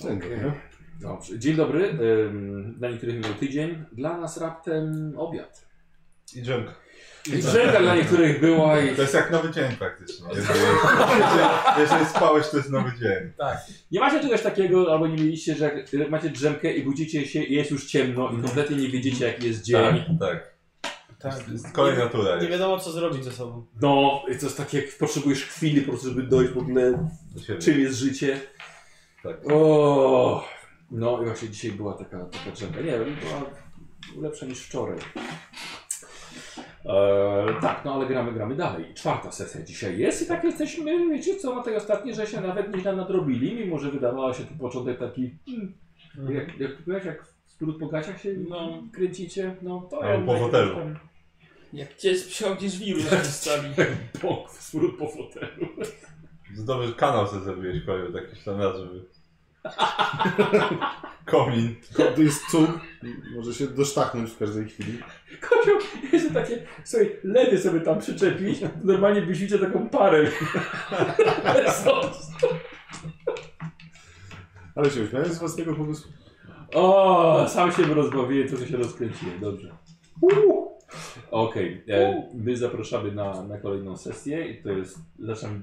Dzień dobry. Dobrze. Dzień dobry. Ym, Dla niektórych minął tydzień, dla nas raptem obiad. I drzemka. I Brzega dla niektórych była i To jest jak nowy dzień praktycznie. Jeżeli, jeżeli, jeżeli spałeś, to jest nowy dzień. Nie macie czegoś takiego, albo nie mieliście, że jak y, macie drzemkę i budzicie się i jest już ciemno i kompletnie nie wiedziecie jaki jest dzień. Mhm. Tak. Tak. Jest Kolejna tura Nie jest. wiadomo co zrobić ze sobą. No, i to jest takie, jak potrzebujesz chwili po prostu, żeby dojść w ogóle, Do siebie. czym jest życie. Tak. O, no i właśnie dzisiaj była taka, taka drzemka. Nie wiem, była lepsza niż wczoraj. E, tak, no ale gramy, gramy dalej. Czwarta sesja dzisiaj jest i tak jesteśmy, wiecie co, na tej ostatniej, że się nawet nieźle nadrobili, mimo że wydawała się tu początek taki, hmm, jak, jak tu byłeś, jak skrót po gaciach się No. kręcicie, no to... Albo po ja- fotelu. Jak cię sprzątniesz wirus z sami. Po, skrót po fotelu. Dobry kanał sobie zrobiłeś kolejny jakiś tam raz, żeby... Komin. To jest cud. Może się dosztachnąć w każdej chwili. Kozioł jest takie, sobie ledy sobie tam przyczepić, normalnie wisicie taką parę. Ale się uśmiałem z własnego pomysłu. o, sam się rozbawiłem, to że się rozkręciłem, dobrze. Uuu. Okej, e, my zapraszamy na, na kolejną sesję i to jest, zaczynamy,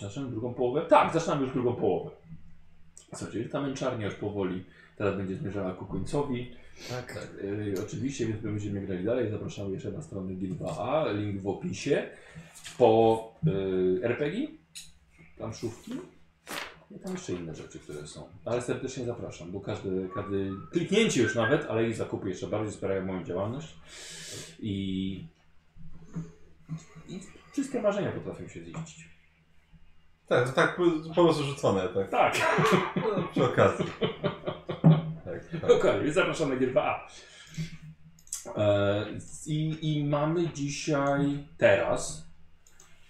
zaczynamy drugą połowę? Tak, zaczynamy już drugą połowę. Słuchajcie, ta męczarnia już powoli, teraz będzie zmierzała ku końcowi. Tak. E, oczywiście, więc my będziemy grali dalej. Zapraszamy jeszcze na stronę G2A, link w opisie. Po e, RPG, tam szówki. I tam jeszcze inne rzeczy, które są. Ale serdecznie zapraszam, bo każdy, każdy kliknięcie już nawet, ale ich zakupy jeszcze bardziej wspierają moją działalność. I, i wszystkie marzenia potrafią się ziścić. Tak, to tak po po prostu rzucone, tak. Tak, No, Przy okazji. Tak, tak. okej, więc zapraszam na G2A. E, I, I mamy dzisiaj, teraz,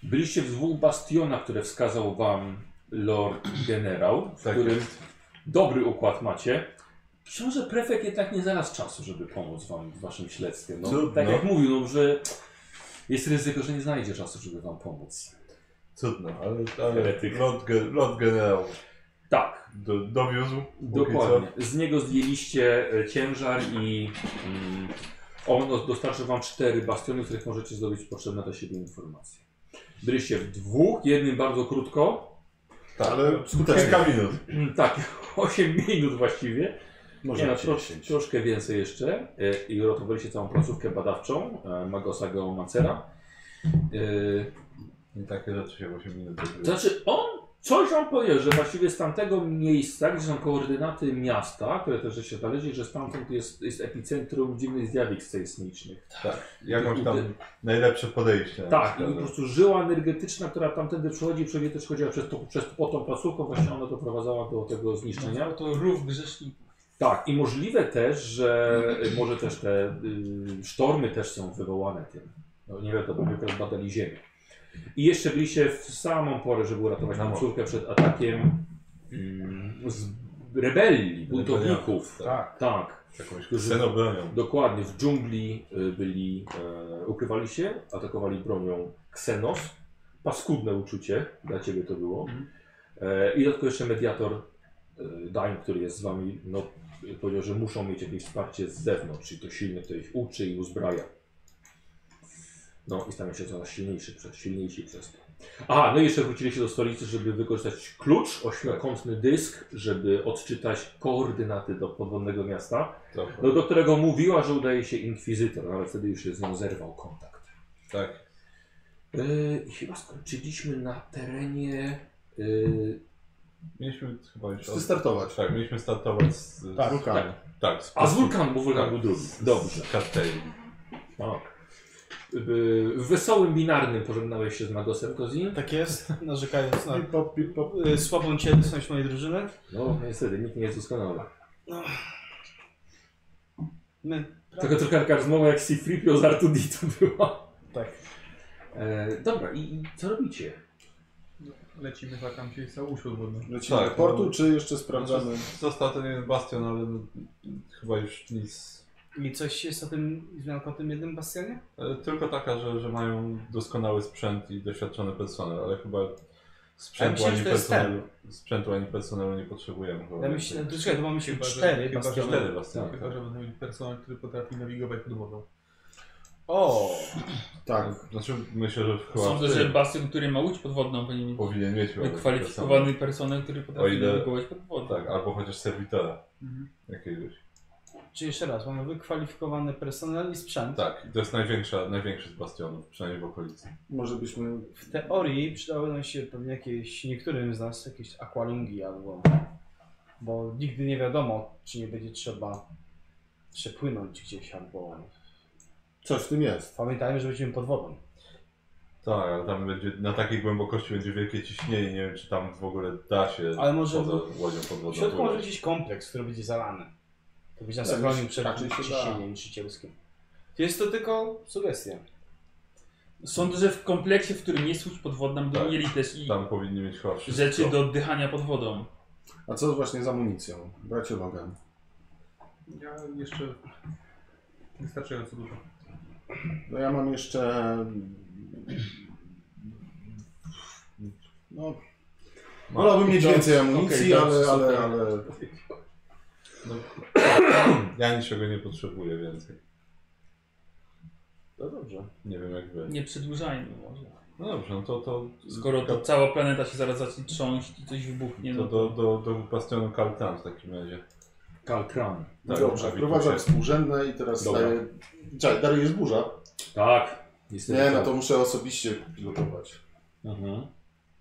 byliście w dwóch bastionach, które wskazał wam Lord Generał, w Tak którym dobry układ macie. Książę prefekt jednak nie znalazł czasu, żeby pomóc wam w waszym śledztwie. No, Trudno. tak jak mówił, no, że jest ryzyko, że nie znajdzie czasu, żeby wam pomóc. Cudno, ale, ale Heretyk. lot, ge- lot generał Tak, do, dowiózł. póki Dokładnie. Z niego zdjęliście e, ciężar i mm, on os- dostarczy wam cztery bastiony, których możecie zdobyć potrzebne dla siebie informacje. Byliście w dwóch, jednym bardzo krótko, Co. Tak, ale Ale skutecznie. kilka minut. tak, 8 minut właściwie. Może Nie, no, na trosz, troszkę więcej jeszcze. E, I uratowaliście całą placówkę badawczą e, Magosa Geomancera. E, I takie rzeczy się w 8 minut To robiło. Znaczy on, coś on powiedział, że właściwie z tamtego miejsca, gdzie są koordynaty miasta, które też jeszcze zależy, że stamtąd jest, jest epicentrum dziwnych zjawisk sejsmicznych. Tak, jakąś tam najlepsze podejście. na Tak, i przykład. po prostu żyła energetyczna, która tamtędy przychodzi, przebiegnie też chodziła przez, to, przez po tą placówką, właśnie ona doprowadzała do tego zniszczenia. Miał to rów grzeszników. Tak, i możliwe też, że y, może też te y, sztormy też są wywołane tym. No, nie wiadomo, bo teraz badali ziemię. I jeszcze byliście w samą porę, żeby uratować Na nam morzu. córkę przed atakiem mm, z rebelii, buntowników. Tak, Tak, jakąś Którzy- ksenobronią. dokładnie. W dżungli y, byli, e, ukrywali się, atakowali bronią Xenos. Paskudne uczucie dla ciebie to było. E, I dodatkowo jeszcze mediator e, Dain, który jest z wami, no, powiedział, że muszą mieć jakieś wsparcie z zewnątrz i to silny, kto ich uczy i uzbraja. No i stają się coraz silniejszy przez, silniejsi przez to. Aha, no i jeszcze wróciliście do stolicy, żeby wykorzystać klucz, ośmiokątny dysk, żeby odczytać koordynaty do podwodnego miasta. Trochę. No, do którego mówiła, że udaje się inkwizytor, no, ale wtedy już się z nią zerwał kontakt. Tak. Yy, i chyba skończyliśmy na terenie. Yy, Mieliśmy chyba już... Od... Wystartować. Tak, mieliśmy startować z... z- Tak, tak. tak z a z wulkanu, bo wulkan Tak, był drugi. z- Dobrze. Z karteli. Tak. Yy, w wesołym binarnym pożegnałeś się z Magosem Kozin. Tak jest, narzekając Tak. na Pip, pop, pip, pop. y, słabą cielesność mojej drużyny. No, niestety, nikt nie jest doskonały. My. Taka trochę taka rozmowa jak Seafripio z Artudito była. Tak. Yy, dobra, i, i co robicie? Lecimy chyba tam gdzie jest usiódł, bo no. Lecimy Tak, Znaczy- do portu, no. czy jeszcze sprawdzamy? Został ten jeden bastion, ale no, chyba już nic... I coś jest o tym zmianką o tym jednym bastionie? E, Tylko taka, że, że mają doskonały sprzęt i doświadczone persony, ale chyba Sprzętu Ja myślę, ani że to jest ten. personelu. Sprzętu ani personelu nie potrzebujemy chyba. Ja myślę, to czekaj, to mamy się Chyba, że- cztery chyba, że- bastiony. Cztery was tak. Chyba, że będą mieli personel, który potrafi nawigować pod wodą. O! Tak. Znaczy myślę, że chyba Sądzę, ty że Bastion, który ma łódź podwodną, powinien mieć powinien mieć chyba wykwalifikowany personel, który O potrafi ile- nawigować pod personel. wodą. Tak, albo chociaż serwitora Mhm. jakiegoś. Czyli jeszcze raz, mamy wykwalifikowany personel i sprzęt. Tak, i to jest największa, największy z bastionów, przynajmniej w okolicy. Może byśmy W teorii przydały nam się pewnie jakieś, niektórym z nas, jakieś akwalungi albo... Bo nigdy nie wiadomo, czy nie będzie trzeba przepłynąć gdzieś albo... Coś w tym jest. Pamiętajmy, że będziemy pod wodą. Tak, ale tam będzie, na takiej głębokości będzie wielkie ciśnienie, nie wiem czy tam w ogóle da się Ale może poza łodzią pod wodą W środku może pływać. być jakiś kompleks, który będzie zalany. To będzie nas Tak, chronił myślę, przed raczej się ciśnieniem życielskim. Jest to tylko sugestia. Sądzę, że w kompleksie, w którym jest łódź podwodna, będą Tak. mieli też i Tam powinni mieć chyba wszystko. rzeczy do oddychania pod wodą. A co właśnie z amunicją? Bracie Logan. Ja jeszcze wystarczająco dużo. No ja mam jeszcze... No... Wolałbym mieć to- więcej amunicji, okej, to ale, ale, super. ale... No. Ja niczego nie potrzebuję więcej. No dobrze. Nie wiem jak wy. Nie przedłużajmy może. No dobrze, no to... to Skoro to cała planeta się zaraz zacznie trząść i coś wybuchnie, To no do, do, do bastionu Kaltan w takim razie. Kalkran. Tak, Dobrze, tak, wprowadzam tak. współrzędne i teraz Dobra. daję... Czekaj, dalej jest burza. Tak. Niestety Nie, tak. no to muszę osobiście pilotować. Mhm.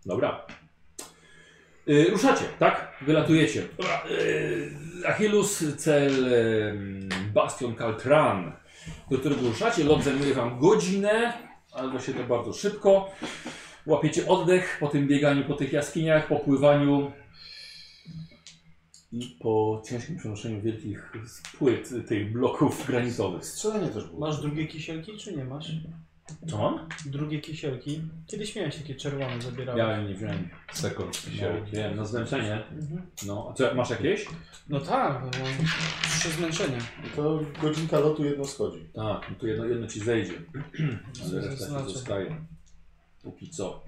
Dobra. Y, ruszacie, tak? Wylatujecie. Dobra. Y, Achillus, cel em, Bastion Caltran, do którego ruszacie. Lot zajmuje wam godzinę, albo się to bardzo szybko. Łapiecie oddech po tym bieganiu po tych jaskiniach, po pływaniu i po ciężkim przenoszeniu wielkich płyt tych bloków granitowych. Strzelanie też było. Masz drugie kisielki, czy nie masz? Co mam? Drugie kisielki. Kiedyś miałeś takie czerwone, zabierałeś. Ja nie wziąłem. Sekund w No, kisielki. wiem, na zmęczenie. Mhm. No, a co, masz jakieś? No tak, bo mam trzy zmęczenia. To godzinka lotu jedno schodzi. Tak, no to jedno, jedno ci zejdzie. Co to Ale reszta ci znaczy? tak zostaje. Póki co.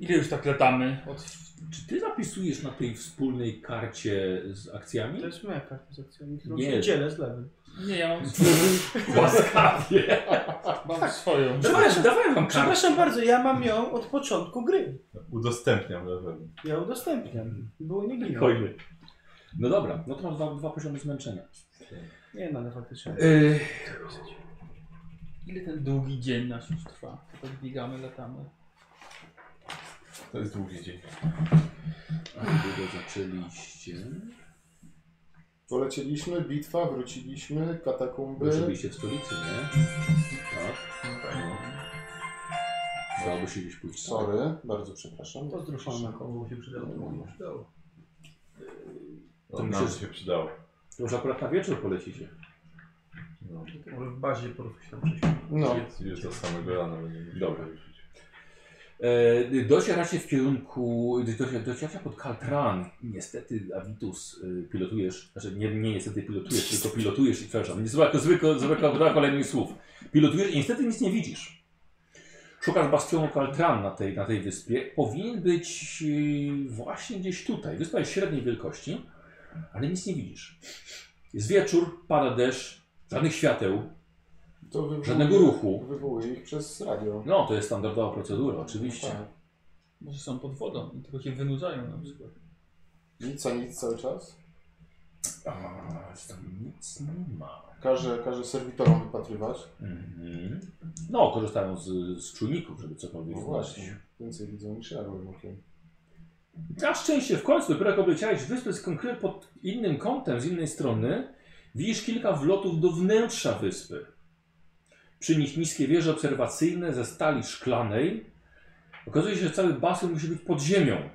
ile już tak latamy? Od... Czy ty zapisujesz na tej wspólnej karcie z akcjami? To jest moja karta z akcjami, którą Nie. się dzielę z lewym. Nie, ja No mam, Łaskawie. mam tak. No swoją. Dawałem, dawałem wam kartę. Tak. Przepraszam bardzo, ja mam ją od początku gry. Udostępniam lewego. Ja udostępniam. Było nie giną. Spokojnie. No dobra, no to mam dwa, dwa poziomy zmęczenia. Nie, no ale faktycznie. Yy, Ile ten długi dzień nasz już trwa? Tak biegamy, latamy. To jest długi dzień. a długo zaczęliście? Polecieliśmy, bitwa, wróciliśmy, Bo katakumby. byliście w stolicy, nie? Tak. Dałoby się gdzieś pójść. Sorry, bardzo przepraszam. To zruszone. Komu się przydało? Komu się przydało? To To nam myślę, że- się przydało. To Może akurat na wieczór polecicie. No. Może w bazie po prostu się tam przesiąść. No, Jest do samego rana. będziemy się Dobra. ruszyć. E, docieracie w kierunku, doci- docieracie pod Kaltran. Niestety, Avitus, y, pilotujesz, znaczy nie, nie niestety pilotujesz, tylko pilotujesz i przepraszam, zwykle, zwykle, zwykle kolejnych słów. Pilotujesz i niestety nic nie widzisz. Szukasz bastionu Kaltran na tej, na tej wyspie. Powinien być y, właśnie gdzieś tutaj. Wyspa jest średniej wielkości, ale nic nie widzisz. Jest wieczór, pada deszcz, żadnych świateł, to wywołuje, Żadnego ruchu. Wywołuje ich przez radio. no to jest standardowa procedura, oczywiście. Tak. Może są pod wodą i tylko się wynurzają na przykład. Nic a nic cały czas. A, tam nic nie ma. Każe, każe serwitorom wypatrywać. Mhm. No, korzystają z, z czujników, żeby cokolwiek No znaleźć. właśnie, więcej widzą niż ja byłem okiem. Na szczęście w końcu, dopiero jak obleciałeś wyspę z konkre- pod innym kątem, z innej strony, widzisz kilka wlotów do wnętrza wyspy. Przy nich niskie wieże obserwacyjne ze stali szklanej. Okazuje się, że cały basen musi być pod ziemią.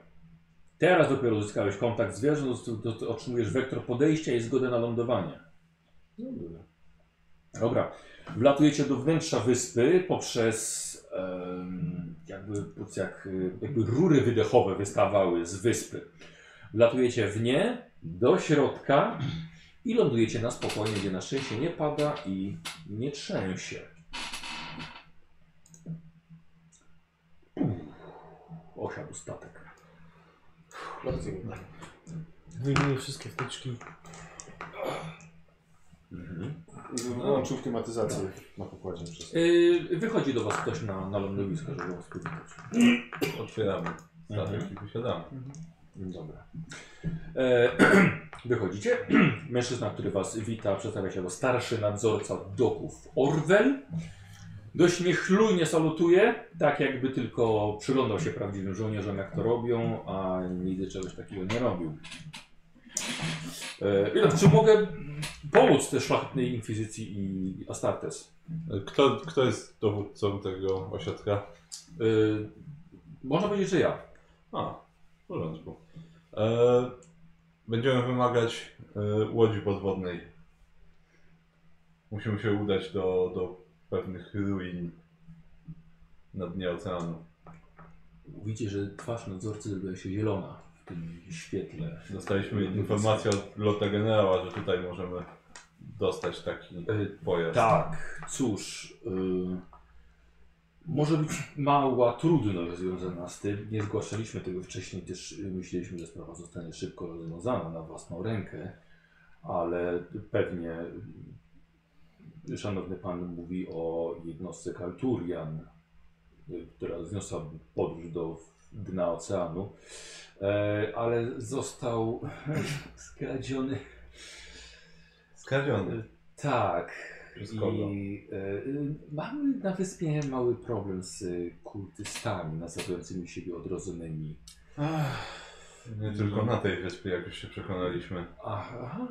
Teraz dopiero uzyskałeś kontakt z wieżą, do- do- otrzymujesz wektor podejścia i zgodę na lądowanie. No dobra. Dobra. Wlatujecie do wnętrza wyspy poprzez em, jakby, jak, y, jakby rury wydechowe wystawały z wyspy. Wlatujecie w nie, do środka i lądujecie na spokojnie, gdzie na szczęście nie pada i nie trzęsie. Uff, osiadł statek. No. Wyjmuję wszystkie wtyczki. Mhm. No. Wyłączył klimatyzację Tak. na pokładzie przez Yy, wychodzi do was ktoś na, na lądowisko, żeby was powitać. Otwieramy statek Mhm. i wysiadamy. Dobra. E, wychodzicie. Mężczyzna, który was wita, przedstawia się jako starszy nadzorca doków Orwell. Dość niechlujnie salutuje, tak jakby tylko przyglądał się prawdziwym żołnierzom, jak to robią, a nigdy czegoś takiego nie robił. E, Ile- czy mogę pomóc tej szlachetnej inkwizycji i Astartes? Kto, kto jest dowódcą tego ośrodka? E, można powiedzieć, że ja. A, w porządku. E, będziemy wymagać e, łodzi podwodnej. Musimy się udać do, do pewnych ruin na dnie oceanu. Widzicie, że twarz nadzorcy zrobiła się zielona w tym świetle. Dostaliśmy informację od Lota Generała, że tutaj możemy dostać taki E, pojazd. Tak, cóż. y, może być mała trudność związana z tym. Nie zgłaszaliśmy tego wcześniej, też y, myśleliśmy, że sprawa zostanie szybko rozwiązana na własną rękę, ale pewnie y, szanowny pan mówi o jednostce Kalturian, y, która zniosła podróż do dna oceanu, e, ale został skradziony Skradziony. E, tak. Przez kogo? I e, y, mamy na wyspie mały problem z y, kultystami nazywającymi siebie odrodzonymi. Nie tylko na tej wyspie, jak już się przekonaliśmy. Aha.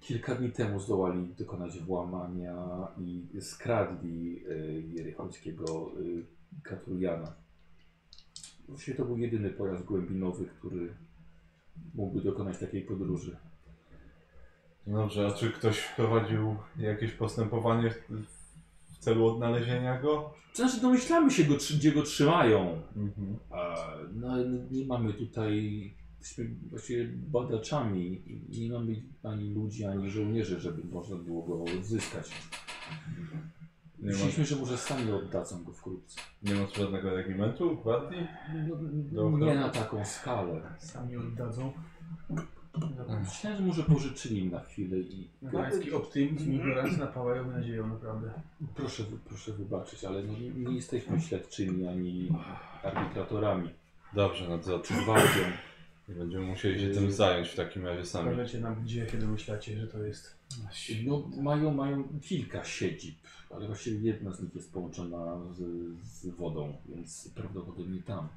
Kilka dni temu zdołali dokonać włamania i skradli y, jerychońskiego y, Katuriana. Właściwie to był jedyny pojazd głębinowy, który mógłby dokonać takiej podróży. Dobrze, a czy ktoś prowadził jakieś postępowanie w, w celu odnalezienia go? To znaczy domyślamy się, go, trzy- gdzie go trzymają. Mhm. A, No, ale nie mamy tutaj. Jesteśmy właściwie badaczami. i Nie mamy ani ludzi, ani żołnierzy, żeby można było go odzyskać. Nie, ma, Myśleliśmy, że może sami oddadzą go wkrótce. nie ma żadnego regimentu, gwardii? No, Dobra. nie na taką skalę. Sami oddadzą. Myślałem, że może pożyczyli im na chwilę i. Pański optymizm i ignorancja napawają mnie nadzieją, naprawdę. Proszę, wy- proszę wybaczyć, ale no, nie- nie jesteśmy śledczymi ani arbitratorami. Dobrze, nadzorcy. Czy wartią. Będziemy musieli się tym zająć w takim razie sami. Pokażecie nam, gdzie się domyślacie, że to jest. No, mają, mają kilka siedzib, ale właściwie jedna z nich jest połączona z, z wodą, więc prawdopodobnie tam.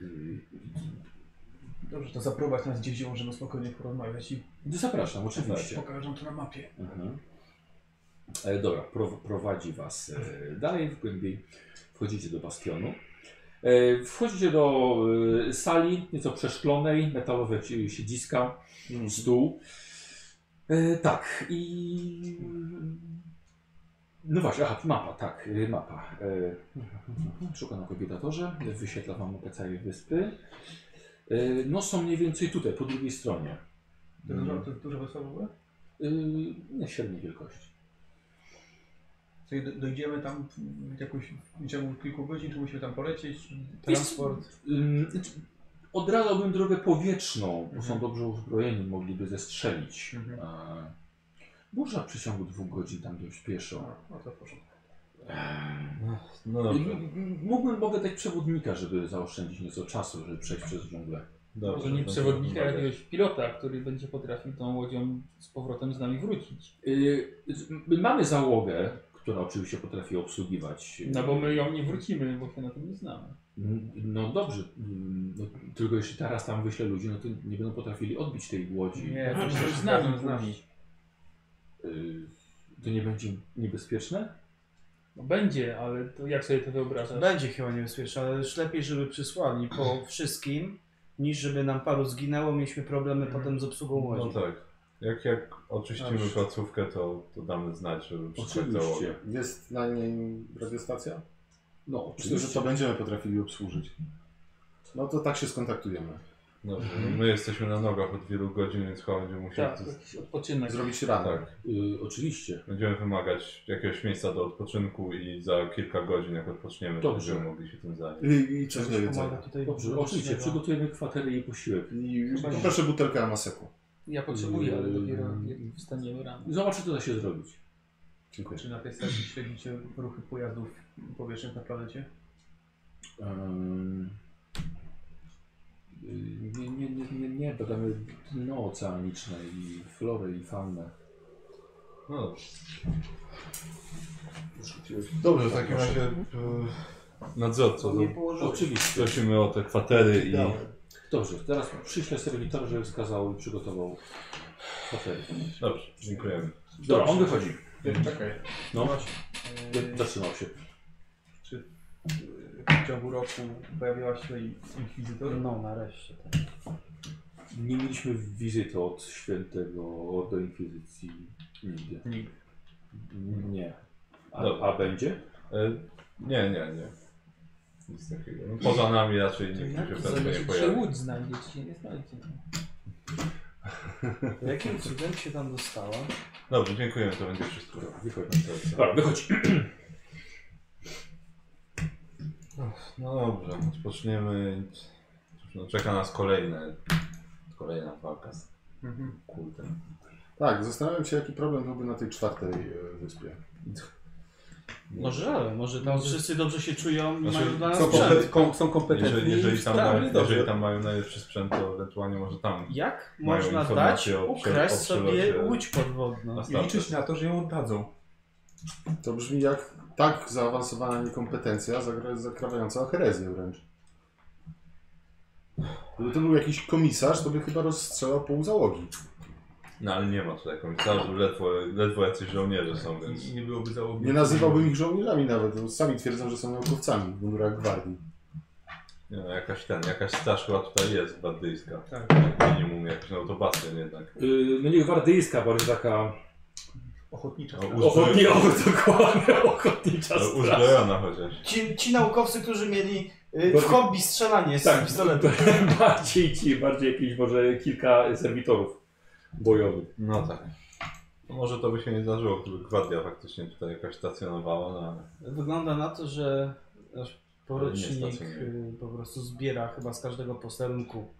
Yy, Dobrze, to zaprowadź nas gdzieś, gdzie możemy spokojnie porozmawiać i Zapraszam, oczywiście. pokażą to na mapie. Mhm. E, dobra, pro, prowadzi was e, dalej w głębi. Wchodzicie do bastionu. E, wchodzicie do e, sali nieco przeszklonej, metalowe ci- siedziska, stół. E, tak i... No właśnie, aha, mapa, tak, e, mapa. E, szuka na kombinatorze, wyświetla wam mapę całej wyspy. E, no są mniej więcej tutaj, po drugiej stronie. To Mhm. dużo, to dużo wesoło było? E, nie średniej wielkości. Czyli do, dojdziemy tam w, jakoś w ciągu kilku godzin, czy musimy tam polecieć? Transport. Ym, znaczy, Odradzałbym drogę powietrzną, bo są Mhm. dobrze uzbrojeni, mogliby zestrzelić. Mhm. E, Burza w przeciągu dwóch godzin tam dość pieszo. No, no to w porządku. No Y, dobrze. m- m- Mógłbym, mogę dać przewodnika, żeby zaoszczędzić nieco czasu, żeby przejść przez dżunglę. dobrze Może nie będziemy przewodnika, pomagać. jakiegoś pilota, który będzie potrafił tą łodzią z powrotem z nami wrócić. Y, z- m- Mamy załogę, która oczywiście potrafi obsługiwać. y, No bo my ją nie wrócimy, bo się na tym nie znamy. N- No dobrze, mm, no, tylko jeśli teraz tam wyślę ludzi, no to nie będą potrafili odbić tej łodzi. Nie, to to się się z nami, razem z nami. pójść. Y, To nie będzie niebezpieczne? No będzie, ale to jak sobie to wyobrażasz? Będzie chyba niebezpieczne, ale już lepiej, żeby przysłali po wszystkim, niż żeby nam paru zginęło, mieliśmy problemy Mhm. potem z obsługą No łodzi. tak. Jak, jak oczyścimy Dobrze. placówkę, to, to damy znać, żeby przysłać załogę. Oczywiście. Jest na niej radiostacja? No, Myślę, że oczywiście. to będziemy potrafili obsłużyć. No to tak się skontaktujemy. Dobrze, no my jesteśmy na nogach od wielu godzin, więc chyba będziemy musieli... Tak, to- jakiś odpoczynek. Zrobić ranę. tak. Y, oczywiście. Będziemy wymagać jakiegoś miejsca do odpoczynku i za kilka godzin, jak odpoczniemy, to Dobrze. będziemy mogli się tym zająć. I, i coś do pomaga jedzenia. tutaj. Dobrze, oczywiście. Przygotujemy kwatery i posiłek. I Chyba nie. poproszę butelkę amaseku. Ja potrzebuję, ale Yy. dopiero jak wstaniemy rano. Zobaczę, co da się zrobić. Dziękuję. Czy na PSA śledzicie ruchy pojazdów powietrznych na planecie? Ym, y, Nie, nie, nie, nie, nie, badamy dno oceaniczne i florę i faunę. No dobrze. Dobrze, W takim razie e, nadzorco, Nie to położyłeś. Oczywiście. prosimy o te kwatery i... Dobrze, teraz przyślę serwitora, żeby wskazał i przygotował kwatery. Dobrze, dziękujemy. Dobra, on wychodzi. Czekaj. No, Yy, zatrzymał się. Czy yy, w ciągu roku pojawiła się tutaj inkwizytor? No, nareszcie. Tak. Nie mieliśmy wizyty od świętego Ordo Inkwizycji nigdy. Nigdy. Nie. A, Dobra. a będzie? E, nie, nie, nie. Nic takiego. No, poza nami raczej nikt się wtedy nie Zależy, czy pojawi. łódź znajdziecie, nie znajdziecie. Jakim cudem się tam dostała? Dobrze, dziękujemy, to będzie wszystko. Dobra, wychodzi. Nadzorco. Dobra, wychodź. No dobrze, odpoczniemy. Cóż, No, czeka nas kolejne, kolejna walka z Mhm. kultem. Tak, zastanawiam się, jaki problem byłby na tej czwartej e, wyspie. Może, ale może tam wszyscy dobrze się czują i Znaczy, mają dla nas co sprzęt. komplet- kom- są Jeżeli, jeżeli, tam, sprawny, mają, dobrze. jeżeli tam mają najlepszy sprzęt, to ewentualnie może tam. Jak Mają można dać, informacje o prze- ukraść o sobie przelocie. łódź podwodną? I liczyć na to, że ją oddadzą. To brzmi jak tak zaawansowana niekompetencja, zagra- zakrawająca o herezję wręcz. Gdyby to był jakiś komisarz, to by chyba rozstrzelał pół załogi. No ale nie ma tutaj komisarzu, ledwo, ledwo jacyś żołnierze są, więc. I nie byłoby załogi. Nie nazywałbym ich żołnierzami nawet, bo sami twierdzą, że są naukowcami w mundurach gwardii. Nie, no, jakaś ten, jakaś straż chyba tutaj jest bandyjska. Tak. Minimum jakiś autobatian no jednak. Yy, no nie gwardyjska, bardziej taka Ochotnicza. No, No, u- ochotnie, dokładnie, ochotnicza Ale straż. uzbrojona chociaż. Ci, ci naukowcy, którzy mieli y, Bo- w hobby strzelanie z Tak. pistoletu. bardziej ci, bardziej jakieś może kilka serwitorów bojowych. No tak. No może to by się nie zdarzyło, gdyby gwardia faktycznie tutaj jakaś stacjonowała, no ale... Wygląda na to, że Ale nasz nie porucznik stacjonuje. y, po prostu zbiera chyba z każdego posterunku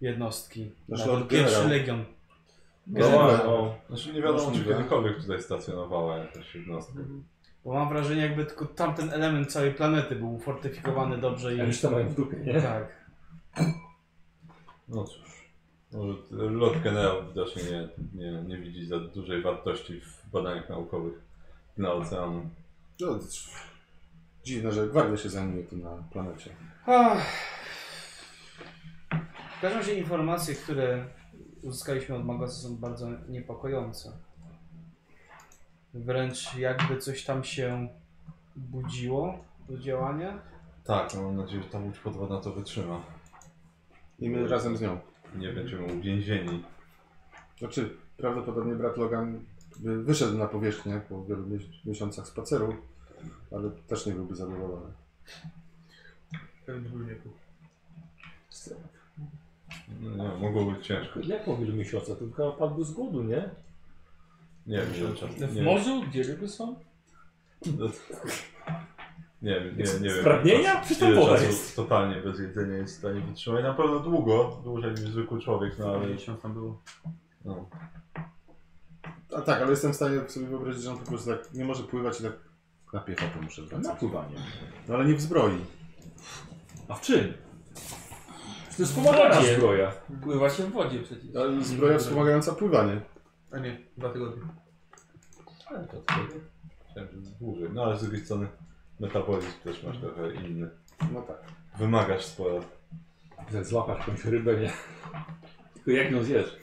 jednostki. Nasz Nawet Lord pierwszy Generał. legion. Dobra. no. Znaczy nie wiadomo, czy Możliwe. kiedykolwiek tutaj stacjonowała jakaś jednostka. Bo mam wrażenie, jakby tylko tamten element całej planety był ufortyfikowany dobrze i. Ja już to mają w dupie, nie? Tak. No cóż. Może t- lot generał widocznie nie, nie, nie widzi za dużej wartości w badaniach naukowych dla oceanu. No, to jest dziwne, że gwardia się zajmuje tym na planecie. Ach. W każdym razie informacje, które uzyskaliśmy od magazynu są bardzo niepokojące. Wręcz jakby coś tam się budziło do działania. Tak, mam nadzieję, że ta łódź podwodna to wytrzyma. I my razem z nią. Nie będziemy uwięzieni. Znaczy, prawdopodobnie brat Logan by wyszedł na powierzchnię po wielu mies- miesiącach spaceru, ale też nie byłby zadowolony. Pewnie był wieku. No, nie, wiem, mogło być ciężko. Jak po wielu miesiącach? To chyba padł z głodu, nie? Nie wiem, ile czasu. W Nie, morzu? Gdzie ryby są? nie, wiem, nie, nie wiem. Spragnienia? Czas- Przecież to ile woda czasu jest. Totalnie bez jedzenia jest w stanie wytrzymać. Na pewno długo, dłużej niż zwykły człowiek, no ale... Miesiąc tam było. No. A tak, ale jestem w stanie sobie wyobrazić, że on po prostu tak nie może pływać i tak na piechotę muszę wracać. Napływanie. No ale nie w zbroi. A w czym? To jest pomagana Wodzie. zbroja. Pływa się w wodzie przecież. Ale No, Zbroja wspomagająca pływanie. A nie, dwa tygodnie. Ale to wtedy... Chciałem, że dłużej. No ale z drugiej strony metabolizm też masz trochę inny. No tak. Wymagasz sporo. Jak złapasz jakąś rybę, nie? Tylko jak ją zjesz?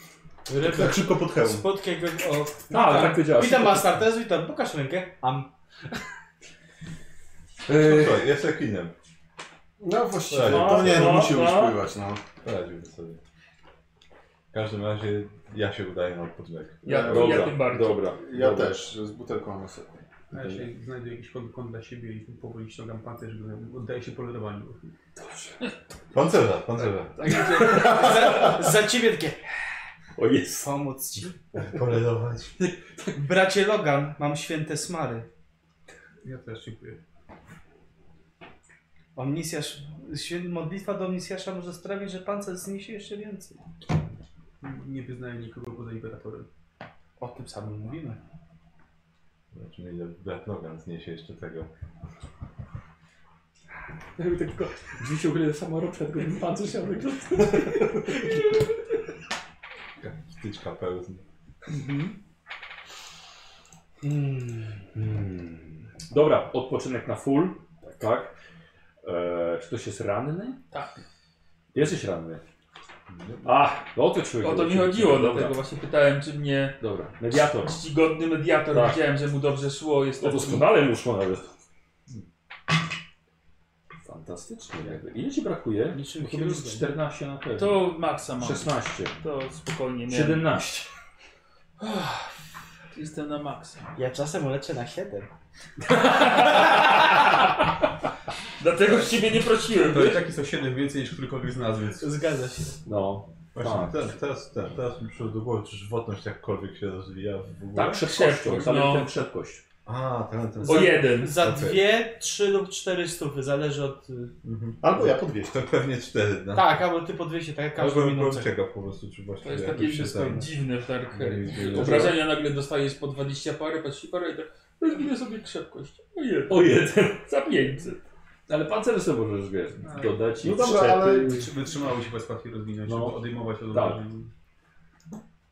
Tak szybko pod hełm. Spod jakiegoś... O, No A, ale tak to działa. Witam Astartes, witam, pokaż rękę. Am. Eee, Słuchaj, jest rekinem. No właściwie. Tak. To nie, no No, musi no. już pływać, no. Poradziłby sobie. W każdym razie ja się udaję na odpoczynek. Ja, No, Dobra, ja tym bardziej. Dobra. Ja dobra. też, z butelką na sobie. A ja się znajdę jakiś kąt, kąt dla siebie i powoli ściągam pancerz, żeby oddaje się polerowaniu. Pancerza, pancerza. Za, za ciebie takie, O jest. pomóc ci. tak. Poledować. Bracie Logan, mam święte smary. Ja też dziękuję. Omnisjasz, świę, modlitwa do Omnisjasza może sprawić, że pancerz zniesie jeszcze więcej. Nie wyznaję nikogo poza imperatorem. O tym samym mówimy. Zobaczymy ile brat Logan zniesie jeszcze tego. Ja bym tak tylko drzwi się ogóle sama roczka, tylko mi pancerz się wygląda. Wtyczka pełznie. Hmm. Hmm. Dobra, odpoczynek na full. Tak, tak. Eee, czy ktoś jest ranny? Tak. Jesteś ranny. A, no o to ci chodziło. O to mi chodziło, Dobra, dlatego właśnie pytałem, czy mnie dobra. Mediator. czcigodny mediator, Tak. No widziałem, że mu dobrze szło, jest To doskonale mu szło nawet. Fantastycznie. Jakby. Ile ci brakuje? Niczym To będzie chirurgiem. 14 na pewno. To maksa mam. 16. To spokojnie miałem. 17. Jestem na maksa. Ja czasem leczę na 7. Dlatego z ciebie nie prosiłem. To i tak jest o 7 więcej niż którykolwiek z nas, więc... Zgadza się. No. Właśnie Tak. teraz, teraz, teraz, teraz mi przyszło do głowy, czy żywotność jakkolwiek się rozwija w ogóle. Tak, szybkością. Szybkość, No. no. ten szybkość. A, ten, ten. O jeden. Za Okej. dwie, trzy lub cztery stówy, zależy od... y, Mhm. Albo ja podwieźć. To pewnie cztery, no. Tak, albo ty po 200, tak jak każdy Albo bym minutę. czego po prostu, czy To właściwie jest takie jakoś się wszystko ten- dziwne w Dark Hell. nie- nie- Obrażenia nagle dostajesz po 20 parę, patrz parę i tak rozwinę sobie krzepkość. O jeden. O jeden. Za 500. Ale pancerz sobie możesz, wiesz, dodać i No dobra, wszczepy. ale- Czy wytrzymało się bez łatwiej rozwinąć, No. żeby odejmować od Tak. obrażeń?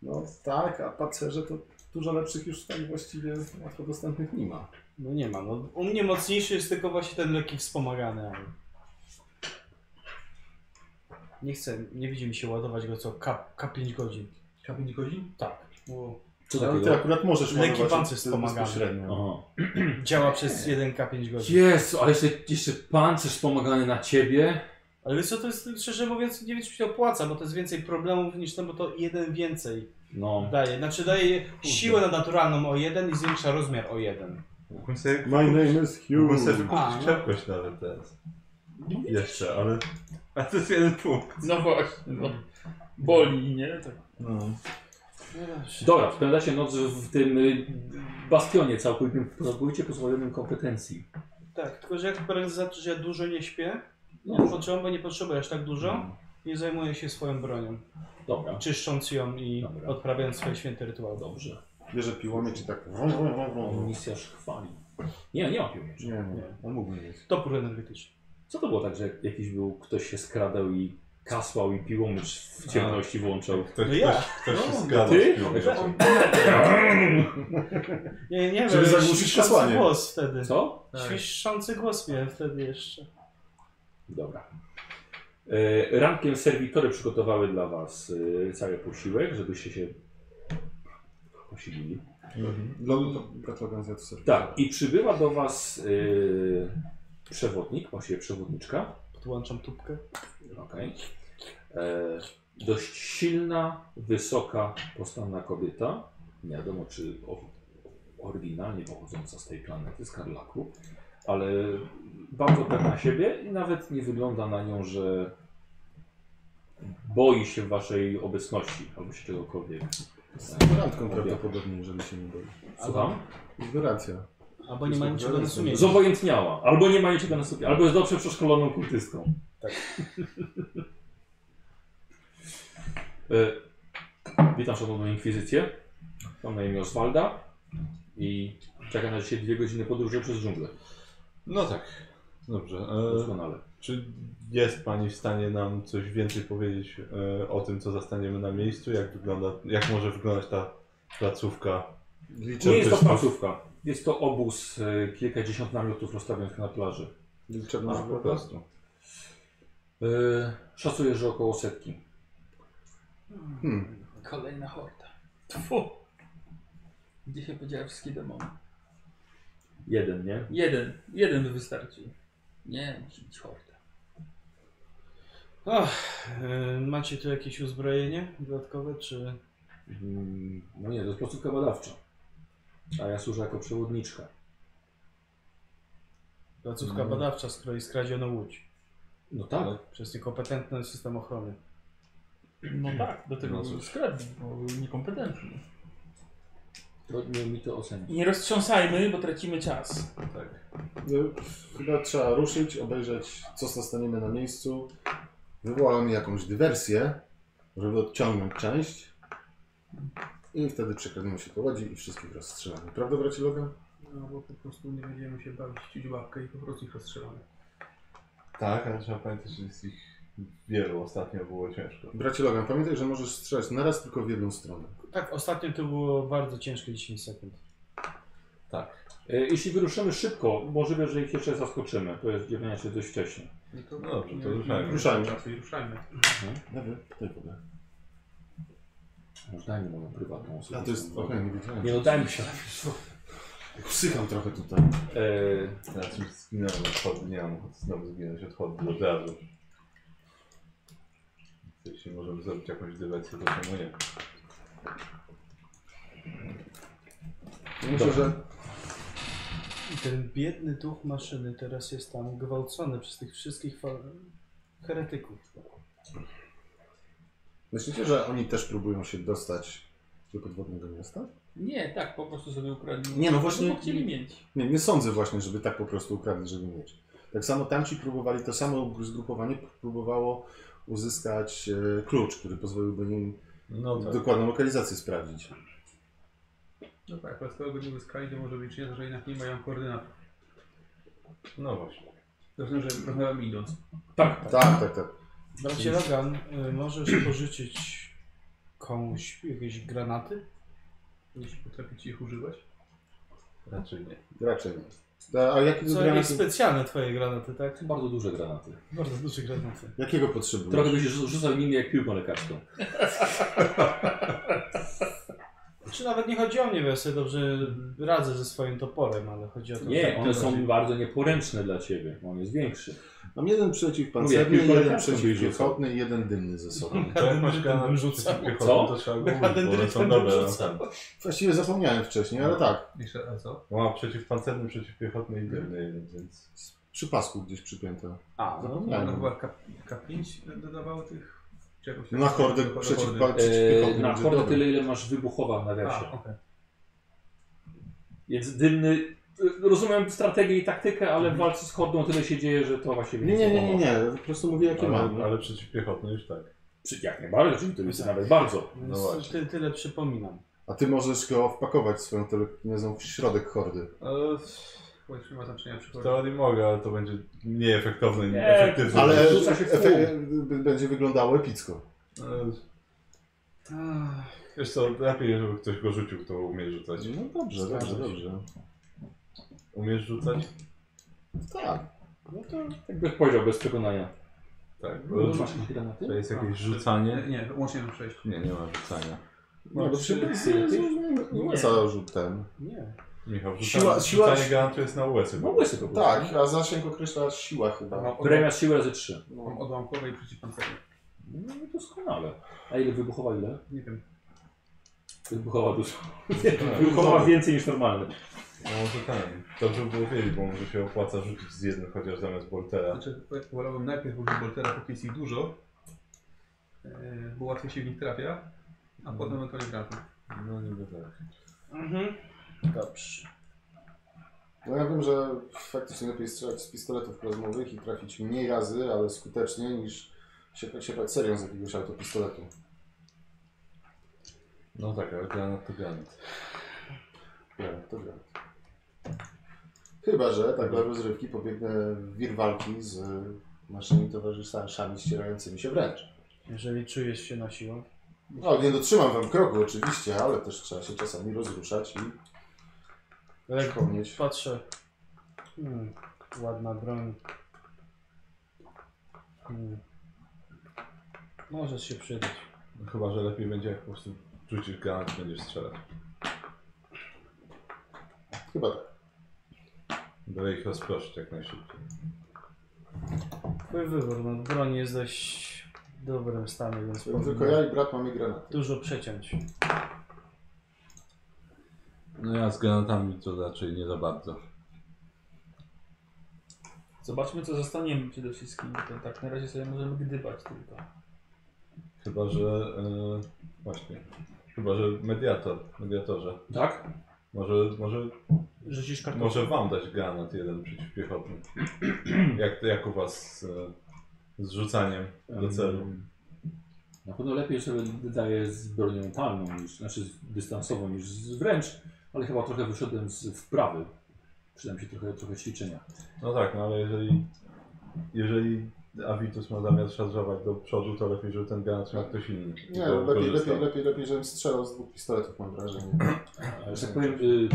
No tak, a pancerze to dużo lepszych już tam właściwie łatwo dostępnych nie ma. No nie ma, no u mnie mocniejszy jest tylko właśnie ten lekki wspomagany, ale... Nie chcę, nie widzi mi się ładować go co K, K5 godzin. Kapień godzin? Tak. Co Ale ty takiego? akurat możesz Leki ładować pancerz wspomagany. bezpośrednio. Aha. Działa przez 1 K5 godzin. Jezu, ale jeszcze, jeszcze pancerz wspomagany na ciebie. Ale wiesz co, to jest, szczerze mówiąc, nie wiem czy się opłaca, bo to jest więcej problemów niż ten, bo to jeden więcej No. daje. Znaczy daje siłę naturalną o jeden i zwiększa rozmiar o jeden. Mógłbym sobie My name is Mógłbym sobie Hugh. A, no. wykupić czepkość nawet teraz. Jeszcze, ale... A to jest jeden punkt. No właśnie, no. Boli, nie? Tak. No. Dobra, spędzacie noc w tym y, bastionie całkowitym, całkowicie pozbawionym kompetencji. Tak, tylko że jak teraz za to, że ja dużo nie śpię, No, nie potrzebuję, bo nie potrzebuję aż tak dużo, nie zajmuję się swoją bronią. Dobra, czyszcząc ją i Dobra. odprawiając swoje święte rytuały. dobrze. Bierze piłomierz i tak... wrą, wrą, wrą, wrą. Misjasz chwali. Nie, nie ma piłniczy. Nie, nie, on mógłby mieć. Topór energetyczny. Co to było tak, że jakiś był, ktoś się skradał i kasłał i piłomycz w ciemności włączał? Ktoś, No ja. ktoś, ktoś się No, zgadza ty? z piłą. Nie, nie Żeby wiem, zagłuszyć świszczący przesłanie. głos wtedy. Co? Tak. Świszczący głos miałem wtedy jeszcze. Dobra. E, rankiem serwitory przygotowały dla was e, cały posiłek, żebyście się posilili. Logo to brat organizator serwisu. Tak, i przybyła do was y, przewodnik, właściwie przewodniczka. Podłączam tubkę. Okay. E, dość silna, wysoka, postawna kobieta. Nie wiadomo, czy o, oryginalnie pochodząca z tej planety, z Karlaku, ale bardzo pewna siebie i nawet nie wygląda na nią, że boi się waszej obecności albo się czegokolwiek. Z ignorantką prawdopodobnie, jeżeli się nie boi. Słucham? Ignorancja. Albo nie mam niczego na sumieniu. Zobojętniała, albo nie ma niczego na sobie, albo jest dobrze przeszkoloną kultystką. Tak. E, Witam szanowną inkwizycję. Mam na imię Oswalda i czeka na dzisiaj dwie godziny podróży przez dżunglę. No tak. Dobrze. E, Doskonale. czy jest Pani w stanie nam coś więcej powiedzieć e, o tym, co zastaniemy na miejscu? Jak wygląda, jak może wyglądać ta placówka? Liczę, Nie jest to też- placówka. Jest to obóz, e, kilkadziesiąt namiotów rozstawionych na plaży. liczę No, na po żywota. prostu. E, Szacuję, że około setki. Hmm. Kolejna horda. Tfu. Gdzie się podziały wszystkie demony? Jeden, nie? Jeden. Jeden by wystarczył. Nie, musi być horda. Ach, y, macie tu jakieś uzbrojenie dodatkowe, czy... Mm, No nie, to jest placówka badawcza. A ja służę jako przewodniczka. Placówka Mm. badawcza, z której skradziono łódź. No tak. Przez niekompetentny system ochrony. No tak, do tego No był cóż. skradli, bo był niekompetentny. Trudno mi to ocenić. Nie roztrząsajmy, bo tracimy czas. Tak. No, chyba trzeba ruszyć, obejrzeć, co zastaniemy na miejscu. Wywołamy jakąś dywersję, żeby odciągnąć część. I wtedy przekradniemy się do łodzi i wszystkich rozstrzelamy. Prawda, bracie Logan? No bo po prostu nie będziemy się bawić w ciudziłapkę i po prostu ich rozstrzelamy. Tak, ale trzeba pamiętać, że jest ich wielu. Ostatnio było ciężko. Bracie Logan, pamiętaj, że możesz strzelać naraz tylko w jedną stronę. Tak, ostatnio to było bardzo ciężkie 10 sekund. Tak. E, Jeśli wyruszymy szybko, możliwe, że ich jeszcze zaskoczymy. To jest dziewięć się dość wcześnie. No to No dobrze, to nie- ruszajmy. Ruszajmy. Łatwiej ruszajmy. Lewy, tutaj wodę. Może daj mi moją prywatną osobę. A to jest... Okej, nie widziałem. Nie no daj mi się. Usykam trochę tutaj. E, Ja czymś zginąłem od chodu, nie mam ochoty znowu zginąć od chodu do żaru. Jeśli możemy zrobić jakąś dywersję, to czemu nie? Myślę, że I ten biedny duch maszyny teraz jest tam gwałcony przez tych wszystkich fa- heretyków. Myślicie, że oni też próbują się dostać do podwodnego miasta? Nie, tak, po prostu sobie ukradli. Nie, no właśnie- Bo chcieli mieć. Nie, nie sądzę właśnie, żeby tak po prostu ukradli, żeby mieć. Tak samo tamci próbowali, to samo zgrupowanie próbowało uzyskać e, klucz, który pozwoliłby im No tak. dokładną lokalizację sprawdzić. No tak, ale skoro go nie uzyskali, to może być, że jednak nie mają koordynat. No właśnie. Zresztą, że rozmawiam idąc. Tak, tak, tak. Bracie Logan, y, możesz pożyczyć komuś jakieś granaty? Jeśli potraficie ich używać. Raczej nie. Raczej nie. Ta- A jakiego, Co jakieś granaty, specjalne twoje granaty, tak? bardzo duże granaty. Bardzo duże granaty. jakiego potrzebujesz? Trochę będziesz rzucał nimi jak piłką lekarską. Czy nawet nie chodzi o mnie, bo ja sobie dobrze radzę ze swoim toporem, ale chodzi o to, tak. że... Nie, one są bardzo nieporęczne dla ciebie. On jest większy. Mam jeden przeciw Mówię, pancerny, tylko jeden lekarzem byś przeciw rzucał. piechotny i jeden dymny ze sobą. To jak masz kanał Tak, rzucał. przeciwpiechotny, Co? to trzeba go Mechadendrytem użyć, bo one są dobre na rzucał. E, ten. Właściwie zapomniałem wcześniej, ale tak. Jeszcze, a co? Bo ma przeciwpancerny, przeciwpiechotny i dymny, więc... Przy pasku gdzieś przypięte. A, no, No, Zapomniałem. chyba K, K5 dodawało tych... Czy jakoś Na hordę Do- do hordy. przeciwpa- E, przeciwpiechotny. na będzie hordę dobry. tyle, ile masz wybuchowa w nawiasie. A, okej. Więc dymny. y, Rozumiem strategię i taktykę, ale w walce z hordą tyle się dzieje, że to właśnie Nie, nie, nie, nie, nie. Po prostu mówię jakie mam. Ale, ale przeciwpiechotny już tak. Przy, jak najbardziej, czyli to jest nawet bardzo. No s- właśnie. ty, tyle przypominam. A ty możesz go wpakować swoją telekinezą w środek hordy. Ale E, Bo już nie ma znaczenia przy w hordzie. teorii mogę, ale to będzie nieefektowne, Nie, nieefektywne. Ale E, Rzuca się w pół. efe- e, będzie wyglądało epicko. E, Wiesz co, lepiej, żeby ktoś go rzucił, kto umie rzucać. No dobrze, Zgadza dobrze, się. dobrze. Umiesz rzucać? Tak. No to Jakbyś powiedział bez przekonania. Tak. No, bo- Masz jakieś granaty? To jest A, jakieś Nie, rzucanie? nie, łącznie na 6. Nie, nie ma rzucania. No to Masz się trzy jakieś? USA rzut ten. nie. Michał, rzucanie, Siła- siła- rzucanie granatu jest na USy. No łysy po prostu. Tak, a zasięg określa siła chyba. Mam Premia siły razy 3. Mam odłamkowe i przeciwpancerne. No doskonale. A ile wybuchowa ile? Nie wiem. Wybuchowa dużo. Wybuchowa więcej niż normalny. No może ten. Dobrze by było wiedzieć, bo może się opłaca rzucić z jednym chociaż zamiast Boltera. Znaczy, wolałbym najpierw użyć Boltera, póki jest ich dużo, e, bo łatwiej się w nich trafia, a potem ewentualnie gratem. No niby tak. Mhm. Dobrze. No ja wiem, że faktycznie lepiej strzelać z pistoletów plazmowych i trafić mniej razy, ale skutecznie niż się siepać serią z jakiegoś autopistoletu. No tak, ale granat to granat. Gra, to gra. Chyba, że tak dla rozrywki pobiegnę w wir walki z e, naszymi towarzyszami ścierającymi się wręcz. Jeżeli czujesz się na siłach. No, nie dotrzymam wam kroku oczywiście, ale też trzeba się czasami rozruszać i Tak. Jak przypomnieć. patrzę. Hmm, ładna broń. Hmm. Możesz się przydać. No, chyba, że lepiej będzie jak po prostu rzucisz granat i będziesz strzelać. Chyba tak. Dalej ich rozproszyć jak najszybciej. Twój wybór, no broń jest dość w dobrym stanie, więc Bo Tylko powinno ja i brat mamy granaty. dużo przeciąć. No ja z granatami to raczej nie za bardzo. Zobaczmy, co zostaniemy przede wszystkim. To tak na razie sobie możemy gdybać tylko. Chyba, że... E, właśnie. Chyba, że mediator, mediatorze. Tak? Może, może, Rzucisz Tak, kartą. No. może wam dać granat jeden przeciwpiechotny. jak, jak u was e, z rzucaniem Mm. do celu. Em, Na pewno lepiej sobie wydaje z bronią palną, niż, znaczy z dystansową niż z wręcz, ale chyba trochę wyszedłem z wprawy. Przyda mi się trochę, trochę ćwiczenia. No tak, no ale jeżeli, jeżeli Avitus ma zamiar szarżować do przodu, to lepiej, żeby ten granat miał ktoś inny. Nie, Bo lepiej, korzystał. lepiej, lepiej, lepiej, żebym strzelał z dwóch pistoletów, mam wrażenie. E, Że tak powiem, y,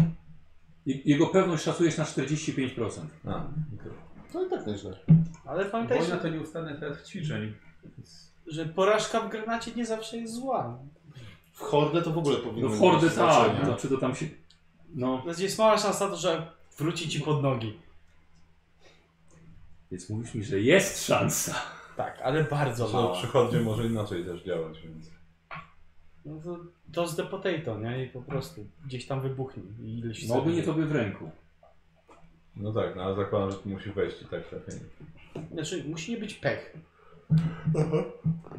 je- jego pewność szacujesz na 45%. A, okej. To i tak nieźle. Ale pamiętaj, Wojna że, to nieustanny teatr ćwiczeń. Więc że porażka w granacie nie zawsze jest zła. W hordę to w ogóle powinno No w hordę mieć tak, znaczenie. znaczy to tam się... No, Znaczy jest mała szansa to, że wróci ci pod nogi. więc mówisz mi, że jest szansa. Tak, ale bardzo Zresztą mała. przychodnie no może inaczej też działać, więc... No to toss the potato, nie? I po prostu gdzieś tam wybuchnie. I ileś No by sekund. nie tobie w ręku. No tak, no ale zakładam, że tu musi wejść i tak trafienie. Znaczy, musi nie być pech.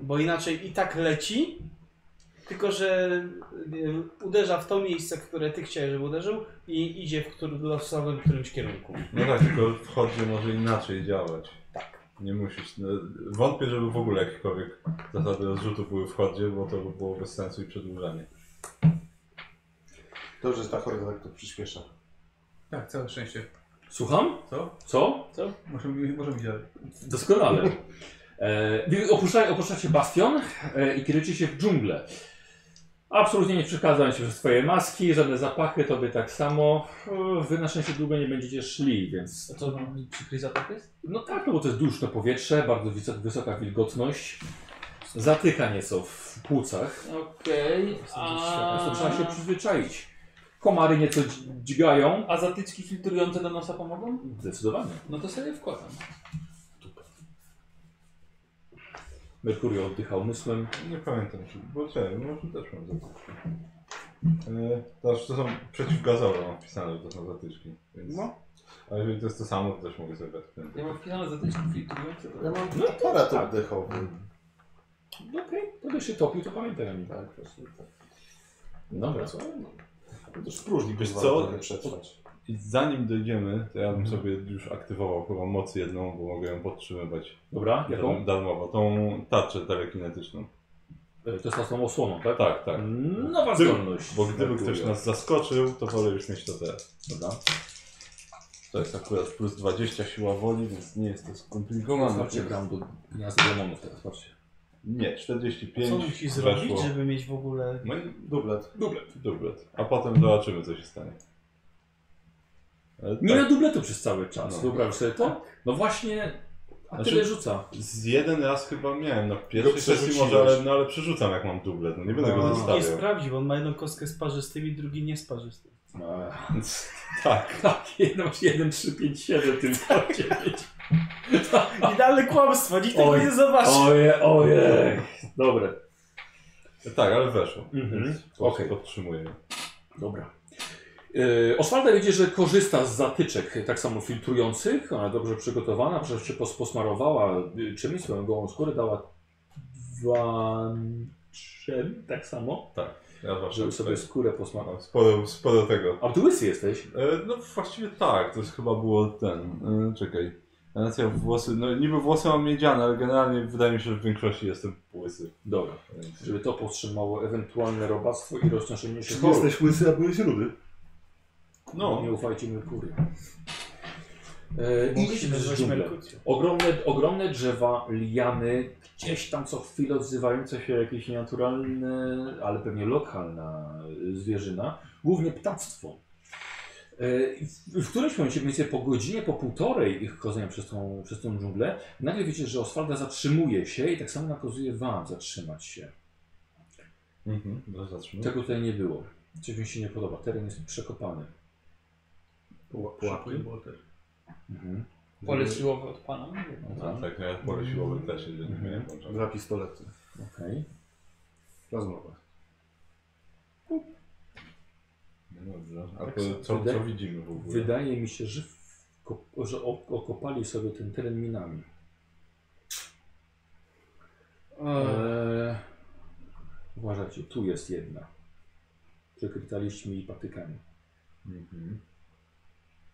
Bo inaczej i tak leci, tylko że y, uderza w to miejsce, które ty chciałeś, żeby uderzył i idzie w którym, losowym którymś kierunku. No tak, tylko w hordzie może inaczej działać. Tak. Nie musisz. No, wątpię, żeby w ogóle jakiekolwiek zasady rozrzutu były w hordzie, bo to by było bez sensu i przedłużanie. Dobrze, że ta horda tak to przyspiesza. Tak, całe szczęście. Słucham? Co? Co? Możemy, możemy iść dalej. Doskonale. E, wy opuszcza, opuszczacie bastion e, i kierujecie się w dżunglę. Absolutnie nie przeszkadzają ci przez twoje maski, żadne zapachy, tobie tak samo. E, Wy na szczęście długo nie będziecie szli, więc... A co, Mhm. przykry zatok jest? No tak, no bo to jest duszne powietrze, bardzo wiso- wysoka wilgotność. Zatyka nieco w płucach, Okej, po prostu trzeba się a... przyzwyczaić. Komary nieco dź- dźgają. a zatyczki filtrujące do nosa pomogą? Zdecydowanie. No to sobie wkładam. Merkurio oddycha umysłem. Nie pamiętam, czy. Bo czekaj, może też mam zatyczki. E, to, znaczy, to są przeciwgazowe, mam wpisane, że to są zatyczki. Więc... No. A jeżeli to jest to samo, to też mogę sobie wetknąć. Ja mam wpisane zatyczki filtrujące. Ja mam No aparat oddechowy. Okej, to by się topił, to pamiętaj o nim. Tak, właśnie tak. Dobra. To już próżnik Wiesz byś co? co? przetrwać. I zanim dojdziemy, to ja bym sobie już aktywował chyba moc jedną, bo mogę ją podtrzymywać Dobra, jaką? Jaką? darmowo. Tą tarczę telekinetyczną. E, To jest nad tą osłoną, tak? Tak, tak. Nowa Ty- zdolność. Bo gdyby Merkurio. ktoś nas zaskoczył, to wolę już mieć to teraz. Dobra. To jest akurat plus 20 siła woli, więc nie jest to skomplikowane. Zobaczcie, gram do gniazda demonów teraz, patrzcie. Tak. Nie, 45 Co musi zrobić, weszło. żeby mieć w ogóle... No i Dublet. dublet. Dublet. A potem zobaczymy, co się stanie. Ale Nie tak, na dubletu przez cały czas, No. Tak. wyobraź sobie to? No właśnie, a Znaczy- tyle rzuca. z jeden raz chyba miałem na pierwszej no. Go sesji przerzuciłeś. może, ale, no, ale przerzucam jak mam dublet. No nie będę No. go Nie zostawiał. sprawdzi, bo on ma jedną kostkę z parzystymi, drugi nie z parzystymi. Ech, Więc tak. Tak, jedno, masz 1, 3, 5, 7, tylko 9. Idealne kłamstwo, nikt tego Oj. nie zobaczy. Oje, ojej. Dobre. Tak, ale weszło. Mhm. Więc po prostu Okej. podtrzymuję. Dobra. Yy, Oswalda wiecie, że korzysta z zatyczek, tak samo filtrujących, ona dobrze przygotowana, przecież się pos- posmarowała y, czymś swoją gołą skórę, dała dwa trzem, tak samo, Ja żeby właśnie sobie skórę posmarować. Mam Sporo, sporo tego. A ty łysy jesteś? E, No właściwie tak, to jest chyba było ten. e, Czekaj. Ja na co ja włosy. No niby włosy mam miedziane, ale generalnie wydaje mi się, że w większości jestem łysy. Dobra. Więc... Żeby to powstrzymało ewentualne robactwo i roznoszenie się Czy chorób. jesteś łysy, a byłeś rudy? No. Nie ufajcie Merkurii. Yy, idźcie Musimy przez zrobić dżunglę. Merkucję. Ogromne, ogromne drzewa, liany, gdzieś tam co chwilę odzywające się jakieś nienaturalne, ale pewnie lokalna y, zwierzyna, głównie ptactwo. E, i W, w którymś momencie, mniej więcej po godzinie, po półtorej ich chodzenia przez tą, przez tą dżunglę, nagle wiecie, że Oswalda zatrzymuje się i tak samo nakazuje wam zatrzymać się. Mhm, no zatrzymuję. Tego tutaj nie było. Coś mi się nie podoba. Teren jest przekopany. Szykuję bolter. Mhm. Pole siłowe od pana. Nie wiem. No A, tak, tak, ja pole siłowe Mm. też nie Mhm. miałem. włączone. Dwa pistolety. okej. Rozmowa. No Dobrze. A Tak to, sobie co, co wydaje- Tak widzimy w ogóle? Wydaje mi się, że w ko- że o- okopali sobie ten teren minami. Eee, uważajcie, tu jest jedna. Przykryta liśćmi i patykami. Mhm.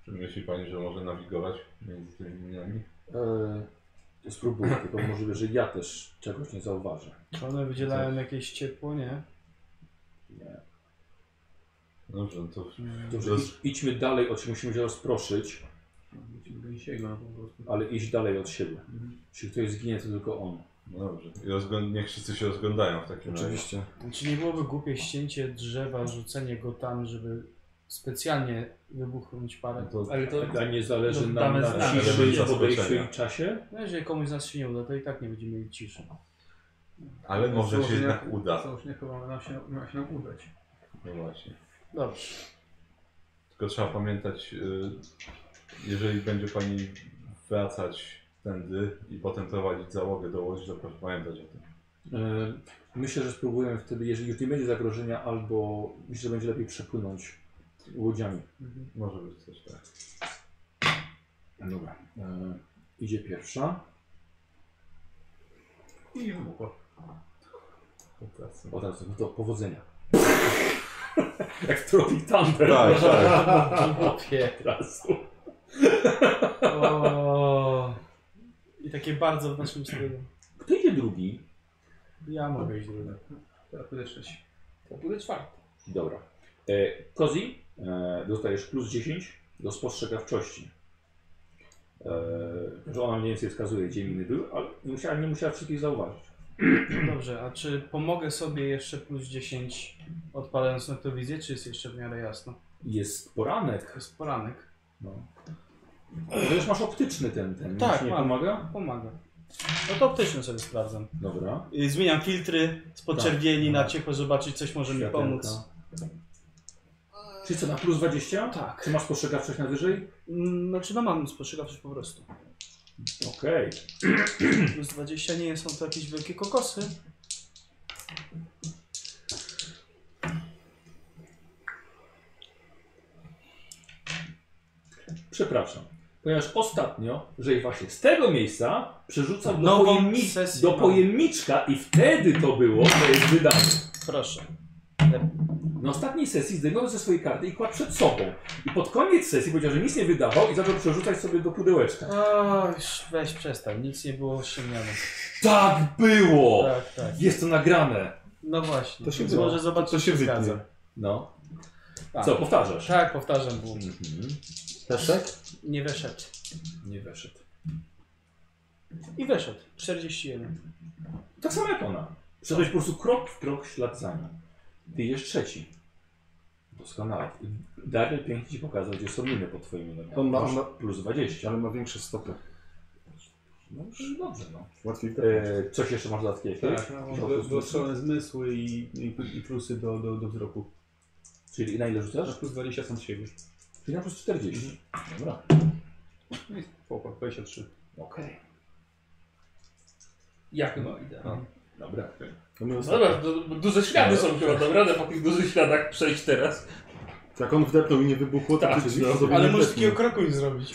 Czy myśli pani, że może nawigować między tymi liniami? Eee, E, spróbuję, tylko możliwe, że ja też czegoś nie zauważę. Czy one wydzielają jakieś ciepło, nie? Nie. Dobrze, no to Dobrze, idź, idźmy dalej, od siebie musimy się rozproszyć, Musimy gęsiego po prostu. ale iść dalej od siebie. Mhm. Jeśli ktoś zginie, to tylko on. no dobrze. I rozgląd... niech wszyscy się rozglądają w takim razie. Oczywiście. Czy nie byłoby głupie ścięcie drzewa, rzucenie go tam, żeby specjalnie wybuchnąć parę? No to- Ale to Tak, A nie zależy No, nam damy na znać. ciszy, Element podejściu zaskoczenia. i czasie? No, jeżeli komuś z nas się nie uda, to i tak nie będziemy mieli ciszy. Ale może się Założenia- jednak uda. Założenia chyba nam się, ma się nam udać. No właśnie. Dobrze. Tylko trzeba pamiętać, y, jeżeli będzie pani wracać tędy i potem prowadzić załogę do Łodzi, to proszę pamiętać o tym. E, Myślę, że spróbujemy wtedy, jeżeli już nie będzie zagrożenia, albo myślę, że będzie lepiej przepłynąć łodziami. Może być coś tak. Dobra. E, idzie pierwsza. I wybuchła. Po pracy. Od razu, no to powodzenia. Jak w Tropic Thunder. No, Tak, tak. Głupie. no, Od razu. O. I takie bardzo w naszym stylu. Kto idzie drugi? Ja mogę iść drugi. Teraz pójdę trzeci. to pójdę czwarty. Dobra. E, Kozi, e, dostajesz plus 10 do spostrzegawczości. E, że ona mniej więcej wskazuje, gdzie miny były, ale nie musiała, nie musiała wszystkich zauważyć. No Dobrze, a czy pomogę sobie jeszcze plus 10 odpalając noktowizję, czy jest jeszcze w miarę jasno? Jest To poranek. jest poranek. No. To już masz optyczny ten, ten. Tak, Ci nie mam. pomaga? Pomaga. No to optyczny sobie sprawdzam. Dobra. Y, Zmieniam filtry z podczerwieni Tak. na ciepłe, zobaczyć coś może mi Światełka. pomóc. Czyli co, na plus 20? Tak. Czy masz postrzegawczość na wyżej? Mm, Znaczy no mam spostrzegawczość po prostu. Okej. Plus 20 nie są to jakieś wielkie kokosy. Przepraszam. Ponieważ ostatnio, że właśnie z tego miejsca przerzucam do, Nową pojemni- sesję do mam. pojemniczka i wtedy to było, to jest wydane. Proszę. Na ostatniej sesji zdejmował ze swojej karty i kładł przed sobą. I pod koniec sesji powiedział, że nic nie wydawał i zaczął przerzucać sobie do pudełeczka. Oj, weź przestań, nic nie było ściemniane. Tak było! Tak, tak. Jest to nagrane. No właśnie. To się Więc wyda. może zobaczyć, To się czy wytnie. zgadza. No. Tak. Co, powtarzasz? Tak, powtarzam błąd. Mhm. Peszek? Nie weszedł. Nie weszedł. I weszedł. 41. Tak samo jak ona. Szedłeś po prostu krok w krok w ślad za nią. Ty jesz trzeci. Doskonale. Daryl pięknie ci pokazał, gdzie są miny pod twoimi nogami. On ma- Masz on ma- plus 20. Ale ma większe stopy. No już dobrze, no. Łatwiej tak. E, coś jeszcze masz dodatki jakieś? Tak, ja mam do- wyostrzone zmysły i, i, i plusy do, do, do wzroku. Czyli na ile Na rzucasz? plus 20 są z siebie. Czyli na plus Mhm. 40. Dobra. No i spoko, 23. Okej. Ja chyba idę. No. Dobra. To my No ostatnio- dobra, du- duże ślady są chyba, dam radę po tych dużych śladach przejść teraz. Jak on wdepnął i nie wybuchło, to Tak, rzeczywiście no. sobie Ale nie możesz wdepnie. takiego kroku nie zrobić.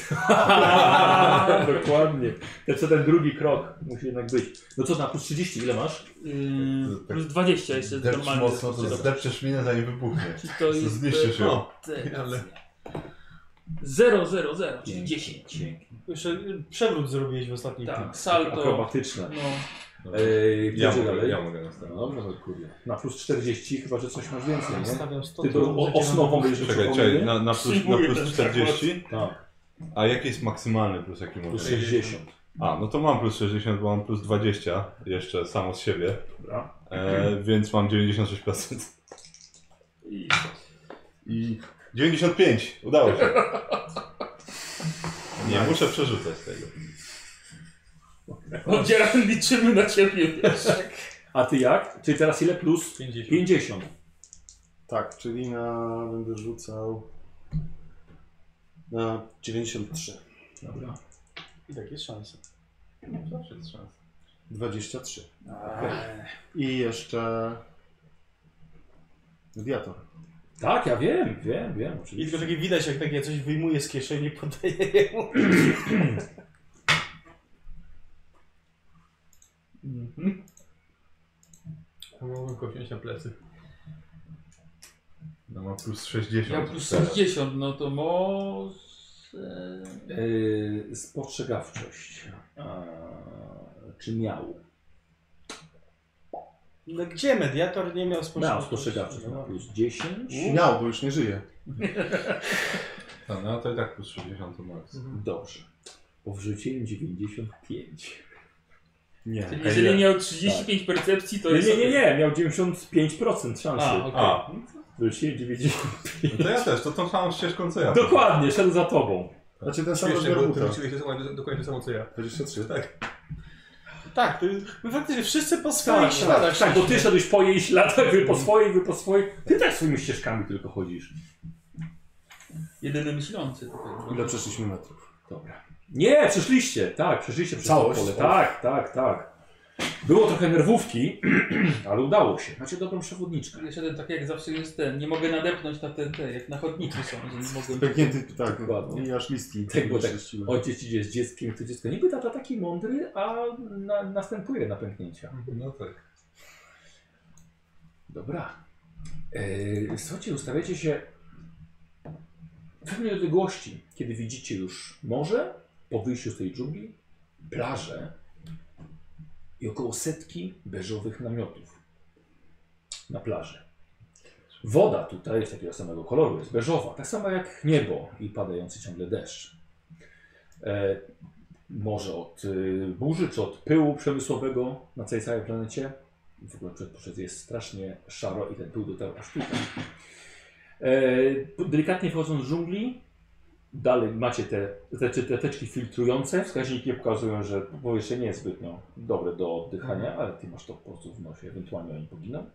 Dokładnie. To co ten drugi krok musi jednak być. No co, na plus 30 ile masz? Yy, plus 20 jeszcze Depcz normalnie. mocno, to zdepczesz minę, zanim wybuchnie. Czyli to jest... Zniszczysz ją. O, ty, ale... 0, 0, 0, czyli 10. Dzięki. Jeszcze y, przewrót zrobiłeś w ostatniej chwili. Tak, salto. Akrobatyczne. No, E, Ja gdzie mogę, dalej? ja mogę następnie. No dobrze, kurde. Na plus 40, chyba że coś masz więcej, nie? Stawiam 100 Ty to o- osnową będziesz Czekaj, czekaj, na, na, plus, na Przyjmuję ten plus 40. Tak, A jaki jest maksymalny plus, jaki mogę? plus 60. A, no to mam plus 60, bo mam plus 20 jeszcze samo z siebie, Dobra. e, więc mam 96%. i I 95, udało się. Nie muszę przerzucać tego. oddzielam, No, liczymy na ciebie, wiesz. A ty jak? Czyli teraz ile plus? 50. 50. Tak, czyli na... będę rzucał... Na 93. Dobra. I tak jest szansa. Zawsze jest szansa. 23. Eee, I jeszcze... Mediator. Tak, ja wiem, wiem, wiem, I tylko oczywiście. takie widać, jak takie coś wyjmuje z kieszeni, podaje jemu. Mhm. A mogłem go wziąć na plecy. No ma plus 60. Ja plus teraz. 60, no to może... Yy, spostrzegawczość. A, czy miał? No gdzie mediator nie miał No. Miał spoczynku? spostrzegawczość, ma plus 10. Miał, bo już nie żyje. A, no to i tak plus 60 to max. Mhm. Dobrze. Bo wrzuciłem 95. Nie. Czyli jeżeli miał 35 percepcji, to Nie, jest... nie, nie, nie, miał 95% szansy. A, okej. A, Wrzuciłem 90. no to ja też, to tą samą ścieżką co ja. Dokładnie, szedł za tobą. Znaczy ten sam Śmiesznie, rozmiar bo ty buta. wróciłeś dokładnie- dokładnie to samo co ja. 23. Tak. Tak, to my faktycznie wszyscy po swoich śladach. Tak, bo ty szedłeś po jej śladach, wy po swojej, wy po swojej. Ty tak swoimi ścieżkami tylko chodzisz. Jedyny myślący tutaj. Ile przeszliśmy metrów? Dobra. Nie, przeszliście, tak, przeszliście przez Całość? to pole. Tak, tak, tak. Było trochę nerwówki, ale udało się. Macie dobrą przewodniczkę. Ja siedzę tak jak zawsze jest ten, nie mogę nadepnąć na te, te jak na chodniku są, że nie mogę... Pęknięty, tak. Dokładnie. I aż listki. Tak, bo tak. Prześciły. Ojciec idzie z dzieckiem, to dziecko niby tata taki mądry, a na, następuje na pęknięcia. No tak. Dobra. Yy, słuchajcie, ustawiacie się w pewnej odległości, kiedy widzicie już morze, po wyjściu z tej dżungli, plażę i około setki beżowych namiotów na plaży. Woda tutaj jest takiego samego koloru, jest beżowa, tak samo jak niebo i padający ciągle deszcz. E, może od y, burzy czy od pyłu przemysłowego na całej całej planecie w ogóle przed, przed jest strasznie szaro i ten pył dotarł aż tutaj. E, delikatnie wchodząc z dżungli, dalej macie te, te, te, te teczki filtrujące. Wskaźniki pokazują, że powietrze nie jest zbytnio dobre do oddychania, ale ty masz to po prostu w nosie, ewentualnie oni poginą.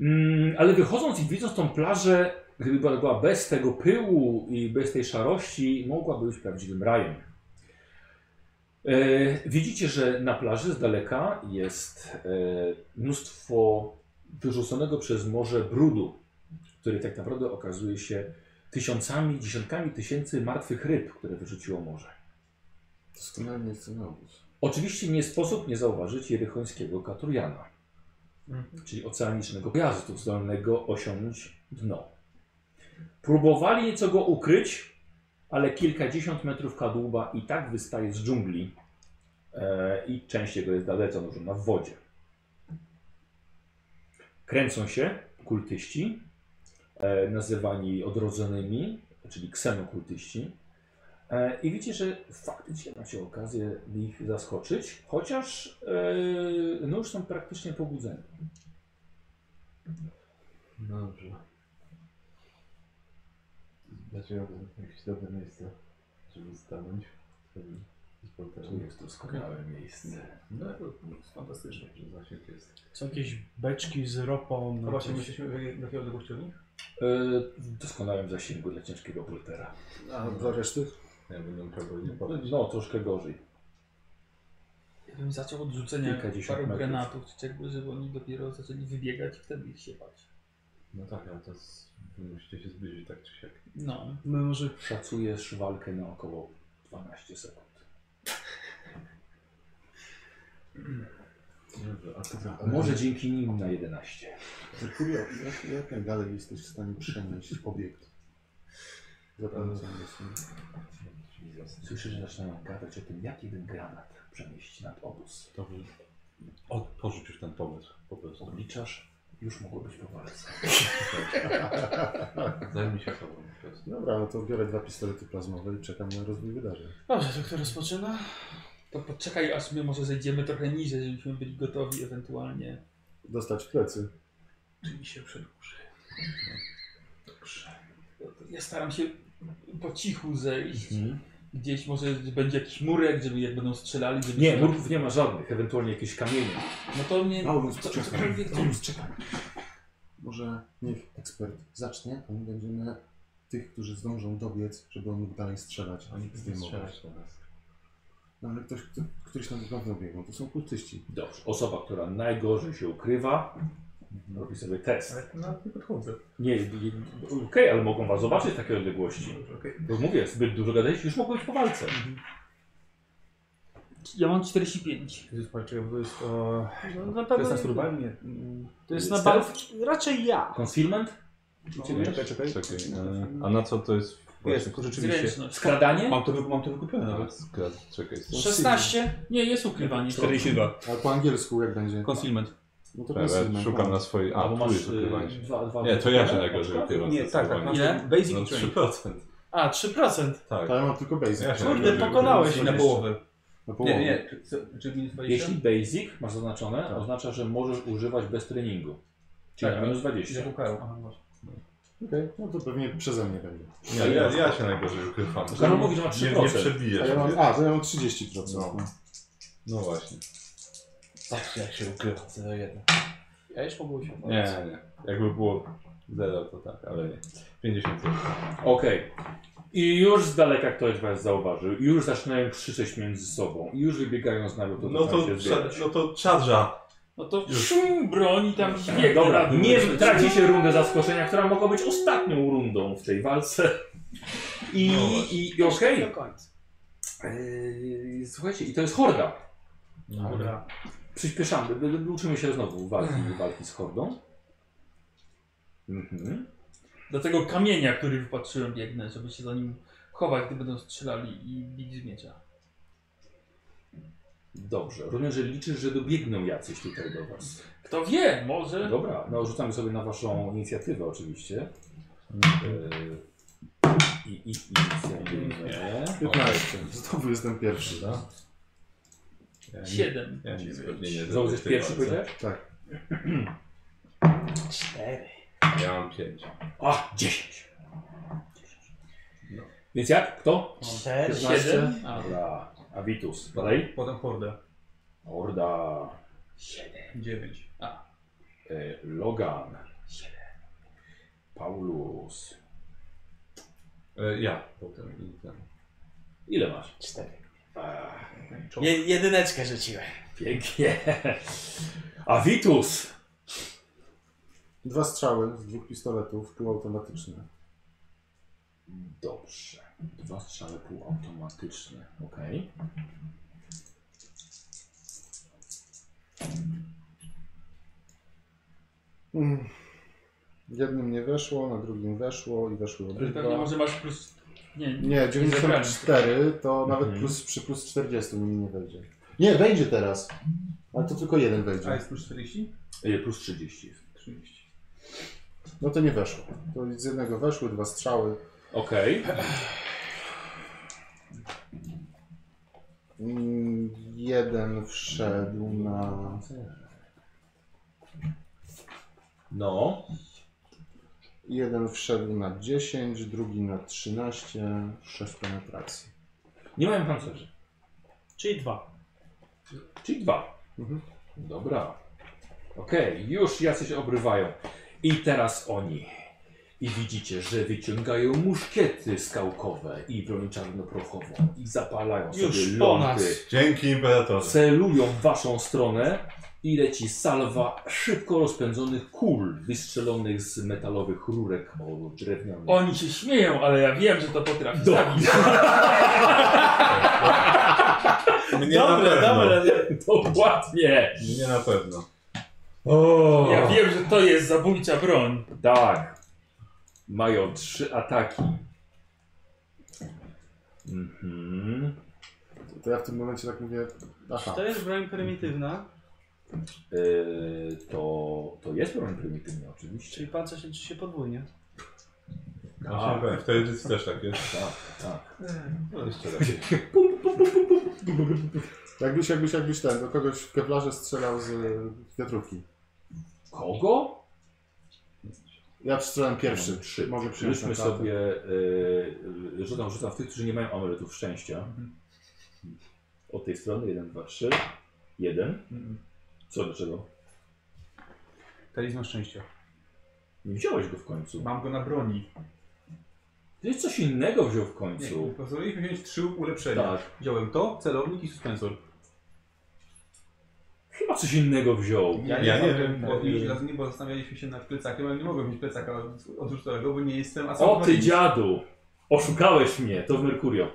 Mm, ale wychodząc i widząc tą plażę, gdyby była, była bez tego pyłu i bez tej szarości, mogłaby być prawdziwym rajem. E, Widzicie, że na plaży z daleka jest e, mnóstwo wyrzuconego przez morze brudu, który tak naprawdę okazuje się tysiącami, dziesiątkami tysięcy martwych ryb, które wyrzuciło morze. Doskonałe miejsce na obóz. Oczywiście nie sposób nie zauważyć jerychońskiego katuriana, czyli oceanicznego gwiazdu zdolnego osiągnąć dno. Próbowali nieco go ukryć, ale kilkadziesiąt metrów kadłuba i tak wystaje z dżungli e, i część jego jest dalece nurzona w wodzie. Kręcą się kultyści, e, nazywani odrodzonymi, czyli ksenokultyści, E, I widzicie, że faktycznie macie okazję ich zaskoczyć, chociaż e, no już są praktycznie pobudzeni. Dobrze. Znaczy jakieś dobre miejsce, żeby stanąć. Tu jest doskonałe miejsce. No to jest fantastyczne, że zasięg jest. Są jakieś beczki z ropą. no A No właśnie, my jesteśmy na jakiej odległości od nich? E, w doskonałym zasięgu dla ciężkiego pultera. A dla reszty? Ja będę musiał go nie podać. No, troszkę gorzej. Ja bym zaczął od rzucenia Kilkadziesiąt paru metrów. granatów, czy czegoś, żeby oni dopiero zaczęli wybiegać i wtedy ich się bać. No tak, ale to jest, wy musicie się zbliżyć tak czy siak. No, My może Szacujesz walkę na około 12 sekund. Dobrze, a co Dobra, A może dzięki nim na 11. Kurio, jak, jak najdalej jesteś w stanie przenieść obiekt? Zapraszam Słyszysz, że zaczynają gadać o tym, jak jeden granat przenieść nad obóz. Dobrze. O, porzuć już ten pomysł po prostu. Obliczasz, już mogło być po walce. Tak, Zajmij się sobą po prostu. Dobra, no to biorę dwa pistolety plazmowe i czekam na rozwój wydarzeń. Dobrze, to kto rozpoczyna? to poczekaj, aż my może zejdziemy trochę niżej, żebyśmy byli gotowi ewentualnie. Dostać w plecy. Czyli się przedłuży. Dobrze. Ja staram się po cichu zejść. Gdzieś może będzie jakiś murek, żeby jak będą strzelali, żeby... Nie, murków nie ma żadnych, ewentualnie jakieś kamienie. No to mnie... Paulus, co- czekaj. cokolwiek, co- Paulus, czekaj. Może niech ekspert zacznie, a my będziemy tych, którzy zdążą dobiec, żeby on mógł dalej strzelać, a nie zdejmować. na nas. No ale ktoś, kto, któryś tam wygląda biegną, to są kultyści. Dobrze, osoba, która najgorzej się ukrywa, Robi sobie test. Ale to nawet nie podchodzę. Nie, nie okej, ale mogą was zobaczyć w takiej odległości. Dobrze, okej. Bo mówię, zbyt dużo gadaliście, już mogło być po walce. Ja mam 45. Jezus, patrz, czekaj, bo to jest... O... No, na To pewno jest na nie- survival? Nie. mm, To jest na Stealth? bal... Raczej ja. Concealment? Czekaj, czekaj, czekaj. Czekaj, e, a na co to jest? Jest, to rzeczywiście. Zręczność. Skradanie? Mam to, wy- mam to wykupione nawet. Skra- Czekaj, 16. Nie, jest ukrywanie. 42. Ale po angielsku jak będzie? Concealment. No to Czekaj, pasywne, szukam tak. na swojej... Albo A, tu jest y, ukrywanie się. dwa- dwa- Nie, to ja się na nagle przykład? wypiłem. Nie, tak, tak. zdecydowanie. Mam Ile? Basic No no, Training. 3%. A, 3%. Tak, Tak. ja mam tylko basic. Ja się Kurde, nagle wypiłem. pokonałeś. Na połowę. Na połowę. Nie, nie, czy- co- czy minus 20? Jeśli basic masz zaznaczone, oznacza, że możesz używać bez treningu. Czyli Tak, minus I 20. zapukają. Aha, no właśnie. Okej, no to pewnie przeze mnie będzie. Nie, ja, ja się najgorzej ukrywam. Karol mówi, że ma Nie, nie 3%. A, przebijesz. ja mam, mnie. a to ja mam 30%. No. No właśnie. Patrzcie, jak się ukrywa, 0,1. Ja już mogłem się Nie, nie. Jakby było 0 to tak, ale nie. 50 zł. Okej. I już z daleka ktoś was zauważył. I już zaczynają krzyczeć między sobą. I już wybiegają z namiotu. No to, zaczynają się zbierać. no to czadża. No to Już. szum broni tam biega. Dobra, nie tracicie rundę zaskoczenia, która mogła być ostatnią rundą w tej walce. I, No właśnie. i, i okej. Do końca. Eee, Słuchajcie, i to jest horda. No, Dobra. Przyspieszamy, wy- wy- uczymy się znowu walki, walki z hordą. Mhm. Do tego kamienia, który wypatrzyłem, biegnę, żeby się za nim chować, gdy będą strzelali i bić z miecza. Dobrze, rozumiem, że liczysz, że dobiegną jacyś tutaj do was. Kto wie, może... Dobra, no rzucamy sobie na waszą inicjatywę oczywiście. Eee, I, i, i inicjatywę. 15. Znowu jestem pierwszy, tak? Ja nic- Siedem. Ja nic pewnie nie Znowu zrobię jesteś w tej pierwszy walce. powiedziałeś? Ja mam 5. A, 10. No. Więc jak? Kto? 4. 15. A. Dobra. Avitus. Dalej. Potem hordę. Horda. 9. E, Logan. Paulus. E, ja potem i ten. Ile masz? 4. Ach, Je, jedyneczkę rzuciłem. pięknie. Avitus. Dwa strzały z dwóch pistoletów, półautomatyczne. Dobrze. Dwa strzały półautomatyczne. Okej. Mm. Jednym nie weszło, na drugim weszło i weszły Ale pewnie obydwa. może masz plus... Nie, Nie, 94 to nawet Mhm. plus, przy plus 40 mi nie wejdzie. Nie, wejdzie teraz. Ale to tylko jeden A wejdzie. jest plus 40? Okay. E, Plus 30. 30. No to nie weszło. To z jednego weszły, dwa strzały. Okej. Mm, Jeden wszedł na... No. Jeden wszedł na 10, drugi na 13, 6 penetracji. Nie mają pancerzy. Czyli 2. Czyli dwa. Mhm. Dobra. Okej, już jacyś obrywają. I teraz oni. I widzicie, że wyciągają muszkiety skałkowe i broń czarnoprochową. I zapalają sobie Już po lampy. nas. Dzięki imperatorze. Celują w waszą stronę i leci salwa szybko rozpędzonych kul wystrzelonych z metalowych rurek o drewnianych. Oni się śmieją, ale ja wiem, że to potrafi Do- zabić. Mnie na Dobre, pewno. dobre. Dokładnie! Mnie na pewno. O! Ja wiem, że to jest zabójcza broń. Tak. Mają trzy ataki. Mhm. To ja w tym momencie tak mówię, aha, To jest broń prymitywna, Yy, to, to jest broń prymitywna, oczywiście. czyli pancerz liczy się podwójnie. Właśnie powiem, W tej edycji też tak jest. Tak, tak. No jeszcze raz. jakbyś, jakbyś, jakbyś ten, do kogoś w kewlarze strzelał z e, wiatrówki. Kogo? Ja strzelam pierwszy, Mam No, trzy. mogę przyjąć Przyjdźmy na klatę. sobie. Yy, yy, rzucam, rzucam w tych, którzy nie mają amuletów szczęścia. Mhm. Od tej strony 1, 2, 3. 1. Mhm. Mm. Co dlaczego? Talizman szczęścia. Nie wziąłeś go w końcu. Mam go na broni. Gdzieś coś innego wziął w Nie, końcu. pozwoliliśmy wziąć trzy ulepszenia. Tak. Wziąłem to, celownik i suspensor. Chyba coś innego wziął. Ja, Ja nie nie wiem, bo nie już wiem. raz nie, bo zastanawialiśmy się nad plecakiem, ale nie mogłem mieć plecaka odrzutowego, bo nie jestem O ty asymptomatyczny. dziadu! Oszukałeś mnie, to w Merkurio.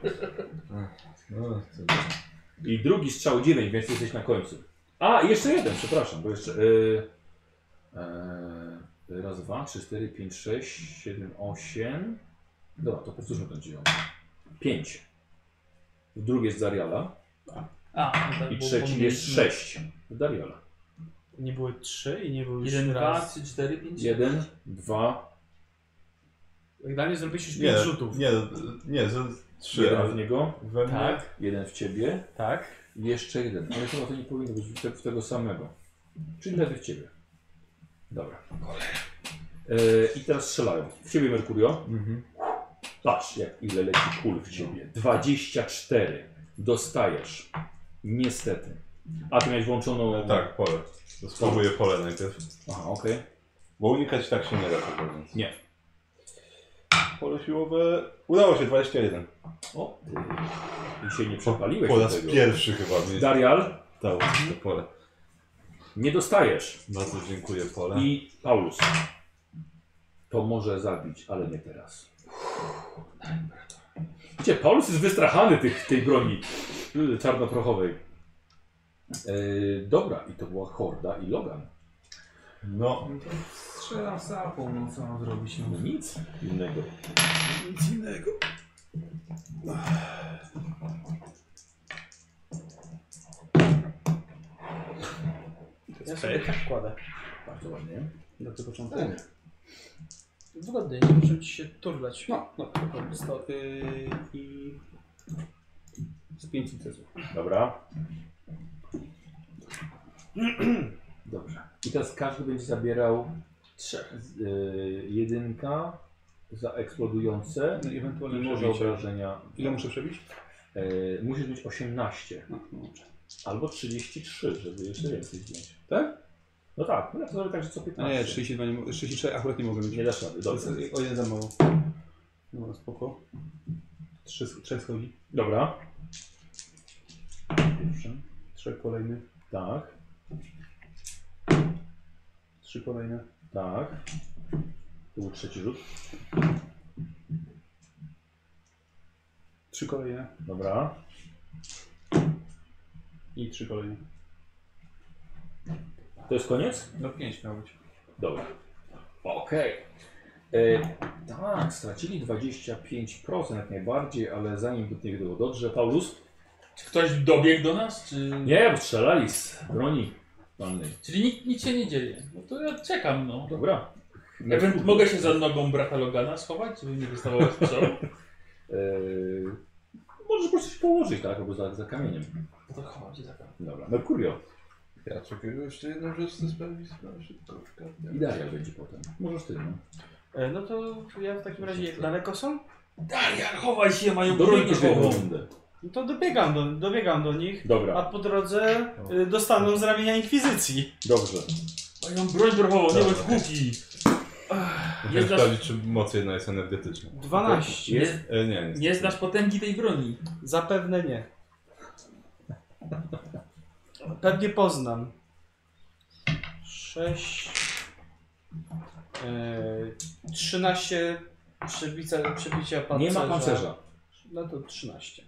No, to... I drugi strzał 9, więc jesteś na końcu. A, i jeszcze jeden, przepraszam, bo jeszcze. Yy, yy, raz, dwa, trzy, cztery, pięć, sześć, siedem, osiem. Dobra, to powtórzmy ten dziewiąty. Pięć. Drugi jest Dariala A, no tak, i bo trzeci jest pomyliśmy. sześć. Dariala. Nie były trzy i nie były Jeden, trzy dwa, raz. trzy, cztery, pięć. Jeden, dwa, Jak dla mnie zrobiłeś już Nie, pięć rzutów. nie, nie, z, trzy, jeden ale w niego, we mnie. Tak, jeden w ciebie tak. i jeszcze jeden. Ale chyba to nie powinno być w, te, w tego samego. Czyli lewy w ciebie. Dobra. Yy, I teraz strzelają. W ciebie Merkurio. Mhm. Patrz, jak ile leci kul w ciebie. 24. Dostajesz. Niestety. A ty miałeś włączoną. Tak, pole. To Spróbuję pole najpierw. Aha, okej. Bo unikać tak się nie da, szczerze mówiąc. Nie. Pole siłowe. Udało się, 21. O, ty. I się nie przepaliłeś Po do raz tego. pierwszy chyba mi Darial, dało się to pole. nie dostajesz. Bardzo dziękuję, pole. I Paulus. To może zabić, ale nie teraz. Widzicie, Paulus jest wystrachany tych, tej broni y, czarnoprochowej. Yy, dobra, i to była Horda i Logan. No, No to Strzelam sapą, no co mam zrobić? No. No nic innego. Nic innego. Ja sobie tak wkładę. Bardzo ładnie. Do tego początku. Fajnie. Wygodnie, nie muszę ci się turlać. No, no, to sto, yy, i... Z pięć sukcesów. Dobra. Dobrze. I teraz każdy będzie zabierał trzech. Y, jedynka za eksplodujące No i i ewentualnie może przebicie. obrażenia. Ile muszę przebić? Y, musisz mieć 18 No, no, dobrze. albo 33, żeby jeszcze więcej zdjąć. Tak? No tak, no ja to zrobię tak, że co A 15. Mhm. nie, 32, nie, mo- 33 akurat nie mogę mieć. Nie dasz rady, dobrze. To jest O jeden za mało. No, spoko. Trzy, trzech schodzi. Dobra. Pierwszy. Trzech kolejnych. Tak, Trzy kolejne. tak. Tu był trzeci rzut. Trzy kolejne. Dobra. I trzy kolejne. To jest koniec? No pięć miało być. Dobra. Okej. E, Tak, stracili 25% jak najbardziej, ale zanim do tego było dobrze, Paulus? Czy ktoś dobiegł do nas, czy... Nie, bo strzelali z broni pannej. Czyli nic, nic się nie dzieje. No to ja czekam, no. Dobra. No Ewent, mogę się za nogą brata Logana schować, żeby nie dostawał strzału? E, Możesz po prostu się położyć, tak? Albo za, za kamieniem. No to chowam się za kamień. Dobra, Merkurio. ja czekaj, jeszcze jedną rzecz chcę sprawdzić, sprawdzić szybko. I Daria będzie potem. Możesz ty, no. E, No to ja w takim razie, jak daleko są? Darian, chowaj się, mają Dorujcie kręgową. swoją rundę. No to dobiegam do, dobiegam do nich. A Dobra, po drodze y, dostaną z ramienia Inkwizycji. dobrze. Mają broń brochową, nie Dobra. bądź głupi. Muszę Nie znasz, sprawdzić, czy moc jedna jest energetyczna. 12. nie, E, nie, nie. nie znasz potęgi tej broni. Zapewne nie. Pewnie poznam. 6. Yy, 13 przebicia, przebicia Nie pancerza. ma pancerza. No to 13.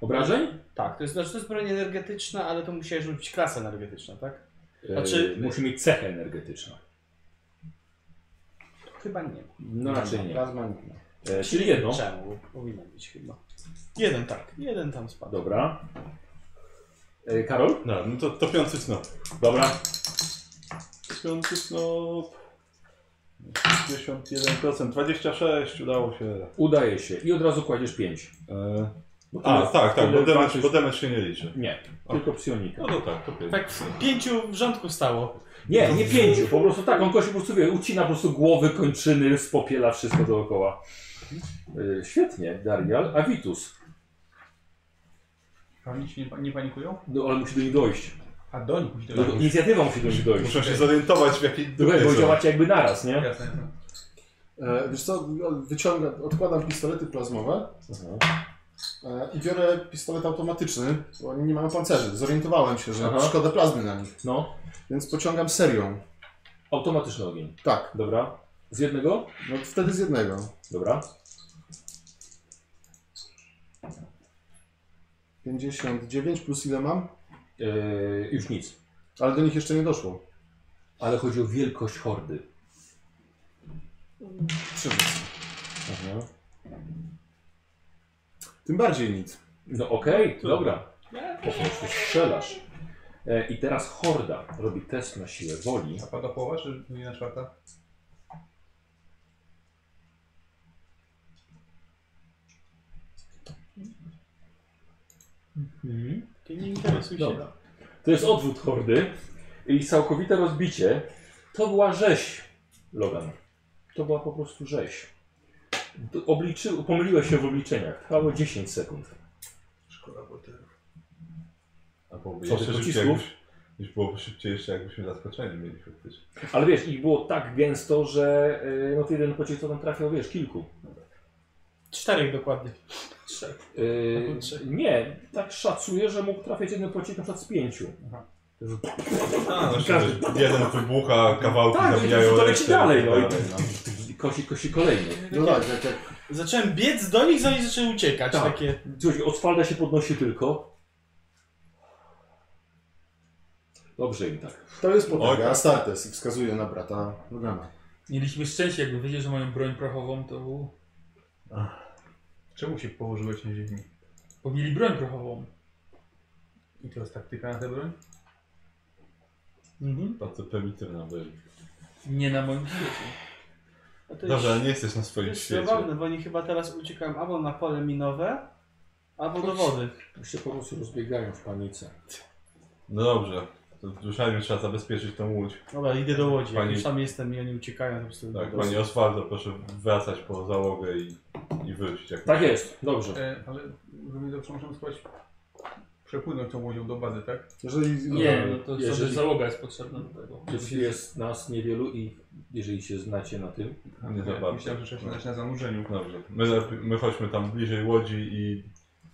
Obrażeń? Tak, to jest, znaczy to jest broń energetyczna, ale to musiałeś robić klasa energetyczna, tak? Znaczy... Znaczy- Musi mieć cechę energetyczną. Chyba nie. No raczej nie. Plazma nie. ma. E, czyli jedną. Czemu? Powinno być chyba. Jeden tak, jeden tam spadł. Dobra. E, Karol? No, no to topiący snop. Dobra. Topiący snop. 51%, 26, udało się. Udaje się. I od razu kładziesz 5. E, a, tak, tak, bo damage, bo damage się nie liczy. Nie, O. tylko psionika. No to tak, to pięć. Tak w pięciu w rządku stało. Nie, nie pięciu, po prostu tak, on kości po prostu, wie, ucina po prostu głowy, kończyny, spopiela wszystko dookoła. E, świetnie, Darial. A Vitus? Pamięci nie, pa- nie panikują? No, ale musi do nich dojść. A do nich musi No, dojść. to inicjatywa musi do nich dojść. Muszę się zorientować w jakiej Słuchaj, dupie bo są. działacie jakby naraz, nie? Jasne, jasne. no, Mhm. E, wiesz co, wyciągam, odkładam pistolety plazmowe Aha. E, I biorę pistolet automatyczny, bo oni nie mają pancerzy. Zorientowałem się, że Aha. szkoda plazmy na nich. No, Więc pociągam serią. automatyczny ogień. Tak, Dobra. Z jednego? no to wtedy z jednego. Dobra. 59 plus ile mam? Yy, już nic. Ale do nich jeszcze nie doszło. Ale chodzi o wielkość hordy. Przerzucę. Aha. Tym bardziej nic. No okej, dobra. Po prostu strzelasz. E, I teraz horda robi test na siłę woli. A pada połowa, czy jedna czwarta? Ty nie interesuj się. Dobra. To jest odwrót hordy i całkowite rozbicie. To była rzeź, Logan. To była po prostu rzeź. D- Obliczy... Pomyliłeś się w obliczeniach. Trwało 10 sekund. Szkoda bolterów. A byłoby Co, jeszcze tych szybciej, pocisków? jakbyś, niż byłoby szybciej jeszcze jakbyśmy zaskoczeni mieli faktycznie. Ale wiesz, ich było tak gęsto, że e, no to jeden pocisk to tam trafiał, wiesz, kilku. Czterech dokładnie. Yy, Kurczę. nie, tak szacuję, że mógł trafić jeden pocisk na przykład z pięciu. A, no, Każdy- że jeden wybucha, kawałki Tak, zabijają to leci resztę. tak dalej, no i Dalej, kosi, kosi kolejny. No tak, jak, jak Zacząłem biec do nich, zanim zaczęły uciekać. Tak. Takie. Słuchaj, Oswalda się podnosi tylko. Dobrze im tak. to jest Oj, tak. potęga Astartes i wskazuje na brata Logana. Mieliśmy szczęście, jakby wiedział, że mają broń prochową, to był... Czemu się położyłeś na ziemi? Bo mieli broń prochową. I to jest taktyka na tę broń? Mhm. Bardzo prymitywna by. Nie na moim świecie. A to Dobrze, ale jest, nie jesteś na to swoim jest świecie. zabawne, bo oni chyba teraz uciekają albo na pole minowe, albo do wody. Tu się po prostu rozbiegają w panice. No dobrze. To ruszajmy, trzeba zabezpieczyć tą łódź. Dobra, idę do łodzi. Jak Pani- już tam jestem i oni uciekają, to po prostu... Tak, panie Oswaldo, proszę wracać po załogę i, i wrócić. Jak Tak jest, dobrze. E, ale równie dobrze możemy spróbować przepłynąć tą łodzią do bazy, tak? Jeżeli e, Nie, no to Jeżeli- sobie załoga jest potrzebna do tego. Jest, jest nas niewielu i jeżeli się znacie na tym. Nie za bardzo. Myślałem, że trzeba się dać na zanurzeniu. Dobrze. My, lepiej- my chodźmy tam bliżej łodzi i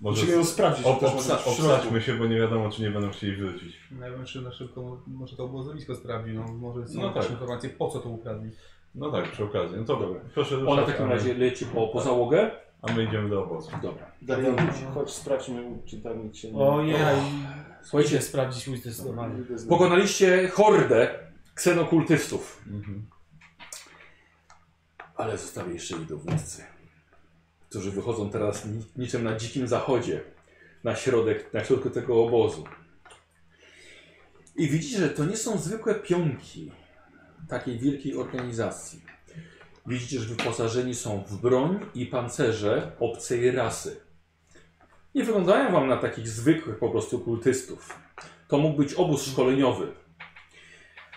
może musimy ją sprawdzić, ob, to też może obsa, być w środku. obsadźmy się, bo nie wiadomo, czy nie będą chcieli wrócić. No ja bym jeszcze na szybko, mo- może to obozowisko sprawdził, no może są No jakieś tak. informacje, po co to ukradli. No tak, przy okazji. No to dobra. Proszę ruszać, Ona w takim a my- razie leci po, po załogę. A my idziemy do obozu. Dobra. Darian, chodź sprawdźmy, czy tam się nie... Ojej. Idę Słuchajcie, sprawdzić łódź zdecydowanie. pokonaliście hordę ksenokultystów. Mhm. Ale zostali jeszcze i dowódcy, którzy wychodzą teraz ni- niczym na dzikim zachodzie, na środek, na środku tego obozu. I widzicie, że to nie są zwykłe pionki takiej wielkiej organizacji. Widzicie, że wyposażeni są w broń i pancerze obcej rasy. Nie wyglądają wam na takich zwykłych po prostu kultystów. To mógł być obóz szkoleniowy.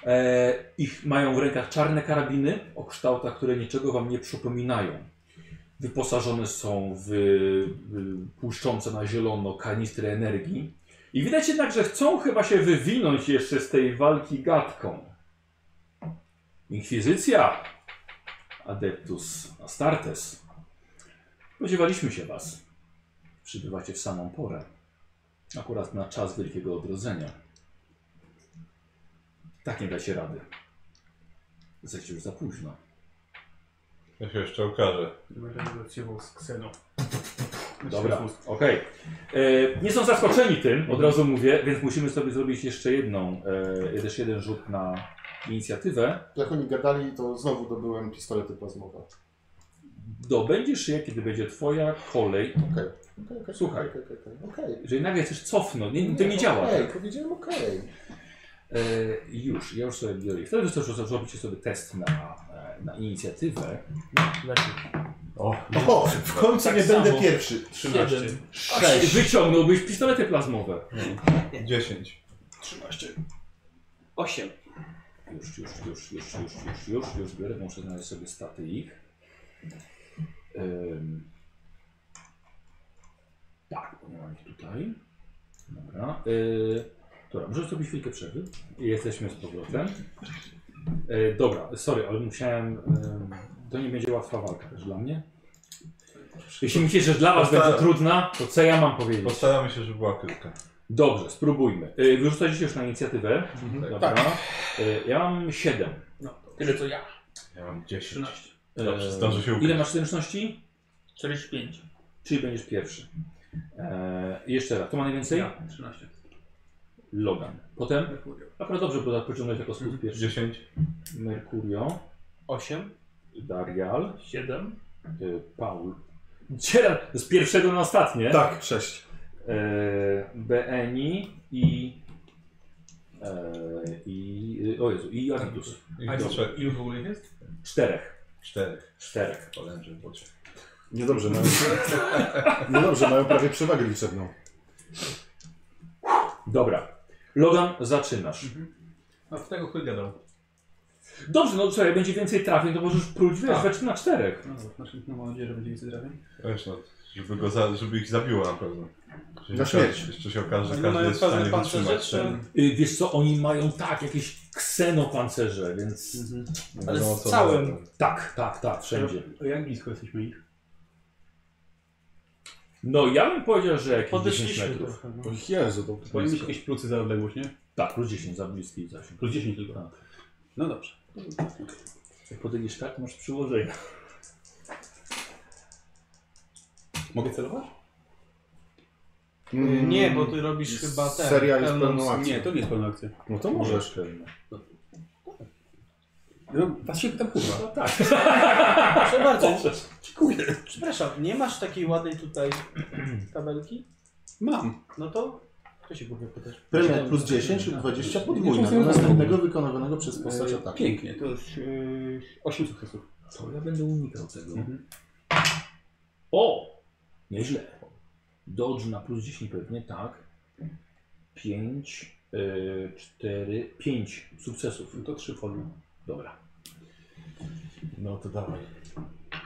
E, ich mają w rękach czarne karabiny o kształtach, które niczego wam nie przypominają. Wyposażone są w, w błyszczące na zielono kanistry energii. I widać jednak, że chcą chyba się wywinąć jeszcze z tej walki gadką. Inkwizycja, Adeptus Astartes. Spodziewaliśmy się was. Przybywacie w samą porę. Akurat na czas Wielkiego Odrodzenia. Tak nie dacie rady. Jesteście już za późno. Ja się jeszcze okaże. Nie będę negocjował z Kseno. Dobra, okej. E, Nie są zaskoczeni tym, od razu mówię, więc musimy sobie zrobić jeszcze jedną, e, też jeden rzut na inicjatywę. Jak oni gadali, to znowu dobyłem pistolety plazmowe. Dobędziesz je, kiedy będzie twoja kolej. Okej. Okej, okej, Słuchaj. Okej, okej, okej, okej. Jeżeli nagle chcesz cofnąć, nie, to nie działa. Okej, powiedziałem okej. E, Już, ja już sobie biorę. Wtedy też zrobicie sobie test na, e, na inicjatywę. O, O, w końcu Tak nie samo. będę pierwszy. 13. Sześć. Wyciągnąłbyś pistolety plazmowe. 10. 8. Już, już, już, już, już, już, już, już biorę, muszę znaleźć sobie staty ich. Ym. Tak, bo nie mam ich tutaj. Dobra. Yy, dobra, może sobie chwilkę przerwy. I Jesteśmy z powrotem. E, Yy, dobra, sorry, ale musiałem... Yy, to nie będzie łatwa walka też dla mnie. Jeśli myślisz, że dla was Postaram- będzie trudna, to co ja mam powiedzieć? Postaramy się, żeby była krótka. Dobrze, spróbujmy. Y, Wyrzucaliście już na inicjatywę. Dobra. Y, Ja mam 7. Tyle co ja. Ja mam 10. 13. Dobrze, zdążę się ukryć. E, Ile masz zręczności? 45. Czyli będziesz pierwszy. E, jeszcze raz, kto ma najwięcej? Ja. 13. Logan. Potem? Jak mówię. Akurat dobrze było tak pociągnąć jako skrót pierwszy. 10. Mercurio, 8. Darial, 7. y, Paul. Dzieran z pierwszego na ostatnie. Tak, sześć. E, Beeni i... E, i y, o Jezu, i Agitus. I trzech. Ilu w ogóle jest? Czterech. Czterech. Czterech. Polędrze w bocie. Niedobrze mają, niedobrze mają prawie przewagę liczebną. Dobra. Logan, zaczynasz. A z Mhm. No, tego, który gadał. Dobrze, no słuchaj, jak będzie więcej trafień, to możesz próć, wiesz, Tak. we- na czterech. No dobra, znaczy, no mam nadzieję, że będzie więcej trafień. Wiesz no, żeby, go za, żeby ich zabiło na pewno. Czy Na się śmierć. okaże- Jeszcze się okaże, że Oni każdy mają jest w stanie pewne pancerze, wytrzymać czy- ten. Y, wiesz co, oni mają tak, jakieś ksenopancerze, więc... Mhm. nie Ale wiadomo, z co całym. robią. Tak, tak, tak, wszędzie. A Jak blisko jesteśmy ich? No ja bym powiedział, że jakieś 10 Podeszliśmy metrów. trochę. No. O Jezu, to Powinny mieć jakieś plusy za odległość, nie? Tak, plus 10 za bliski zasięg. Plus 10 tylko. Tak. No dobrze. Jak podejdziesz tak, masz przyłożenie. Mogę celować? Mm, Nie, bo ty robisz chyba ten. Seria jest pełną- pełną akcją. Nie, to nie jest pełna akcja. No to możesz. No, was się pytam kurwa. No tak. Proszę bardzo. Przepraszam, nie masz takiej ładnej tutaj tabelki? Mam. No to. To się głupio pytasz. Premia plus 10 lub 20 podwójna do następnego wykonywanego przez postać E, ataku. Pięknie, to jest yy, 8 sukcesów. To Tak. ja będę unikał tego. Mhm. O! Nieźle. Dodge na plus 10 pewnie, tak. 5, 4, 5 sukcesów. To 3 folio. Dobra. No to dawaj.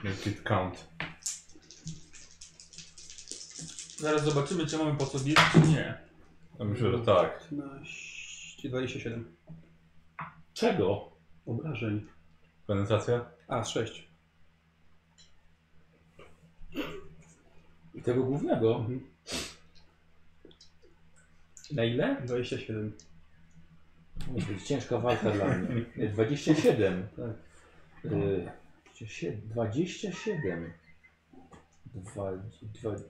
Make it count. Zaraz zobaczymy, czy mamy po sobie, czy nie. Ja myślę, że tak. 15, 27 Czego? obrażeń. Penetracja? A, 6. Tego głównego? Mhm. Na ile? 27. To jest ciężka walka dla mnie. Nie, 27. Tak. Y, 27. 27. Dwa, dwa, dwa.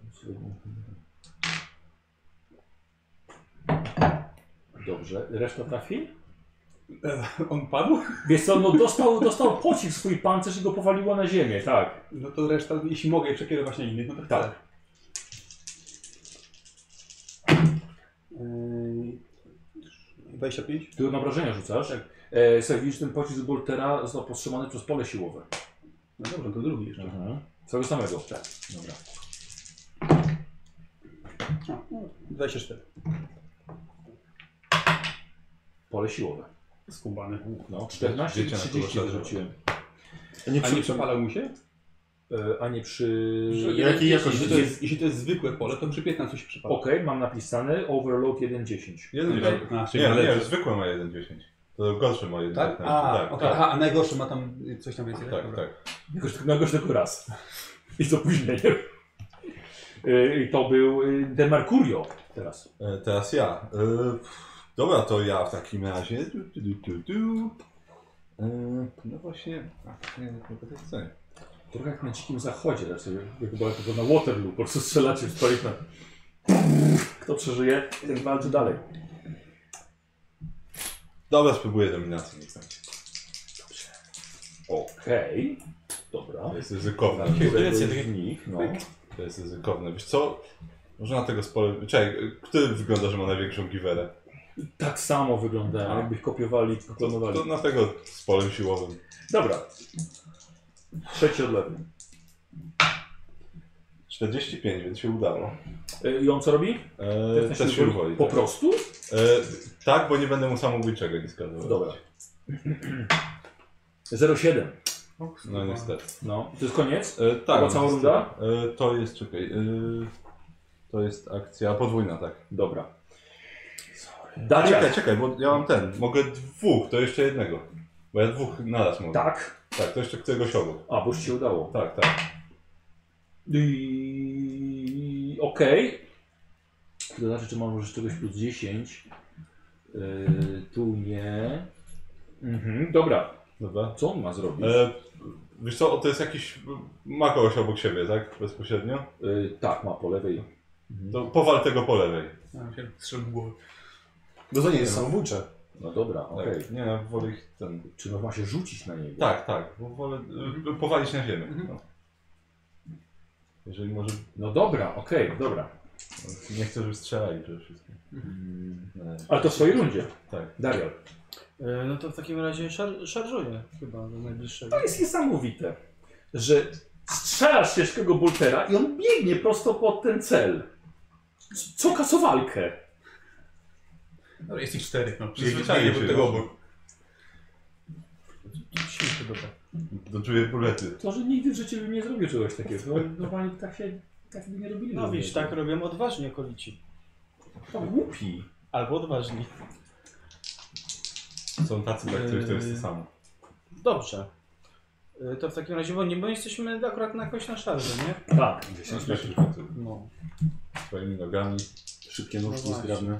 Dobrze. Reszta trafi? E, On padł? Wiesz co, no dostał, dostał pocisk w swój pancerz i go powaliło na ziemię, tak. No to reszta, jeśli mogę, przekierować na innych, no to Tak. tak. Yy, 25? Ty na obrażenia rzucasz. Tak. E, słuchaj, widzisz, ten pocisk Boltera został powstrzymany przez pole siłowe. No dobrze, to drugi jeszcze. Mhm. Tego samego. Tak. Dobra. A, no, 24. Pole siłowe. Skubany. No, 14 Dziecię na 30 kołysza wyrzuciłem. A nie, A nie przepalał mu się? E, a nie przy... Jakiej Jeśli jakości? to, jest, jeśli to jest zwykłe pole, to przy 15 się przepala. Okej, mam napisane Overload 1.10. Jeden Okej. dziesięć. A, czyli Nie, ma nie, lepsze. zwykłe ma 1,10. To gorszy ma 1,15. Tak? A, Tak, okej. tak, Aha, a najgorszy ma tam coś tam więcej. tak, Dobra. tak. Jakoś tylko- Jakoś tylko raz. I z opóźnieniem. E, I to był e, De Mercurio teraz. E, Teraz ja. E, pff, Dobra, to ja w takim razie. Du, du, du, du, du. E, No właśnie. A, nie, nie, nie, nie, nie. Trochę jak na dzikim zachodzie, tak raczej jak chyba tylko na Waterloo, po prostu strzelacie w stolik na... Kto przeżyje, ten walczy dalej. Dobra, spróbuję dominacji. niech będzie. Okej, dobra. To jest ryzykowne. Któregoś z nich, no. To jest ryzykowne. Wiesz co? Może na tego spory. Czekaj, e, który wygląda, że ma największą giwerę? Tak samo wyglądają, jakby ich kopiowali i To, klonowali. to na tego z polem siłowym. Dobra. Trzeci od lewej. 45, więc się udało. E, I on co robi? E, Jesteś też się siły uwoli. Po tak. prostu? E, tak, bo nie będę mu samobójczego nie skazywał. Dobra. 0,7. No niestety. No. To jest koniec? E, tak. Była cała jest- runda? E, to jest, czekaj. E, to jest akcja podwójna, tak. Dobra. A Daria. czekaj, czekaj, bo ja mam ten. Mogę dwóch, to jeszcze jednego. Bo ja dwóch naraz mogę. Tak. Tak, to jeszcze któregoś obok. A, boż ci się udało. Tak, tak. I... Okej. To znaczy, czy mam może czegoś plus 10? Yy, tu nie. Mhm, dobra. Dobra. Co on ma zrobić? E, wiesz co, to jest jakiś... Ma kogoś obok siebie, tak? Bezpośrednio? Yy, tak, ma po lewej. Mhm. To powal tego po lewej. Tak. A, się strzel w głowę. No to nie jest samobójcze. No dobra, Tak. okej. Nie, wolę ich ten... Czy no ma się rzucić na niego? Tak, tak. bo Wolę Mhm. e, powalić na ziemię. No. Jeżeli może... No dobra, okej, dobra. Nie chcę, żeby strzelali przede wszystkim. Mm, E, Ale to w swojej rundzie. Tak. Darial. E, No to w takim razie szar szarżuję chyba do najbliższego. To jest niesamowite, że strzelasz ciężkiego bultera i on biegnie prosto pod ten cel. C- Co kasowalkę? Dobra, jest ich czterech, no. Przyzwyczaiłem się Przyzwyczajnie do tego już. obok. Doczuję bulety. To, że nigdy w życiu bym nie zrobił czegoś takiego. No, Normalnie tak się tak by nie robili. No ludzie. widzisz, tak robią odważni okolici. To głupi. Albo odważni. Są tacy, dla których to jest to samo. Dobrze. E, To w takim razie, bo nie, bo jesteśmy akurat na jakoś na szarży, nie? Tak. 10 metrów od No. swoimi nogami. Szybkie No nóżki, właśnie. zgrabne.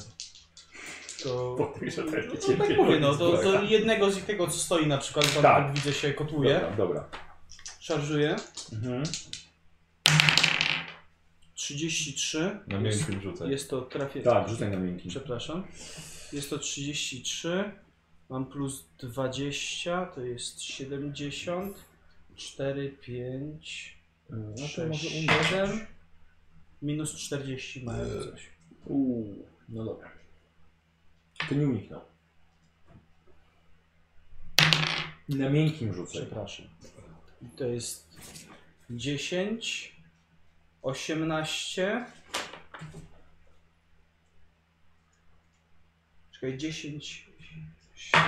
To... Podpiszę No, pewnie no tak mówię, no to, to jednego z ich tego, co stoi na przykład, tam Tak. tak. widzę się kotuje, Dobra, dobra. szarżuje. Mhm. 33. Na miękkim rzucę. Jest to trafię. Tak, rzucaj na miękki. Przepraszam. Jest to 33. Mam plus 20, to jest 70. 4, 5, No to 6, może E. uda- 7. Minus 40 mają coś. Uuu, no dobra. To nie uniknął. Na miękkim rzucaj. Przepraszam. To jest 10, 18. Czekaj, 10,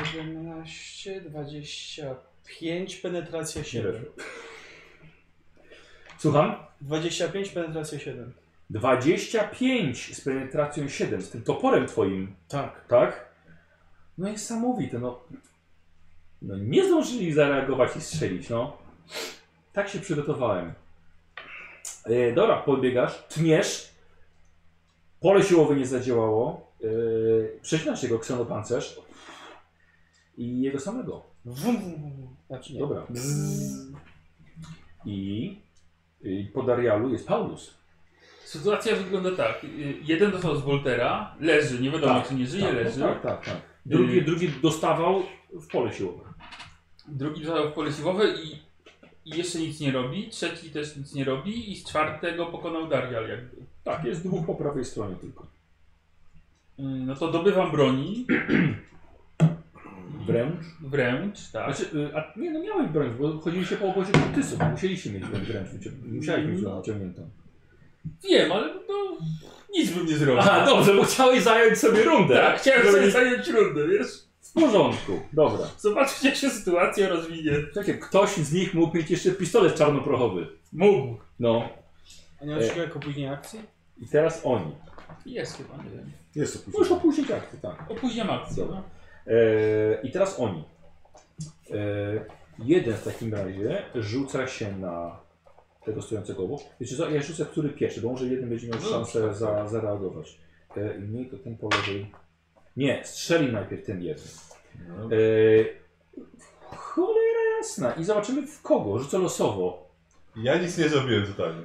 17, 25, penetracja 7. Słucham? 25, penetracja 7. 25 z penetracją 7, z tym toporem twoim. Tak. Tak? No niesamowite, no. No nie zdążyli zareagować i strzelić, no. Tak się przygotowałem. E, dobra, podbiegasz, tniesz. Pole siłowe nie zadziałało. E, Przecinasz jego ksenopancerz. I jego samego. No, Wum, wum, wum, wum. Znaczy nie. Dobra. I, I po Darialu jest Paulus. Sytuacja wygląda tak. Y, Jeden dostał z Voltera, leży, nie wiadomo Tak, czy nie żyje, tak, leży. no tak, tak, tak. Drugi, Y- drugi dostawał w pole siłowe. Drugi dostał w pole siłowe i, i jeszcze nic nie robi. Trzeci też nic nie robi i z czwartego pokonał Darial jakby. Y, Tak, jest dwóch po prawej stronie tylko. No to dobywam broni. Wręcz. Wręcz, tak. Znaczy, y, a nie, no miałeś broń, bo chodziliście po obozie kultysów. Musieliście mieć broń wręcz. wycią- Musiałeś mieć broń wyciągniętą. Wiem, ale no, nic bym nie zrobił. Aha, dobrze, bo chciałeś zająć sobie rundę. tak, chciałem sobie Żeby- zająć rundę, wiesz? W porządku, dobra. Zobaczcie, jak się sytuacja rozwinie. Czekaj, ktoś z nich mógł mieć jeszcze pistolet czarnoprochowy. Mógł. No. A nie oczekuję jako później akcji? I teraz oni. Jest chyba, nie wiem. Jest to Możesz później. opóźnić akty, tak. Opóźniam akcję. Dobra. No. E, I teraz oni. E, jeden w takim razie rzuca się na tego stojącego obok. Wiecie co, ja rzucę, który pierwszy, bo może jeden będzie miał No, szansę za, zareagować. E, nie, to ten po lewej. Nie, strzeli najpierw ten jeden. No. E, cholera jasna. I zobaczymy w kogo. Rzucę losowo. Ja nic nie zrobiłem totalnie.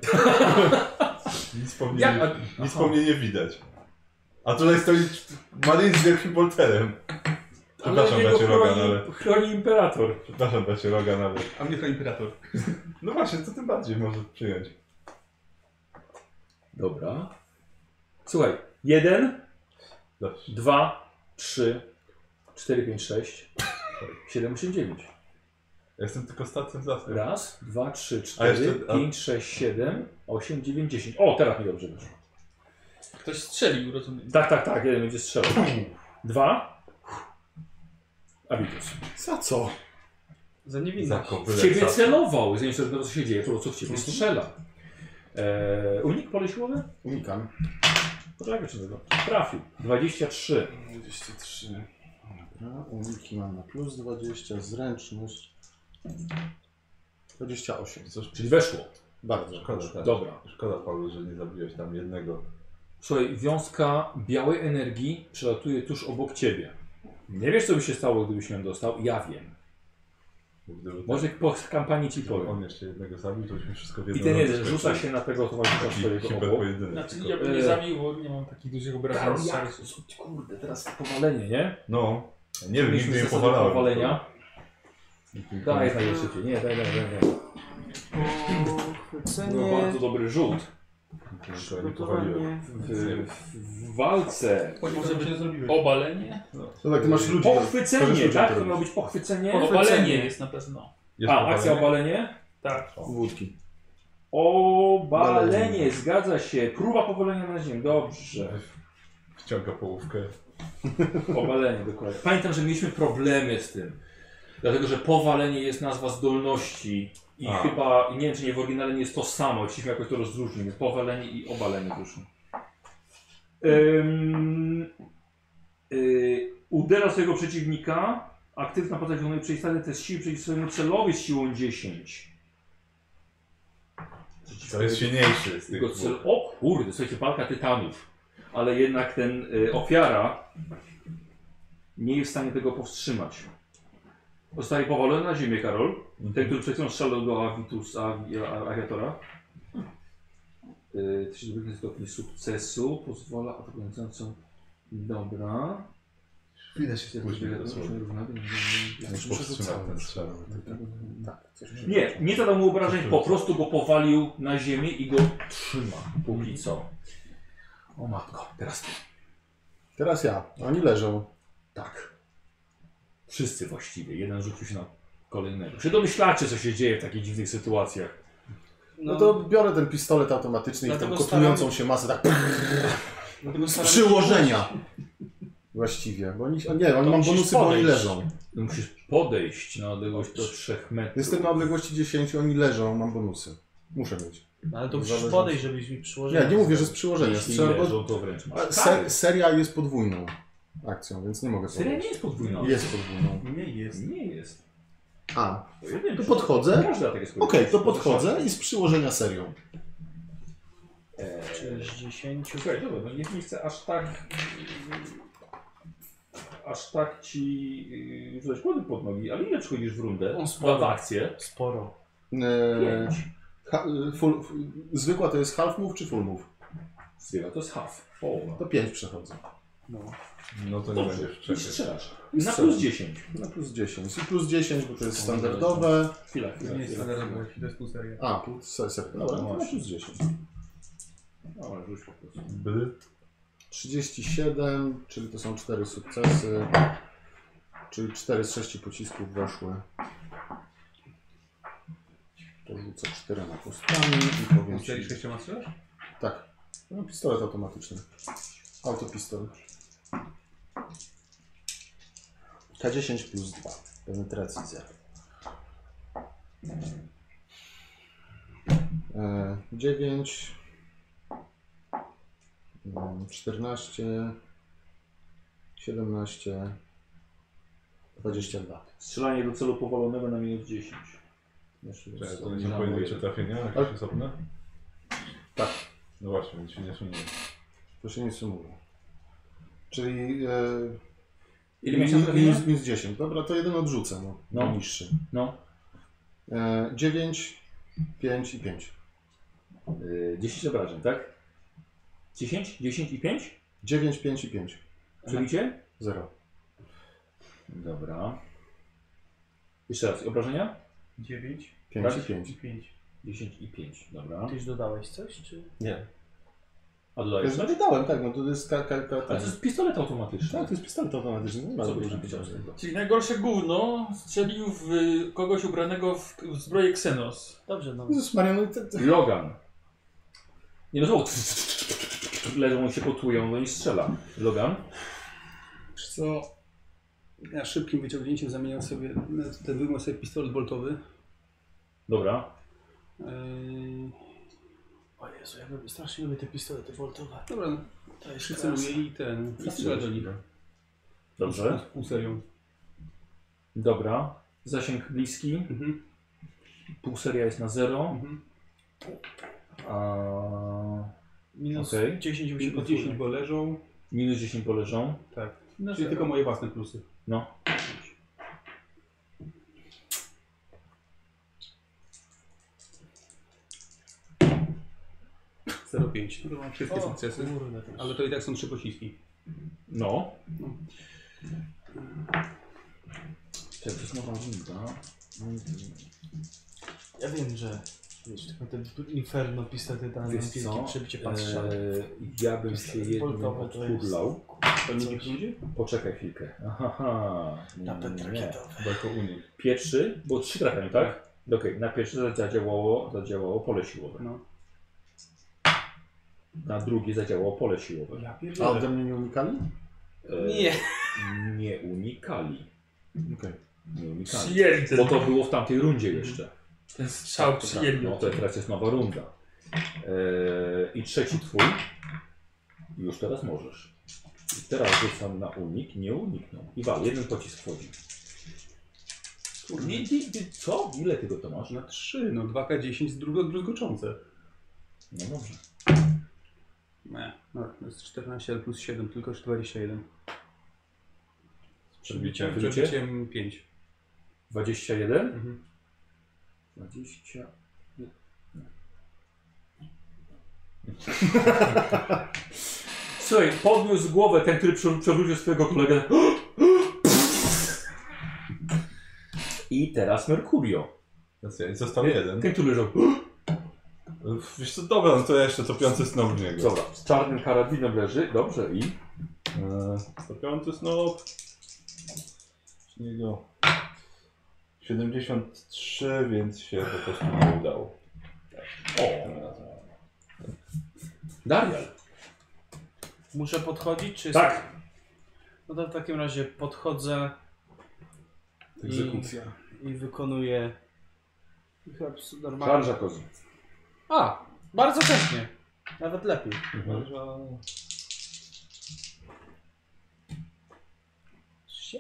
nic po mnie, Jak- nie, nic po mnie nie widać. A tutaj stoi Marin z wielkim bolterem. Przepraszam, jego bracie Rogan, chroni, ale... chroni imperator. Przepraszam, bracie Rogan, ale... A mnie to imperator. No właśnie, to tym bardziej może przyjąć. Dobra. Słuchaj, jeden, Dobrze. 2, 3, 4, 5, 6, 7, 8, 9. Ja jestem tylko stacją zasad. Raz, dwa, trzy, A jeszcze- cztery, a- pięć, sześć, siedem, osiem, dziewięć, dziesięć. O, teraz mi dobrze wyszło. Ktoś strzelił, rozumiem. Tak, tak, tak, jeden będzie strzelał. Dwa. Abitus. Za co? Za niewinność. Zakopy W ciebie lepsza. celował, zanim się zgadza, co się dzieje, po prostu w ciebie strzela. Eee, unik pole siłowe? Unikam. Poczekaj, czy tego. Trafił. 23. 23. Dobra, uniki mam na plus 20, zręczność 28. Coś Czyli weszło. Bardzo. Szkoda, tak. Dobra. Szkoda, Paweł, że nie zabiłeś tam jednego. Słuchaj, wiązka białej energii przelatuje tuż obok ciebie. Nie wiesz, co by się stało, gdybyś ją dostał? Ja wiem. Gdyby tak- Może po kampanii ci Gdyby powiem. on jeszcze jednego zabił, to byśmy wszystko wiedzieli. I ten jeden rzuca się na tego towarzysza swojego obok. pojedynek. Znaczy tylko- ja bym nie zabił, bo nie mam takich dużych obrażeń z Ja, szarsu. kurde, teraz powalenie, nie? No, nie wiem, nigdy Mieliśmy nie zasadę powalałem. powalenia. Nigdy nie Daj najszybciej, nie, daj, daj, daj. daj. No, bardzo Uchwycenie, dobry rzut. powalałem. Nie powaliłem. przygotowanie. W, w walce. Choć może by się zrobiły. Obalenie? No tak, ty masz ludzi. Pochwycenie, Korzystaj, tak? co To ma robisz. być pochwycenie. Pochwy- Obalenie jest na pewno. Jest A, akcja powalenie? obalenie? Tak. Wódki. Obalenie, zgadza się. Próba powolenia na ziemię, dobrze. Wciąga połówkę. Powalenie, dokładnie. Pamiętam, że mieliśmy problemy z tym. Dlatego, że powalenie jest nazwa zdolności i A. chyba, nie wiem czy nie w oryginale nie jest to samo, chcieliśmy jakoś to rozróżnić, więc powalenie i obalenie duszy. Ym, y, uderza swojego przeciwnika, aktywna postać wykonuje przeciwstawny test siły przeciw swojemu celowi z siłą 10. To jest silniejszy z tych Jego dwóch. cel... O kurde, słuchajcie, walka tytanów. Ale jednak ten y, ofiara nie jest w stanie tego powstrzymać. Zostaje powalony na ziemię, Karol. Mhm. Ten, który przed chwilą strzelał do Avitus, avi, a- Aviatora. Y, 32 stopni sukcesu pozwala atakującą. Dobra. Widać się. Później dosłownie. Muszę Znaczy, muszę powstrzymał ten strzał. Tak, coś mi się Nie, wydaje. nie zadał mu obrażeń, po prostu go powalił na ziemię i go trzyma. Póki co. O matko, teraz ty. Teraz ja. Oni leżą. Tak. Wszyscy właściwie. Jeden rzucił się na kolejnego. Się domyślacie, co się dzieje w takich dziwnych sytuacjach. No to biorę ten pistolet automatyczny i w tą Dlatego kotującą staram- się masę tak prr, dlatego staram się- przyłożenia. Właściwie, bo oni, a nie, oni mam musisz bonusy, bo oni podejść. leżą. No Musisz podejść na odległość do 3 metrów. Jestem na odległości 10, oni leżą, mam bonusy. Muszę mieć. Ale to musisz Zależy- podejść, żebyś mi przyłożył. Nie, nie mówię, że z przyłożenia. Jeśli Strzelam, bo- leżą, to wręcz masz. Tak, a kary. se, seria jest podwójną akcją, więc nie mogę Seria powiedzieć. nie jest podwójna. Jest podwójną. Nie jest. Nie jest. A, Pojedynczy. to podchodzę. Każdy atak jest Okej, to pojedynczy. podchodzę i z przyłożenia serią. Eee, Czy z 10. Słuchaj, dobra, no niech nie chcę aż tak... Aż tak ci yy, rzucać kłody pod nogi, ale ile przychodzisz w rundę? On spadł. Dwa w akcję. Sporo. Eee, Pięć. ha, full, f- zwykła to jest half move czy full move? Zbiera, to jest half. Połowa. To 5 przechodzę. No to nie Dobrze. będziesz I czekać. strzelasz. Na Strzelam. plus 10. Na plus 10. I plus 10, bo to jest standardowe. Chwila, To chwila, nie jest chwila. standardowe, to jest półseria. A, pół seria. Dobra, no Dobra, to na właśnie. plus 10. No, ale rzuć po prostu. By 37, czyli to są 4 sukcesy. Czyli 4 z 6 pocisków weszły. To rzucę 4 na kostkami i powiem ci... Serii sześcioma strzelasz? Tak. No, pistolet automatyczny. Autopistolet. K10 plus 2. Penetracji 0. E, 9. mm, 14. 17. 22. Strzelanie do celu powalonego na minus 10. Jeszcze Czekaj, jest- to będzie pojedyncze trafienia, jakieś osobne? Tak. No właśnie, więc się nie sumuje. To się nie sumuje. Czyli e, Ile Minus- miałeś na trafienie? Minus, minus 10. Dobra, to jeden odrzucę, no. No. Niższy. No. E, 9, 5 i 5. Yy, 10 obrażeń, tak? 10? 10 i 5? 9, 5 i 5. Przebicie? 0. Dobra. Jeszcze raz, obrażenia? 9 5 i Tak? 5. i 5. 10 i 5, dobra. Tyś dodałeś coś, czy? Nie. A To dodajesz jest sobie? wydałem, tak, no to jest ta, ta, ta, Ale to jest pistolet automatyczny. Tak, to jest pistolet automatyczny. Nie ma Co byś dużo napisał z pieniędzy. tego? Czyli najgorsze gówno strzelił w y, kogoś ubranego w, w zbroję Xenos. Dobrze, no. Jezus Maria, no te, te... Logan. Nie no, znowu leżą, się kotują, no i strzela. Logan. Wiesz co, ja szybkim wyciągnięciem zamieniam sobie, ten wyjmuję sobie pistolet boltowy. Dobra. Yy, O Jezu, ja lubię, strasznie lubię te pistolety voltowe. dobra, no, To jest przyceluję klasa. i ten, i strzelę do nich. Dobrze. Z pół serią. Dobra. Zasięg bliski. Mhm. Półseria jest na 0. Mhm. A... Minus Okej. 10 musi Minus podwójne. 10, bo leżą, Minus 10 poleżą. No, czyli tylko moje własne plusy. No. Zero pięć. No to mam wszystkie O, sukcesy, Kurde, to ale to i tak są trzy pociski. No. Mhm. Czy to jest nowa runda? Ja wiem, że wiesz, tylko te inferno pistety tam Wiesz wielkie co? przebicie patrzał. Eee, ja bym się jednym Polkowe to jest. odkurlał. To nie ludzie? Poczekaj chwilkę. Aha. Napęd nie. rakietowy. Chyba jako unik. Pierwszy, bo trzy trafiają, tak? Okej, na pierwszy zadziałało, zadziałało pole siłowe. No. Na drugi zadziałało pole siłowe. Ja A pierdolę. ode mnie nie unikali? Eee, Nie. Nie unikali. Okej. Nie unikali. Przyjęty. Tak. Bo to było w tamtej rundzie jeszcze. Ten strzał No przyjemny. to teraz jest nowa runda. Eee, I trzeci twój. Już teraz możesz. I teraz rzucam na unik, nie uniknął. I wal, jeden pocisk wchodzi. Nie, nie, nie, co? Ile ty go to masz? Na trzy, no 2K10 z drugo- druzgoczące. No dobrze. Nie. No, to jest 14 ale plus 7, tylko 21. Przebiciem. Wrócie? Przebiciem 5. 21? Mhm. 20. Słuchaj, podniósł głowę ten, który prze- przewrócił swojego kolegę. I teraz Mercurio. Racja, I został jeden. Ten, który leżał. Uff, Wiesz co, dobra, no to ja jeszcze co piąty snop w niego. Dobra, z czarnym karabinem leży. Dobrze, i. Eee, Co piąty snop. W niego. 73, więc się po prostu nie udało. O! Tym razem. Darial. Muszę podchodzić, czy... Tak. No to w takim razie podchodzę Egzekucja. i wykonuję... Chyba normalnie. Szarża kozi. A, bardzo chętnie. Nawet lepiej. Sie-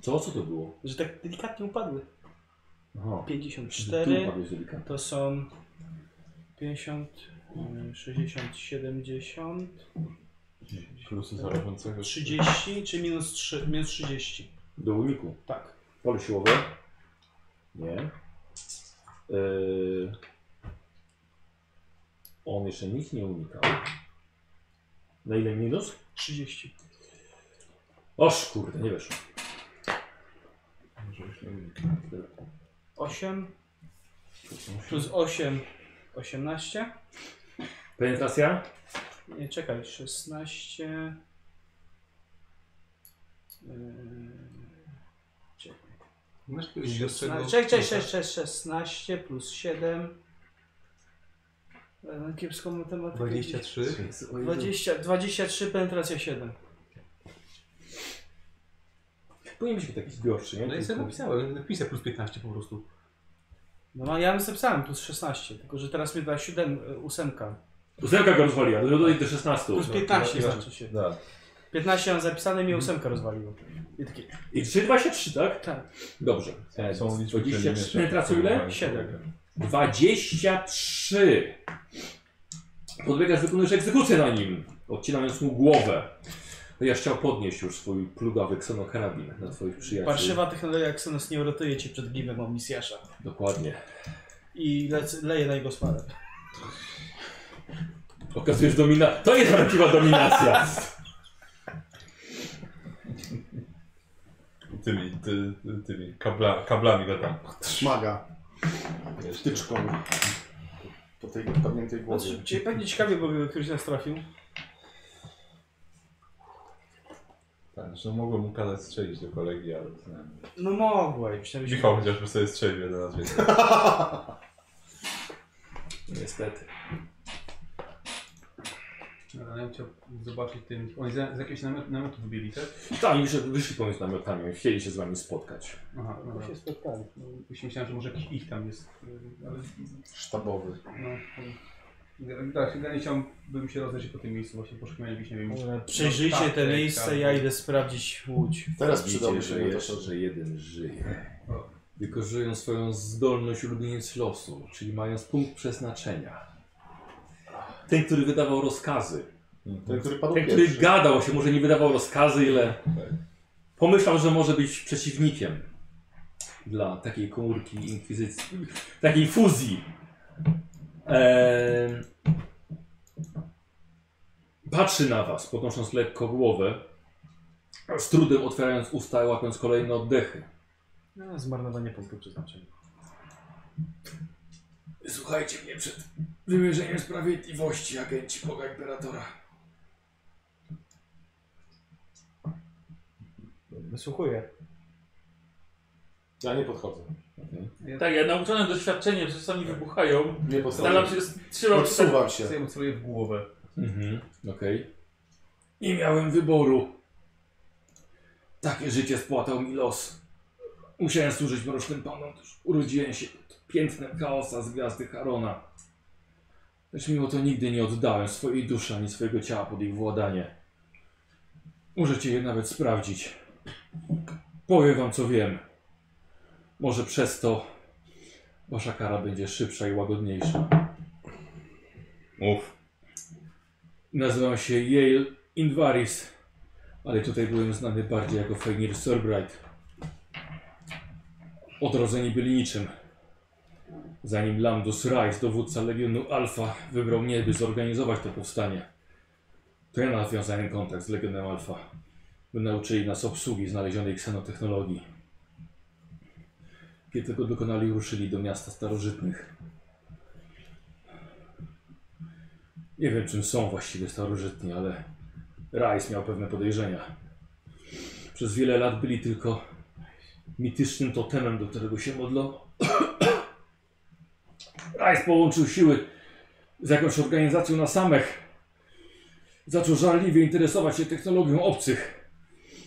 Co? Co to było? Że tak delikatnie upadły. Aha. Tu 54 padłeś delikatnie. to są 50, y, 60, 70, Plusy zarażącego. 30 czy minus 3, minus 30. Do uniku. Tak. Pole siłowe. Nie. Yy... On jeszcze nic nie unikał. Na ile minus? 30. Oż kurde, nie weszło. 8 plus 8, 18. Penetracja? Nie, czekaj, 16. Yy, czekaj. Masz jakiegoś Czekaj, wiostrzego... czekaj, czekaj, 16 plus 7. E, Kiepską matematykę. 23. 20, 23 penetracja 7. Powinien być taki zbiorczy, nie? No i sobie napisałem, napisałem plus 15 po prostu. No ma- ja bym zapisałem plus 16, tylko że teraz mi da 7, 8. Ósemka go rozwaliła, dodaj do 16. Plus 15 znaczy się. Da. 15 mam zapisane, mi 8 rozwaliło. I takie, I 3, 23, tak? tak, Dobrze. Są liczby, które nie 23, mieszczą. penetracja ile? Siedem. 23. Podbiegasz, wykonujesz egzekucję na nim, odcinając mu głowę. No ja chciał podnieść już swój plugawy ksenokarabin na twoich przyjaciół. parszywa technologia Xenos nie uratuje cię przed gibem omnisjasza. Dokładnie. I lec, leje na jego spadę. Okazujesz domina... To jest prawdziwa dominacja! Tymi, ty, ty, tymi kabla, kablami go tam. Szmaga. Wtyczką. Po tej padniętej No, głowie. Znaczy- czyli pewnie ciekawie, bo gdyby któryś nas trafił. Tak, że mogłem mu kazać strzelić do kolegi, ale to nie. Mhm. No mogłeś, myślałem, że... Michał chociażby sobie strzelił jeden raz więcej. Niestety. Ale ja bym chciał zobaczyć tym... Oni za, z jakiegoś namiotu, namiotu wybieli, tak? Tak, już wyszli pomiędzy namiotami, chcieli się z wami spotkać. Aha, Bo dobra. się spotkali. Właśnie myślałem, że może jakiś ich tam jest, y, ale Sztabowy. no... y, Tak, generalnie chciałbym się rozejrzeć po tym miejscu właśnie, poszukiwania jakichś, nie wiem... Przejrzyjcie No te tak, miejsce, ja idę sprawdzić łódź. Teraz Widzicie, przydałby że się jeszcze to, że jeden żyje. O, Wykorzystują swoją zdolność ulubieniec losu, czyli mając punkt przeznaczenia. Ten, który wydawał rozkazy. Ten, który padł Ten, który pierwszy. gadał się, może nie wydawał rozkazy, ile pomyślał, że może być przeciwnikiem dla takiej komórki inkwizycji, takiej fuzji. Eee, patrzy na was, podnosząc lekko głowę, z trudem otwierając usta, łapiąc kolejne oddechy. No, zmarnowanie punktu przeznaczenia. Słuchajcie mnie przed wymierzeniem sprawiedliwości, agenci Boga Imperatora. Wysłuchuję. Ja nie podchodzę. Tak, ja nauczony doświadczeniem, że czasami wybuchają. Nie podchodzę. Staram się, trzymam się tak, Odsuwam się. Co ja mu celuję w głowę? Mhm, okej. Nie miałem wyboru. Takie życie spłatał mi los. Musiałem służyć mrocznym panom, gdyż urodziłem się pod piętnem chaosa z gwiazdy Harona. Lecz mimo to nigdy nie oddałem swojej duszy ani swojego ciała pod ich władanie. Możecie je nawet sprawdzić. Powiem wam co wiem. Może przez to wasza kara będzie szybsza i łagodniejsza. Mów. Nazywam się Yale Invaris, ale tutaj byłem znany bardziej jako Fenir Sorbright. Odrodzeni byli niczym. Zanim Landus Rice, dowódca Legionu Alfa, wybrał mnie, by zorganizować to powstanie. To ja nawiązałem kontakt z Legionem Alfa, by nauczyli nas obsługi znalezionej ksenotechnologii. Kiedy tego dokonali, ruszyli do miasta starożytnych. Nie wiem, czym są właściwie starożytni, ale Rice miał pewne podejrzenia. Przez wiele lat byli tylko mitycznym totemem, do którego się modlono. Rice połączył siły z jakąś organizacją na samych. Zaczął żarliwie interesować się technologią obcych,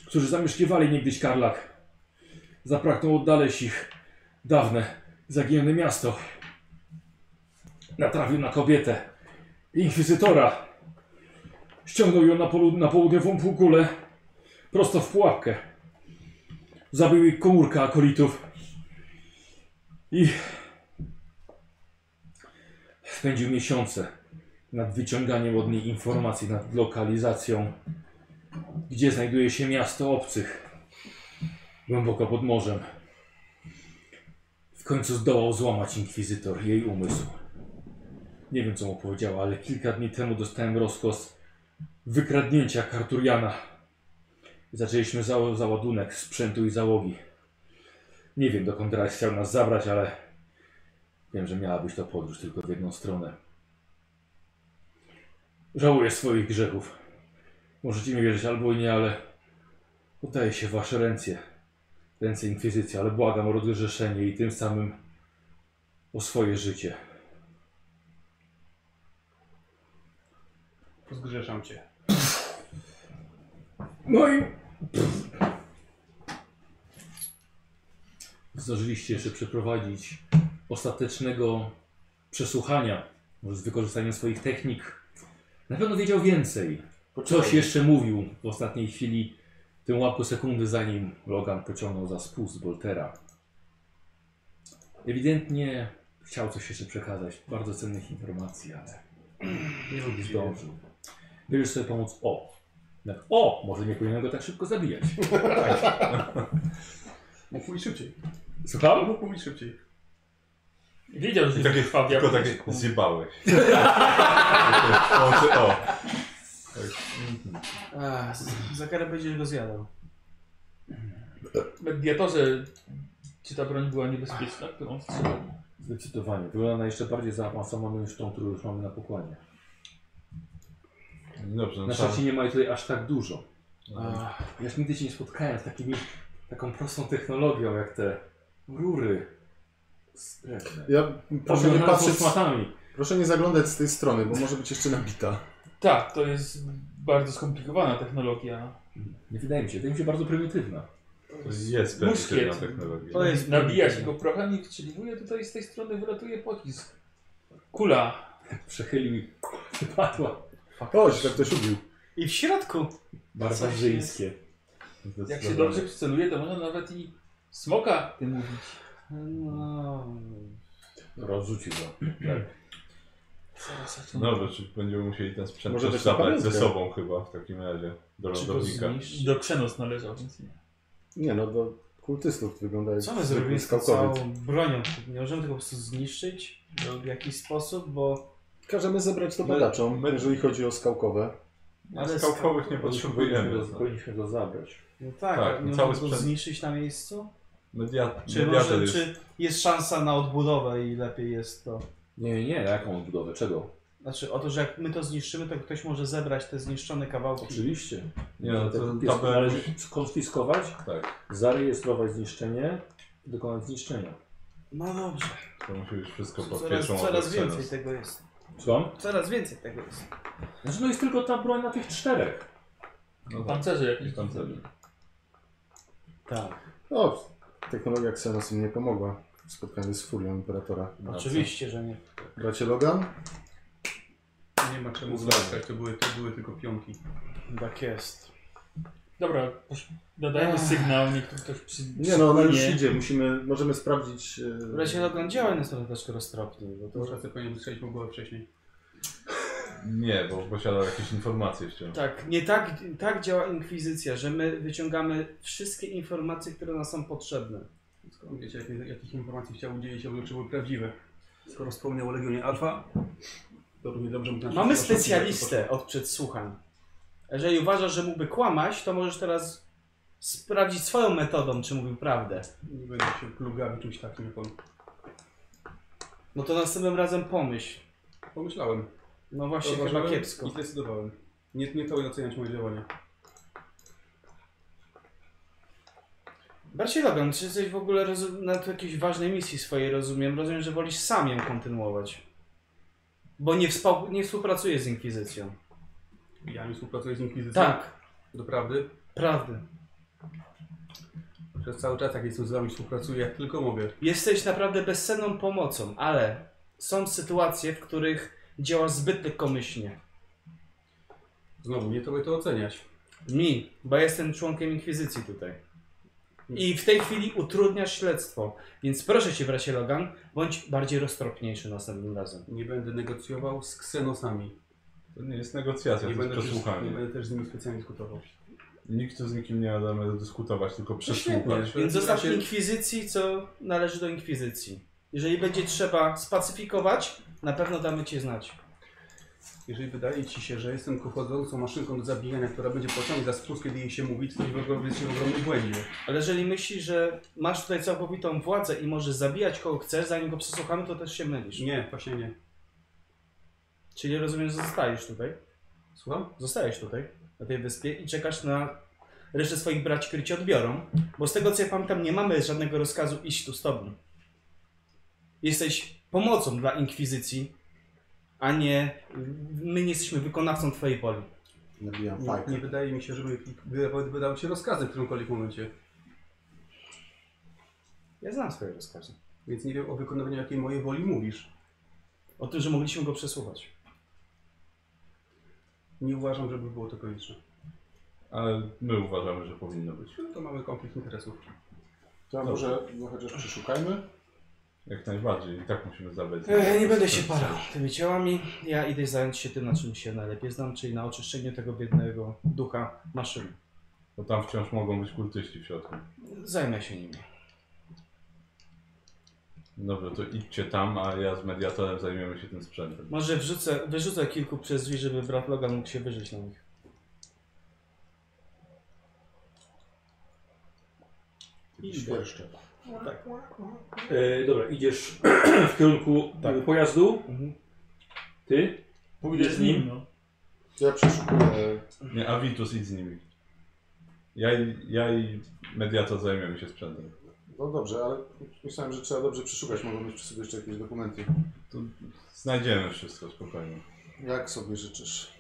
którzy zamieszkiwali niegdyś Karlak. Zapragnął oddaleźć ich dawne, zaginione miasto. Natrafił na kobietę, inkwizytora. Ściągnął ją na, polu, na południową półkulę, prosto w pułapkę. Zabił jej komórkę akolitów i spędził miesiące nad wyciąganiem od niej informacji, nad lokalizacją, gdzie znajduje się miasto obcych, głęboko pod morzem. W końcu zdołał złamać inkwizytor jej umysł. Nie wiem, co mu powiedziała, ale kilka dni temu dostałem rozkaz wykradnięcia Karturiana. Zaczęliśmy za załadunek sprzętu i załogi. Nie wiem, dokąd teraz chciał nas zabrać, ale wiem, że miała być to podróż tylko w jedną stronę. Żałuję swoich grzechów. Możecie mi wierzyć albo i nie, ale oddaję się w wasze ręce. Ręce Inkwizycji, ale błagam o rozgrzeszenie i tym samym o swoje życie. Zgrzeszam cię. No i... Zdążyliście jeszcze przeprowadzić ostatecznego przesłuchania może z wykorzystaniem swoich technik. Na pewno wiedział więcej. Coś jeszcze mówił w ostatniej chwili, w tym łapku sekundy, zanim Logan pociągnął za spust Boltera. Ewidentnie chciał coś jeszcze przekazać, bardzo cennych informacji, ale nie zdążył. Bierzesz sobie pomóc O. No, O, może nie powinienem go tak szybko zabijać. Mógł mówić No, szybciej. Słucham? Mógł mówić szybciej. wiedział, że I się takie, krwawia. tylko takie zjebałeś. o, czy, o. A, z- za karę będziesz go zjadał. Mediatorze, czy ta broń była niebezpieczna, którą strzelał? Zdecydowanie. Wygląda na jeszcze bardziej zaawansowaną niż tą, którą już mamy na pokładzie. Dobrze, no Na trzeba- szczęście nie ma jej tutaj aż tak dużo. A, Ja już nigdy się nie spotkałem z takimi, taką prostą technologią jak te rury strefne. Ja proszę nie, Powiązane z patrzeć, automatami. proszę nie zaglądać z tej strony, bo może być jeszcze nabita. Tak, to jest bardzo skomplikowana technologia. Nie wydaje mi się, wydaje mi się bardzo prymitywna. to Jest Muszkiet. pewna technologia. To jest No, Nabija się go prochem i wczyliwuje tutaj z tej strony, wylatuje pocisk. Kula. Przechylił i wypadła. O, się tak ktoś ubił. I w środku. Barbarzyńskie. Jak się dobrze przyceluje, to można nawet i smoka tym mówić. No, No, Rozrzucił go. zaraz o tym. Dobra, No, czy będziemy musieli ten sprzęt Może Może też też zabrać na ze pamiątkę. sobą chyba w takim razie do Czy go lądownika. zniszczy? Do Ksenos należał, więc nie. Nie no, do kultystów wygląda jak Co my zwykły zrobimy z tą skałkowiec. całą bronią? Nie możemy tego po prostu zniszczyć no, w jakiś sposób, bo... Każemy zebrać to badaczom, jeżeli chodzi o skałkowe. No, Ale skałkowych nie potrzebujemy. Powinniśmy go- Powinniśmy go zabrać. No tak, Tak, tak nie cały możemy go sprzęt. zniszczyć na miejscu? Mediat, Czy, mediator może, jest. czy jest szansa na odbudowę i lepiej jest to? Nie, nie, nie. Jaką odbudowę? Czego? Znaczy o to, że jak my to zniszczymy, to ktoś może zebrać te zniszczone kawałki. Oczywiście. Nie, no to Ten to pies by- należy skonfiskować, Tak, zarejestrować zniszczenie, dokonać zniszczenia. No dobrze, to musi być wszystko pod coraz, pieczą coraz obok więcej Xenos. tego jest. Co? Coraz więcej tego jest. Znaczy, no jest tylko ta broń na tych czterech. No tak, Pancerze jakieś. pancerze. Tak. O, technologia Xenos im nie pomogła w spotkaniu z furią imperatora. Oczywiście, że nie. Bracie Logan? Nie ma czemu Uznałem. głaskać, to były, to były tylko pionki. Tak jest. Dobra, posz- dodajmy sygnał, niech tu ktoś przy... Nie no, ona już przypłynie. idzie, musimy, możemy sprawdzić... e, W razie Logan działaj na troszeczkę roztropnie, bo to... Może powinien wystrzelić mu głowę wcześniej. Nie, bo posiadał jakieś informacje jeszcze. Tak, nie tak, tak działa inkwizycja, że my wyciągamy wszystkie informacje, które nam są potrzebne. Skąd wiecie, jakie, jakich informacji chciał udzielić, albo czy były prawdziwe? Skoro wspomniał o Legionie Alfa, To równie dobrze mógł nas- Mamy nas- specjalistę od przedsłuchań. Jeżeli uważasz, że mógłby kłamać, to możesz teraz sprawdzić swoją metodą, czy mówił prawdę. Nie będę się plugał czymś takim, jak on. No to następnym razem pomyśl. Pomyślałem. No właśnie, chyba Rozważałem kiepsko. I zdecydowałem. Nie, nie to oceniać moje działania. Bardziej Logan, czy jesteś w ogóle rozu- na tu jakiejś ważnej misji swojej, rozumiem? Rozumiem, że wolisz sam ją kontynuować. Bo nie, współ- nie współpracujesz z Inkwizycją. Ja nie współpracuję z Inkwizycją. Tak, Doprawdy. prawdy. Przez cały czas, jak jestem z wami, współpracuję jak tylko mogę. Jesteś naprawdę bezcenną pomocą, ale są sytuacje, w których działasz zbyt lekkomyślnie. Znowu, nie tobie to oceniać. Mi, bo jestem członkiem inkwizycji tutaj. I w tej chwili utrudniasz śledztwo, więc proszę cię, bracie Logan, bądź bardziej roztropniejszy następnym razem. Nie będę negocjował z ksenosami. To nie jest negocjacja, nie, Tak, to jest będę też, nie przesłuchanie. będę też z nimi specjalnie dyskutował. Nikt tu z nikim nie ma zamiaru dyskutować, No tylko przesłuchać. W Więc takim zostaw razie- inkwizycji, co należy do inkwizycji. Jeżeli będzie trzeba spacyfikować, na pewno damy cię znać. Jeżeli wydaje ci się, że jestem kuchodzącą maszynką do zabijania, która będzie pociągać za spust, kiedy jej się mówi, to jesteś w ogóle jesteś w ogromnym błędzie. Ale jeżeli myślisz, że masz tutaj całkowitą władzę i możesz zabijać kogo chcesz, zanim go przesłuchamy, to też się mylisz. Nie, właśnie nie. Czyli rozumiem, że zostajesz tutaj. Słucham? Zostajesz tutaj, na tej wyspie i czekasz na resztę swoich braci, którzy cię odbiorą. Bo z tego co ja pamiętam, nie mamy żadnego rozkazu iść tu z tobą. Jesteś pomocą dla inkwizycji, a nie. My nie jesteśmy wykonawcą twojej woli. Nabijam fajkę. Nie, nie wydaje mi się, żeby wy- wydały ci rozkazy w którymkolwiek momencie. Ja znam swoje rozkazy. Więc nie wiem o wykonywaniu jakiej mojej woli mówisz. O tym, że mogliśmy go przesłuchać. Nie uważam, żeby było to konieczne. Ale my uważamy, że powinno być. No to mamy konflikt interesów. To może no chociaż przeszukajmy? Jak najbardziej. I tak musimy zabrać. Ech, E, nie będę się parał tymi ciałami. Ja idę zająć się tym, na czym się najlepiej znam, czyli na oczyszczeniu tego biednego ducha maszyny. Bo tam wciąż mogą być kultyści w środku. Zajmę się nimi. Dobrze, to idźcie tam, a ja z mediatorem zajmiemy się tym sprzętem. Może wrzucę, wyrzucę kilku przez drzwi, żeby brat Logan mógł się wyżyć na nich. Świerszcze. E, dobra, idziesz w kierunku e, pojazdu. Mhm. Ty? Pójdę z nim, no. Ja przeszukuję. Nie, a Vitus idź z nimi. Ja i, ja i mediator zajmiemy się sprzętem. No dobrze, ale myślałem, że trzeba dobrze przeszukać. Mogą mieć przy sobie jeszcze jakieś dokumenty. Tu znajdziemy wszystko spokojnie. Jak sobie życzysz?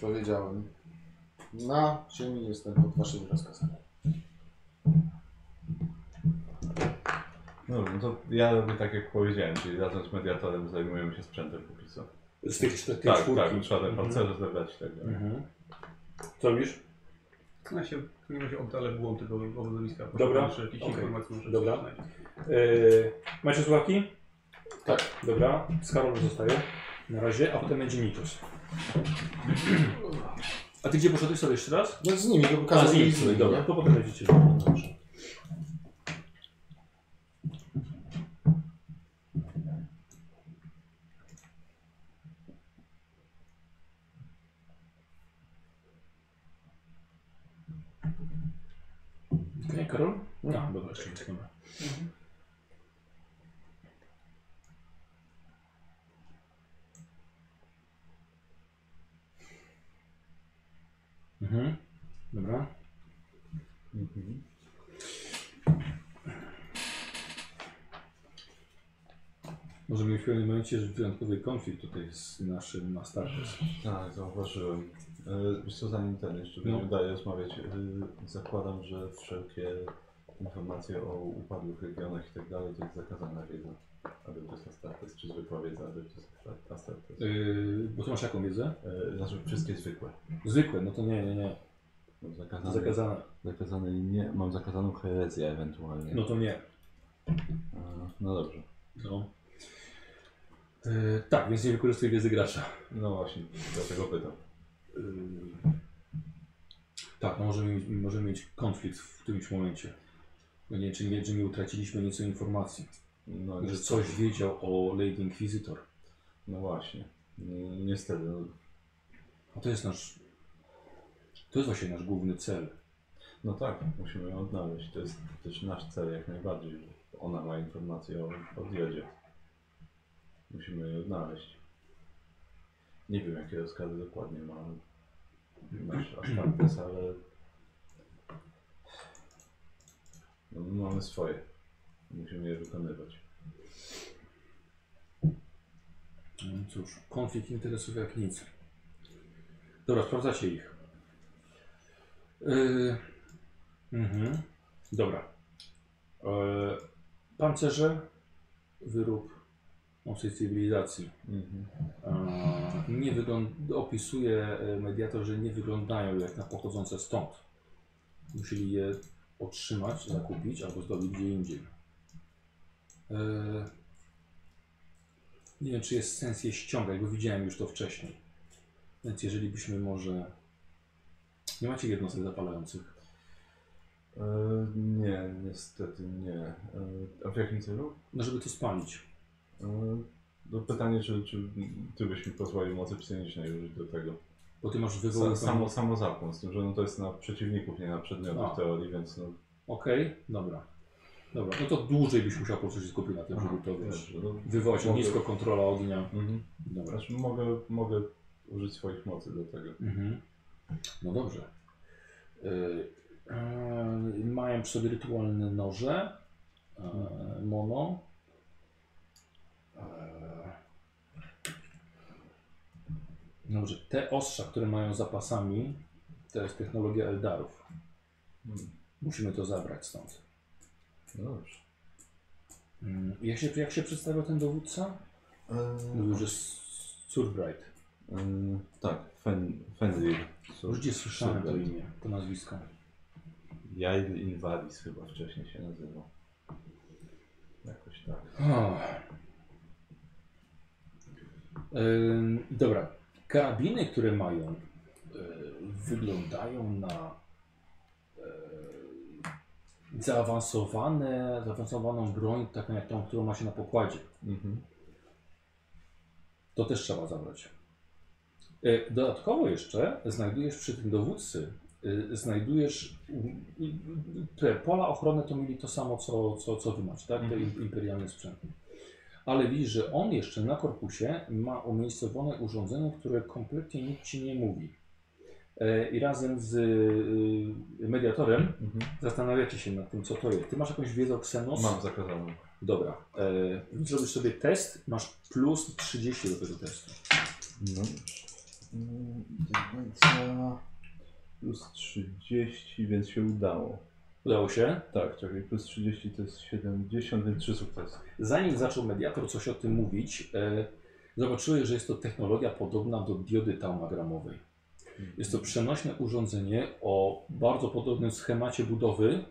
Powiedziałem. Na ziemi jestem pod waszymi rozkazami. No, no to ja robię tak jak powiedziałem, czyli razem z mediatorem zajmujemy się sprzętem póki co. Z tych czterech Tak, czwórki. tak, trzeba te pancerze zebrać i tak dalej. Mhm. Co robisz? Ja się w takim razie oddalę w głąb tego obozowiska. Dobra, Jeszcze jakieś okej. informacje muszę Dobra. znaleźć. Yy, macie sławki? Tak. Dobra, z Karol zostaje na razie, a potem będzie Nitos. A ty gdzie poszedłeś sobie jeszcze raz? No z nimi, bo A, z pokazał nim, mi z nimi, dobra, dobra. to potem będziecie. no Dobrze. Nie, Karol? No, dobra, czekaj, czekaj. Mhm, dobra. Może mi w pewnym momencie jest wyjątkowy konflikt tutaj z naszym masterem. Tak, zauważyłem. E, Wiesz co, zanim ten jeszcze No. no. udaje rozmawiać, e, zakładam, że wszelkie informacje o upadłych regionach i tak dalej to jest zakazana wiedza. Adeptus Astartes, czy zwykła wiedza Adeptus Astartes. Yy, bo ty masz jaką wiedzę? E, Znaczy wszystkie zwykłe. Zwykłe, no to nie, nie, nie. Mam zakazane, Zakazane. zakazane nie, mam zakazaną herezję ewentualnie. No to nie. E, no dobrze. No. Yy, tak, więc nie wykorzystuj wiedzy gracza. No właśnie, dlatego pytam. Yy, tak, no możemy, mieć- możemy mieć konflikt w którymś momencie. No nie, czy, nie, czy nie utraciliśmy nieco informacji, No, że niestety. coś wiedział o Lady Inquisitor. Mm, no właśnie. Ni- Niestety, no, A to jest nasz. To jest właśnie nasz główny cel. No tak, musimy ją odnaleźć. To jest też nasz cel jak najbardziej. że Ona ma informację o odjedzie. Musimy ją odnaleźć. Nie wiem jakie rozkazy dokładnie ma nasz Astartes, ale no, my mamy swoje. Musimy je wykonywać. No cóż, konflikt interesów jak nic. Dobra, sprawdzacie ich. Yy, mhm. Dobra. Yy, pancerze, wyrób obcej cywilizacji. Mhm. E, nie wygląd- opisuje e, mediator, że nie wyglądają jak na pochodzące stąd. Musieli je otrzymać, zakupić albo zdobyć gdzie indziej. E, Nie wiem, czy jest sens je ściągać, bo widziałem już to wcześniej. Więc jeżeli byśmy może... Nie macie jednostek zapalających. E, nie, niestety nie. E, a w jakim celu? No, żeby to spalić. E, no pytanie, czy, czy ty byś mi pozwolił mocy psionicznej użyć do tego? Bo ty masz Sa, wywoływanie... samo, samo zapłon, z tym, że no to jest na przeciwników, nie na przedmiotów A. teorii, więc no, Okej, dobra. Dobra, no to dłużej byś musiał po prostu się skupić na tym, żeby to wiesz, dobrze, no, wywołać Mogę. ognisko, kontrola ognia. mhm. Dobra. znaczy, mogę, mogę użyć swoich mocy do tego. Mhm. No dobrze. Yy, yy, mają przy sobie rytualne noże. Yy, mono. Yy. Dobrze. Te ostrza, które mają zapasami, to jest technologia Eldarów. Hmm. Mhm. Musimy to zabrać stąd. No dobrze. Yy, jak, się, jak się przedstawia ten dowódca? E, Mówił, że S- Surbright. Yy, tak, Fen, Fenrir. Już gdzie słyszałem to Surbright. imię, to nazwisko. Jail Invalis chyba wcześniej się nazywał. Jakoś tak. Oh. Ym, dobra. Karabiny, które mają, y, wyglądają na e, y, zaawansowane, zaawansowaną broń, taką jak tą, którą ma się na pokładzie. Mhm. To też trzeba zabrać. Y, Dodatkowo jeszcze znajdujesz przy tym dowódcy, y, znajdujesz mm, mm, te pola ochrony to mieli to samo, co, co, co wy macie, tak? Te Mhm. im- imperialne sprzęty. Ale widzisz, że on jeszcze na korpusie ma umiejscowione urządzenie, które kompletnie nic ci nie mówi. E, I razem z y, mediatorem Mhm. zastanawiacie się nad tym, co to jest. Ty masz jakąś wiedzę o Xenos? Mam zakazaną. Dobra. E, zrobisz sobie test, masz plus 30 do tego testu. No. Yy, plus 30, więc się udało. Udało się? Tak, czekaj, plus 30 to jest 70, więc 3 sukcesy. Zanim zaczął mediator coś o tym mówić, e, zobaczyłeś, że jest to technologia podobna do diody taumagramowej. Jest to przenośne urządzenie o bardzo podobnym schemacie budowy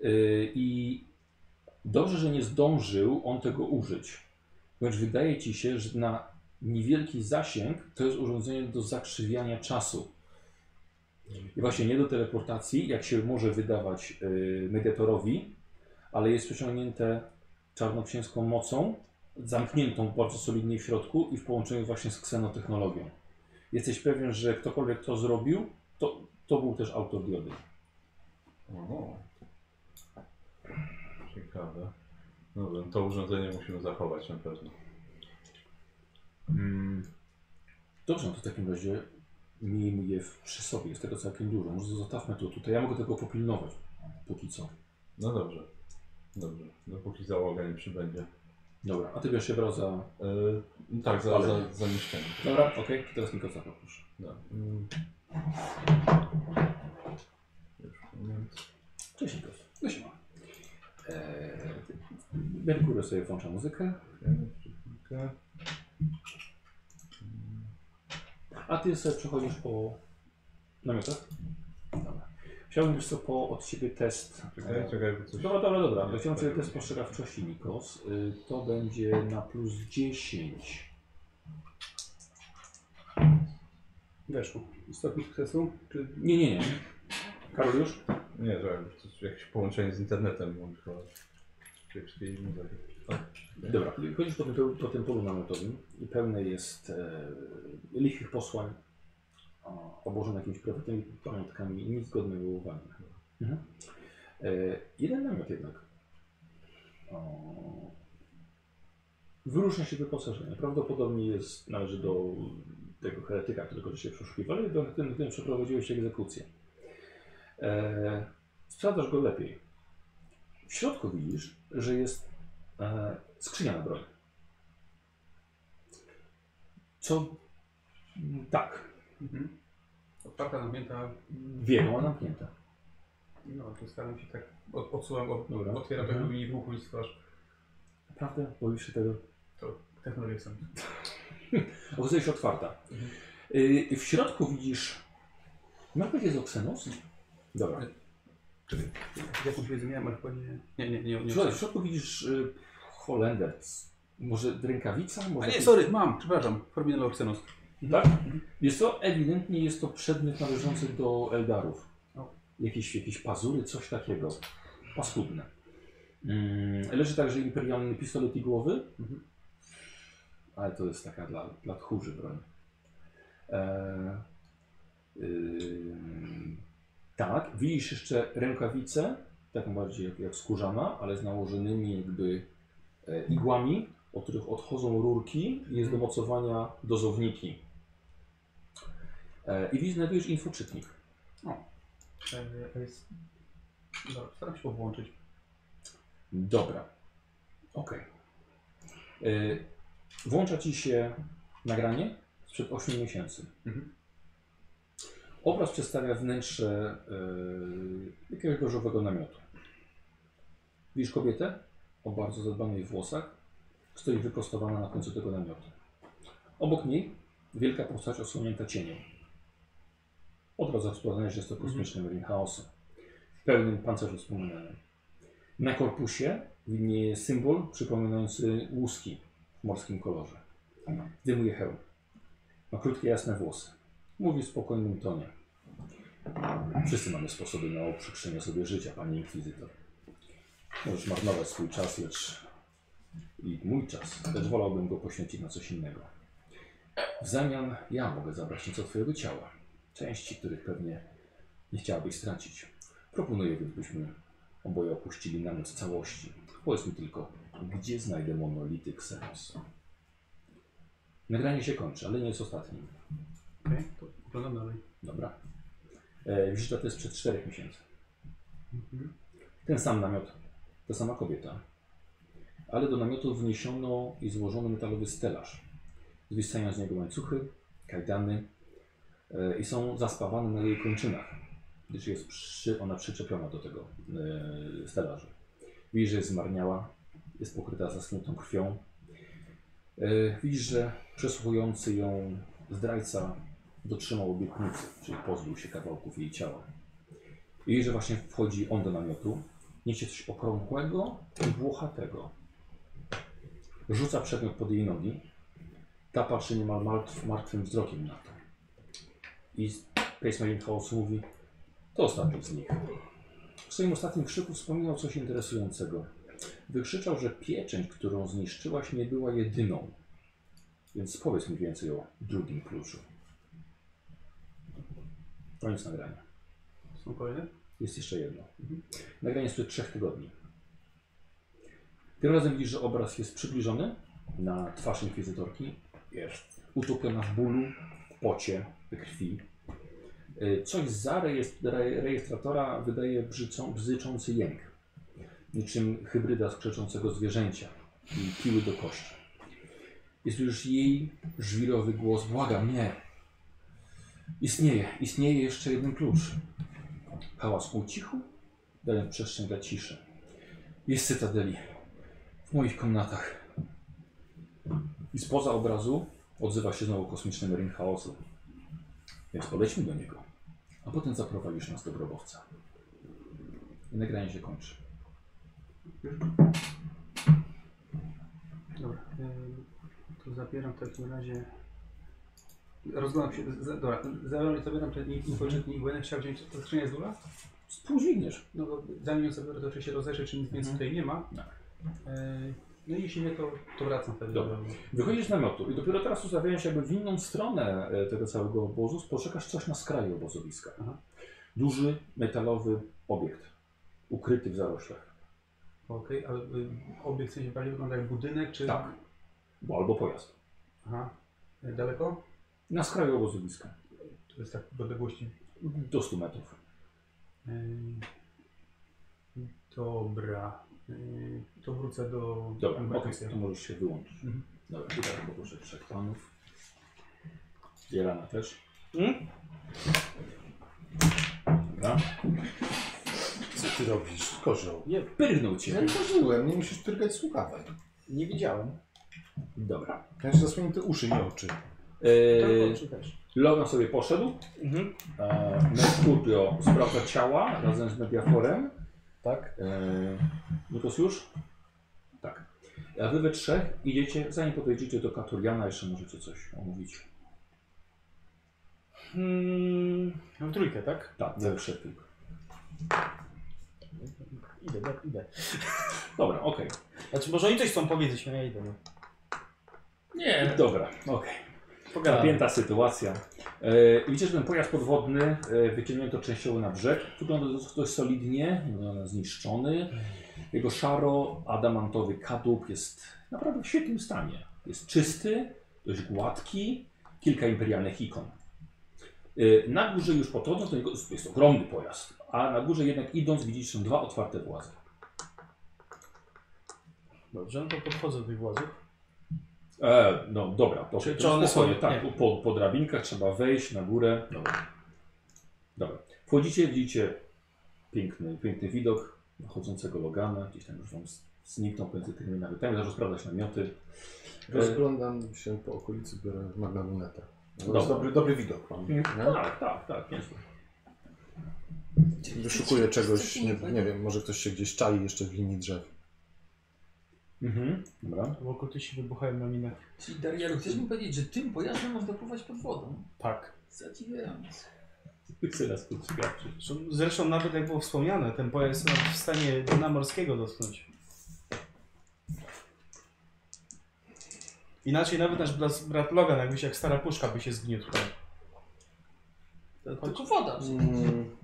yy, i dobrze, że nie zdążył on tego użyć. Ponieważ wydaje ci się, że na niewielki zasięg to jest urządzenie do zakrzywiania czasu. I właśnie nie do teleportacji, jak się może wydawać yy, mediatorowi, ale jest przeciągnięte czarnoksięską mocą, zamkniętą bardzo solidnie w środku i w połączeniu właśnie z ksenotechnologią. Jesteś pewien, że ktokolwiek to zrobił, to, to był też autor diody. O. Ciekawe. Dobra, to urządzenie musimy zachować na pewno. Mm. Dobrze, no to w takim razie miejmy je w- przy sobie. Jest tego całkiem dużo. Może zostawmy to tutaj. Ja mogę tego popilnować póki co. No dobrze. Dobrze. Dopóki załoga nie przybędzie. Dobra, a ty bierz się wraz za... Yy, no tak, za, Ale- za, za niszczenie. Dobra, okej. to Teraz Nikosa poproszę. No. Mm. Już moment. Cześć Nikos. No się ma. Merkurio E, sobie włącza muzykę. Chwilkę. A ty sobie przechodzisz po namiotach? Dobra. Chciałbym już co po od siebie test. E, Czekaj, czekaj, bo coś... Dobra, dobra, dobra. Nie, Chciałbym tak. sobie test postrzegawczości, Nikos. Y, To będzie na plus 10. Weszło. Stopień sukcesu? Czy... Nie, nie, nie. Karol już? Nie, czekaj, bo coś, jakieś połączenie z internetem mam chyba. Kiepskiej muzyki. Dobra, chodzisz po tym, polu- po tym polu namiotowym i pełne jest e, lichych posłań o, obłożonych jakimiś prywatnymi pamiątkami i nic godnego uwagi. Mhm. E, jeden namiot jednak. O, wyróżnia się wyposażenie. Prawdopodobnie jest, należy do tego heretyka, którego się przeszukiwali, do tym, którym przeprowadziłeś egzekucję. E, sprzedasz go lepiej. W środku widzisz, że jest E, skrzynia na broń. Co? m, Tak, Mhm. Otwarta, namięta. wiem, ona zamknięta. No, to staram się tak. Od, odsuwam, od, Dobra. otwieram Mhm. jakby mi w uchu i twarz. Naprawdę? Boisz się tego? Technologię sam. Okazuje się otwarta. Y, w środku widzisz... Najpierw jest oksenos? Dobra. Jakąś wiedzę miałem, ale chyba nie. Nie, nie, nie. nie Słuchaj, w środku widzisz y, Holender. Może rękawica? Może A nie, jakiś- sorry, mam, przepraszam. Forminal Orxenos. Tak? Jest to ewidentnie jest to przedmiot należący do Eldarów. Jakieś, jakieś pazury, coś takiego. Paskudne. Mm, leży także imperialny pistolet igłowy. Ale to jest taka dla, dla tchórzy broń. E, ym, tak, widzisz jeszcze rękawicę, taką bardziej jak, jak skórzana, ale z nałożonymi jakby e, igłami, od których odchodzą rurki i jest do mocowania dozowniki. E, I widzisz, znajdujesz infoczytnik. E, a jest... Dobra, no, staram się powłączyć. Dobra. Okej. Y, Włącza ci się nagranie sprzed 8 miesięcy. Mhm. Obraz przedstawia wnętrze y, jakiegoś różowego namiotu. Widzisz kobietę o bardzo zadbanych włosach, stoi wyprostowana na końcu tego namiotu. Obok niej wielka postać osłonięta cieniem. Od razu rozpoznajesz, że jest to kosmiczny marine chaosu w pełnym pancerzu wspomnianym. Na korpusie widnieje symbol przypominający łuski w morskim kolorze. Dymuje hełm. Ma krótkie, jasne włosy. Mówi w spokojnym tonie. Wszyscy mamy sposoby na uprzykrzenie sobie życia, panie inkwizytor. Możesz marnować swój czas, lecz i mój czas, lecz wolałbym go poświęcić na coś innego. W zamian ja mogę zabrać nieco twojego ciała. Części, których pewnie nie chciałabyś stracić. Proponuję, więc byśmy Oboje opuścili namiot w całości. Powiedz mi tylko, gdzie znajdę monolity Xenos? Nagranie się kończy, ale nie jest ostatnim. Okej, Mhm. to oglądam dalej. Dobra. E, wizyta to jest przed 4 miesięcy. Ten sam namiot, ta sama kobieta. Ale do namiotu wniesiono i złożono metalowy stelaż. Zwisają z niego łańcuchy, kajdany e, i są zaspawane na jej kończynach, gdyż jest przy, ona przyczepiona do tego e, stelażu. Widzisz, że jest zmarniała, jest pokryta zaschniętą krwią. E, widzisz, że przesłuchujący ją zdrajca dotrzymał obietnicy, czyli pozbył się kawałków jej ciała. I że właśnie wchodzi on do namiotu, niesie coś okrągłego i włochatego. Rzuca przedmiot pod jej nogi. Ta patrzy niemal martw, martwym wzrokiem na to. I z pacemaking chaosu mówi, to ostatni z nich. W swoim ostatnim krzyku wspominał coś interesującego. Wykrzyczał, że pieczęć, którą zniszczyłaś, nie była jedyną. Więc powiedz mi więcej o drugim kluczu. Koniec nagrania. Są kolejne? Jest jeszcze jedno. Mhm. Nagranie jest sprzed trzech tygodni. Tym razem widzisz, że obraz jest przybliżony na twarz inkwizytorki. Jest utopiona w bólu, w pocie, we krwi. Y, Coś za rejest- re- rejestratora wydaje brzycą, bzyczący jęk. Niczym hybryda skrzeczącego zwierzęcia i piły do kości. Jest już jej żwirowy głos. Błagam, nie. Istnieje, istnieje jeszcze jeden klucz. Hałas ucichł, dając przestrzeń dla ciszy. Jest cytadeli. W moich komnatach. I spoza obrazu odzywa się znowu kosmiczny Marine Chaosu. Więc polećmy do niego, a potem zaprowadzisz nas do grobowca. I nagranie się kończy. Dobra, y, to zabieram w takim razie. Rozglądam się. Z, dobra, zabiorę, zabieram ten Mhm. infoczytnik i będę chciał wziąć to skrzynię z dura. Spóźnisz. No bo zanim ją zabiorę, to oczywiście rozejrzę, czy nic więcej tutaj nie ma. Tak. Y, no i jeśli nie, to, to wracam wtedy. Dobra. Wychodzisz z namiotu i dopiero teraz ustawiając się jakby w inną stronę e, tego całego obozu, spostrzegasz coś na skraju obozowiska. Duży, metalowy obiekt, ukryty w zaroślach. Okej, ale y, obiekt w sensie bardziej wygląda jak budynek, czy... Tak. Bo albo pojazd. Aha. Y, Daleko? Na skraju obozowiska. To jest tak w odległości. Do 100 metrów. Y, dobra. Y, to wrócę do... Dobra, do okej, to możesz się wyłączyć. Mhm. Dobra, i tak poproszę trzech panów. Jelana też. Mm? Dobra. Co ty robisz? Kozioł. Nie, Pyrnął cię. Zauważyłem, nie musisz drgać słuchawek. nie widziałem. Dobra. Ja się zasłonię te uszy, nie oczy. Yy, Tak, też. Logan sobie poszedł. Mhm. E, Mercutio sprawdza ciała razem z Mediaforem. Tak? Yy, no to już? Tak. A wy we trzech idziecie, zanim podejdziecie do Katuriana, jeszcze możecie coś omówić. Hmm, w trójkę, tak? Tak, we trzech tylko. Idę, tak, idę. Dobra, okej. Znaczy, może oni coś chcą powiedzieć, no ja idę. No. Nie, Dobra, okej. Pogadamy. Napięta sytuacja. E, widzicie, że ten pojazd podwodny e, wyciągnięto częściowo na brzeg. Wygląda dość, dość solidnie, e, zniszczony. Jego szaro-adamantowy kadłub jest naprawdę w świetnym stanie. Jest czysty, dość gładki, kilka imperialnych ikon. E, na górze już podchodząc do niego, jest ogromny pojazd, a na górze jednak idąc widzicie, są dwa otwarte włazy. Dobrze, no to podchodzę do tych głazów. E, no dobra, to, Czy- to czy one spokojnie, są? tak, Nie. po, po drabinkach trzeba wejść na górę. Dobra. dobra. Wchodzicie, widzicie piękny, piękny widok chodzącego Logana, gdzieś tam już wam z- zniknął między tymi namiotami, zaczął sprawdzać namioty. Rozglądam się po okolicy, biorę magnalunetę. To Dobra. jest dobry, dobry widok mam. Nie? No. Tak, tak, tak, niezłe. Wyszukuję czegoś, nie, nie wiem, może ktoś się gdzieś czai jeszcze w linii drzew. Mhm, dobra. Bo kultyści wybuchają na minach. czyli Darialu, chcesz mi powiedzieć, że tym pojazdem można pływać pod wodą? Tak. Zadziwiające. Teraz podświadczy. Zresztą- Zresztą nawet jak było wspomniane, ten pojazd jest nawet w stanie dna morskiego dotknąć. Inaczej nawet nasz blas- brat Logan jakbyś jak stara puszka by się zgniótł. To tylko woda. Mm,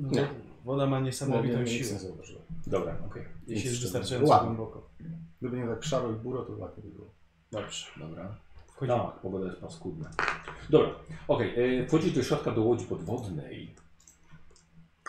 No, Nie. Woda ma niesamowitą No nie, siłę, nie zauważyłem. Dobra, okej. jeśli nic jest szczerze. wystarczająco Ładnie. głęboko. Gdyby nie tak szaro i buro, to ładnie by było. Dobrze. Dobra. Wchodzimy. Tak, pogoda jest paskudna. Dobra, okej. e, Wchodzisz do środka do łodzi podwodnej.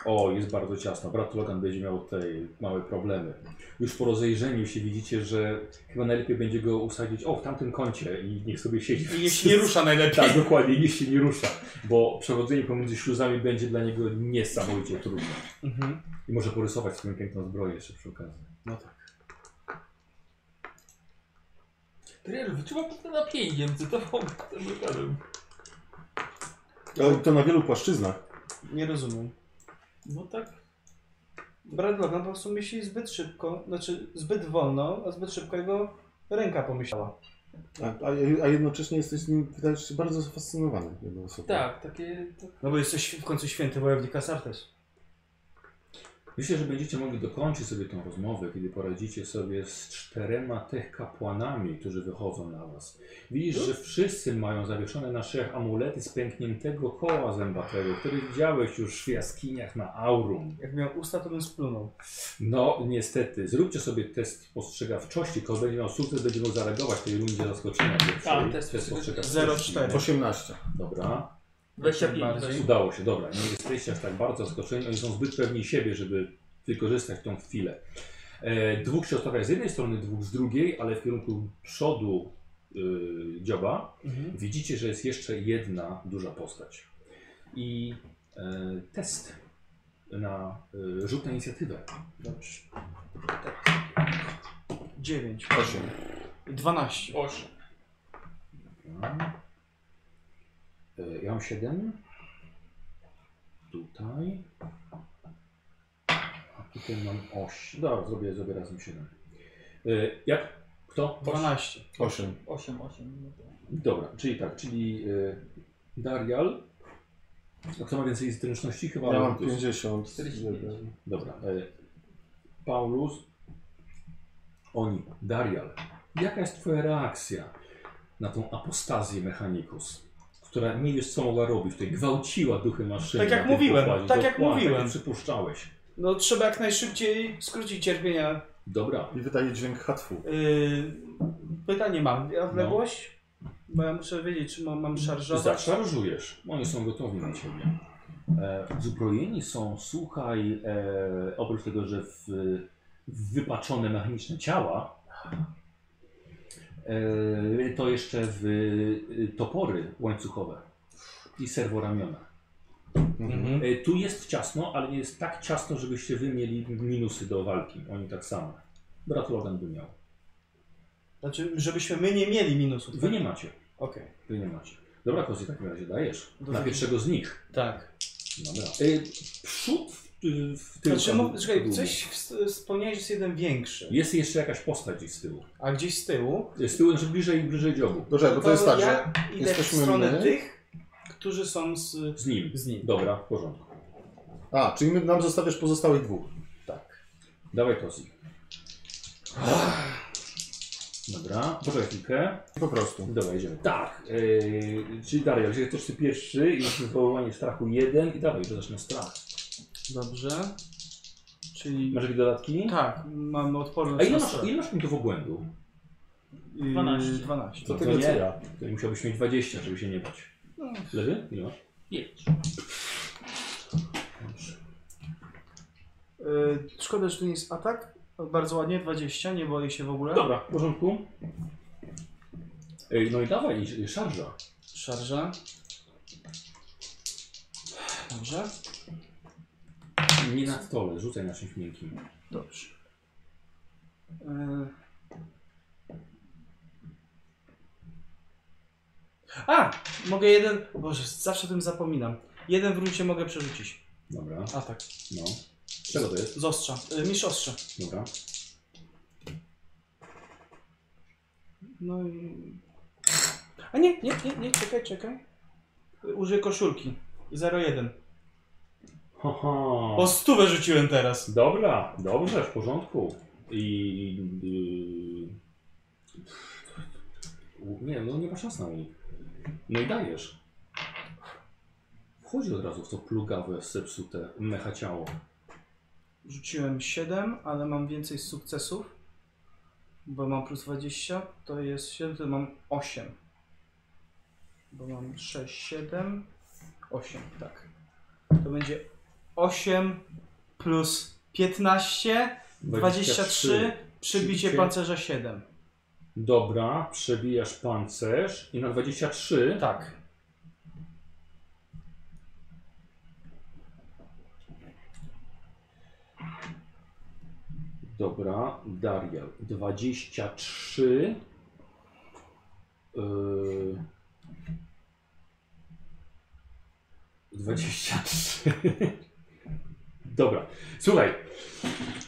O, jest bardzo ciasno. Brat Logan będzie miał tutaj małe problemy. Już po rozejrzeniu się widzicie, że chyba najlepiej będzie go usadzić o, w tamtym kącie i niech sobie siedzi. I jeśli nie rusza najlepiej. Tak, dokładnie, niech się nie rusza, bo przechodzenie pomiędzy śluzami będzie dla niego niesamowicie trudne. Mhm. I może porysować swoją piękną zbroję jeszcze przy okazji. No tak. Darialu, wyczuwam pewne napięcie między tobą a tym lokalem. Ale to na wielu płaszczyznach. Nie rozumiem. No tak. Bradlona po prostu myśli zbyt szybko, znaczy zbyt wolno, a zbyt szybko jego ręka pomyślała. A, a, a jednocześnie jesteś nim, wydajesz się bardzo zafascynowany jego osobą. Tak, takie... To... No bo jesteś w końcu święty wojownik Asartes. Myślę, że będziecie mogli dokończyć sobie tą rozmowę, kiedy poradzicie sobie z czterema tych kapłanami, którzy wychodzą na was. Widzisz, że wszyscy mają zawieszone na szyjach amulety z pękniętego koła zębatego, który widziałeś już w jaskiniach na Aurum. Jak miał usta, to bym splunął. No, niestety. Zróbcie sobie test postrzegawczości. Kto będzie miał sukces, będzie mógł zareagować w tej rundzie zaskoczenia. pierwszej. Tak, test postrzegawczości. 0,4. 18. Dobra. 25. Bardziej. Udało się, dobra. Nie jesteście aż tak bardzo zaskoczeni. Oni są zbyt pewni siebie, żeby wykorzystać tą chwilę. E, dwóch się odstawia z jednej strony, dwóch z drugiej, ale w kierunku przodu y, dzioba Mhm. widzicie, że jest jeszcze jedna duża postać. I e, test na y, rzut na inicjatywę. Dobrze. Teraz. 9. 8. 12. 8. Dobra. E, Ja mam 7. Tutaj. A tutaj mam 8. Dobra, zrobię, zrobię razem 7. E, Jak? Kto? 12. 8. 8, 8. Dobra, czyli tak, czyli e, Darial. A kto ma więcej zręczności? Chyba Ja mam August. 50. 45. jeden. Dobra. E, Paulus. Oni. Darial. Jaka jest twoja reakcja na tą apostazję Mechanicus? Która nie wiesz co mogła robić, tutaj gwałciła duchy maszyny. Tak jak na tych mówiłem, pokładzie. tak jak Dokładnie, Tak mówiłem. jak przypuszczałeś. No trzeba jak najszybciej skrócić cierpienia. Dobra. I wydaje dźwięk hatfu. Yy, pytanie mam. Ja No. odległość? Bo ja muszę wiedzieć, czy mam, mam szarżować. Zaszarżujesz. Oni są gotowi na ciebie. E, uzbrojeni są, słuchaj, e, oprócz tego, że w, w wypaczone mechaniczne ciała, e, to jeszcze w y, topory łańcuchowe i serworamiona. Mhm. E, tu jest ciasno, ale nie jest tak ciasno, żebyście wy mieli minusy do walki. Oni tak samo. Brat Logan by miał. Znaczy, żebyśmy my nie mieli minusów. tak? Wy nie macie. Okej. Wy nie macie. Dobra, Kozy, w takim razie dajesz. Dobra. Na pierwszego z nich. Tak. Dobra. Y, przód w, y, w tył. Znaczy, mów, czekaj, tyłu. coś w- wspomniałeś, że jest jeden większy. Jest jeszcze jakaś postać gdzieś z tyłu. A gdzieś z tyłu. Y, Z tyłu, znaczy bliżej, bliżej dziobu. Dobrze, bo to jest tak, że ja idę w jesteśmy stronę my. tych, którzy są z, Z nim. z nim. Dobra, w porządku. A, czyli my- nam zostawiasz pozostałych dwóch. Dawaj Kosi. Dobra, poczekaj chwilkę. Po prostu. Dobra, jedziemy. Tak, y, czyli Daria, że chcesz ty pierwszy i jest wywoływanie strachu jeden i dawaj, że zacznę strach. Dobrze. Czyli... Masz jakieś dodatki? Tak, mamy A odporność ile na masz, strach. ile masz punktów obłędu? 12. 12. No to nie. Ja. Musiałbyś mieć 20, żeby się nie bać. No. Lewy? Nie masz? 5. Yy, szkoda, że tu nie jest atak. Bardzo ładnie, 20, nie boję się w ogóle. Dobra, w porządku. Ej, No i dawaj, i- i szarża. Szarża. Dobrze. Nie na stole, rzucaj na czymś miękkim. Dobrze. E... A! Mogę jeden. Boże, zawsze o tym zapominam. Jeden w rundzie mogę przerzucić. Dobra, Atak. no. Z czego to jest? Z ostrza. E, mistrz ostrza. Dobra. No i. A nie, nie, nie, nie, czekaj, czekaj. E, Użyję koszulki. 0,1. Ho, ho. O stówę rzuciłem teraz. Dobra, dobrze, w porządku. I... Yy... u- Nie, no nie ma szans na unik. No i dajesz. Wchodzi od razu w to plugawe, zepsute mecha ciało. Rzuciłem 7, ale mam więcej sukcesów. Bo mam plus 20, to jest 7, to mam 8. Bo mam 6, 7, 8, tak. To będzie 8 plus 15, 23, przybicie Przybicie. pancerza 7. Dobra, przebijasz pancerz i na 23 Tak. Dobra, Daria. 23. Yy... 23. Dobra. Słuchaj.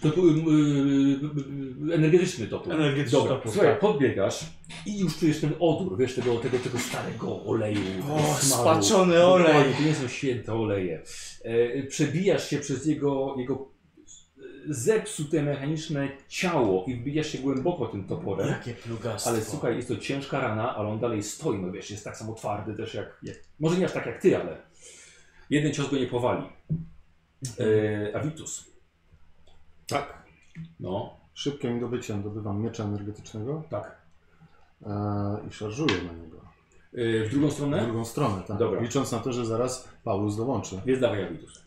To był yy, energetyczny topór. Energetyczny Dobra. topór, Słuchaj, tak. podbiegasz i już czujesz ten odór, wiesz, tego, tego, tego starego oleju. tego O, smaru. spaczony Dokładnie, olej. To nie są święte oleje. E, przebijasz się przez jego, jego e, zepsute mechaniczne ciało i wbijasz się głęboko tym toporem. Jakie plugastwo. Ale słuchaj, jest to ciężka rana, ale on dalej stoi, no wiesz, jest tak samo twardy też jak, jak może nie aż tak jak ty, ale jeden cios go nie powali. E, Avitus. Tak. No, Szybkim dobyciem dobywam miecza energetycznego tak. e, i szarżuję na niego. E, w drugą W stronę? drugą stronę, tak. Dobra. Licząc na to, że zaraz Paulus dołączy. Jest dawaj Avitus.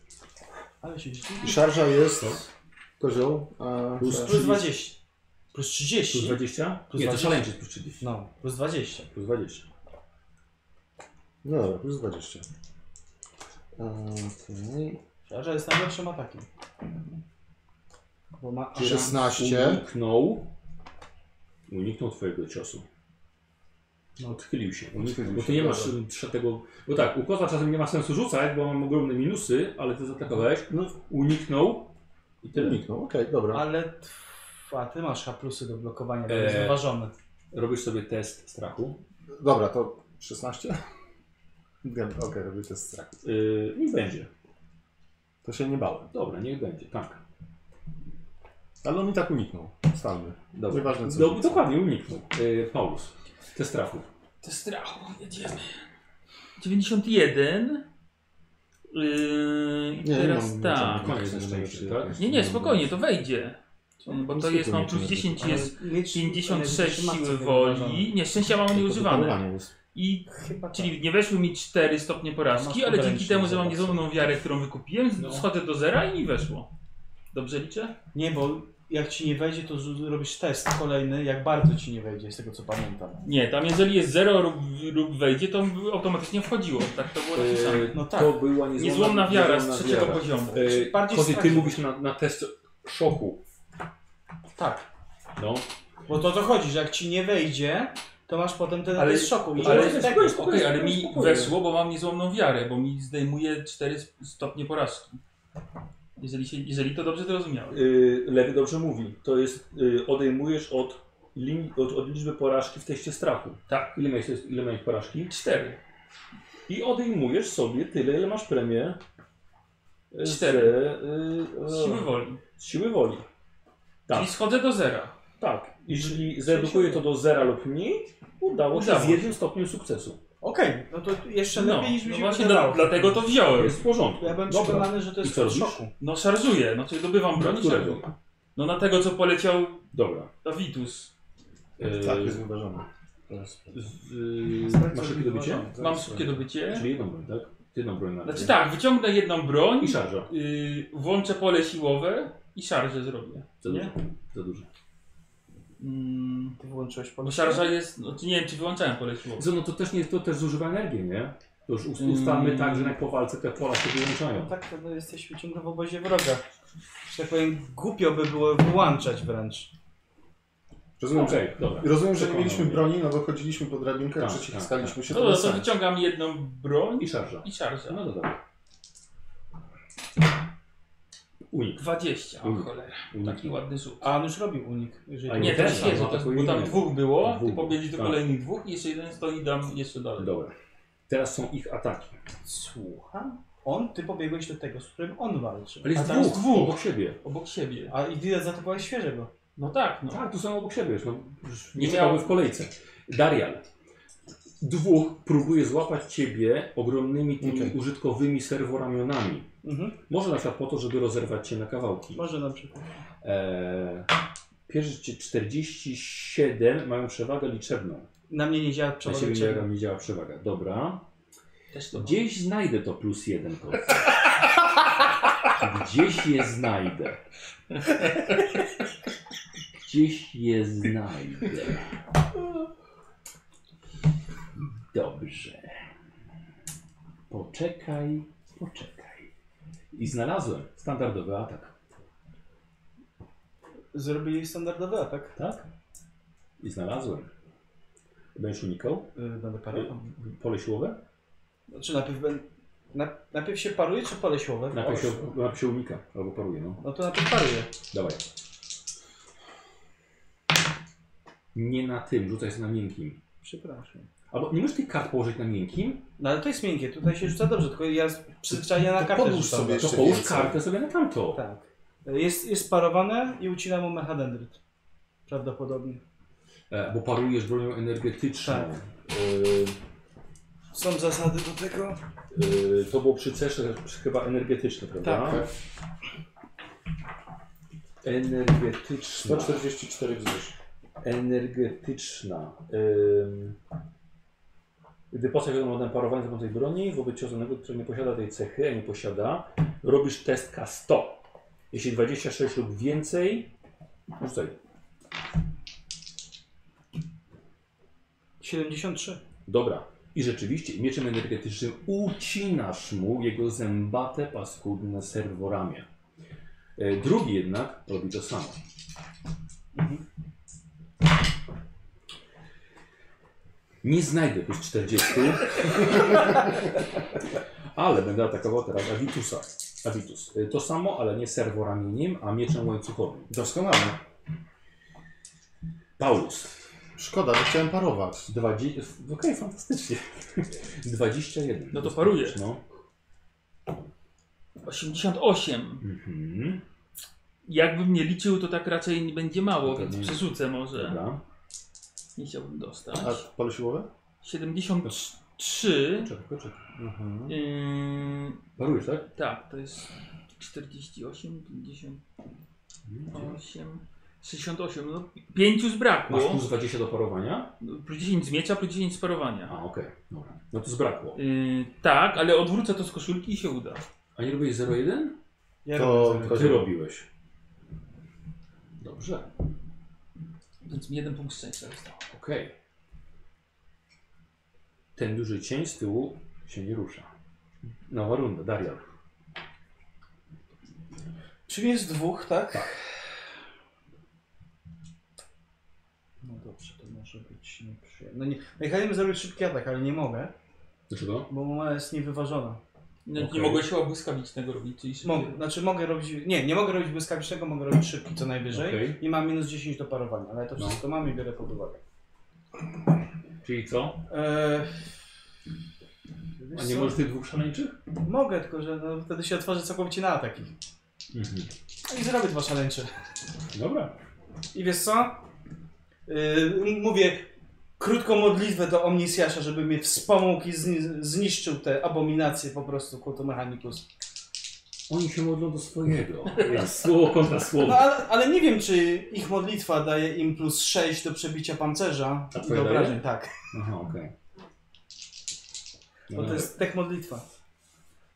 Ale się dziwi. I szarża jest kozioł. E, Plus- Plus 20. Plus 30. Plus 20? Plus nie, to 20. szaleńczy plus 30. No, plus 20. Plus 20. no dobra, plus 20. E, okej. Szarża jest najlepszym atakiem. Bo ma... 16. Uniknął. Uniknął twojego ciosu. No, Odchylił się. Uniknął, Odchylił bo się, ty nie masz dobra. y, trzeciego. Bo tak, u koza czasem nie ma sensu rzucać, bo mam ogromne minusy, ale ty zaatakowałeś. No, Uniknął i tyle. uniknął, okej, dobra. Ale... tf- A ty masz plusy do blokowania, bo E, Eee. jest zauważony. Robisz sobie test strachu. Dobra, to 16? Dobra, Okej, robię test strach. Yy, niech będzie. To się nie bałem. Dobra, niech będzie. Tak. Ale on i tak uniknął. Stalny. Dobra. Nieważne, co Do, rzucę. dokładnie, uniknął. Yy, Paulus. Test strachu. To strach, jedziemy. 91. Yy, i Nie, nie teraz mam tak. żadnego. Koniec na szczęście, tak? Nie, nie, spokojnie, to wejdzie. Bo to zwykły jest, mam miecz plus energetyczny. 10, Ale jest miecz- 56 energetyczny ma siły cechy woli. Nie, szczęścia mam nieużywane. Panowanie jest. I, Chyba tak. czyli nie weszły mi 4 stopnie porażki, Masz ale dzięki podręcznik, temu, że mam zobacz. niezłomną wiarę, którą wykupiłem, No. schodzę do zera i mi weszło. Dobrze liczę? Nie, bo jak ci nie wejdzie, to z- robisz test kolejny, jak bardzo ci nie wejdzie, z tego co pamiętam. Nie, tam jeżeli jest 0 lub, lub wejdzie, to automatycznie wchodziło. Tak to było napisane. Yy, No tak. To była niezłomna, Niezłomna wiara z niezłomna trzeciego wiara. poziomu. Yy, Bardziej Kozy, ty strach. mówisz na, na test szoku. Tak. No. Bo to o to chodzi, że jak ci nie wejdzie, to masz potem ten Ale- test szoku. I Ale, to jest okej, tak- okej, ale mi weszło, bo mam niezłomną wiarę, bo mi zdejmuje 4 stopnie porażki. Jeżeli, się, jeżeli to dobrze zrozumiałem. Yy, lewy dobrze mówi. To jest, yy, odejmujesz od, lim, od, od liczby porażki w teście strachu. Tak. Ile miałeś, test- ile miałeś porażki? 4. I odejmujesz sobie tyle, ile masz premię. e, Cztery. Z, e, e, Z siły woli. z siły woli. Tak. Czyli schodzę do zera. Tak. Jeśli zredukuje to do zera lub mniej, udało się Udało z się. jednym stopniem sukcesu. Okej, no to jeszcze No, lepiej niż mi no się właśnie wydawało. dla, dlatego to wziąłem. Jest w porządku. Ja byłem Dobra. przekonany, że to jest I co test robisz? szoku. No szarżuję, znaczy dobywam broń i Którego? szarżuję. No na tego, co poleciał Dobra. Dawitus. Yy. E, Tak, jest wyważony. z, e, masz szybkie dobycie? Mam szybkie dobycie. Czyli jedną broń, tak? Jedną broń na Znaczy tak, wyciągnę jedną broń, I szarża. yy, włączę pole siłowe i szarżę zrobię. Za dużo. Za dużo. Mm, Ty wyłączyłeś bo polskie? szarża jest, no, czy nie wiem czy wyłączałem pole siłowe. Co, no to też nie, to też zużywa energię, nie? To już ust- Mm. ustalmy tak, że na powalce te pola się wyłączają. Tak, to no, jesteśmy ciągle w obozie wroga. Że tak powiem, głupio by było wyłączać wręcz. Rozumiem, Tak. że, Okej, dobra. rozumiem, że nie mieliśmy Przekonał broni, no bo chodziliśmy po drabinkach, Tak, tak, tak, przeciwstaliśmy się No dobra, to sami. wyciągam jedną broń I szarża. i szarżę. No to dobra. Unik. 20, o Mm. cholera, Unik. taki ładny rzut. A on już robił unik. Jeżeli A Nie, to ten, jest świeżo, no, to jest- atakuje bo tam innego. dwóch było, ty Dwóch, pobiegli do tak. kolejnych dwóch, jeszcze jeden stoi, dam jeszcze dalej. Dobra. Teraz są ich ataki. Słucham? On, ty pobiegłeś do tego, z którym on walczył. Ale jest A tam jest dwóch, dwóch. obok siebie. Obok siebie. A i widać zaatakowałeś świeżego. No tak, no. Tak, tu są obok siebie. już, No, już Nie nie miał- czekały w kolejce. Darial. Dwóch próbuje złapać ciebie ogromnymi tymi Okej. użytkowymi serworamionami. Mhm. Może na przykład po to, żeby rozerwać cię na kawałki. Może na przykład. Eee, pierwszy ci 47 mają przewagę liczebną. Na mnie nie działa Na siebie nie, przewodzenie. nie działa przewaga. Dobra. Też to Gdzieś znajdę to plus jeden kod. Gdzieś je znajdę. Gdzieś je znajdę. Dobrze. Poczekaj, poczekaj. I znalazłem standardowy atak, Zrobili standardowy atak. tak? I znalazłem. Będziesz unikał? Yy, będę Pole siłowe? Znaczy najpierw będę... Na, najpierw się paruje czy palesiowe? Najpierw się, najpierw się unika, albo paruje, no. No to najpierw paruje. Dawaj. Nie na tym, rzucaj sobie na miękkim. Przepraszam. Albo nie możesz tych kart położyć na miękkim, No ale to jest miękkie, tutaj się rzuca dobrze, tylko ja z- przyzwyczajenia na To kartę podłóż rzucam. sobie. to Jeszcze połóż więcej. kartę sobie na tamto. Tak. Jest, jest parowane i ucina mu mechadendryt. Prawdopodobnie. E, bo parujesz bronią energetyczną. Tak. Są zasady do tego? E, e, to było przy cesze przy- chyba energetyczne, prawda? Tak. Energetyczna. 144 wzrusz. energetyczna. Ym... Gdy postać wiadomo na parowanie za tej broni, wobec ciosanego, który nie posiada tej cechy, a nie posiada, robisz test K100. Jeśli 26 lub więcej, rzucaj. 73. Dobra. I rzeczywiście mieczem energetycznym ucinasz mu jego zębate, paskudne serworamię. E, Drugi jednak robi to samo. Nie znajdę tych 40, ale będę atakował teraz Avitusa. Avitus. E, To samo, ale nie serworamieniem, a mieczem łańcuchowym. Doskonale. Paulus. Szkoda, bo chciałem parować. 20... Okej, fantastycznie. 21. No to paruje. No. 88. Mhm. Jakbym nie liczył, to tak raczej nie będzie mało, Dobra, więc No nie. przerzucę może. Dobra. Nie chciałbym dostać. A pole siłowe? 73. Czekaj, czekaj. Mhm. Yy, Parujesz, tak? tak, to jest 48, No. 58, 68. No, 5 z braku. Masz plus 20 do parowania? Plus 10 z miecza, plus 10 z parowania. A, okej. Dobra. No to zbrakło. Yy, tak, ale odwrócę to z koszulki i się uda. A nie robiłeś 0,1? Ja To robię Ty robiłeś. Dobrze. Więc mi jeden punkt szczęścia został. Okej. Ten duży cień z tyłu się nie rusza. Nowa runda, Darian. Czyli jest dwóch, tak? No dobrze, to może być nieprzyjemne. No nie, no i chciałem zrobić szybki atak, ale nie mogę, Dlaczego? bo moja jest niewyważona. No, Okej. Nie mogłeś chyba błyskawicznego robić, czyli szybciej. Mogę, znaczy mogę robić, nie, nie mogę robić błyskawicznego, mogę robić szybki co najwyżej Okej. i mam minus 10 do parowania, ale ja to No. wszystko mam i biorę pod uwagę. Czyli co? Eee, A wiesz nie co? możesz tych dwóch szaleńczych? Mogę, tylko że no, wtedy się otworzę całkowicie na ataki. Mhm. I zrobię dwa szaleńcze. Dobra. I wiesz co? Yy, mówię krótką modlitwę do Omnisjasza, żeby mnie wspomógł i zni- zniszczył te abominacje po prostu Kultomechanicus. Oni się modlą do swojego. Słowo kontra No słowo. ale, ale nie wiem, czy ich modlitwa daje im plus 6 do przebicia pancerza A i twoje do daje? obrażeń, tak. Aha, okej. No Bo to jest tech modlitwa.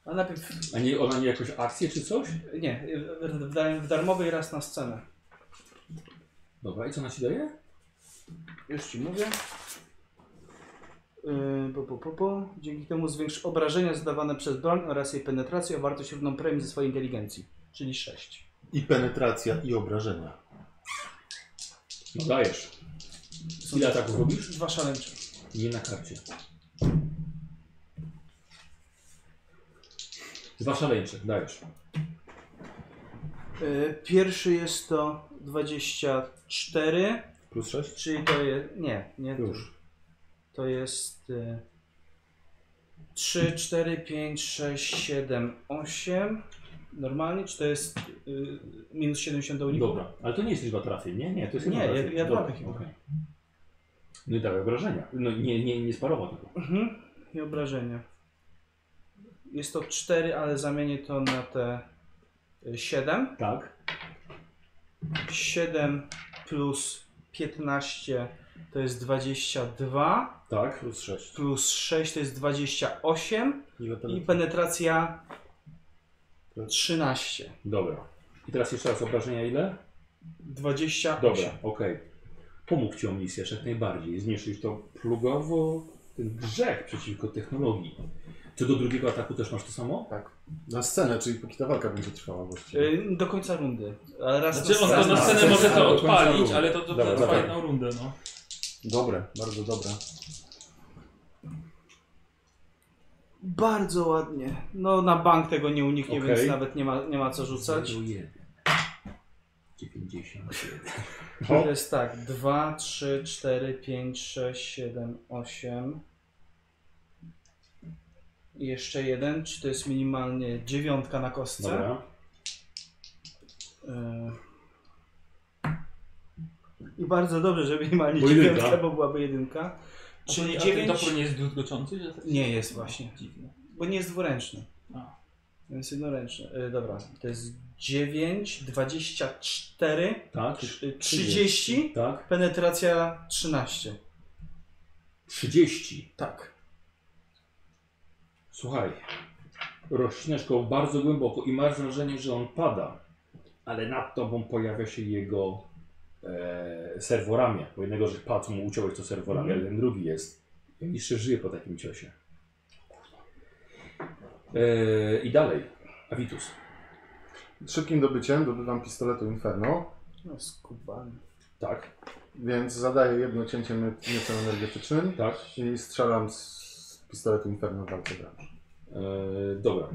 A najpierw, A nie, ona nie jakoś akcję czy coś? nie, w, w, w darmowej raz na scenę. Dobra, i co ona ci daje? Już ci mówię. Yy, po, po, po, po. Dzięki temu zwiększ obrażenia zadawane przez broń oraz jej penetrację o wartość równą premii ze swojej inteligencji, czyli 6. I penetracja, i obrażenia. No dajesz. Ile ataków robisz? Dwa szaleńcze. Nie na karcie. Dwa szaleńcze, dajesz. Yy, pierwszy jest to 24, Plus 6? czyli to jest... nie, nie Już. To jest... Yy, 3, 4, 5, 6, 7, 8. Normalnie, czy to jest yy, minus 70 do uniku? Dobra, ale to nie jest liczba trafień, nie? Nie, to jest Nie, jedna ja- trafień. ja dwa Dobra, takie mam. okej. No i dawaj obrażenia. No nie, nie, nie sparował tego. Mhm. I obrażenia. Jest to 4, ale zamienię to na te e, 7. Tak. 7 plus 15 to jest 22, Tak. Plus 6. plus 6 to jest 28 Ile penetracji? i penetracja 13. Dobra. I teraz jeszcze raz obrażenia ile? 28. Dobra, okej. Pomógł ci omnisja jak najbardziej. Zmniejszysz to plugowo, ten grzech przeciwko technologii. Czy do drugiego ataku też masz to samo? Na scenę, czyli póki ta walka będzie trwała właściwie. Y, Do końca rundy. A No Raz Znaczy on na to scenę. na Tak, scenę tak, może tak, to do końca odpalić, rundy. ale to, to, Dobra, trwa dawaj. jedną rundę, no. Dobre, bardzo dobre. Bardzo ładnie. No na bank tego nie uniknie, Okej. więc nawet nie ma, nie ma co rzucać. 91. To jest tak, 2, 3, 4, 5, 6, 7, 8. Jeszcze jeden, czy to jest minimalnie dziewiątka na kostce? Dobra. E, I bardzo dobrze, że minimalnie Bo jedynka. dziewiątka, bo byłaby jedynka. Czyli A ten dziewięć... topór nie jest druzgoczący? Że to- Nie jest właśnie. Dziwne. Bo nie jest dwuręczny. A. Więc jednoręczny. E, dobra, to jest 9, 24, Tak. 30, Tak. penetracja 13. 30. Tak. Słuchaj. Rozcinasz go bardzo głęboko i masz wrażenie, że on pada. Ale nad tobą pojawia się jego e, serworamię. Bo jednego, że padł mu uciąłeś to serworamię, ale ten drugi jest. I jeszcze żyje po takim ciosie. E, I dalej. Avitus. Szybkim dobyciem dobywam pistoletu Inferno, No skubany. Tak, więc zadaję jedno cięcie mie- mieczem energetycznym tak. i strzelam z pistoletu Inferno w walce wręcz. E, dobra.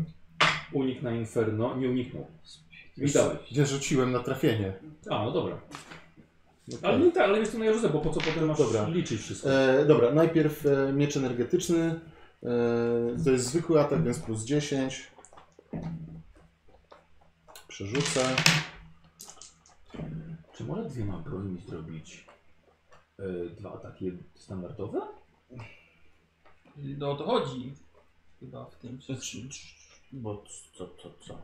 Unik na Inferno. Nie uniknął. I dalej. Nie rzuciłem na trafienie. A, no dobra. Ale no tak, ale jest to na Jeruzę, bo po co potem masz Dobra. liczyć wszystko? E, dobra, najpierw e, miecz energetyczny. E, to jest zwykły atak, więc plus 10. Przerzucę. Czy może dwiema brońmi zrobić e, dwa ataki standardowe? No o to chodzi. Chyba w tym wszystkim. Bo co, co, co?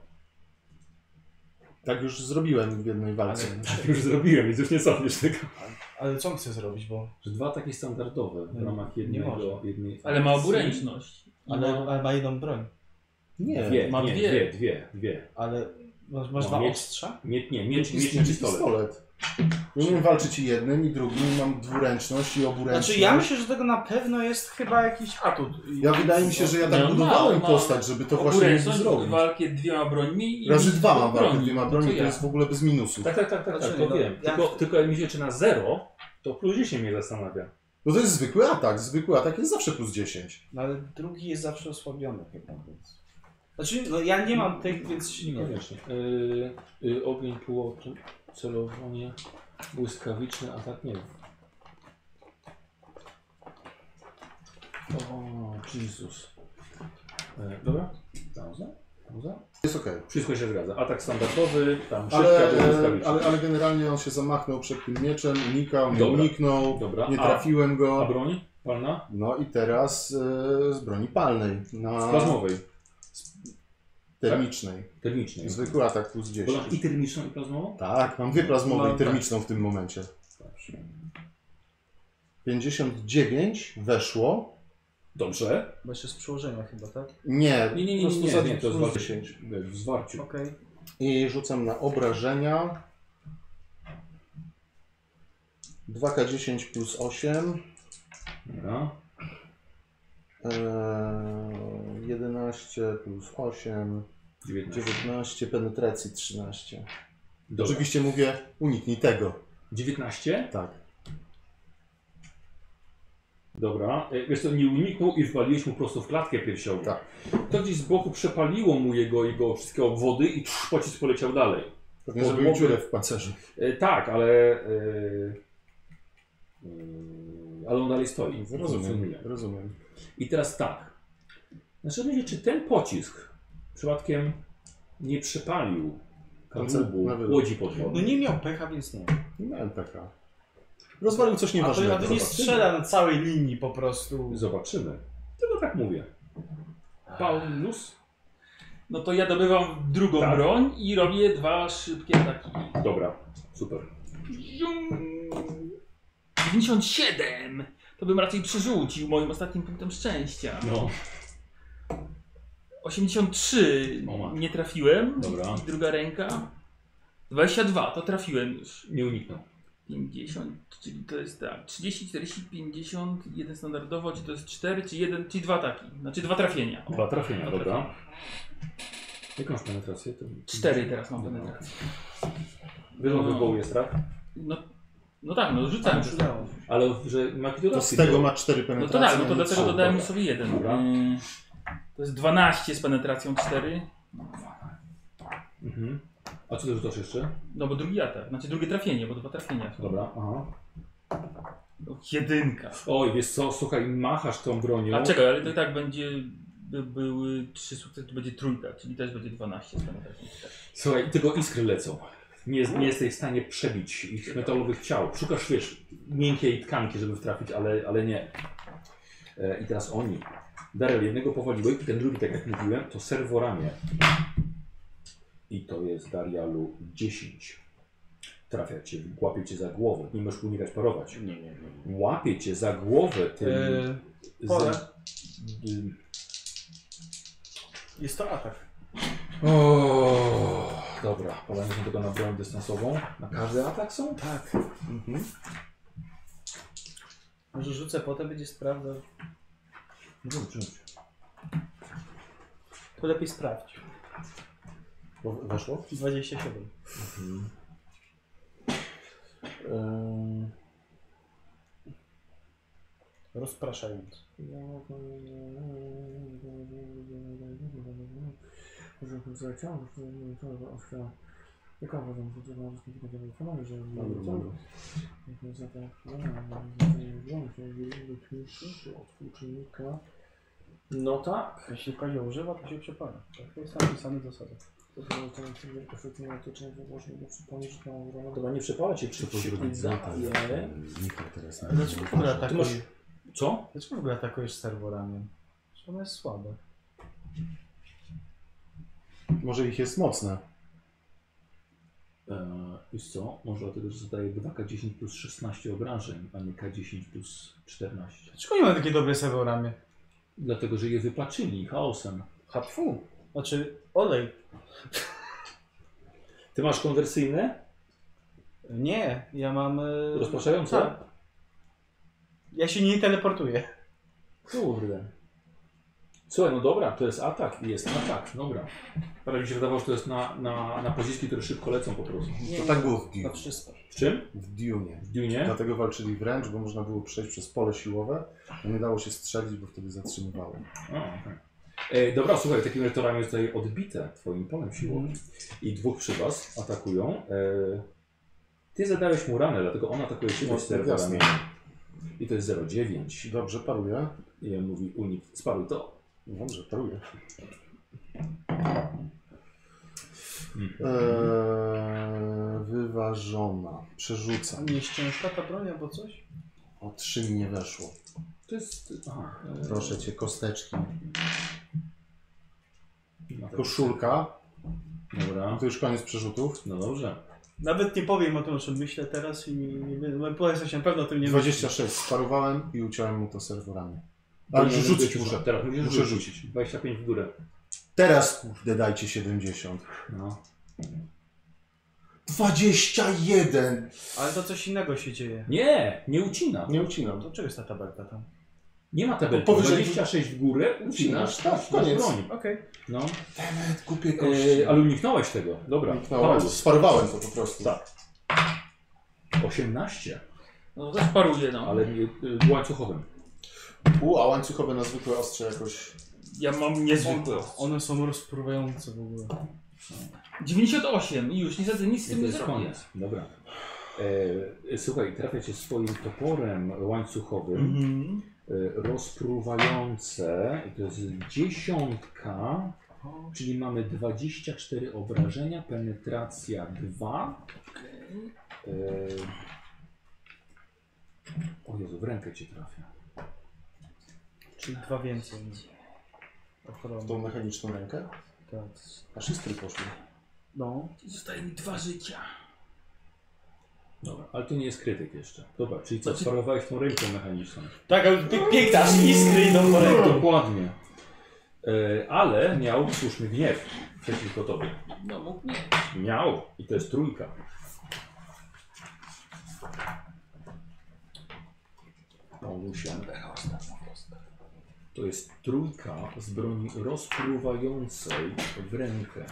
Tak już zrobiłem w jednej walce. Tak już zrobiłem, więc już nie cofniesz tego. Ale co on chce zrobić, bo... Że dwa ataki standardowe w No, ramach nie jednego, może. jednej Ale ma akcji. oburęczność. Ale, No. ale ma jedną broń. Nie, Dwie, Ma nie, dwie. dwie, dwie, dwie. Ale masz, masz No, dwa miecz- ostrza? Mie, nie, miecz miecz, miecz, i miecz pistolet. pistolet. Ja Umiem walczyć i jednym, i drugim, mam dwuręczność i oburęczność. Znaczy ja myślę, że tego na pewno jest chyba jakiś atut. Ja wydaje mi się, że ja tak No, ma, budowałem ma. postać, żeby to właśnie mógł Oburęczność, zrobić. walkę dwiema brońmi i... Razy dwa mam walkę, broni. dwiema No broni, to ja. jest w ogóle bez minusów. Tak, tak, tak, tak, tak Znaczy, to no, wiem. jak- Tylko, tylko jak mi się czy na zero, to plus 10 mnie zastanawia. No to jest zwykły atak, zwykły atak jest zawsze plus 10. No ale drugi jest zawsze osłabiony chyba, więc... Znaczy, no ja nie mam tych, więc nie wiem. Niekoniecznie. Yy, yy, ogień płotu, celowanie, błyskawiczny atak, nie wiem. O, Jezus. Yy, dobra, pauza, pauza. Jest okej. Wszystko się zgadza. Atak standardowy, tam szybka, Ale, to e, błyskawiczna. ale, ale generalnie on się zamachnął przed tym mieczem, unikał, nie Dobra. uniknął, Dobra, nie a, trafiłem a go. broń palna? No i teraz e, z broni palnej, na Plazmowej, tak. termicznej. termicznej. Zwykły atak plus Bo masz 10. I termiczną, i plazmową? Tak, mam dwie plazmowe Mam, i tak. termiczną w tym momencie. 59 weszło. Dobrze. Bo jeszcze z przyłożenia chyba, tak? Nie, Nie, nie, nie, nie, po prostu nie, za nie, to jest plus walka 10. w zwarciu. Okej. I rzucam na obrażenia. 2K10 plus 8. Dobra. Eee, 11 plus 8. 19. 19, penetracji 13. Dobra. Oczywiście mówię, uniknij tego. 19? Tak. Dobra. E, Wiesz co, nie uniknął i wpaliłeś mu prosto w klatkę piersiową. Tak. To gdzieś z boku przepaliło mu jego, jego wszystkie obwody i trz, pocisk poleciał dalej. Pewnie Bo- zrobił bo- dziurę w pancerzu. E, tak, ale... E, e, ale on dalej stoi. Rozumiem, Funkcjonuje. rozumiem. I teraz tak. Zastanawiam się, czy ten pocisk przypadkiem nie przepalił kadłubu Na wylot. łodzi No podwodnej. nie miał pecha, więc nie. Nie Miałem taka. Rozwalił coś A to, nieważnego. a to nie Zobacz. strzela na całej linii po prostu. Zobaczymy. Tylko tak mówię. Paulus? No to ja dobywam drugą Tak. broń i robię dwa szybkie ataki. Dobra, super. Zium. 97! To bym raczej przerzucił moim ostatnim punktem szczęścia. No, 83 O matko. nie trafiłem. Dobra. I druga ręka. 22 to trafiłem już. nie uniknął. 50, czyli to jest tak. 30, 40, 50, jeden standardowo, czy to jest 4, czy 1, czyli dwa ataki. Znaczy dwa trafienia. Dwa trafienia, Dwa dobra. Jaką masz penetrację? To... 4 teraz mam Dobra. penetrację. Wiesz, on wywołuje jest, tak? No, no tak, no rzucałem. Tam przydało. Ale że ma To z tego ma 4 No penetracje. to tak, no to nie dlatego trzy. dodałem dobra. sobie jeden. Dobra. Yy, To jest 12 z penetracją 4. Mhm. A co ty rzucasz jeszcze? No bo drugi atak, znaczy drugie trafienie, bo dwa trafienia. są. Dobra, aha. No, Jedynka. Oj, wiesz co, słuchaj, machasz tą bronią. A czekaj, ale to i tak będzie by były trzy sukcesy, to będzie trójka, czyli też będzie 12 z penetracją 4. Słuchaj, tylko iskry lecą. Nie, nie jesteś w stanie przebić ich metalowych ciał. Szukasz, wiesz, miękkiej tkanki, żeby wtrafić, ale, ale nie. E, I teraz oni. Darel, jednego powaliłeś, ten drugi, tak jak mówiłem, to serworamię. I to jest Darialu 10. Trafia cię, łapie cię za głowę. Nie możesz unikać parować. Nie, E, nie, nie. Łapie cię za głowę tym... Eee, za- pole. y, Jest to atak. O, dobra, podajmy się tylko na broń dystansową. Na każdy atak są? Tak. Może rzucę potem, będzie sprawdzał. Rzuć, rzuć. To lepiej sprawdź. Bo weszło? 27. Ehm, Rozpraszając. Dobra, dobra. No tak. Jeśli kozioł używa, to się przepala. To jest tam pisane zasady. Dobra, No, nie przepala cię Czy czy to się zrobić zabije. Michał teraz nie Dlaczego w ogóle Ty masz... atakujesz? Co? Dlaczego w ogóle atakujesz serworami? Ona jest słabe. Może ich jest mocne. Eee, wiesz co? Może dlatego, że zadaje 2K10 plus 16 obrażeń, a nie K10 plus 14. Dlaczego nie ma takie dobre serworami? Dlatego, że je wypaczyli chaosem. Hatfu. Znaczy olej. Ty masz konwersyjne? Nie, ja mam... e, Rozpraszające? Tak. Ja się nie teleportuję. Kurde. Słuchaj, no dobra, to jest atak i jest atak, dobra. Prawie mi się wydawało, że to jest na, na, na pociski, które szybko lecą po prostu. To tak było w Dune. Na 300. W czym? W Dune. W Dune? Dlatego walczyli wręcz, bo można było przejść przez pole siłowe, a nie dało się strzelić, bo wtedy zatrzymywało. A, okej. Ej, dobra, słuchaj, takim retorami jest tutaj odbite twoim polem siłowym. Mhm. I dwóch przy was atakują. E, ty zadałeś mu ranę, dlatego on atakuje ciebie No, z czterema jasne. ramienia. I to jest 0,9. Dobrze, paruję. I on mówi unik, sparuj to. Dobrze, paruję. Mhm. Eee, wyważona. Przerzucam. Nieszczęsna ta broń albo coś? O trzy mi nie weszło. To jest... Aha, e, Proszę cię, kosteczki. na to- Koszulka. e, Dobra. To już koniec przerzutów. No dobrze. Nawet nie powiem o tym, o czym myślę teraz i nie będę. Polesek się na pewno o tym nie myśli. 26. Sparowałem i uciąłem mu to serworami. Ale już rzucić muszę. Teraz musisz Muszę rzucić. 25 w górę. Teraz kurde dajcie 70. No. 21! Ale to coś innego się dzieje. Nie, nie ucina. Nie ucinam. To czego jest ta tabelka tam? Nie ma tabelki. Powyżej- 26 w górę, ucinasz, Ucinasz, tak, tak, koniec. broń. Okej. No. Demet, kupię kości. E, ale uniknąłeś tego. Dobra. Uniknąłem. Paulus. Sparowałem to po prostu. Tak. 18, No to też paruje, no. ale nie, y, łańcuchowym. U, a łańcuchowe na zwykłe ostrze jakoś... Ja mam niezwykłe. One są rozpruwające w ogóle. 98 i już niestety nic z tym nie zrobię. Dobra. E, słuchaj, trafia cię swoim toporem łańcuchowym, Mhm. e, rozpruwające, i to jest dziesiątka, czyli mamy 24 obrażenia, penetracja 2. E, o Jezu, w rękę cię trafia. Czyli dwa więcej. Ochrony. Tą mechaniczną rękę. Tak. Aż iskry poszły. No. Zostaje mi dwa życia. Dobra, ale to nie jest krytyk jeszcze. Dobra, czyli co, Znaczy- sparowałeś tą ręką mechaniczną. Tak, ale pie- piękna, aż iskry idą po ręku. Dokładnie. E, ale miał słuszny gniew przeciwko tobie. No mógł nie. Miał i to jest trójka. Paulusia. To jest trójka z broni rozpruwającej w rękę.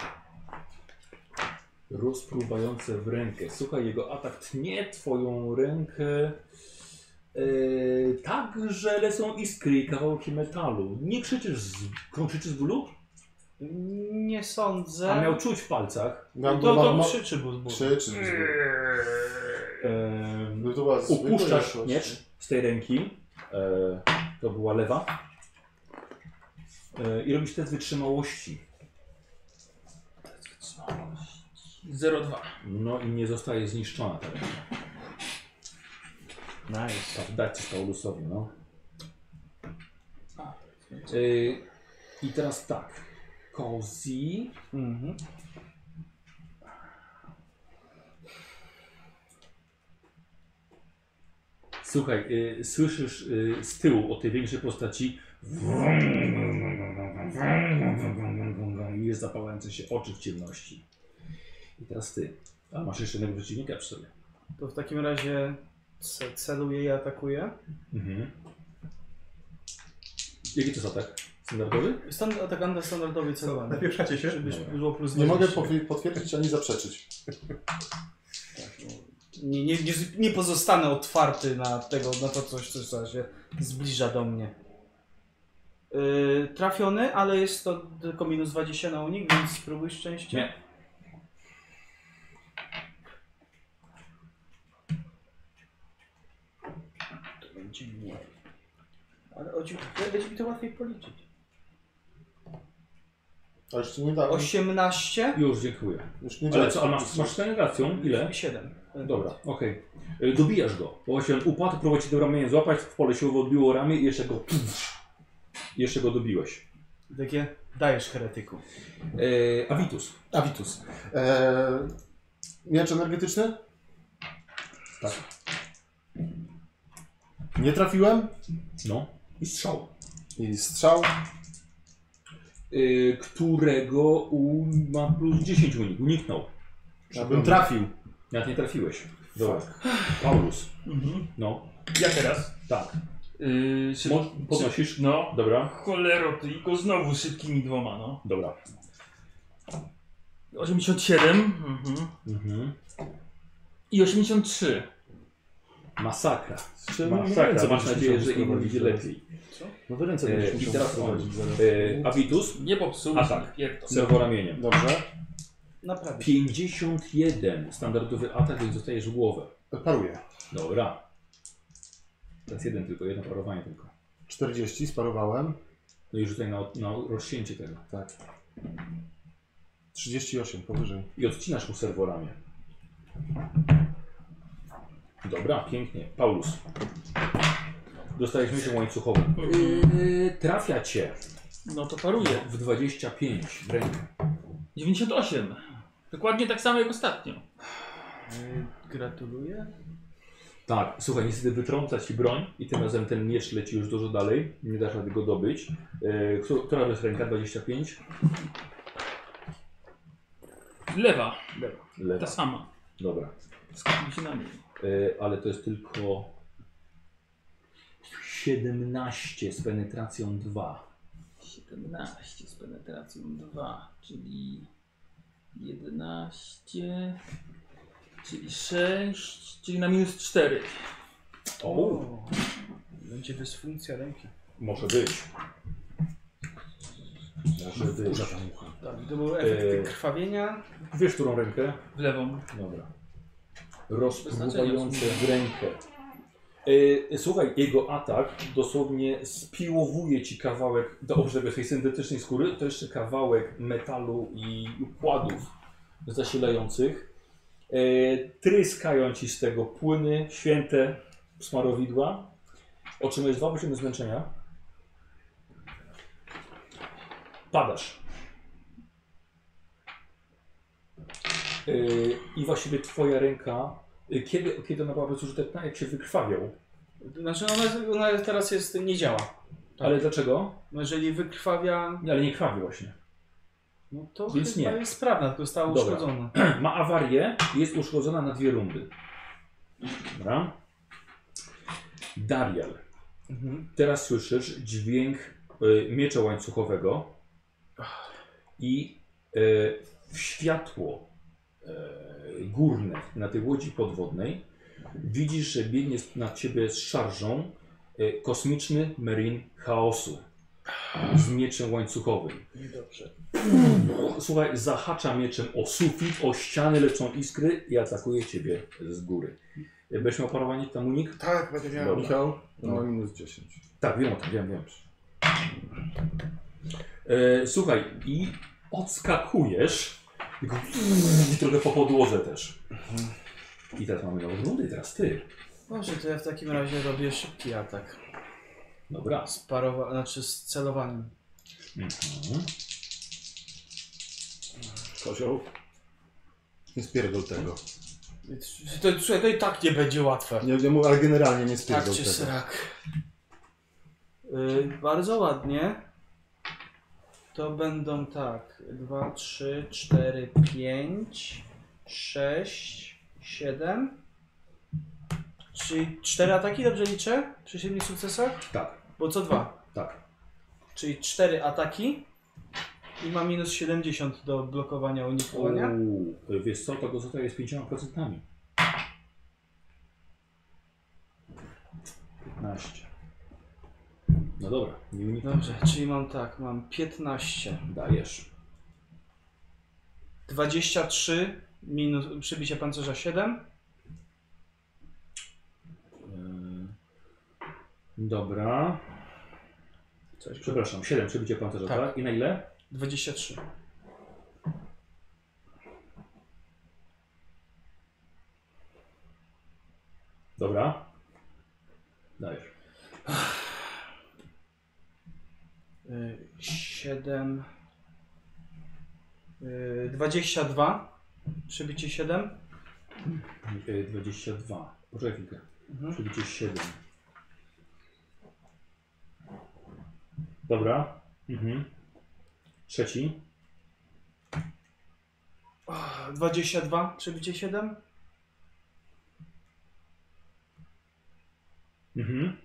Rozpruwające w rękę. Słuchaj, jego atak tnie twoją rękę. Eee, Yy, tak, że lecą iskry i kawałki metalu. Nie krzyczysz z, krączyczy z bólu? Nie sądzę. A miał czuć w palcach. No to, to krzyczy ból. ból. Trzy, czy Yy, No to była zwykła Upuszczasz jakość. miecz z tej ręki. E, to była lewa. E, I robisz test wytrzymałości. 0,2. No i nie zostaje zniszczona ta ręka. Nice. Tak, dać coś Paulusowi, no. E, I teraz tak. Kozi. Mhm. Słuchaj, e, słyszysz e, z tyłu o tej większej postaci i jest zapalające się oczy w ciemności. I teraz ty. A masz jeszcze jednego przeciwnika przy sobie. To w takim razie ce- celuję i atakuję. Mhm. Jaki to jest atak? Standardowy? Stand, atak under standardowy celowany. Napieprzacie się? Żebyś Dobra. było plus Nie mogę 20. potwier- potwierdzić ani zaprzeczyć. Nie, nie, nie, nie pozostanę otwarty na tego, na to coś, coś co się zbliża do mnie. Yy, trafiony, ale jest to tylko minus 20 na unik, więc spróbuj szczęścia. Nie. To będzie mniej. Ale oci- będzie mi to łatwiej policzyć. A już ci nie dałem. 18 Już, dziękuję. Już nie Ale działa. co, a masz, masz penetracją? Ile? i 7. Dobra, okej. Y, Dobijasz go. Bo właśnie on upadł, próbował cię do ramienia złapać, w pole się odbiło ramię i jeszcze go... Jeszcze go dobiłeś. Takie dajesz heretyku. E, Avitus. Avitus. Eee, miecz energetyczny? Tak. Nie trafiłem. No. I strzał. I strzał. Y, którego u... ma plus 10 unik. Uniknął. Abym trafił. Nawet nie trafiłeś. Dobra. Paulus. No. Mhm. Ja teraz. Tak. Yy, szyb... Mo- podnosisz? No. Dobra. Cholero, ty i go znowu szybkimi dwoma, no. Dobra. 87 mhm. Mhm. i 83. Masakra. Czy Masakra. Masz nadzieję, że im inny widzi lepiej. No wy ręce E, będziesz i musiał teraz on. prowadzić zaraz. E, Avitus. Nie popsuł. A tak. Pierdol. Serwo ramieniem. Dobrze. Naprawdę. 51 standardowy atak, więc dostajesz głowę. Paruję. Dobra. Teraz jeden tylko, jedno parowanie tylko. 40 sparowałem. No i rzucaj na, na rozcięcie tego. Tak. 38 powyżej. I odcinasz mu serworamię. Dobra, pięknie. Paulus. Dostajesz myśl łańcuchową. Yy, trafia cię No to paruję. w 25 w rękę. 98. Dokładnie tak samo jak ostatnio. Gratuluję. Tak, słuchaj, niestety wytrąca ci broń i tym razem ten miecz leci już dużo dalej. Nie dasz rady go dobyć. Yy, któ- która to jest ręka? 25? Lewa, Lewa. ta sama. Dobra. Skupmy się na niej. E, ale to jest tylko 17 z penetracją 2. 17 z penetracją 2, czyli 11, czyli 6, czyli na minus 4. O, Będzie dysfunkcja ręki. może być. Może być. Tak, to był efekt Eee. krwawienia. Wiesz, którą rękę? W lewą. Dobra. Rozpływające w rękę. E, słuchaj, jego atak dosłownie spiłowuje ci kawałek, dobrze, bez tej syntetycznej skóry, to jeszcze kawałek metalu i układów zasilających. E, tryskają ci z tego płyny święte smarowidła. Otrzymujesz dwa poziomy zmęczenia. Padasz. E, I właściwie twoja ręka, e, kiedy, kiedy ona była bezużyteczna, jak się wykrwawiał. Znaczy ona, ona teraz jest, nie działa. Ale dlaczego? No Jeżeli wykrwawia, Ale nie krwawi właśnie. no to Więc chyba nie. jest sprawna, tylko została Dobra. uszkodzona. Ma awarię i jest uszkodzona na dwie rundy. Dobra. Darial. Mhm. Teraz słyszysz dźwięk y, miecza łańcuchowego i y, w światło y, górne na tej łodzi podwodnej widzisz, że biegnie nad ciebie z szarżą e, kosmiczny merin chaosu z mieczem łańcuchowym. Niedobrze. Słuchaj, zahacza mieczem o sufit, o ściany lecą iskry i atakuje ciebie z góry. E, Będziesz miał parowanie tam unik? Tak, będę miał. Dobra. Michał, no. ma minus 10. Tak, wiem o tym, wiem, wiem. E, słuchaj, i odskakujesz, tylko i trochę po podłodze też. I teraz mamy nową rundę i teraz ty. Może to ja w takim razie robię szybki atak. Dobra. Z parowa... znaczy z celowaniem. Kozioł. Nie spierdol tego. Czy To, słuchaj, to i tak nie będzie łatwe. Nie, nie mów, ale generalnie nie Tak spierdol czy tego. srak. Y, bardzo ładnie. To będą tak. 2, 3, 4, 5, 6, 7. Czyli 4 ataki dobrze liczę? Przy 7 sukcesach? Tak. Bo co dwa. Tak. Czyli 4 ataki. I ma minus 70 do blokowania unikowania. Uuu, wiesz co, to go zostaje z 50%. 15. No dobra, nie uniknę. Dobrze, czyli mam tak, mam 15, Dajesz. 23 minus przybicie pancerza 7, Yy, Dobra. Coś, przepraszam, 7 przebicie pancerza, tak. Tak. I na ile? 23. Dobra. Dajesz. Y, 7 y, 22 przybicie 7. Yy, 22. Poczekaj chwilkę. Mhm. Przebicie 7. Dobra. Mhm. Trzeci. Och, 22 przybicie 7. Mhm.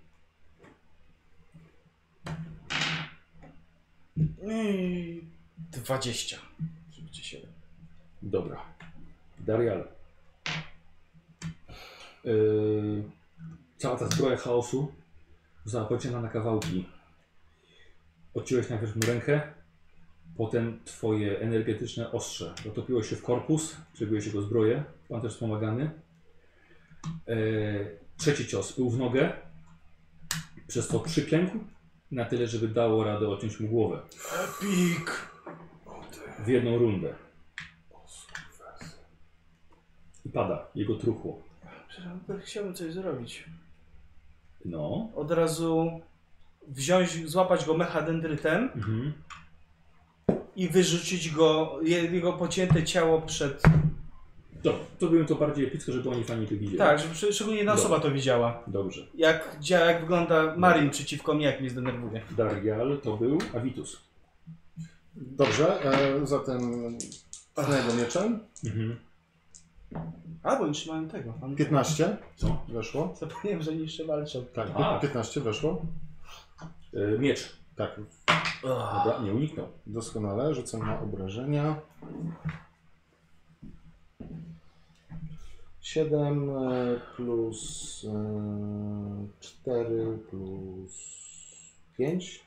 I 20 przybicie 7. Dobra. Darial. Yy, cała ta zbroja chaosu została pocięta na kawałki. Odciąłeś najpierw mu rękę, potem twoje energetyczne ostrze. Zatopiło się w korpus, przebiłeś jego zbroję, pan też wspomagany. Yy, trzeci cios był w nogę, przez co przyklękł na tyle, żeby dało radę odciąć mu głowę. Epic! W jedną rundę. I pada jego truchło. Przepraszam, to chciałbym coś zrobić. No. Od razu wziąć, złapać go mechadendrytem. Mhm. i wyrzucić go, je- jego pocięte ciało przed. Dobra, to bym to bardziej epicko, żeby oni fani to widzieli. Tak, żeby sz- szczególnie jedna Dobra. osoba to widziała. Dobrze. Jak, dzia- jak wygląda Marin przeciwko mnie, jak mnie zdenerwuje. Darial to był Avitus. Dobrze, e, zatem pachnę go mieczem. Mhm. Albo nie trzymałem tego. Pan... 15 Co? weszło. Zapomniałem, że niższe walczą. Tak, A. 15 weszło. E, miecz. Tak, Dobra, nie uniknął. doskonale. Rzucam na obrażenia. 7 e, plus 4 plus 5.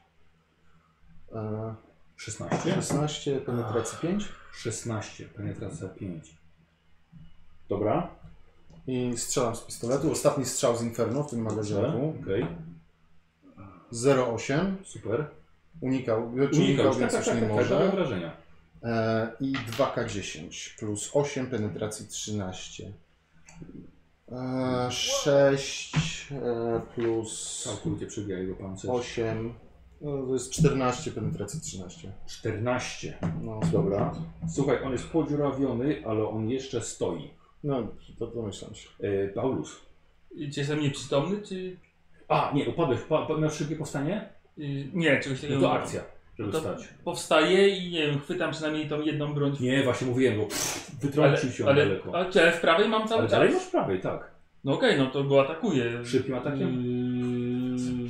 E, 16. 16, penetracji 5. 16. Penetracja 5. Dobra. I strzelam z pistoletu. Ostatni strzał z Inferno w tym magazynku. Okej, 0,8. super. Unikał, znaczy unikał, Unikał, tak, więc tak, już nie tak, tak, może. tak, wrażenia. E, I 2K10 plus 8 penetracji 13. E, 6 e, plus Całkowicie przebija jego pancerz. 8. No, to jest 14 penetracji 13. 14. No, Dobra. Słuchaj, on jest podziurawiony, ale on jeszcze stoi. No, to domyślam się. E, Paulus. Czy jestem nieprzytomny, czy... A, nie, upadłeś. Pa, pa, na szybkie powstanie? y, Nie, czegoś takiego. No to akcja, żeby To- wstać. Powstaję i nie wiem, chwytam przynajmniej tą jedną broń. Nie, właśnie mówiłem, bo wytrącił się on ale, daleko. Ale, Ale, ale w prawej mam cały czas. dalej masz prawej, tak. No okej, no to go atakuje. Szybkim Mm. atakiem? Yy...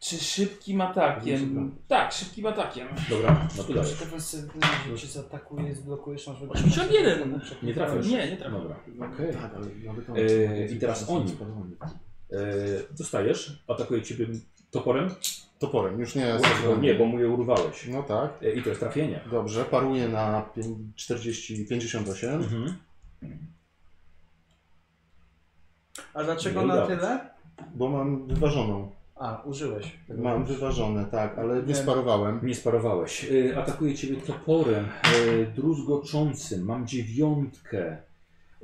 Czy szybkim atakiem? Tak, szybkim atakiem. Dobra, no to dalej. Defensywny, że cię zaatakuje, zblokujesz, masz 81. Nie trafiasz. Nie, nie trafię. Tak, Dobra. Okej. Okay. E, I teraz oni. E, dostajesz, atakuje ciebie toporem? No Toporem, już nie. nie, bo mu je urwałeś. No tak. E, I to jest trafienie. Dobrze, paruję na pię- 40, 58. Mhm. A dlaczego Nie na udało tyle? Bo mam wyważoną. A, użyłeś. tego. Mam wyważone, tak, ale nie sparowałem. Nie sparowałeś. E, atakuje ciebie toporem e, druzgoczącym. Mam dziewiątkę.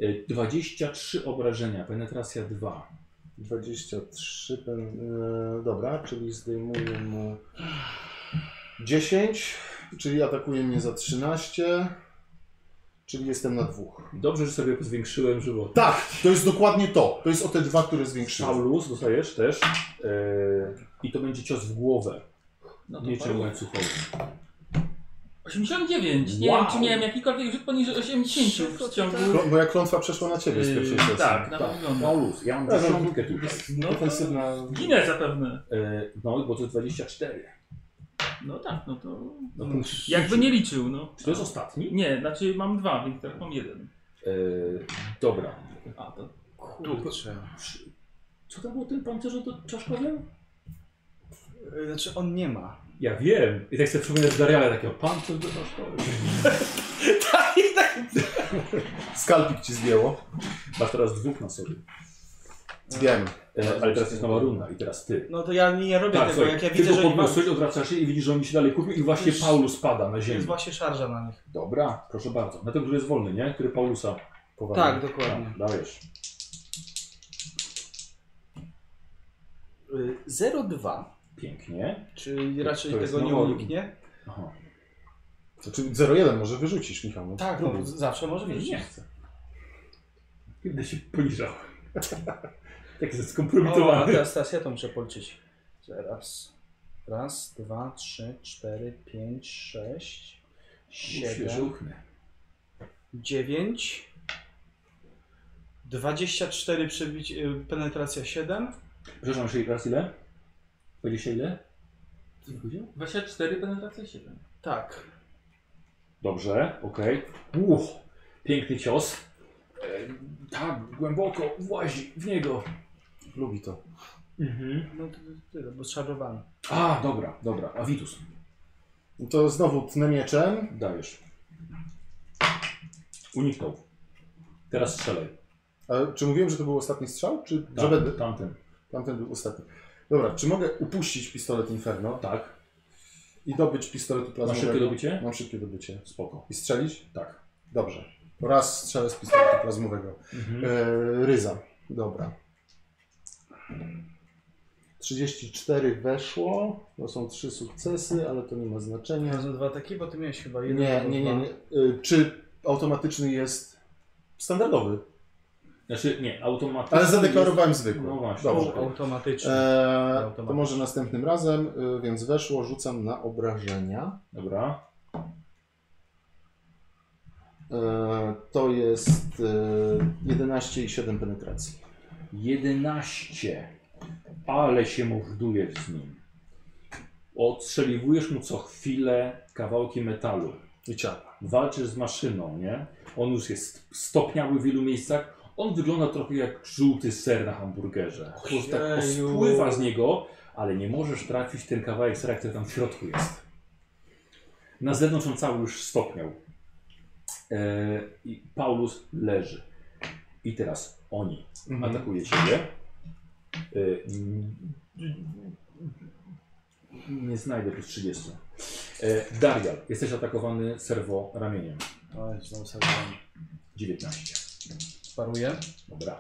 E, 23 obrażenia, penetracja 2. 23, pen- e, dobra, czyli zdejmuję mu 10, czyli atakuje mnie za 13, czyli jestem na dwóch. Dobrze, że sobie zwiększyłem żywot. Tak, to jest dokładnie to. To jest o te dwa, które zwiększyłem. Paulus dostajesz też. E, I to będzie cios w głowę. No to Mieczem paru... łańcuchowym. 89. Nie Wow. wiem, czy miałem jakikolwiek rzut poniżej 80 w ciągu. Klo- Bo jak klątwa przeszła na ciebie z pierwszej Yy, sesji. tak, na pewno. Paulus, ja mam Tak, no, dziesiątkę tutaj. No to Defensywna. ginę zapewne. E, no, bo to jest 24. No tak, no to... No, punkt Jakby nie liczył, no. Czy to jest ostatni? Nie, znaczy mam dwa, więc teraz mam jeden. E, dobra. A, to... Kurczę. Co to było tym pancerzem to czaszkowym? Y, Znaczy on nie ma. Ja wiem. I tak sobie przypominam z Dariala takiego pancerz do czaszkowy. tak, i tak. Skalpik ci zdjęło. Masz teraz dwóch na sobie. Wiem. E, ale teraz jest nowa runda i teraz ty. No to ja nie robię tego, słuchaj, jak ja Tak, ty widzę, go że oni mają... podniosłeś, odwracasz się i widzisz, że oni się dalej kupią i właśnie Już- Paulus pada na To ziemię. jest właśnie szarża na nich. Dobra, proszę bardzo. Na tym, który jest wolny, nie? Który Paulusa powali. Tak, dokładnie. Tak, dajesz. Y, 0,2. Pięknie. Czyli To- raczej to jest tego nie noworum. uniknie? Aha. Znaczy 0,1 może wyrzucisz, Michał. No. Tak, no, z- zawsze może Nie, być. nie chcę. Kiedy się poniżał. Jak jest skompromitowany. teraz, teraz ja to muszę policzyć. Zaraz. Raz, dwa, trzy, cztery, pięć, sześć, siedem, Świeżuchny. dziewięć, dwadzieścia cztery przebicie, y, penetracja siedem. Przepraszam, jeszcze raz ile? 20 ile? Co mi powiedział? 24 penetracja 7. Tak. Dobrze, okej. Uch, piękny cios. E, tak, głęboko włazi w niego. Lubi to. Mhm. No to tyle, bo czarowany. A, dobra, dobra. A Witus, No to znowu tnę mieczem. dajesz. Uniknął. Teraz strzelaj. A czy mówiłem, że to był ostatni strzał? Czy że Tak. Tam, będę... Tamten. Tamten był ostatni. Dobra, czy mogę upuścić pistolet Inferno Tak. i dobyć pistoletu Na plazmowego? szybkie dobicie? Mam szybkie dobycie. Spoko. I strzelić? Tak. Dobrze. Raz strzelę z pistoletu plazmowego. Mhm. Eee, ryza. Dobra. 34 weszło. To są trzy sukcesy, ale to nie ma znaczenia. Razem no, dwa takie, bo ty miałeś chyba Nie, jeden. nie, albo nie. dwa. nie. Eee, czy automatyczny jest standardowy? Znaczy, nie, automatycznie. Ale zadeklarowałem zwykły. No właśnie. Dobrze. Automatyczny. Eee, to Automatyczny. może następnym razem, eee, więc weszło, rzucam na obrażenia. Dobra. E, To jest e, 11 i 7 penetracji. 11. Ale się mordujesz z nim. Odstrzeliwujesz mu co chwilę kawałki metalu. I ciała. Walczysz z maszyną, nie? On już jest stopniały w wielu miejscach. On wygląda trochę jak żółty ser na hamburgerze. Po prostu tak Ojeju. spływa z niego, ale nie możesz trafić w ten kawałek sera, który tam w środku jest. Na zewnątrz on cały już stopniał. E, I Paulus leży. I teraz oni atakuje ciebie. Y, n- Nie znajdę plus 30. Y, Darial, jesteś atakowany serwo ramieniem. Oj, znowu sobie tam 19. paruję. Dobra.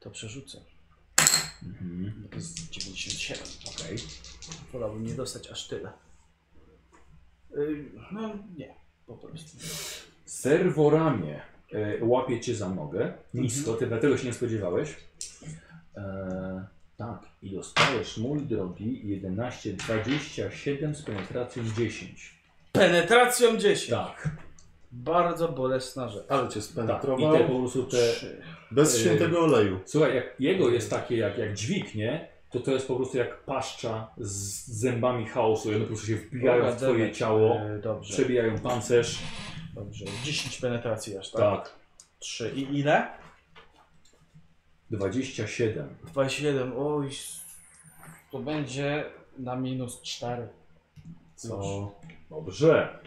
To przerzucę. Mhm. Bo to jest 97. Okej. Wolałbym nie dostać aż tyle. Yy, No nie, po prostu. Serwo ramię y, łapie cię za nogę. Nisko, ty na tego się nie spodziewałeś. E, tak, i dostajesz, mój drogi, 11, 27 z penetracją 10. Penetracją 10. Tak, Bardzo bolesna rzecz. Ale cię tak. I spenetrował. te po prostu te, Trzy. Tak. Bez y, Yy. świętego oleju. Słuchaj, jak jego jest takie jak, jak dźwig, nie? To to jest po prostu jak paszcza z zębami chaosu. One po prostu się wbijają Dobra, w twoje dawaj. ciało, Yy, Dobrze, przebijają pancerz. dobrze. 10 penetracji aż, tak? Tak. 3. I ile? 27. 27, oj, to będzie na minus 4. Co? Dobrze.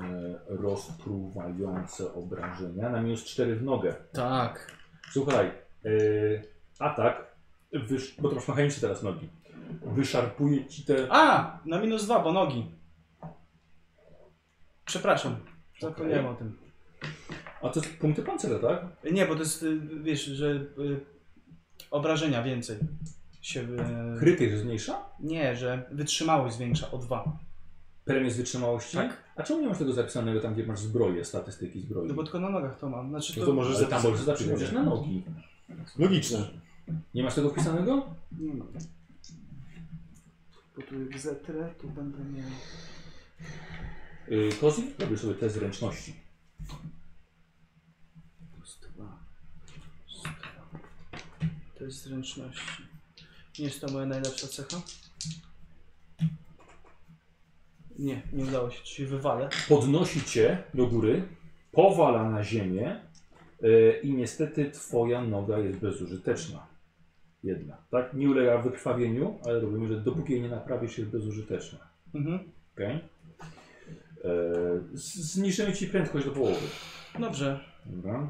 E, rozpruwające obrażenia na minus 4 w nogę. Tak. Słuchaj, yy, atak, wysz... bo to masz mechaniczne teraz nogi, wyszarpuje ci te... A, na minus 2, bo nogi. Przepraszam, zapomniałem o tym. A to jest punkty pancerza, tak? Nie, bo to jest, y, wiesz, że y, obrażenia więcej się... Wy... Kryty jest zmniejsza? Nie, że wytrzymałość zwiększa o 2. Premię z wytrzymałości? Tak. A czemu nie masz tego zapisanego tam, gdzie masz zbroję, statystyki zbroi? No bo tylko na nogach to mam. Znaczy No to... to może- możesz Ale tam zapisać- możesz zapisać przecież no. na nogi. Logiczne. Nie masz tego wpisanego? Nie mam. Bo tu jak zetrę, to będę miał... Yy, Kozi, robisz sobie test zręczności. Plus dwa. To jest zręczności. Nie jest to moja najlepsza cecha? Nie, nie udało się, czyli wywalę. podnosi cię do góry, powala na ziemię y, i niestety twoja noga jest bezużyteczna. Jedna. Tak? Nie ulega wykrwawieniu, ale robimy, że dopóki jej nie naprawisz, jest bezużyteczna. Mhm. Okay? Zniszczymy ci prędkość do połowy. Dobrze. Dobra.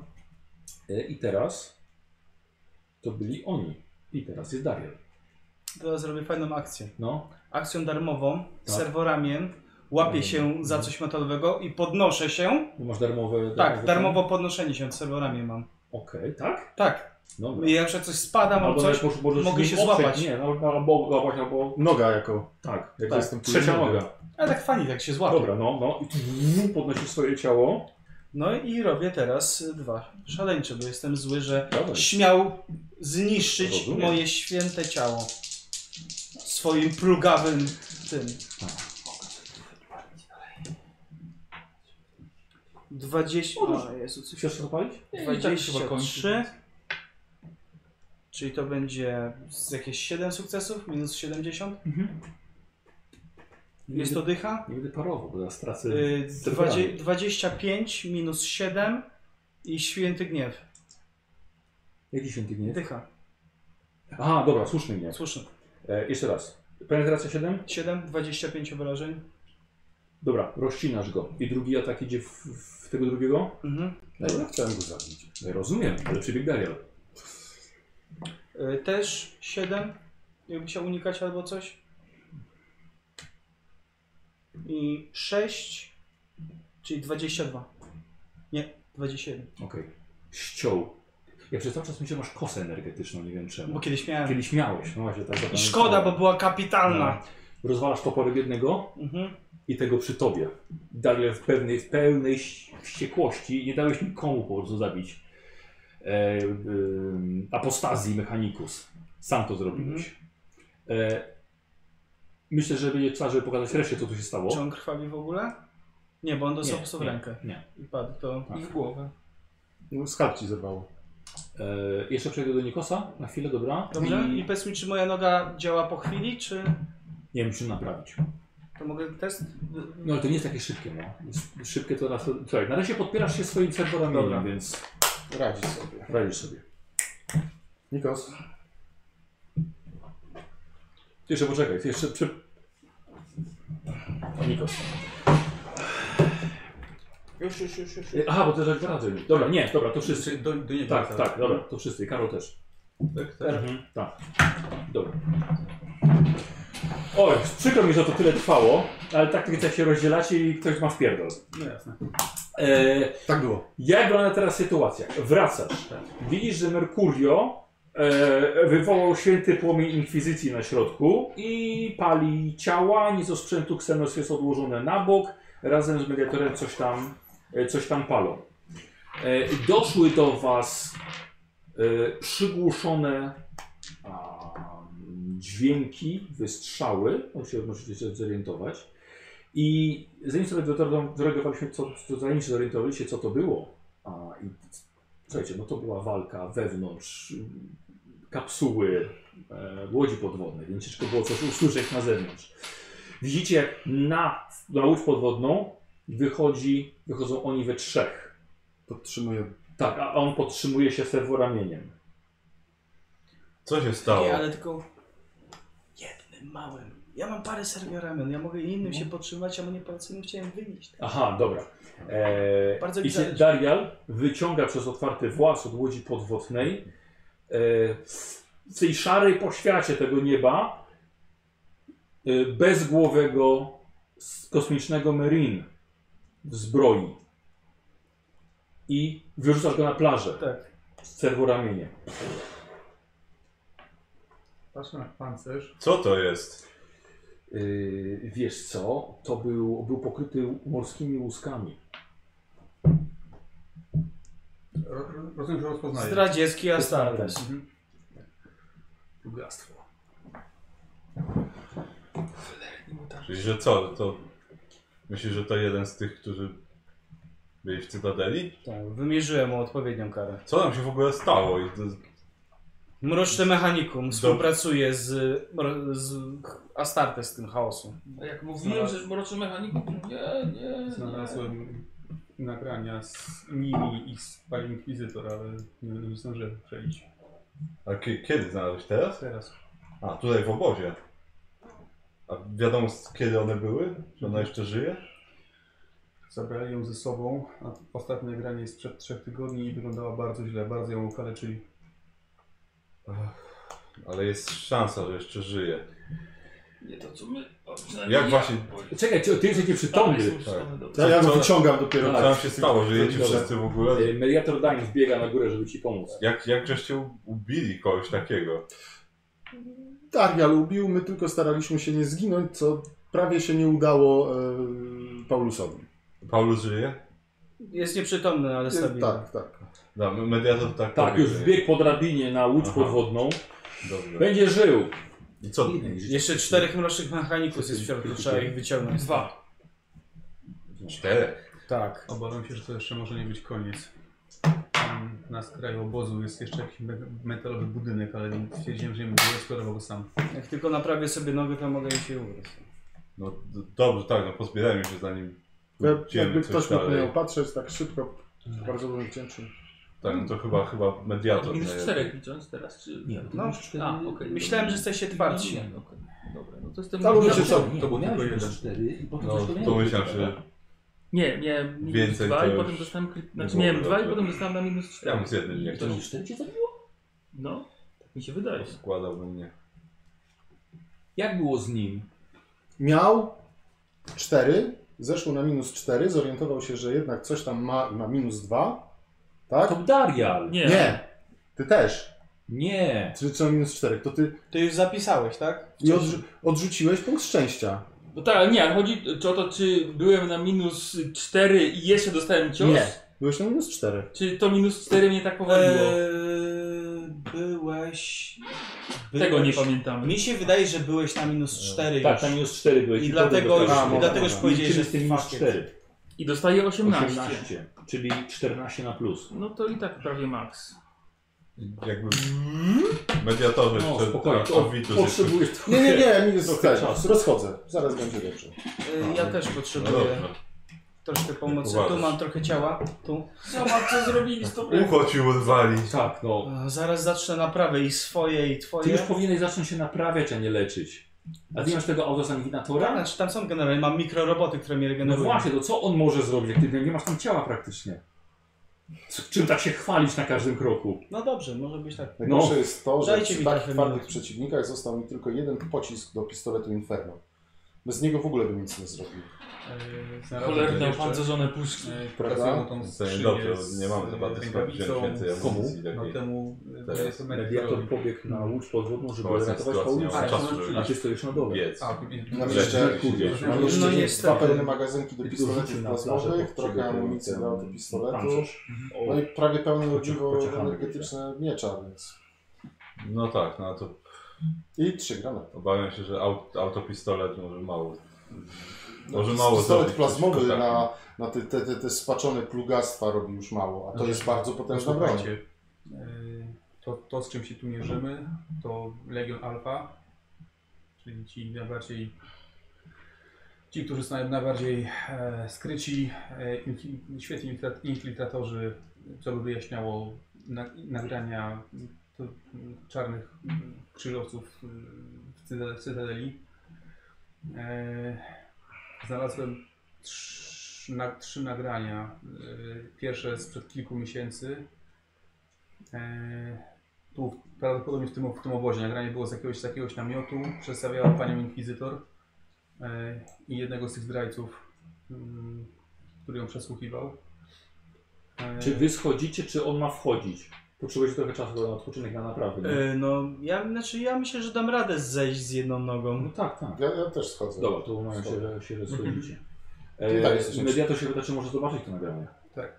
Y, I teraz to byli oni. I teraz jest Dariel. Teraz zrobię fajną akcję. No. Akcją darmową, Tak. serworamiem, łapię się za coś metalowego i podnoszę się. Bo Masz darmowe... Tak, darmowe- darmowo podnoszenie się, serworamiem mam. Okej, tak? Tak, Dobra. i jak się coś spadam albo coś, nawet możesz mogę nim się oprzeć. złapać. Nie, no, albo, albo, albo, albo Noga jako. Tak, Jak tak. jestem trzecia później. noga. ale tak fajnie, tak się złapię. Dobra, no, no. I tu podnosisz swoje ciało. No i robię teraz y, dwa szaleńcze, bo jestem zły, że Dawaj. śmiał zniszczyć No Rozumiem. moje święte ciało swoim plugawym tym. Tak. 20, Możesz. a, Jezu, coś- Chcesz zapalić? I tak się chyba kończy. 23, czyli to będzie z jakieś 7 sukcesów, minus 70, jest to dycha. Nie będę parował, bo teraz tracę... Y, z dwadzie- trwami. 25 minus 7 i święty gniew. Jaki święty nie? Dycha, A, dobra, słuszny nie. słuszny. E, jeszcze raz. Penetracja 7? 7, 25 obrażeń. Dobra, rozcinasz go. I drugi atak idzie w, w tego drugiego? Mhm. No ja chciałem go zabić. No, rozumiem, ale przybiegł Dariel. Y, Też 7, jakby chciał unikać albo coś. I 6, czyli 22. Nie, 21. Okej. Ściął. Ja przez cały czas myślę, że masz kosę energetyczną, nie wiem czemu. Bo kiedyś miałem. Kiedyś miałeś, no właśnie tak I zapamiętałem. szkoda, bo była kapitalna. Rozwalasz toporek jednego, Mhm. i tego przy tobie. Daniel w pewnej, w pełnej ś- wściekłości nie dałeś nikomu po prostu zabić e, em, apostazji Mechanicus. Sam to zrobiłeś. Mhm. E, myślę, że będzie trzeba, żeby pokazać reszcie, co tu się stało. Czy on krwawi w ogóle? Nie, bo on dostał po Nie, prostu w nie, rękę. nie. I padł to. Tak. I w głowę. No, Skarb ci zerwało. E, jeszcze przejdę do Nikosa na chwilę, dobra? Dobrze? I I powiedz mi, czy moja noga działa po chwili, czy nie wiem, czy naprawić. to mogę test? No ale to nie jest takie szybkie, no. Jest- Szybkie to raz... Słuchaj, na razie podpierasz się swoim serworem, więc Radzi sobie. radzisz sobie. Nikos. Ty Jeszcze poczekaj, ty jeszcze przy... Nikos. Już, już, już, już. Y, Aha, bo też razy. Dobra, nie, dobra, to wszyscy. Do, do nieba. Tak, tak, dobra, to wszyscy. I Karol też. Tak, tak. Mhm. Tak. Dobra. Oj, przykro mi, że to tyle trwało, ale tak tylko się rozdzielacie i ktoś ma wpierdol. No jasne. E, Tak było. jak wygląda teraz sytuacja? Wracasz. Widzisz, że Mercurio e, wywołał święty płomień inkwizycji na środku i pali ciała, nieco sprzętu Xenos jest odłożone na bok, razem z mediatorem coś tam, e, coś tam palą. E, doszły do was e, przygłuszone a, dźwięki, wystrzały, o się możecie się zorientować. I zanim sobie dotarłem- zorientowaliśmy, co, co, zanim się zorientowaliście, co to było, a, i, słuchajcie, no to była walka wewnątrz mm, kapsuły e, łodzi podwodnej, więc ciężko było coś usłyszeć na zewnątrz. Widzicie, jak na, na łódź podwodną wychodzi, wychodzą oni we trzech. Podtrzymuję. Tak, a on podtrzymuje się serwo ramieniem. Co się stało? Nie, ale tylko jednym małym. Ja mam parę serwio ramion, ja mogę innym się podtrzymać, a mnie palcem chciałem wynieść. Aha, dobra. E, Bardzo i mi zależy. Darial wyciąga przez otwarty włas od łodzi podwodnej e, w- w tej szarej poświacie tego nieba e, bezgłowego s- kosmicznego Marine w zbroi i wyrzucasz go na plażę Tak. z serworamieniem. Patrzę na pancerz. Co to jest? Yy, wiesz co, to był, był pokryty morskimi łuskami. Ro- ro- Rozumiem, że No rozpoznaję. Zdradziecki Astartes. Bogactwo. Czyli, że co? To... Myślisz, że to jeden z tych, którzy byli w Cytadeli? Tak, wymierzyłem mu odpowiednią karę. Co nam się w ogóle stało? I to- Mroczny mechanikum współpracuje z, z Astartes, z tym chaosu. A jak mówiłem, że mroczny mechanikum, nie, "E, nie, nie. Znalazłem nagrania z nimi i z pani Inkwizytor, ale nie, nie zdążyłem przejść. A ki- kiedy znalazłeś teraz? Teraz. A, tutaj w obozie. A wiadomo z- kiedy one były? Czy ona jeszcze żyje? Zabrali ją ze sobą, a ostatnie nagranie jest sprzed trzech tygodni i wyglądała bardzo źle, bardzo ją okaleczyli. Ale jest szansa, że jeszcze żyje. Nie to co my. O, przynajmniej Jak ja, właśnie- bo- Czekaj, ty ty jesteś Dobra, nieprzytomny. Tak, jestem przytomny, dobra. ja go co- wyciągam dopiero. Co Tak. nam się stało? Żyjecie Dobrze. wszyscy w tak. ogóle? Yy, Mediator Dain wbiega na górę, żeby ci pomóc. Jak, jak żeście u- ubili kogoś takiego? Daria lubił, my tylko staraliśmy się nie zginąć, co prawie się nie udało e, Paulusowi. Paulus żyje? Jest nieprzytomny, ale stabilny. Tak, tak. Da, mediator tak Tak, powie, już że- wbiegł po drabinie na łódź Aha. podwodną. Dobrze. Będzie żył. I co? Jeszcze czterech mrocznych mechaników jest w środku, trzeba ich wyciągnąć. Dwa. Czterech. Tak. Obawiam się, że to jeszcze może nie być koniec. Tam na skraju obozu jest jeszcze jakiś me- metalowy budynek, ale nie- stwierdziłem, że nie będę eksplorował go sam. Jak tylko naprawię sobie nogę, to mogę im się ubrać. No d- dobrze, tak, no pozbierajmy się zanim Ja, pójdziemy jakby coś ktoś mógł mnie dalej. opatrzeć tak szybko, bardzo bym wdzięczny. Tak, no to chyba, chyba mediator. Minus najlepiej. czterech licząc teraz, czy. Nie, to No, minus cztery. A, okej. Myślałem, że jesteście twardsi. Nie, okej. Dobra, no to jestem. Albo że się musiał- co? To był tylko jeden. cztery i potem No, coś to miałeś, myślałem, prawda? że Nie, nie, minus Więcej dwa to i już potem dostałem. Kry... Znaczy było miałem dwa i dobrze. potem dostałem na minus ja cztery. bym z jednym nie I to chciał. nie cztery cię zabiło? No, tak mi się wydaje. Składałbym nie. Jak było z nim? Miał 4, zeszło na minus 4, zorientował się, że jednak coś tam ma, ma minus 2, tak? To Darial. Nie. Nie, ty też. Nie. Czy co minus 4, to ty Ty już zapisałeś, tak? i odrzu odrzuciłeś punkt szczęścia. No tak, nie, ale chodzi czy o to, czy byłem na minus cztery i jeszcze dostałem cios? Nie. Byłeś na minus 4. Czy to minus cztery mnie tak powaliło? Eee, E, byłeś... Tego nie byłeś- pamiętam. Mi się wydaje, że byłeś na minus 4 Tak, już. na minus cztery byłeś. I potem dlatego dostałeś- już, A, i dobra, dlatego już dobra. powiedziałeś, że Liczymy z tym minus fakiet. cztery. I dostaję 18. 18, czyli 14 na plus. No to i tak prawie max. Jakby mediatorze No, jeszcze spokojnie, tak, to obwitus jeszcze- potrzebujesz trochę. Nie, nie, nie, minus Trochę 4. czasu. Rozchodzę, zaraz będzie dobrze. Eee, Ja też No potrzebuję dobrze. troszkę pomocy. Uważasz. Tu mam trochę ciała. Tu. Zobacz, co zrobili z tą Ucho ci urwali. Tak, no. Eee, Zaraz zacznę naprawę i swoje, i Ty twoje. już powinieneś zacząć się naprawiać, a nie leczyć. A ty masz tego autosangwinatora? Znaczy, tam są generalnie, mam mikroroboty, które mnie No regenerują. właśnie, to co on może zrobić, jak ty nie masz tam ciała praktycznie? Z czym tak się chwalić na każdym kroku? No dobrze, może być tak. Najgorsze jest to, że Dajcie przy mi takich trochę twardych minut. przeciwnikach został mi tylko jeden pocisk do pistoletu Inferno. Bez niego w ogóle bym nic nie zrobił. Eee, Cholerne opancerzone puszki. E, Prawda? Pracują tą Dobrze, skrzynię z, nie mamy e, chyba dyskretów rękawicą, więcej z- amunicji No takiej. temu Teraz e, jest Mediator pobiegł na łódź podwodną, żeby Obecna ratować sytuacja nie ma Paulusa. czasu, A ty żeby stoisz na dole. Tak, biec. A, i- Mam Że- jeszcze, kurde. mam jeszcze No dwa niestety. pełne magazynki do Tylko pistoletów rzucił Tak. na plażę, plazmowych, bo trochę przygotował amunicji ten do autopistoletu, pancerz. no i prawie pełne Pociach- ogniwo pociachamy energetyczne miecza, więc... No tak, no to I trzy granaty. obawiam się, że aut, autopistolet może mało. No, Może mało Pistolet zrobić tak. plazmowy przeciwko na, na te, te, te, te spaczone plugastwa robi już mało, a to jest bardzo potężna broń. Słuchajcie, y, To, to, z czym się tu mierzymy, to Legion Alpha, czyli ci najbardziej Ci, którzy są najbardziej e, skryci, e, infil, świetni infiltrat- infiltratorzy, co by wyjaśniało na, nagrania m, to, m, czarnych m, krzyżowców m, w, cyta, w Cytadeli. E, znalazłem trzy, na, trzy nagrania. E, pierwsze sprzed kilku miesięcy. E, tu prawdopodobnie w tym, w tym obozie nagranie było z jakiegoś, z jakiegoś namiotu. Przedstawiała panią inkwizytor e, i jednego z tych zdrajców, mm, który ją przesłuchiwał. E, Czy wy schodzicie, czy on ma wchodzić? Potrzebujecie trochę czasu na odpoczynek, na naprawę. nie? E, no, ja, znaczy, ja myślę, że dam radę zejść z jedną nogą. No tak, tak. Ja, ja też schodzę. Dobra, to umawiam się, że się że schodzicie. E, Ty tak jesteś mediator się pyta, czy może zobaczyć to nagranie. Tak.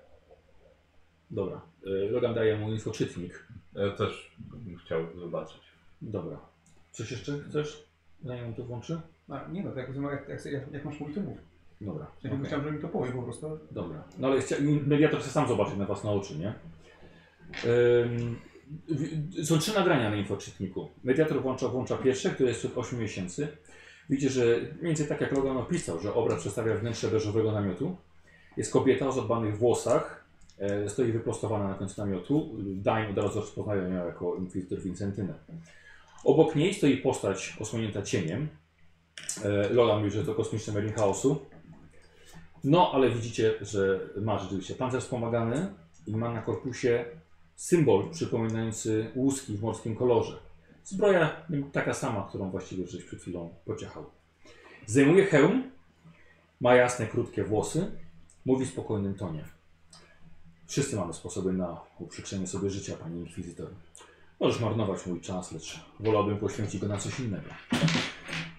Dobra. E, Logan daje mu infoczytnik. Ja też bym chciał zobaczyć. Dobra. Coś jeszcze chcesz? Zanim on to włączy? a, nie no, to jak, jak, jak, jak, jak masz mówić, to mów. Dobra. W sensie okej. Chciałem, żeby mi to powie po prostu. Dobra. No ale chcia... mediator chce sam zobaczyć na własne oczy, nie? Ym, w- Są trzy nagrania na infoczytniku. Mediator włącza, włącza pierwsze, które jest od 8 miesięcy. Widzicie, że mniej więcej tak jak Logan opisał, że obraz przedstawia wnętrze beżowego namiotu. Jest kobieta o zadbanych włosach, e, stoi wyprostowana na końcu namiotu. Dain od razu rozpoznaje ją jako inkwizytor Vincentynę. Obok niej stoi postać osłonięta cieniem. E, Logan mówi, że to kosmiczny Merlin Chaosu. No, ale widzicie, że ma rzeczywiście pancerz wspomagany i ma na korpusie symbol przypominający łuski w morskim kolorze. Zbroja mm, taka sama, którą właściwie żeś przed chwilą pociechał. Zdejmuje hełm, ma jasne, krótkie włosy, mówi w spokojnym tonie. Wszyscy mamy sposoby na uprzykrzenie sobie życia, panie inkwizytor. Możesz marnować mój czas, lecz wolałbym poświęcić go na coś innego.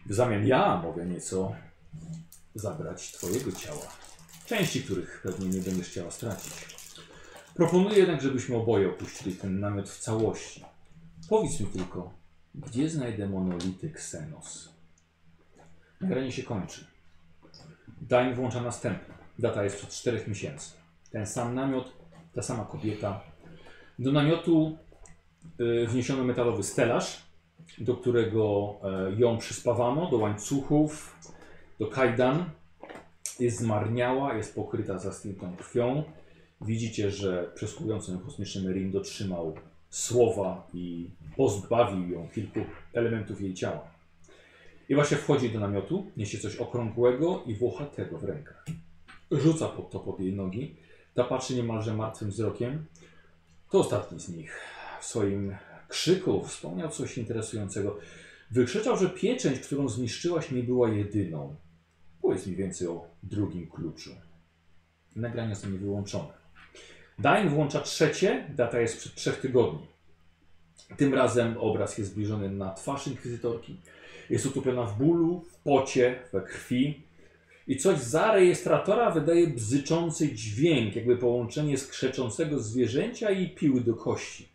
W zamian ja mogę nieco zabrać Twojego ciała. Części, których pewnie nie będziesz chciała stracić. Proponuję jednak, żebyśmy oboje opuścili ten namiot w całości. Powiedz mi tylko, gdzie znajdę monolity Xenos? Nagranie się kończy. Dain włącza następne. Data jest przed 4 miesięcy. Ten sam namiot, ta sama kobieta. Do namiotu y, wniesiono metalowy stelaż, do którego e, ją przyspawano, do łańcuchów, do kajdan. Jest zmarniała, jest pokryta zastygłą krwią. Widzicie, że przeskujący ją kosmiczny Merin dotrzymał słowa i pozbawił ją kilku elementów jej ciała. I właśnie wchodzi do namiotu, niesie coś okrągłego i włochatego w rękach. Rzuca pod to pod jej nogi. Ta patrzy niemalże martwym wzrokiem. To ostatni z nich. W swoim krzyku wspomniał coś interesującego. Wykrzyczał, że pieczęć, którą zniszczyłaś, nie była jedyną. Powiedz mi więcej o drugim kluczu. Nagrania są niewyłączone. Dain włącza trzecie, data jest przed trzech tygodni. Tym razem obraz jest zbliżony na twarz inkwizytorki. Jest utopiona w bólu, w pocie, we krwi. I coś za rejestratora wydaje bzyczący dźwięk, jakby połączenie skrzeczącego zwierzęcia i piły do kości.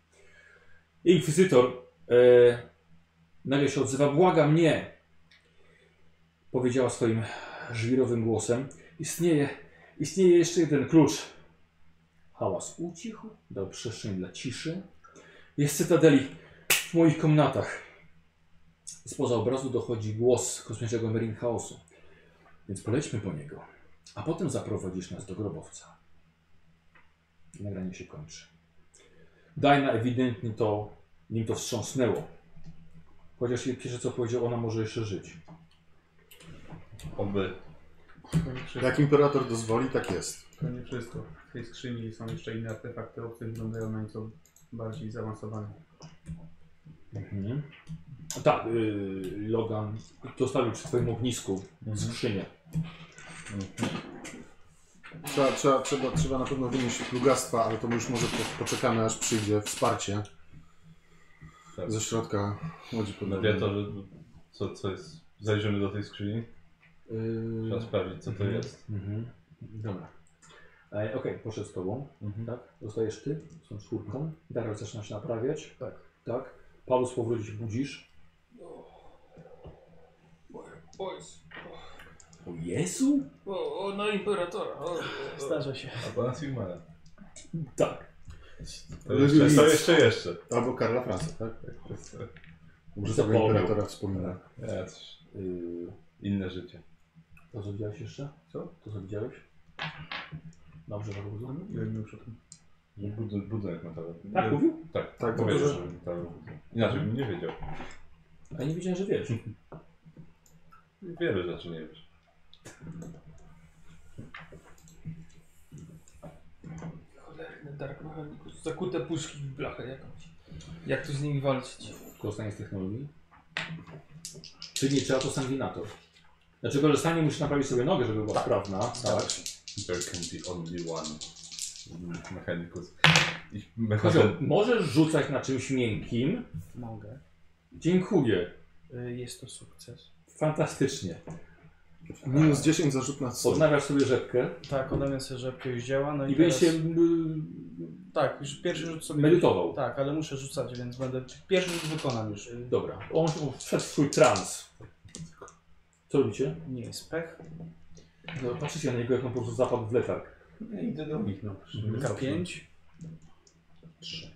Inkwizytor e, Nagle się odzywa, błaga mnie. Powiedziała swoim żwirowym głosem. Istnieje, istnieje jeszcze jeden klucz. Hałas ucichł, dał przestrzeń dla ciszy. Jest cytadeli w moich komnatach. Spoza obrazu dochodzi głos kosmicznego Merin Chaosu. Więc polećmy po niego, a potem zaprowadzisz nas do grobowca. Nagranie się kończy. Dajna ewidentnie to, nim to wstrząsnęło. Chociaż jej pierwsze co powiedział, ona może jeszcze żyć. Oby Tak, Jak imperator dozwoli, tak jest. To nie wszystko. W tej skrzyni są jeszcze inne artefakty, o których wyglądają na nieco bardziej zaawansowane. Mhm. Tak, yy, Logan zostawił przy swoim ognisku skrzynię. Trzeba, trzeba, trzeba, trzeba na pewno wynieść plugastwa, ale to już może po, poczekamy, aż przyjdzie wsparcie tak. ze środka łodzi podwodnej. Mediator, co, co jest. Zajrzymy do tej skrzyni. Trzeba Y, sprawdzić, co to Mhm. jest. Mhm. Dobra. E, Okej, poszedł z tobą. Mhm. Tak? Zostajesz ty, są czwórką. Daryl zaczyna się naprawiać. Tak. Tak. Paulus powrócić budzisz. Boys. O Jezu? O, o, na imperatora. O, o, o. Zdarza się. A pana Sigmara. Tak. To jeszcze, to jeszcze, jeszcze. Albo Karla Franca, tak? To jest, Może Zapomniał. tego imperatora wspomina. ja, coś, Yy, inne życie. To co widziałeś jeszcze? Co? To co widziałeś? Dobrze, że chodzą? Nie wiem już o tym. Bud- budynek metalowy. Tak, mówił? Tak, Tak, tak. to Powiedział, że- że metalowy. Inaczej bym nie wiedział. A ja nie wiedziałem, że wiesz. Wiele rzeczy nie wiesz. Cholerne Dark Mechanicus. Zakute puszki w blachę jakąś. Jak tu z nimi walczyć? Korzystanie z technologii. Czyli nie trzeba to sanginator. Znaczy korzystanie musisz naprawić sobie nogę, żeby była sprawna. Tak. There can be only one. Mechanikus. I Kozioł, metodę, możesz rzucać na czymś miękkim. Mogę. Dziękuję. E, Y, Jest to sukces. Fantastycznie. Minus 10 zarzut na stół. Odnawiasz sobie rzepkę Tak, odawiam sobie żebkę już działa, no i, i będziesz się teraz... mm, Tak, już pierwszy rzut sobie... medytował. Tak, ale muszę rzucać, więc będę... Pierwszy rzut wykonam już. Dobra. On wszedł w swój trans. Co robicie? Nie jest pech. No, patrzycie na niego, jak on po prostu zapadł w letarg. ja idę do nich, no. K5. 3.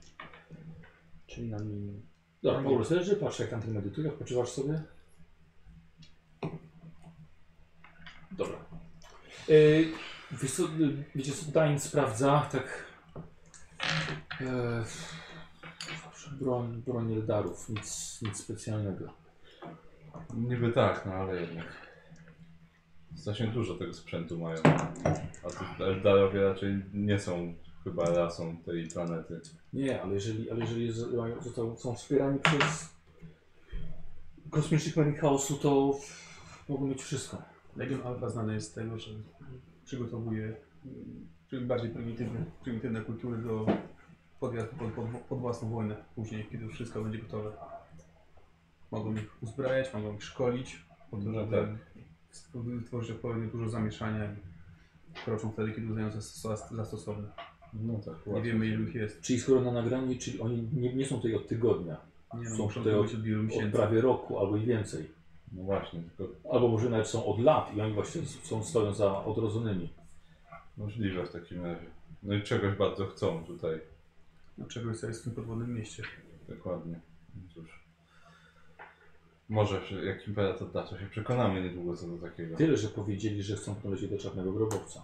Czyli na minimum. Dobra, Paul leży, patrz jak tam ty medytuje, odpoczywasz sobie. Dobra. Yy, wiesz co, yy, wiecie co, Dain sprawdza, tak... Yy, broń, broń Eldarów, nic, nic specjalnego. Niby tak, no ale jednak. Strasznie dużo tego sprzętu mają. A tu Eldarowie raczej nie są chyba rasą tej planety. Nie, ale jeżeli, ale jeżeli z- mają- został- są wspierani przez kosmicznych Meni Chaosu, to mogą mieć wszystko. Legion Alpha znany jest z tego, że przygotowuje mm, czyli bardziej prymitywne, prymitywne kultury do podjazdu pod, pod, pod własną wojnę później, kiedy już wszystko będzie gotowe. Mogą ich uzbrajać, mogą ich szkolić, po to, No żeby stw- stworzyć odpowiednio dużo zamieszania i kroczą wtedy, kiedy uznają za, za, za stosowne. No tak, Nie wiemy ilu ich jest. Czyli skoro na nagranie, czyli oni nie, nie są tutaj od tygodnia, Nie Są no, muszą tutaj to być od wielu od miesięcy. prawie roku albo i więcej. No właśnie, tylko Albo może nawet są od lat i oni właśnie są, stoją za odrodzonymi. możliwe w takim razie. No i czegoś bardzo chcą tutaj, Dlaczego jest w tym podwodnym mieście? dokładnie. No Cóż. Może przy- jak imperator da, to się przekonamy niedługo co do takiego. Tyle, że powiedzieli, że chcą polecieć do Czarnego Grobowca.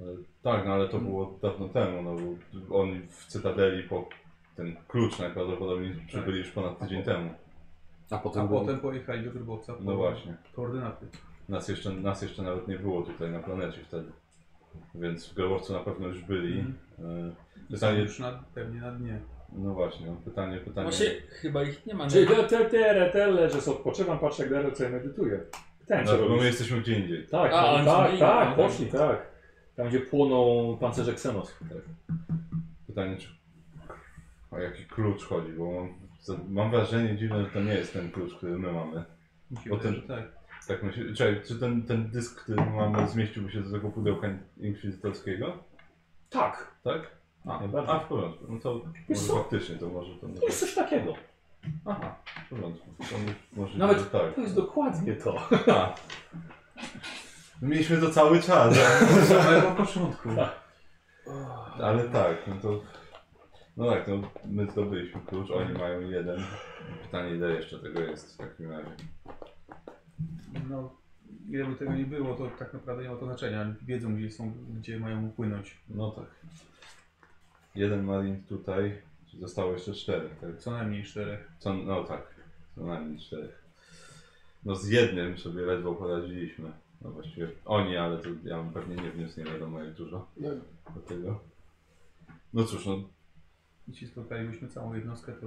Ale- Tak, no ale to było dawno temu, no bo oni w Cytadeli po ten klucz najprawdopodobniej przybyli już ponad tydzień temu. A A potem, potem pojechali do grobowca po No właśnie. koordynaty. Nas jeszcze, nas jeszcze nawet nie było tutaj na planecie wtedy. Więc w Grobowcu na pewno już byli. E, Pytanie Pytanie, już na, pewnie na dnie. no właśnie, no, pytanie, pytanie. Właśnie chyba ich nie ma. Czyli te, te, te, te leżę, sobie odpoczywam, patrzę jak dalej, co ja medytuję. Pytałem, co no, bo robisz. my jesteśmy gdzie indziej. Tak, A, tak, oni są tak, mieli- tak, poszli, tak. Tam gdzie płoną pancerze Xenos. Pytanie, czy o jaki klucz chodzi, bo mam, za- mam wrażenie dziwne, że to nie jest ten klucz, który my mamy. Mi się Bo wydaje, ten- że tak. Tak myślę, czekaj, czy ten, ten dysk, który mamy, zmieściłby się do tego pudełka inkwizytorskiego? Tak. Tak? A, A, w porządku, no to Wiesz może co? faktycznie, to może to... To jest coś takiego. Aha, w porządku, to może Nawet że tak. To jest dokładnie to. A. Mieliśmy to cały czas. ale- Od samego początku. Tak. Ale tak, no to. No tak, no my zdobyliśmy klucz, oni mają jeden. Pytanie ile jeszcze tego jest w takim razie. No, ile by tego nie było, to tak naprawdę nie ma to znaczenia. Wiedzą, gdzie są, gdzie mają płynąć. No tak. Jeden Marine tutaj, zostało jeszcze cztery, tak? Co najmniej czterech. Co, no tak, co najmniej czterech. No z jednym sobie ledwo poradziliśmy. No właściwie oni, ale to ja bym pewnie nie wniósł nie wiadomo jak dużo Nie. do tego. No cóż, no, Jeśli spotkalibyśmy całą jednostkę, to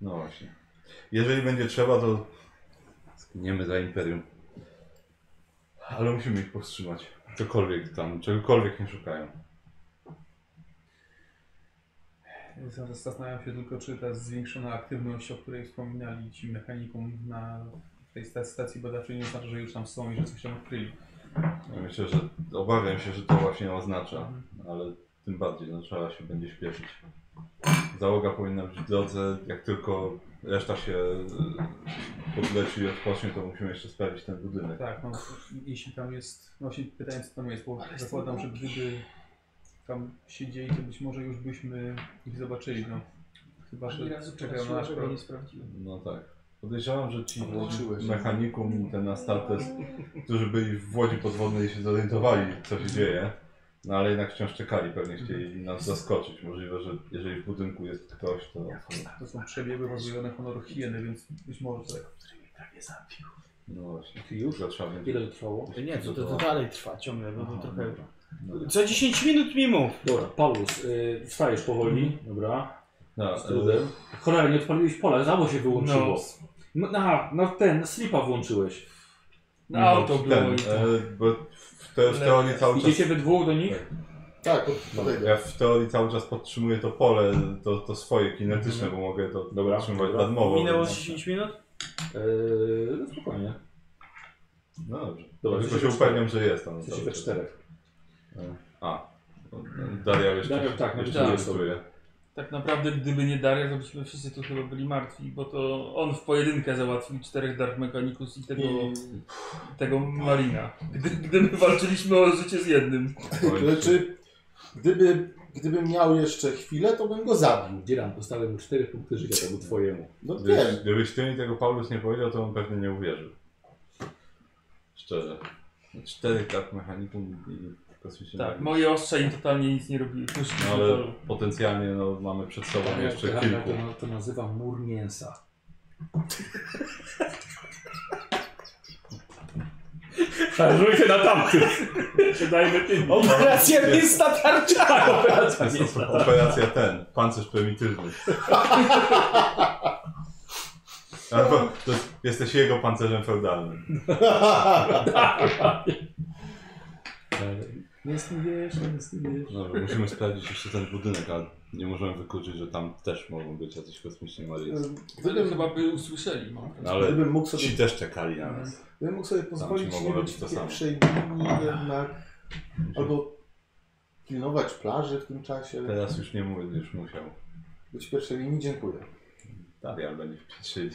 no właśnie. Jeżeli będzie trzeba, to zginiemy za Imperium. Ale musimy ich powstrzymać. Cokolwiek tam, czegokolwiek nie szukają. zastanawiam się tylko, czy ta zwiększona aktywność, o której wspominali ci mechanikum na tej sta- stacji badawczej, nie znaczy, że już tam są i że coś tam odkryli. Ja myślę, że obawiam się, że to właśnie oznacza, ale tym bardziej no, trzeba się będzie śpieszyć. Załoga powinna być w drodze, jak tylko reszta się e, podleci i odpocznie, to musimy jeszcze sprawdzić ten budynek. Tak, no, jeśli tam jest, właśnie pytanie co tam jest, bo zakładam, że gdyby tam siedzieli, to być może już byśmy ich zobaczyli, no. Chyba, Ani że razu czekają na nasz tego pro- nie sprawdziłem. No tak. Podejrzewam, że ci Włączyłeś. mechanikum, ten Astartes, którzy byli w Łodzi Podwodnej się zorientowali, co się dzieje. No ale jednak wciąż czekali, pewnie chcieli nas zaskoczyć. Możliwe, że jeżeli w budynku jest ktoś, to... To są przebiegłe pozbawione honoru hieny, więc być może tak. No właśnie. Ty już? Że trzeba będzie... Ile to trwało? E, Nie, to, to, to dalej trwa ciągle, bo to Aha, trochę... dobra. Dobra. Co 10 minut mi mów. Dobra, Paulus, y, wstajesz powoli, Mhm. dobra, No, z trudem. Cholera, nie odpaliłeś pola, zało się wyłączyło. No, na, na ten, na slipa włączyłeś. no, Na auto było ten, i tak. e, bo w, te, w teorii cały czas... Idziecie we dwóch do nich? Tak, pod- No. podejdę. Ja w teorii cały czas podtrzymuję to pole, to, to swoje kinetyczne, bo mogę to Mhm. Dobra, podtrzymywać dobra. darmowo. Minęło więc- 10 minut? Yy, no spokojnie. No dobrze. Dobra, Tylko się jesteście we upewniam, że jest tam. Jesteście cały we czas. czterech. A. Daria no, jeszcze, Daria, tak, jeszcze tak. rejestruje. Tak naprawdę, gdyby nie Daria, to byśmy wszyscy tu chyba byli martwi, bo to on w pojedynkę załatwił czterech Dark Mechanicus i tego, tego Marina. Gdy, gdyby walczyliśmy o życie z jednym. Tyle, czy gdyby, gdybym miał jeszcze chwilę, to bym go zabił. Dzielam, postawię mu cztery punkty życia, temu twojemu. No Gdybyś, wiem. gdybyś ty mi tego Paulus nie powiedział, to on pewnie nie uwierzył. Szczerze. Cztery tak mechanikum i kosmiczny Tak, magik. moje ostrza im totalnie nic nie robiły. No ale potencjalnie no, mamy przed sobą jeszcze Tak, ja, kilku. to, to nazywa mur mięsa. Szarżujcie na tamtych. Siadajmy tym. Operacja Mista Tarcza! Operacja To jest mięsa. operacja ten, pancerz prymitywny. Albo to jest, jesteś jego pancerzem feudalnym. Nie z tym wiesz, nie z tym wiesz. Dobra, musimy sprawdzić jeszcze ten budynek, ale nie możemy wykluczyć, że tam też mogą być jacyś kosmiczni maryjscy. Wtedy Gdybym, chyba by usłyszeli, mam wrażenie. No, ale gdybym mógł sobie ci też czekali na nas. Gdybym mógł sobie Tam pozwolić ci nie mogą być robić to w samo. pierwszej linii jednak, albo pilnować plaży w tym czasie, Teraz już nie mówię, już musiał. być w pierwszej linii, dziękuję. Darian będzie wpietrzyli.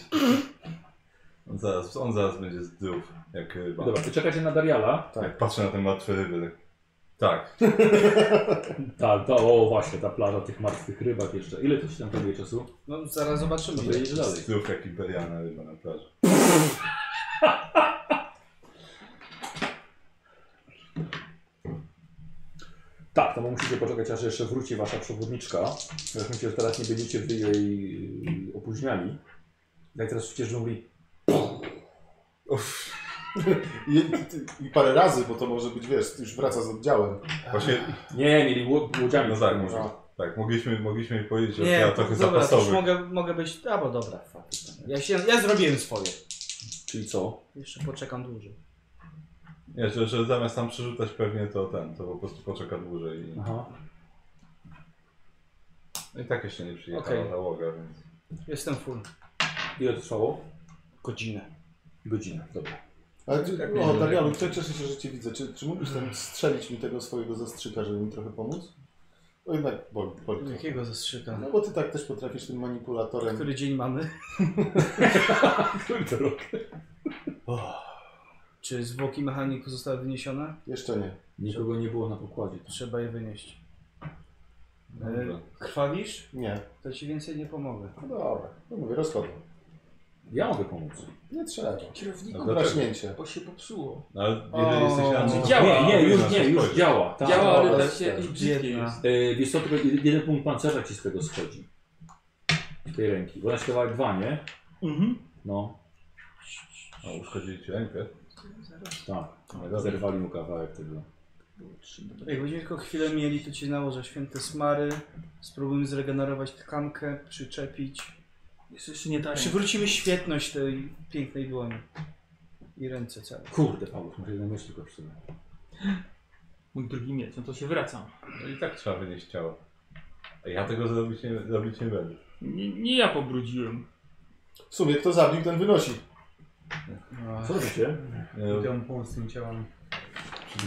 On zaraz, on zaraz będzie zdrów, jak ryba. Dobra, wy czekacie na Dariala. Jak patrzę na te martwe ryby, tak. Tak. Tak, ta, o właśnie, ta plaża tych martwych rybach jeszcze. Ile to się tam robi czasu? No zaraz No zobaczymy. to jedziesz dalej. Zdrów jak iberiana ryba na plaży. Tak, to musicie poczekać, aż jeszcze wróci wasza przewodniczka. Zresztą się, że teraz nie będziecie wy jej y, opóźniali. Jak teraz przecież mówi, I, i, I parę razy, bo to może być, wiesz, już wraca z oddziałem. Właśnie, nie, mieli ło- łodziami. no tak, przyjechać. może, tak, mogliśmy, mogliśmy jej powiedzieć, że Nie, ja trochę dobra, to już zapasowy. mogę, mogę być... A, bo dobra, faktycznie. ja, się, ja zrobiłem swoje. Czyli co? Jeszcze poczekam dłużej. Nie, że, że zamiast tam przerzucać pewnie to ten, to po prostu poczeka dłużej. I, Aha. no i tak jeszcze nie przyjechała Okej. załoga, więc... Jestem full. Ile to trwało? Godzinę. Godzinę, dobra. Tak, Ale ty, o, Darialu, to cieszę się, że Cię widzę. Czy, czy mógłbyś tam strzelić mi tego swojego zastrzyka, żeby mi trochę pomóc? Bo jednak boli, boli. trochę. Jakiego zastrzyka? No bo Ty tak też potrafisz tym manipulatorem. Który dzień mamy? Kurde, rok. Czy zwłoki mechaniku zostały wyniesione? Jeszcze nie. Nikogo nie było na pokładzie. Trzeba je wynieść. Dobra. E, krwawisz? Nie. To ci więcej nie pomogę. No dobra. No mówię, rozchodzę. Ja mogę pomóc. Nie trzeba. Kierowniku, No dlaczego? Draśnięcie. bo się popsuło. No, ale jeżeli jesteś O. ranny... Działa. Nie, nie, już nie, już Spojrzeć. działa. Tak. Działa, ale dobra, da się tak. i brzydkie Biedna. jest. Yy, wiesz co, tylko jed- jeden punkt pancerza ci z tego schodzi. Z tej ręki. Bo ona śpiewała dwa, nie? Mhm. No, O, uszkodzili ci rękę. tak. No, dobra. Zerwali mu kawałek tego. Jak będziemy tylko chwilę mieli, to ci nałożę święte smary. Spróbujmy zregenerować tkankę, przyczepić. Jest jeszcze nie tak. Przywrócimy świetność tej pięknej dłoni. I ręce całe. Kurde, Paweł, może jedną myśl tylko przy Mój drugi miecz, no to się wracam. No i tak trzeba wynieść ciało. A Ja tego zrobić nie, zrobić nie będę. Nie, nie ja pobrudziłem. W sumie kto zabił, ten wynosi. No, Co robicie? Nie, Idę mu pomóc z tym ciałem.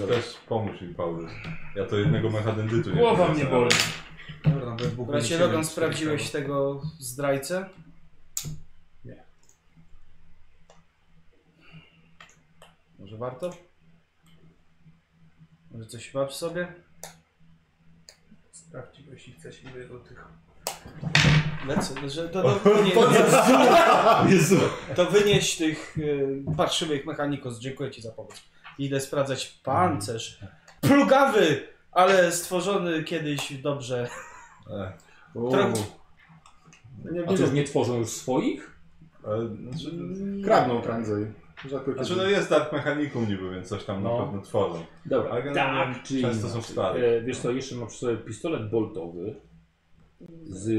Też pomóż mi, Paulus. Ja to jednego mechadendrytu nie Głowa wiem, mnie co boli. Dobra, no to jest Bóg Bracie będzie Logan, się- sprawdziłeś tego zdrajcę? Nie. Może warto? Może coś ma przy sobie? Sprawdź go, jeśli chce się nie do tych Lecę, że to, to, to, nie, to, Jezu. to wynieś tych y, patrzywych mechanikos. Dziękuję ci za pomoc. Idę sprawdzać pancerz. Plugawy, ale stworzony kiedyś dobrze. Trochę- Nie A wiem, to nie tworzą już swoich? Ale, znaczy, nie- kradną prędzej. Rzadko Znaczy, no kiedy- jest Dark Mechanicum niby, więc coś tam No. na pewno tworzą. Dobra. Ale generalnie Tak, czyli często są inaczej. stare. E, wiesz co, jeszcze mam przy sobie pistolet boltowy z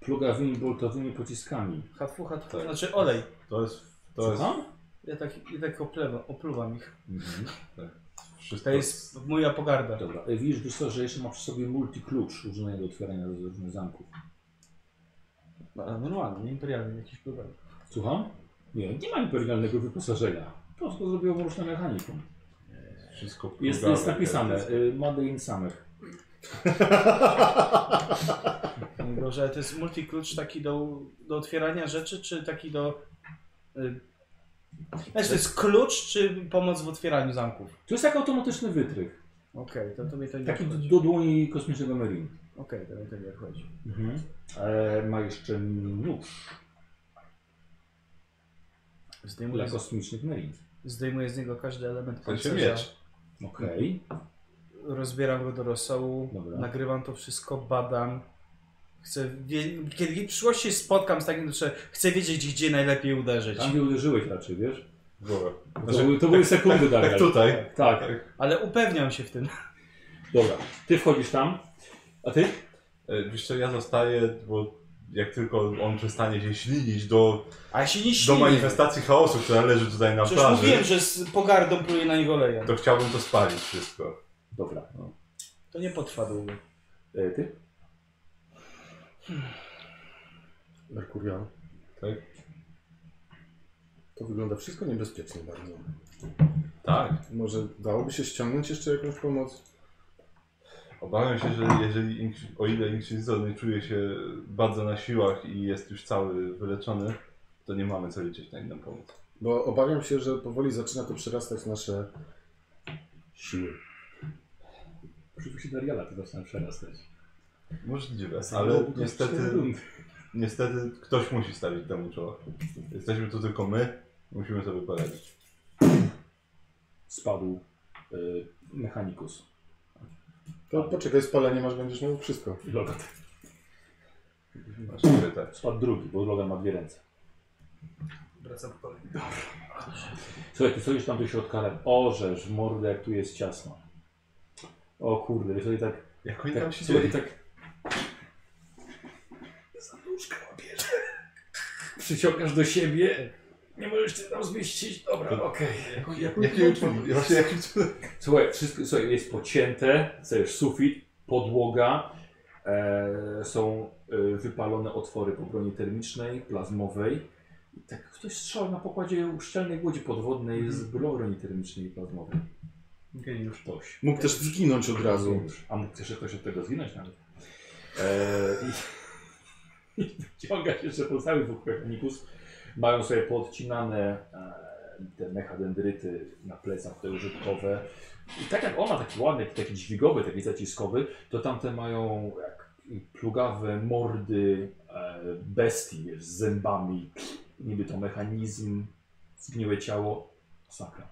plugawymi boltowymi pociskami. Hatfu, hatfu, Tak. znaczy olej. To jest, to jest Słucham? Ja tak, ja tak opluwam, opluwam ich. Mhm, tak. To Wszystko jest moja pogarda. Dobra. E, widzisz, wiesz co, że jeszcze mam przy sobie multiklucz używany do otwierania różnych zamków. A, Normalny, nie imperialny, no jakiś plugawy. Słucham? Nie, nie ma imperialnego wyposażenia. Po prostu zrobiło mroczne mechaniką. Wszystko plugawe, Jest, jest napisane jest- y, Made in Samech. Tylko, że to jest multiklucz taki do, do otwierania rzeczy, czy taki do... Y... Znaczy to jest klucz, czy pomoc w otwieraniu zamków? To jest jak automatyczny wytrych. Okej, to tobie to nie Tak, Taki do, chodzi. do dłoni kosmicznego Marine. Okej, to mi to nie chodzi. Mhm. E, ma jeszcze nóż Zdejmuję, dla kosmicznych Marine. zdejmuję z niego każdy element W sensie pancerza. miecz. Okej. rozbieram go do rosołu, Mhm. Dobra. nagrywam to wszystko, badam. Chcę wie... Kiedy w przyszłości spotkam z takim, że chcę wiedzieć, gdzie najlepiej uderzyć. Tam nie uderzyłeś raczej, wiesz? w głowę. To, Znaczy, były, to były sekundy Tak, dalej. tak tutaj. Tak. Ale upewniam się w tym. Dobra. Ty wchodzisz tam. A ty? E, Wiesz co, ja zostaję, bo jak tylko on przestanie się ślinić do, A ja się nie do śnię. manifestacji chaosu, która leży tutaj na Przecież plaży, mówiłem, że z pogardą pluje na niego lejem. to chciałbym to spalić wszystko. Dobra. To nie potrwa długo. E, ty? Merkurian. Tak? To wygląda wszystko niebezpiecznie bardzo. Tak. Może dałoby się ściągnąć jeszcze jakąś pomoc? Obawiam się, że jeżeli Inkwis- o ile Inkwizytor nie czuje się bardzo na siłach i jest już cały wyleczony, to nie mamy co liczyć na inną pomoc. Bo obawiam się, że powoli zaczyna to przerastać nasze siły. Przyszło się Dariala, to zaczyna przerastać. Możliwe, ale niestety, niestety ktoś musi stawić temu czoła. Jesteśmy tu tylko my, musimy sobie poradzić. Spadł e, mechanikus. To poczekaj, spalenie masz, będziesz miał wszystko. Logan. Masz tak. Spadł drugi, bo Logan ma dwie ręce. Wracam po kolei. Słuchaj, ty stoisz tam do środka, orzesz mordę, jak tu jest ciasno. O kurde, wiesz, i tak Jak oni Tak, tam się słuchaj, dzieje? tak. Za nóżkę łapiesz. Przyciągasz do siebie. Nie możesz się tam zmieścić. Dobra, To- okej. Jakie uczuli? Właśnie jakie uczuli? Słuchaj, wszystko słuchaj, jest pocięte, co jest sufit, podłoga. E, są e, wypalone otwory po broni termicznej, plazmowej. I tak ktoś strzał na pokładzie szczelnej łodzi podwodnej z broni broni termicznej i plazmowej. Geniusz. Ktoś. Mógł też zginąć od razu. A mógł jeszcze ktoś od tego zginąć nawet. E, Eee, i- I wyciąga się jeszcze pozostałych dwóch mechanikus. Mają sobie poodcinane e, te mechadendryty na plecach, te użytkowe. I tak jak on ma taki ładny, taki dźwigowy, taki zaciskowy, to tamte mają jak plugawe mordy e, bestii wiesz, z zębami. Niby to mechanizm, zgniłe ciało. Sakra.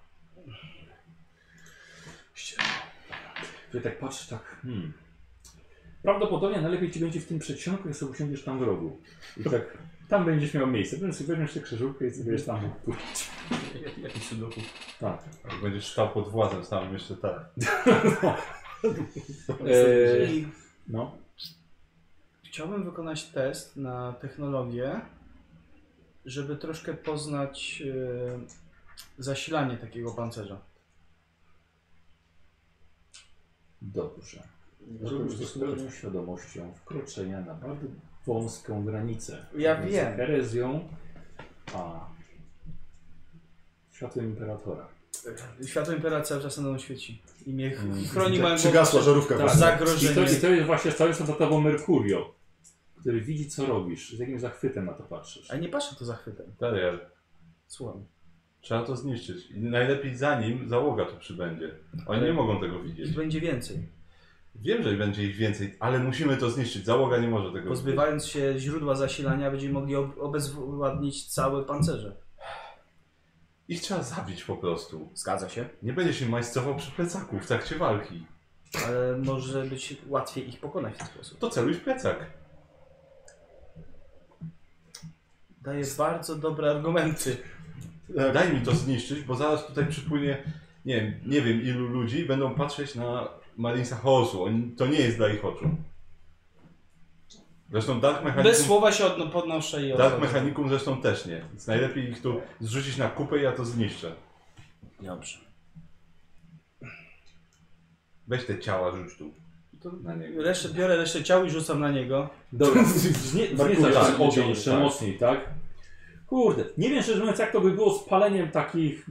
Ty tak patrzysz, tak. Hmm. Prawdopodobnie najlepiej ci będzie w tym przedsionku, jak sobie usiądziesz tam w rogu. I tak, tam będziesz miał miejsce. Będziesz sobie weźmiesz tę krzyżówkę i sobie będziesz tam mógł pójść. Jakiś sudoku. Tak. Jak będziesz stał pod władzą, stałem jeszcze tak. Eee, I no. chciałbym wykonać test na technologię, żeby troszkę poznać y, zasilanie takiego pancerza. Dobrze. Robisz Robisz to z pełną świadomością wkroczenia na bardzo wąską granicę. Ja Między wiem. herezją a światłem imperatora. Światło impera cały czas na mną świeci. I mnie ch- chroni małego- Przygasła żarówka. Tak. właśnie. I to, zagrożenie. I to jest właśnie cały czas za tobą Merkurio, który widzi co robisz, z jakim zachwytem na to patrzysz. A nie patrzę to zachwytem. Dariel, Słucham. trzeba to zniszczyć. I najlepiej zanim załoga tu przybędzie. Oni nie mogą tego Ich widzieć. będzie więcej. Wiem, że będzie ich więcej, ale musimy to zniszczyć. Załoga nie może tego Pozbywając się źródła zasilania, będziemy mogli ob- obezwładnić całe pancerze. zniszczyć. Ich trzeba zabić po prostu. Zgadza się. Nie będzie się majscował przy plecaku w trakcie walki. Ale może być łatwiej ich pokonać w ten sposób. To celuj w plecak. Daje bardzo dobre argumenty. E, Daj mi to zniszczyć, bo zaraz tutaj przypłynie, nie wiem, nie wiem ilu ludzi i będą patrzeć na Marinesa Chaosu. Oni, to nie jest dla ich oczu. Zresztą Dark Bez Mechanicum, słowa się odno- podnoszę Tak, i Dark odchodzę. Mechanicum zresztą też nie. Więc najlepiej ich tu zrzucić na kupę i ja to zniszczę. Dobrze. Weź te ciała, rzuć tu. Na niego. Resztę, biorę resztę ciał i rzucam na niego. Dobra, znie, Markuje, znieca tak, ten ogień ciągle, jeszcze tak. mocniej, tak? Kurde, nie wiem szczerze mówiąc jak to by było z paleniem takich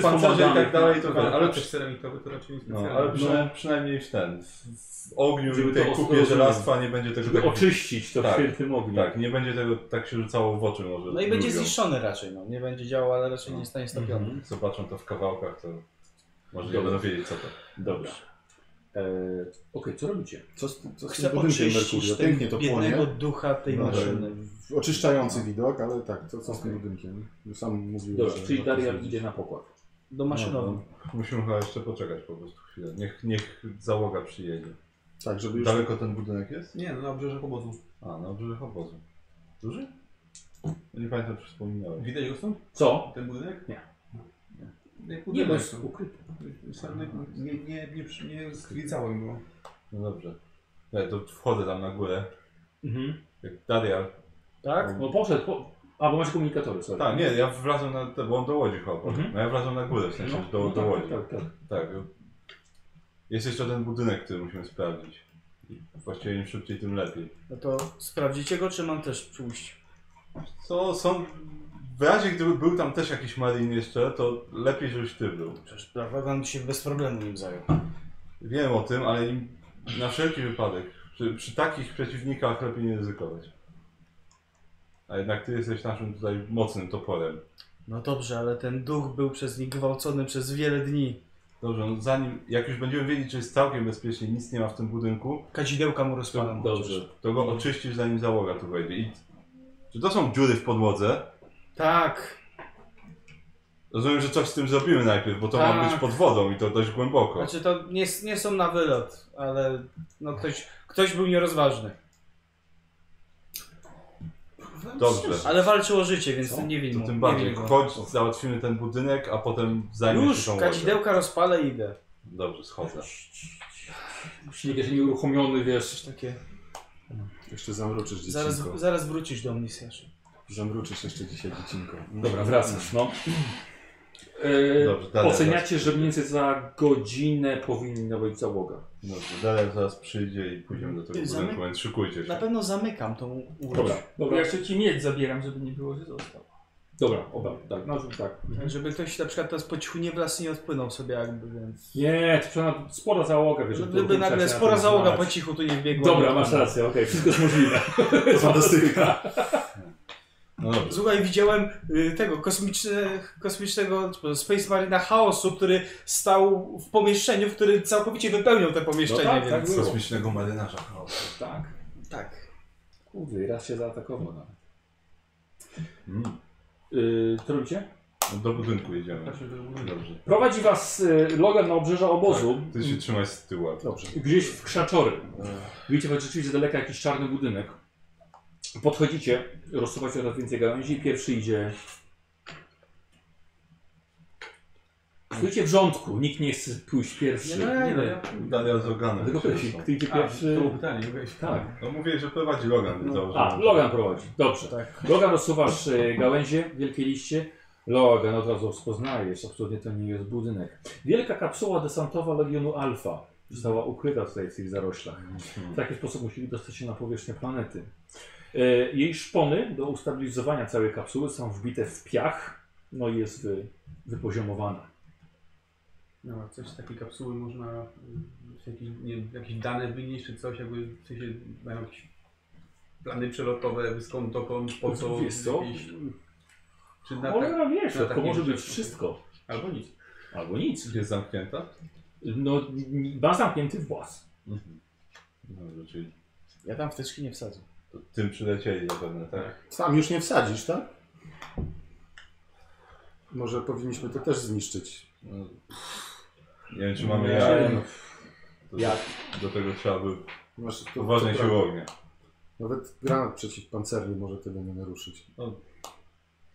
pancerze Znaczy, i wspomaganych, tak dalej, to tak, tak, tak. ale, Też przy, ceramikowy to raczej nie no, specjalnie. ale przy, przynajmniej w ten, w ogniu Żeby i to tej ostro kupie rozumiem. żelastwa nie będzie tego żeby tak, oczyścić to w Tak, świętym ogniu. tak, nie będzie tego tak się rzucało w oczy może. No i będzie ludziom. zniszczony raczej, no. Nie będzie działał, ale raczej nie stanie stopiony. Mhm. Zobaczą to w kawałkach, to może nie Dobra. będą wiedzieć co to. Dobrze. E, Okej, co robicie? Co z, co z tym Chcę budynkiem oczyścić Merkuria? ten Pięknie to biednego płonie. ducha tej No tak. maszyny. Oczyszczający widok, ale tak, co, co z tym budynkiem? Sam mówił, Dobra, czyli no że to Darian jest- idzie na pokład. Do maszynowej. No Musimy chyba jeszcze poczekać po prostu chwilę. Niech, niech załoga przyjedzie. Tak, żeby już... Daleko ten budynek jest? Nie, no na obrzeżach obozu. A, na brzegu obozu. Duży? No Nie pamiętam, czy wspominałem. Widać go stąd? Co? No, Ten budynek? Nie. Nie, Nie, budynek bo nie, jest ukryty. nie, nie, nie, przy- nie zwiedzałem go. No dobrze. Ja to wchodzę tam na górę. Mhm. Jak Daria. Tak? No poszedł, po... a bo masz komunikatory, sorry. Tak, nie, ja wlazłem na. Bo on do łodzi chował. Mhm. No ja wlazłem na górę, w sensie do, No, no do tak, łodzi. tak, tak. Tak. Jest jeszcze ten budynek, który musimy sprawdzić. I Właściwie im szybciej, tym lepiej. No to sprawdzicie go, czy mam też pójść? Co są. W razie gdyby był tam też jakiś marin jeszcze, to lepiej, żebyś ty był. Przecież Brawagan się bez problemu nim zajął. Wiem o tym, ale im na wszelki wypadek. Przy, przy takich przeciwnikach lepiej nie ryzykować. A jednak ty jesteś naszym tutaj mocnym toporem. No dobrze, ale ten duch był przez nich gwałcony przez wiele dni. Dobrze, no zanim, jak już będziemy wiedzieć, czy jest całkiem bezpiecznie, nic nie ma w tym budynku, Kadzidełka mu rozpalam. Dobrze. to go oczyścisz, zanim załoga tu wejdzie. I, czy to są dziury w podłodze? Tak. Rozumiem, że coś z tym zrobimy najpierw, bo to ma Tak. być pod wodą i to dość głęboko. Znaczy to nie, nie są na wylot, ale no ktoś, ktoś był nierozważny. Dobrze. Ale walczył o życie, więc Co? nie wiem. To tym nie bardziej. wiem. Chodź, załatwimy ten budynek, a potem zajmiesz się Już tą wodą. kadzidełka rozpalę i idę. Dobrze, schodzę. Silnik jest nieuruchomiony, wiesz. Takie. Jeszcze zamruczysz dziecinko. Zaraz, zaraz wrócisz do mnie, Siaszy. Zamruczysz jeszcze dzisiaj dziecinko. Dobra, wracasz, no. E, Dobrze, dalej. oceniacie, że mniej więcej za godzinę powinna być załoga. Dobrze, dalej zaraz przyjdzie i pójdziemy do tego Ty, zamek- budynku, więc szykujcie Na się. pewno zamykam tą łódź. Dobra, Bo ja dobra, jeszcze ci mieć zabieram, żeby nie było, że został. dobra, oba, tak, no tak. Mhm. Żeby ktoś na przykład teraz po cichu nie w las nie odpłynął sobie jakby, więc... Nie, to przynajmniej spora załoga, wiesz. to Żeby większa nagle się na spora tym załoga znać. po cichu tu nie wbiegła. Dobra, masz rację, okej, wszystko jest możliwe. To fantastyka. No dobrze. Słuchaj, widziałem y, tego kosmiczne, kosmicznego czy to Space Marina Chaosu, który stał w pomieszczeniu, w którym całkowicie wypełniał to pomieszczenie, No tak, tak, więc... było. Kosmicznego marynarza. O, Tak. Tak. Kurde, i raz się zaatakował no. nawet. Mm. Yy, co robicie? No Do budynku jedziemy. Dobrze. Prowadzi was y, Logan na obrzeża obozu, Ty się trzymaj z tyłu. a- Dobrze. gdzieś w krzaczory. Widzicie choć rzeczywiście z daleka jakiś czarny budynek. Podchodzicie, rozsuwa się coraz więcej gałęzi. Pierwszy idzie. Stójcie w rządku, nikt nie chce pójść pierwszy. Nie, no, nie, no, ja- Daniel z Loganem. Dlatego przecież prosi, są. kto idzie A, pierwszy. to było pytanie, mówiłeś. Tak. No mówię, że prowadzi Logan, więc A, założyłem. Logan prowadzi. Dobrze. Tak. Logan rozsuwasz e, gałęzie, wielkie liście. Logan od razu rozpoznajesz, absolutnie to nie jest budynek. Wielka kapsuła desantowa Legionu Alfa została ukryta tutaj w tych zaroślach. W taki sposób musieli dostać się na powierzchnię planety. E, Jej szpony do ustabilizowania całej kapsuły są wbite w piach, no i jest wy, wypoziomowana. No, a coś z takiej kapsuły można y, jakieś, nie, wiem, jakieś dane wynieść czy coś, jakby w sensie mają jakieś plany przelotowe, skąd, dokąd, po co, Wiesz co? jakieś- czy na tak, Cholera wiesz, na to takie może być rzeczy. wszystko. albo nic. Albo nic. Jest zamknięta? No, ma zamknięty włas. Mhm. Dobrze, czyli Ja tam wtyczki nie wsadzę. to tym przylecieli zapewne, tak? Sam już nie wsadzisz, tak? Może powinniśmy to też zniszczyć. No, nie wiem, czy mamy Ja jaja. się- no. To Jak? Do tego trzeba by Masz to- poważnej to siły prawda. ognia. Nawet granat przeciwpancerny może tego nie naruszyć.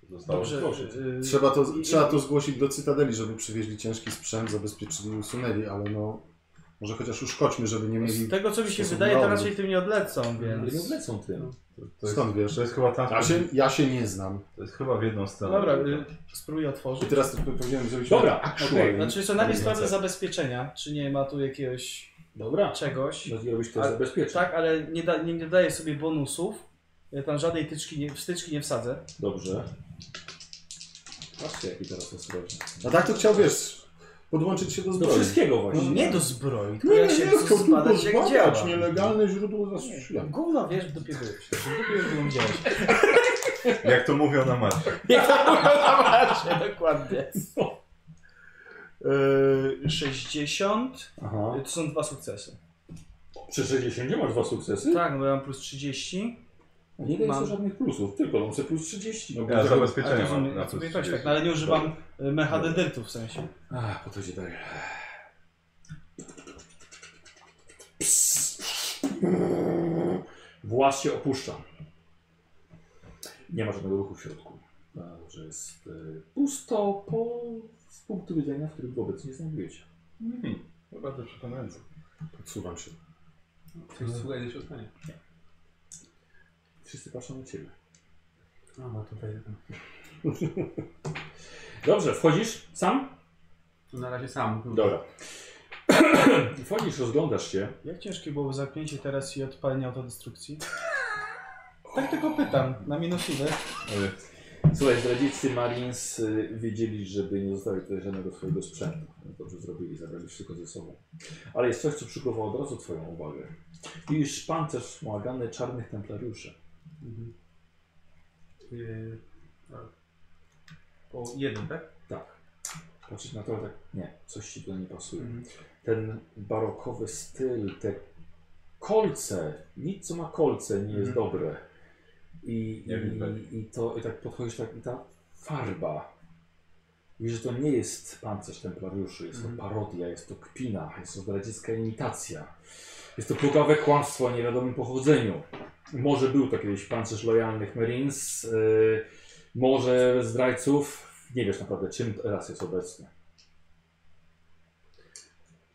Zostało. Dobrze. proszę. y, Trzeba to, i- trzeba to zgłosić do Cytadeli, żeby przywieźli ciężki sprzęt, zabezpieczyli i usunęli, ale no... Może chociaż uszkodźmy, żeby nie mieli... Z tego co mi się stosunku wydaje, to dobry. raczej tym nie odlecą, Ale nie więc. No. lecą tym. To, to, jest, Skąd wiesz? to jest chyba Ja transport. się, ja się nie znam. To jest chyba w jedną stronę. Dobra, tylko. y, spróbuję I otworzyć. teraz to powinienem zrobić... Dobra, actual, okej. nie? Znaczy, co najpierw sprawdzę Tak. zabezpieczenia, czy nie ma tu jakiegoś Dobra. czegoś. Będzie robić to Ale- zabezpieczne. Tak, ale No, nie, da, nie, nie daję sobie bonusów. Ja tam żadnej tyczki nie, wstyczki nie wsadzę. Dobrze. Patrzcie, jaki teraz ostrożny. A tak to chciał, wiesz, podłączyć się do Do zbroi. wszystkiego No właśnie. nie do zbroi, to Nie, ja nie, się nie, chcę chciał tylko zbadać jak zbadać działa. nielegalne źródło zastrzelenia. Gówno wiesz, w dupie byłeś. W dupie już byłem działać. Jak to mówią na macie. Jak tam na macie, dokładnie. Yy, 60. Aha. Yy, To są dwa sukcesy. Przy 60 masz dwa sukcesy? Tak, bo ja mam plus 30. A Nie daje Mam. sobie żadnych plusów, tylko mam sobie plus 30. No, Ja bo- Ale zabezpieczenia mam to są, na ja plus sobie kość, 30. tak, no, ale nie używam yy, mechadendrytu w sensie. Ach, po tak? to się daje. Włas się opuszcza. Nie ma żadnego ruchu w środku. Że jest e, pusto po, z punktu widzenia, w którym obecnie znajdujecie. Mhm. Chyba to przekonające. Podsuwam się. Coś słuchaj do środka, nie? Wszyscy patrzą na ciebie. A, ma tutaj jeden. Dobrze, wchodzisz sam? To na razie sam. Dobra. wchodzisz, rozglądasz się. Jak ciężkie byłoby zamknięcie teraz i odpalenie autodestrukcji? Tak tylko pytam, na minusiwe. Ale Słuchaj, zdradzieccy Marines y, wiedzieli, żeby nie zostawić tutaj żadnego swojego sprzętu. No, Dobrze zrobili, zabrali wszystko ze sobą. Ale jest coś, co przykuwało od razu twoją uwagę. Widzisz pancerz wspomagany czarnych templariuszy. Mhm. Yy, tak. Po jeden, tak? Tak. Patrzysz na to, tak nie, coś ci tutaj nie pasuje. Mhm. Ten barokowy styl, te kolce, nic co ma kolce nie Mhm. jest dobre. I, Nie wiem, i, i to i tak podchodzisz tak i ta farba. Widzisz, że to nie jest pancerz templariuszy, jest to parodia, jest to kpina, jest to zdradziecka imitacja. Jest to plugawe kłamstwo o niewiadomym pochodzeniu. Może był to kiedyś pancerz lojalnych Marines, yy, może zdrajców. Nie wiesz naprawdę, czym teraz jest obecny.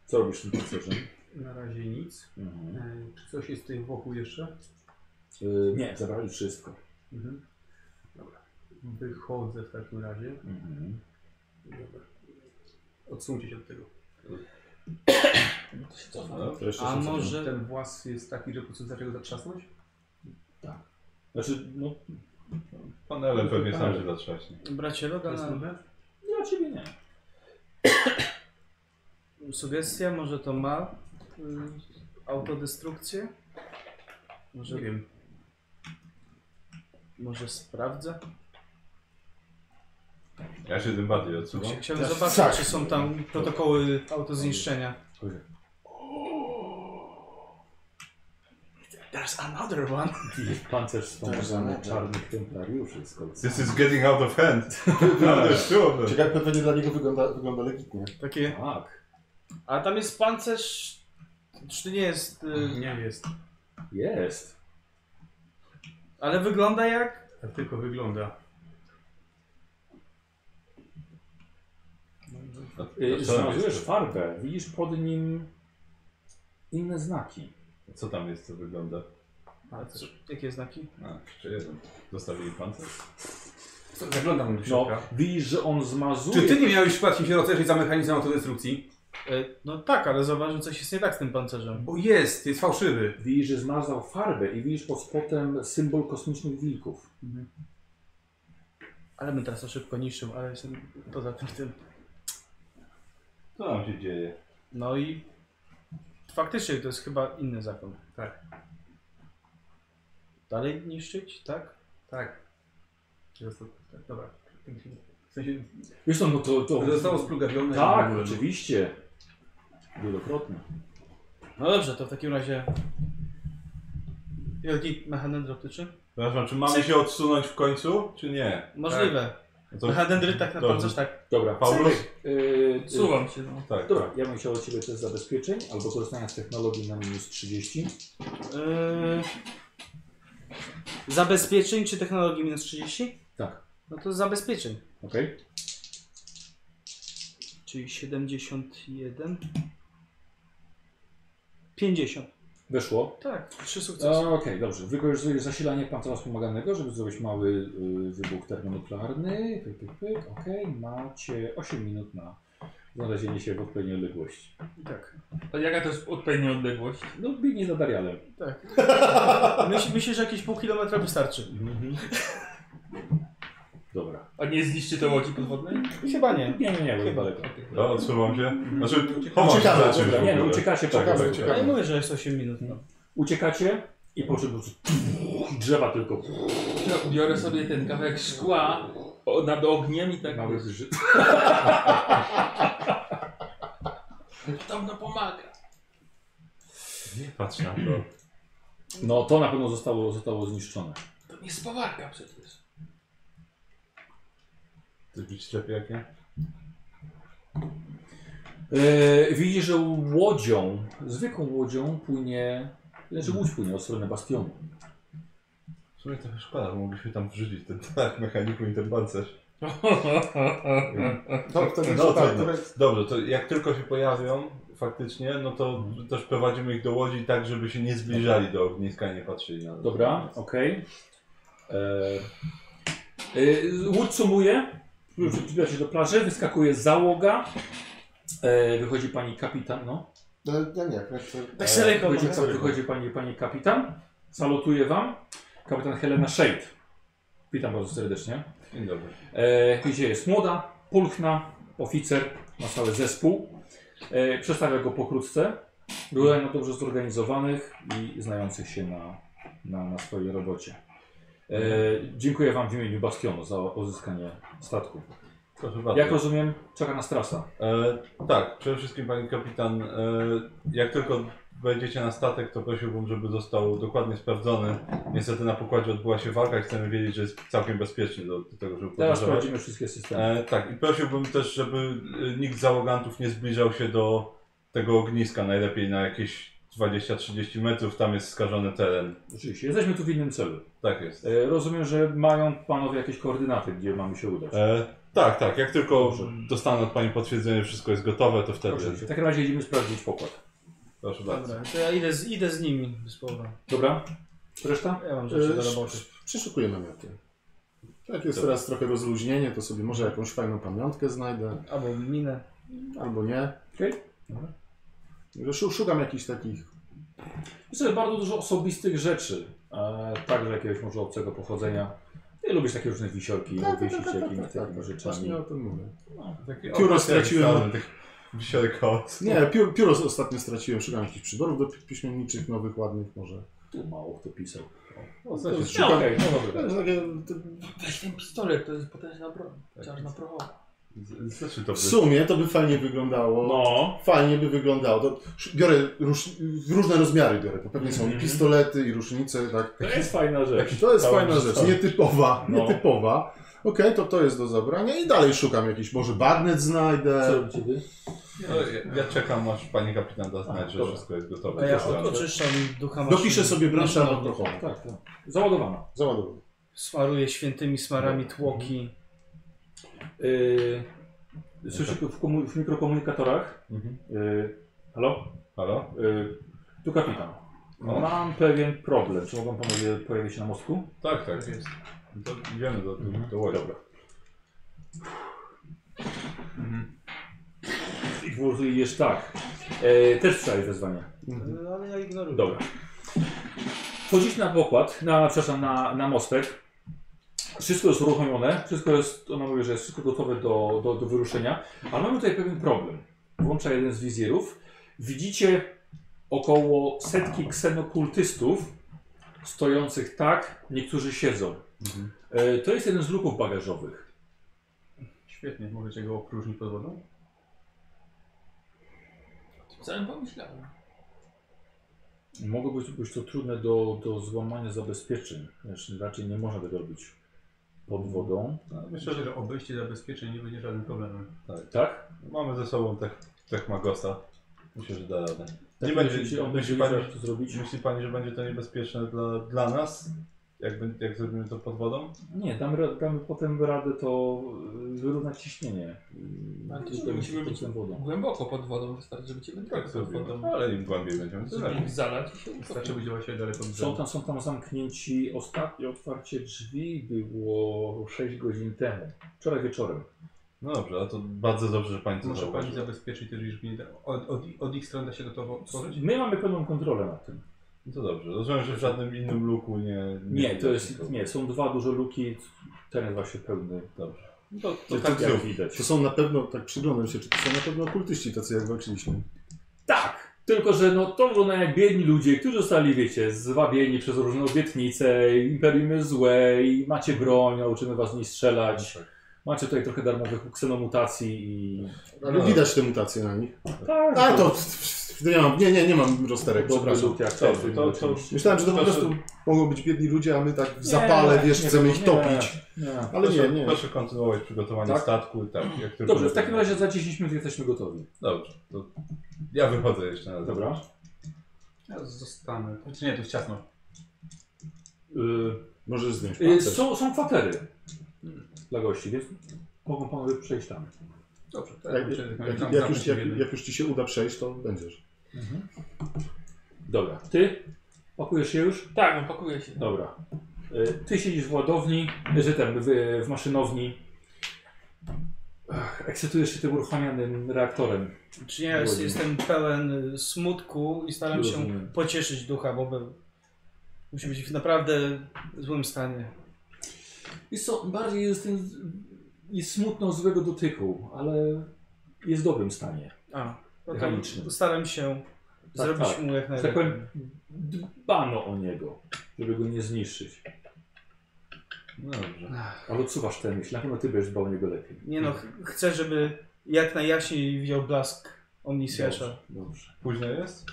Co robisz z tym pancerzem? Na razie nic. Mhm. Yy, czy coś jest tutaj wokół jeszcze? Yy, nie, zabrali wszystko. Mhm. Dobra. Wychodzę w takim razie. Mhm. Dobra. Odsuńcie się od tego. no, To jeszcze A się może- Że- Ten włas jest taki, że po co zaczęło zatrzasnąć? Znaczy, no, panelem pewnie sam się zatrzaśnie. Bracie To jest Logan, trudne? dla ciebie nie. e, sugestia, może to ma y, autodestrukcję? Może, Nie wiem. może sprawdzę? Ja się tym bardziej odsuwam. Chcia- Chciałem zobaczyć, czy są tam protokoły autozniszczenia. There's another one. Jest pancerz wspomagany Tak, czarnych templariuszy z kolce. This is getting out of hand. No, to sure. Y, Ciekawe, pewnie dla niego wygląda, wygląda legitnie. Takie. Tak, A tam jest pancerz. Czy to nie jest. Y, Nie jest. jest. ale wygląda jak. Tak tylko wygląda. Yy, No co, tam Znalazłeś jest, farbę, widzisz pod nim inne znaki. co tam jest, co wygląda? A, co, jakie znaki? A, jeszcze jeden. Zostawili pancerz? Co, Zaglądam do No, środka. widzisz, że on zmazuje. Czy ty nie miałeś przypadkiem się rozejrzeć za mechanizmem autodestrukcji? Y, no tak, ale zauważył, coś jest nie tak z tym pancerzem. Bo jest, jest fałszywy. Widzisz, że zmazał farbę i widzisz pod spodem symbol kosmicznych wilków. Ale bym teraz to szybko niszczył, ale jestem poza tym tym. Co tam się dzieje? No i. Faktycznie to jest chyba inny zakon. Tak. Dalej niszczyć, tak? Tak. Jest to, tak dobra. W sensie Wiesz co, no to... to... zostało splugawione. Tak, i- oczywiście. Wielokrotnie. No dobrze, to w takim razie... Wielki mechanendr optyczny? Przepraszam, czy mamy się odsunąć w końcu, czy nie? Możliwe. No to- Mechanendry tak na Dobrze. pancerz tak. Dobra, Paulus? Yy, Suwam się, no. Tak. Dobra, ja bym chciał od Ciebie test zabezpieczeń albo korzystania z technologii na minus 30. Yy... Zabezpieczeń czy technologii minus 30? Tak. No to zabezpieczeń. Okej. Czyli 71. 50. Weszło. Tak, trzy A, sukcesy. Okej, dobrze. Wykorzystujesz zasilanie pancerza wspomaganego, żeby zrobić mały y, wybuch termonuklearny. Pyk, pyk, pyk. Okej, macie 8 minut na znalezienie się w odpowiedniej odległości. Tak. A jaka to jest odpowiednia odległość? No, biegnij za Darialem. Myśl, myślę, że jakieś pół kilometra wystarczy. Dobra. A nie zniszczy to łodzi podwodnej? Chyba nie. Nie, nie, nie, bo jest daleko. No, odsuwam się. Znaczy, chowam się Uciekamy, za czymś Dobra, w nie, no, ogóle. uciekacie po Czekamy, prostu. uciekamy. Ale mówię, że jest 8 minut. No. Uciekacie i po prostu drzewa tylko Ja biorę sobie ten kawałek szkła o- nad ogniem i tak. mały zżyt. Tam to pomaga. Nie patrz na to. No to na pewno zostało, zostało zniszczone. To nie spawarka przecież. Ty bić lepiej jak ja? Yy, widzisz, że łodzią, zwykłą łodzią płynie, znaczy łódź płynie od strony bastionu. W sumie trochę szkoda, bo mogliśmy tam wrzucić ten tak, mechaniku i ten pancerz. To wtedy No, no, tak, trudno. to Dobrze, to jak tylko się pojawią faktycznie, no to też prowadzimy ich do łodzi tak, żeby się nie zbliżali do ogniska i nie patrzyli na to. Dobra, okej. Yy, yy, Łódź sumuje, przybliża się do plaży, wyskakuje załoga, e, wychodzi pani kapitan, no. No, ja nie, ja chcę... Tak sobie ręką wychodzi, mogę. wychodzi pani, pani kapitan, salutuje wam, kapitan Helena Shade. Witam bardzo serdecznie. Dzień dobry. E, gdzie jest młoda, pulchna, oficer, ma cały zespół. E, przedstawia go pokrótce. Byłem na dobrze zorganizowanych i znających się na, na, na swojej robocie. E, dziękuję Wam w imieniu Bastionu za odzyskanie statku. Proszę bardzo. Jak rozumiem, czeka nas trasa. E, tak, przede wszystkim pani kapitan, e, jak tylko wejdziecie na statek, to prosiłbym, żeby został dokładnie sprawdzony. Niestety na pokładzie odbyła się walka i chcemy wiedzieć, że jest całkiem bezpiecznie do, do tego, żeby Teraz podróżować. sprawdzimy wszystkie systemy. E, tak, i prosiłbym też, żeby e, nikt z załogantów nie zbliżał się do tego ogniska, najlepiej na jakieś 20-30 metrów, tam jest skażony teren. Rzeczywiście, jesteśmy tu w innym celu. Tak jest. E, rozumiem, że mają Panowie jakieś koordynaty, gdzie mamy się udać. E, tak, tak, jak tylko dostanę od Pani potwierdzenie, wszystko jest gotowe, to wtedy. Proszę, cię, w takim razie idziemy sprawdzić pokład. Proszę bardzo. Dobra, to ja idę z, idę z nimi z połowa. Dobra? Reszta? Ja mam rzeczy E, do roboty. Przy- Przeszukuję namioty. Tak jest teraz trochę rozluźnienie, to sobie może jakąś fajną pamiątkę znajdę, Albo minę. albo nie. Okej. Że szu- Szukam jakichś takich... Jest też bardzo dużo osobistych rzeczy, e, także jakiegoś może obcego pochodzenia. Ja lubię takie różne wisiorki, Tak, obwiesić się jakimiś takimi rzeczami. No, Właśnie o tym mówię. tak, Takie Pióro opasy jak straciłem. wcale, tych Wisielek od... Nie, pióro, pióro ostatnio straciłem, szukam jakichś przyborów do pi- piśmienniczych, nowych, ładnych może. Tu mało kto pisał. No, w sensie, No, okej, no dobra. Tak, takie- to- Weź ten pistolet, to jest potężna broń. Tak. Czarna prochowa. z- Znaczy to W by... sumie to by fajnie wyglądało. No, Fajnie by wyglądało. To sz- biorę róż, różne rozmiary biorę, bo pewnie są i pistolety i rusznice, Mhm. tak. to jest fajna rzecz. To jest Cała fajna rzecz, historia. nietypowa, No. nietypowa. Okej, to to jest do zabrania i dalej szukam jakiś, może bagnet Co znajdę. robicie wy? No, ja, ja czekam, aż Pani kapitan da Aha, znać, że dobra. wszystko jest A gotowe. ja Proszę od, bardzo. oczyszczam ducha maszyny. Dopiszę sobie branżę Maszynowi. alkoholową. Tak, tak. Załadowana. Załadowuję. Smaruję świętymi smarami tłoki. Yy, słyszycie w, komu- w mikrokomunikatorach? Mhm. Yy, halo? Halo? Yy, tu kapitan. O. Mam pewien problem. Czy mogą panowie pojawić się na mostku? Tak, tak. Jest. To idziemy do, do, do łodzi. Dobra. I po prostu idziesz tak. Yy, też słyszałeś wezwanie. No, Ale ja ignoruję. Mhm. Dobra. Wchodzisz na pokład, na, przepraszam, na, na mostek. Wszystko jest uruchomione, wszystko jest, ona mówi, że jest wszystko gotowe do, do, do wyruszenia, ale mamy tutaj pewien problem. Włącza jeden z wizjerów. Widzicie około setki ksenokultystów stojących tak, niektórzy siedzą. E, to jest jeden z luków bagażowych. Świetnie, możecie go opróżnić pod wodą? Wcale nie pomyślałem. Mogło być, być to trudne do, do złamania zabezpieczeń, wiesz, raczej nie można tego robić pod wodą. No, myślę, Myślę, że że obejście zabezpieczeń nie będzie żadnym problemem. Tak? mamy ze sobą tech, Techmagosa. Myślę, że da radę. Nie Jeśli będzie, on myśli, będzie pani, wiedział, jak to zrobić. myśli pani, że będzie to niebezpieczne dla, dla nas? Jak, bę- jak zrobimy to pod wodą? Nie, damy, ra- damy potem radę to y, wyrównać ciśnienie. Y, Ale to Tylko musimy pod być- tą wodą. Głęboko pod wodą wystarczy, żeby cię Tak wydrobić pod sobie, wodą. ale im głębiej będziemy, tym Żeby lepiej. ich zalać i się Wystarczy utopić. być właśnie daleko od Są brzegu. tam, są tam zamknięci. Ostatnie otwarcie drzwi było 6 godzin temu. Wczoraj wieczorem. No dobrze, ale to bardzo dobrze, że pani to Muszę pani zauważyła. zabezpieczyć też, jeżeli nie da. Od, od, od ich stron da się gotowo otworzyć? My mamy pełną kontrolę nad tym. No to dobrze, rozumiem, że w żadnym innym luku nie... Nie, to jest. tylko- Nie, są dwa duże luki. Ten jest właśnie pełny. Dobrze. To, to Czy tak to jak tył? widać. To są na pewno, tak przyglądam się, czy to są na pewno okultyści tacy jak walczyliśmy. Tak! Tylko, że no to wygląda jak biedni ludzie, którzy zostali, wiecie, zwabieni przez różne obietnice, imperium jest złe i macie broń, nauczymy was nie strzelać. Macie tutaj trochę darmowych ksenomutacji i... Ale No. widać te mutacje na nich. Tak, A to nie mam, nie, nie, nie mam rozterek, przepraszam. Jak To, to, to, to, Myślałem, że to po Proszę- prostu mogą być biedni ludzie, a my tak w zapale, wiesz, chcemy ich topić. Nie, nie. Ale nie, proszę, nie. proszę kontynuować przygotowanie Tak? statku i tak, jak tylko... Dobrze, w takim razie za 10 minut jesteśmy gotowi. Dobrze, to ja wychodzę jeszcze na zewnątrz. Dobra. Ja zostanę. Znaczy nie, to jest ciasno. Y, Możesz zdjąć y, pancerz. są, są kwatery dla gości, więc mogą panowie przejść tam. Dobrze, to Tak, Jak, muszę- jak, tam jak, już, zamknę jak, się w jednym. jak już ci się uda przejść, to będziesz. Dobra, ty pakujesz się już? Tak, no pakuje się. Dobra. Y, Ty siedzisz w ładowni, że ten, w, w maszynowni. Ach, ekscytujesz się tym uruchamianym reaktorem. Czy ja jest, Godzin. jestem pełen y, smutku i staram się Rozumiem. pocieszyć ducha, bo był- musi być w naprawdę złym stanie. I co, bardziej jest, ten, jest smutno od złego dotyku, ale jest w dobrym stanie. A, no Mechaniczny. to staram się Tak, zrobić tak. mu jak Że tak najlepiej. powiem, dbano o niego, żeby go nie zniszczyć. No dobrze. Ale odsuwasz ten myśl, na pewno ty będziesz dbał o niego lepiej. Nie no, ch- chcę, żeby jak najjaśniej widział blask omnisjasza. Dobrze. Późno jest?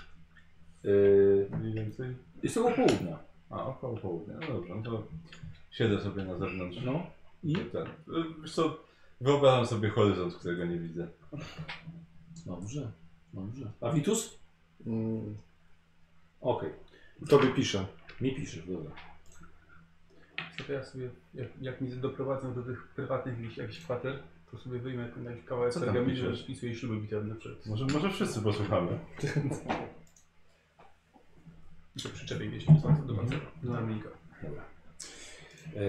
Y, Mniej więcej? jest to około południa. A, około południa. No dobrze, no to siedzę sobie na zewnątrz. No. I? Ten. y, Wiesz co, wyobrażam sobie horyzont, którego nie widzę. Dobrze, dobrze. A Witus? Mm, Okej. Tobie piszę. Mi piszesz, dobra. Co to ja sobie, jak, jak mi doprowadzą do tych prywatnych jakichś, jakichś kwater, to sobie wyjmę ten jakiś kawałek Co tam pergaminu piszesz? i wpisuję śluby bitewne przed. Może, może wszyscy posłuchamy. Że przyczepię gdzieś tam do Mhm. pancerza, No. do ramiennika. Dobra. E,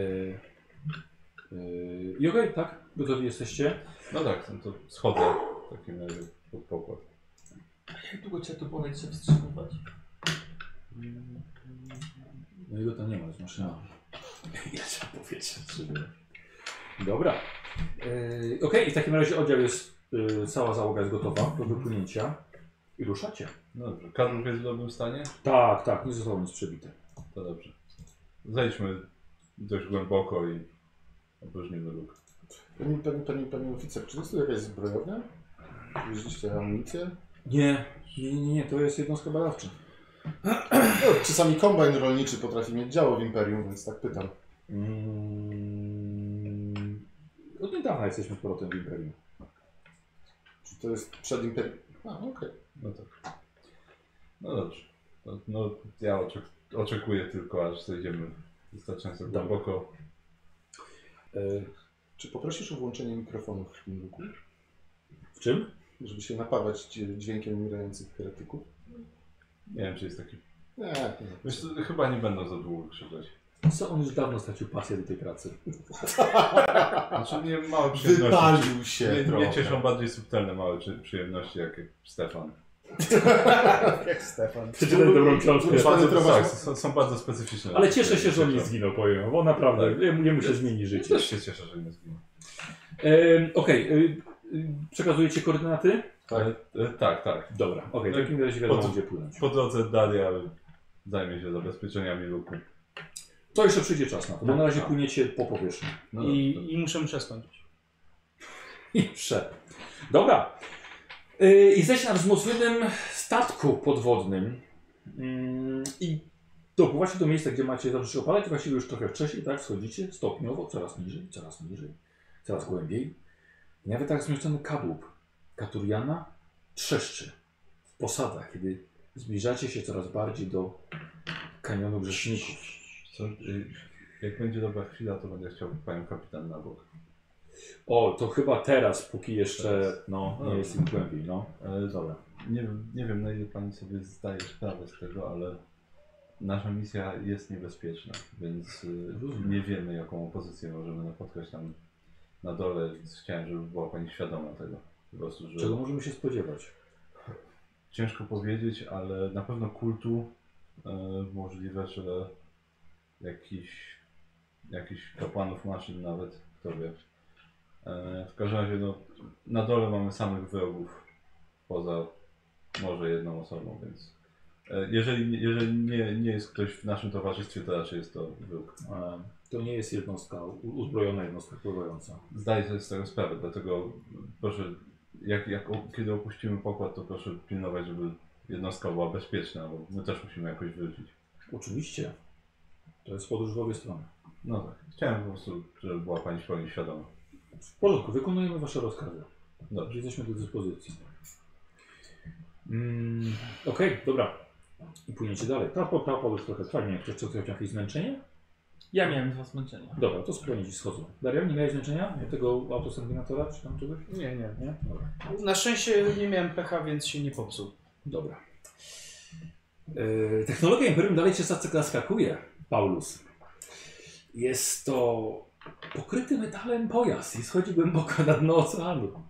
e, I okej, tak? Gotowi jesteście? No tak, no to schodzę w takim razie pod pokład. Jak długo trzeba to powietrze wstrzymywać? No jego tam nie ma, jest maszyna. Ja trzeba powiedzieć. Dobra. E, okej, i w takim razie oddział jest, e, cała załoga jest gotowa do wypłynięcia. I ruszacie. No dobrze, kadłub jest w dobrym stanie? Tak, tak, nie zostało nic przebite. To dobrze. Zejdźmy dość głęboko i opróżnimy luk. Pani, pani, pani, pani oficer, czy jest tu jakaś zbrojownia? Wzięliście amunicję? Nie, nie, nie, nie, to jest jednostka badawcza. No, czasami kombajn rolniczy potrafi mieć działo w imperium, więc tak pytam. Mm, od niedawna jesteśmy z powrotem w Imperium. Czy to jest przed imperium? A, okej. No tak. No dobrze. No, no ja oczek oczekuję tylko, aż zejdziemy wystarczająco Dobra. głęboko. E, Czy poprosisz o włączenie mikrofonów w tym ruchu, w czym? żeby się napawać dź- dźwiękiem umierających heretyków? Nie wiem, czy jest taki... Nie, nie. Wiesz, co, chyba nie będą za długo krzyczeć. Co on już dawno stracił pasję do tej pracy? Znaczy nie małe przyjemności. Wypalił się Mnie, trochę. mnie cieszą bardziej subtelne małe czy, przyjemności, jak Stefan. Jak Stefan. Przeczytaj dobrą książkę. Są Bardzo, bardzo, tak, są, są bardzo specyficzne. Ale cieszę się, że on nie Cieszą. zginął, powiem, wam, bo naprawdę Tak. nie jemu się zmieni Ja życie. też się cieszę, że nie zginął. Ehm, Okej, y, y, przekazujecie koordynaty? Tak, e, tak. tak. Dobra, okej, w Tak. takim razie wiadomo Pod- gdzie płynąć. Po drodze Daria zajmie się zabezpieczeniami luku. To jeszcze przyjdzie czas na to, bo na razie Tak. płyniecie po powierzchni. No I, I muszę przesnąć. I przep. Dobra, Yy, Jesteście na wzmocnionym statku podwodnym Mm, i dopływacie do miejsca, gdzie macie zacząć opadać, właściwie już trochę wcześniej, tak? Schodzicie stopniowo, coraz niżej, coraz niżej, coraz głębiej. I nawet tak zmieszczony kadłub Katuriana trzeszczy w posadach, kiedy zbliżacie się coraz bardziej do kanionu grzeszników. Co, y, jak będzie dobra chwila, to będę chciał panią kapitan na bok. O, to chyba teraz, póki jeszcze no, nie No. jest im głębiej, no. E, dobra. Nie, wiem- nie wiem, na ile pani sobie zdaje sprawę z tego, ale nasza misja jest niebezpieczna, więc y, nie wiemy, jaką opozycję możemy napotkać tam na dole. Więc chciałem, żeby była pani świadoma tego. Po prostu, że Czego możemy się spodziewać? ciężko powiedzieć, ale na pewno kultu e, możliwe, że jakiś, jakiś kapłanów maszyn nawet, kto wie. E, w każdym razie no, na dole mamy samych wrogów, poza może jedną osobą, więc e, jeżeli, jeżeli nie, nie jest ktoś w naszym towarzystwie, to raczej jest to wróg. E, To nie jest jednostka, u- uzbrojona jednostka pływająca. Zdaję sobie z tego sprawę, dlatego proszę, jak, jak, o- kiedy opuścimy pokład, to proszę pilnować, żeby jednostka była bezpieczna, bo my też musimy jakoś wrócić. Oczywiście. To jest podróż w obie strony. No tak, chciałem po prostu, żeby była Pani pełni świadoma. W porządku, wykonujemy Wasze rozkazy. Dobrze. Jesteśmy do dyspozycji. Mm, Okej, dobra. I płyniecie dalej. Ta, ta podróż trochę trwa. Nie wiem, ktoś chce chce jakieś zmęczenie? Ja miałem dwa zmęczenia. Dobra, to spłynie ci schodzą. Daria, nie miałeś zmęczenia? Tego autoserminatora czy tam czegoś? Nie, nie. Nie? Dobra. Na szczęście nie miałem pecha, więc się nie popsuł. Dobra. E, Technologia Imperium dalej cię zask- zaskakuje, Paulus. Jest to pokryty metalem pojazd i schodzi głęboko na dno oceanu.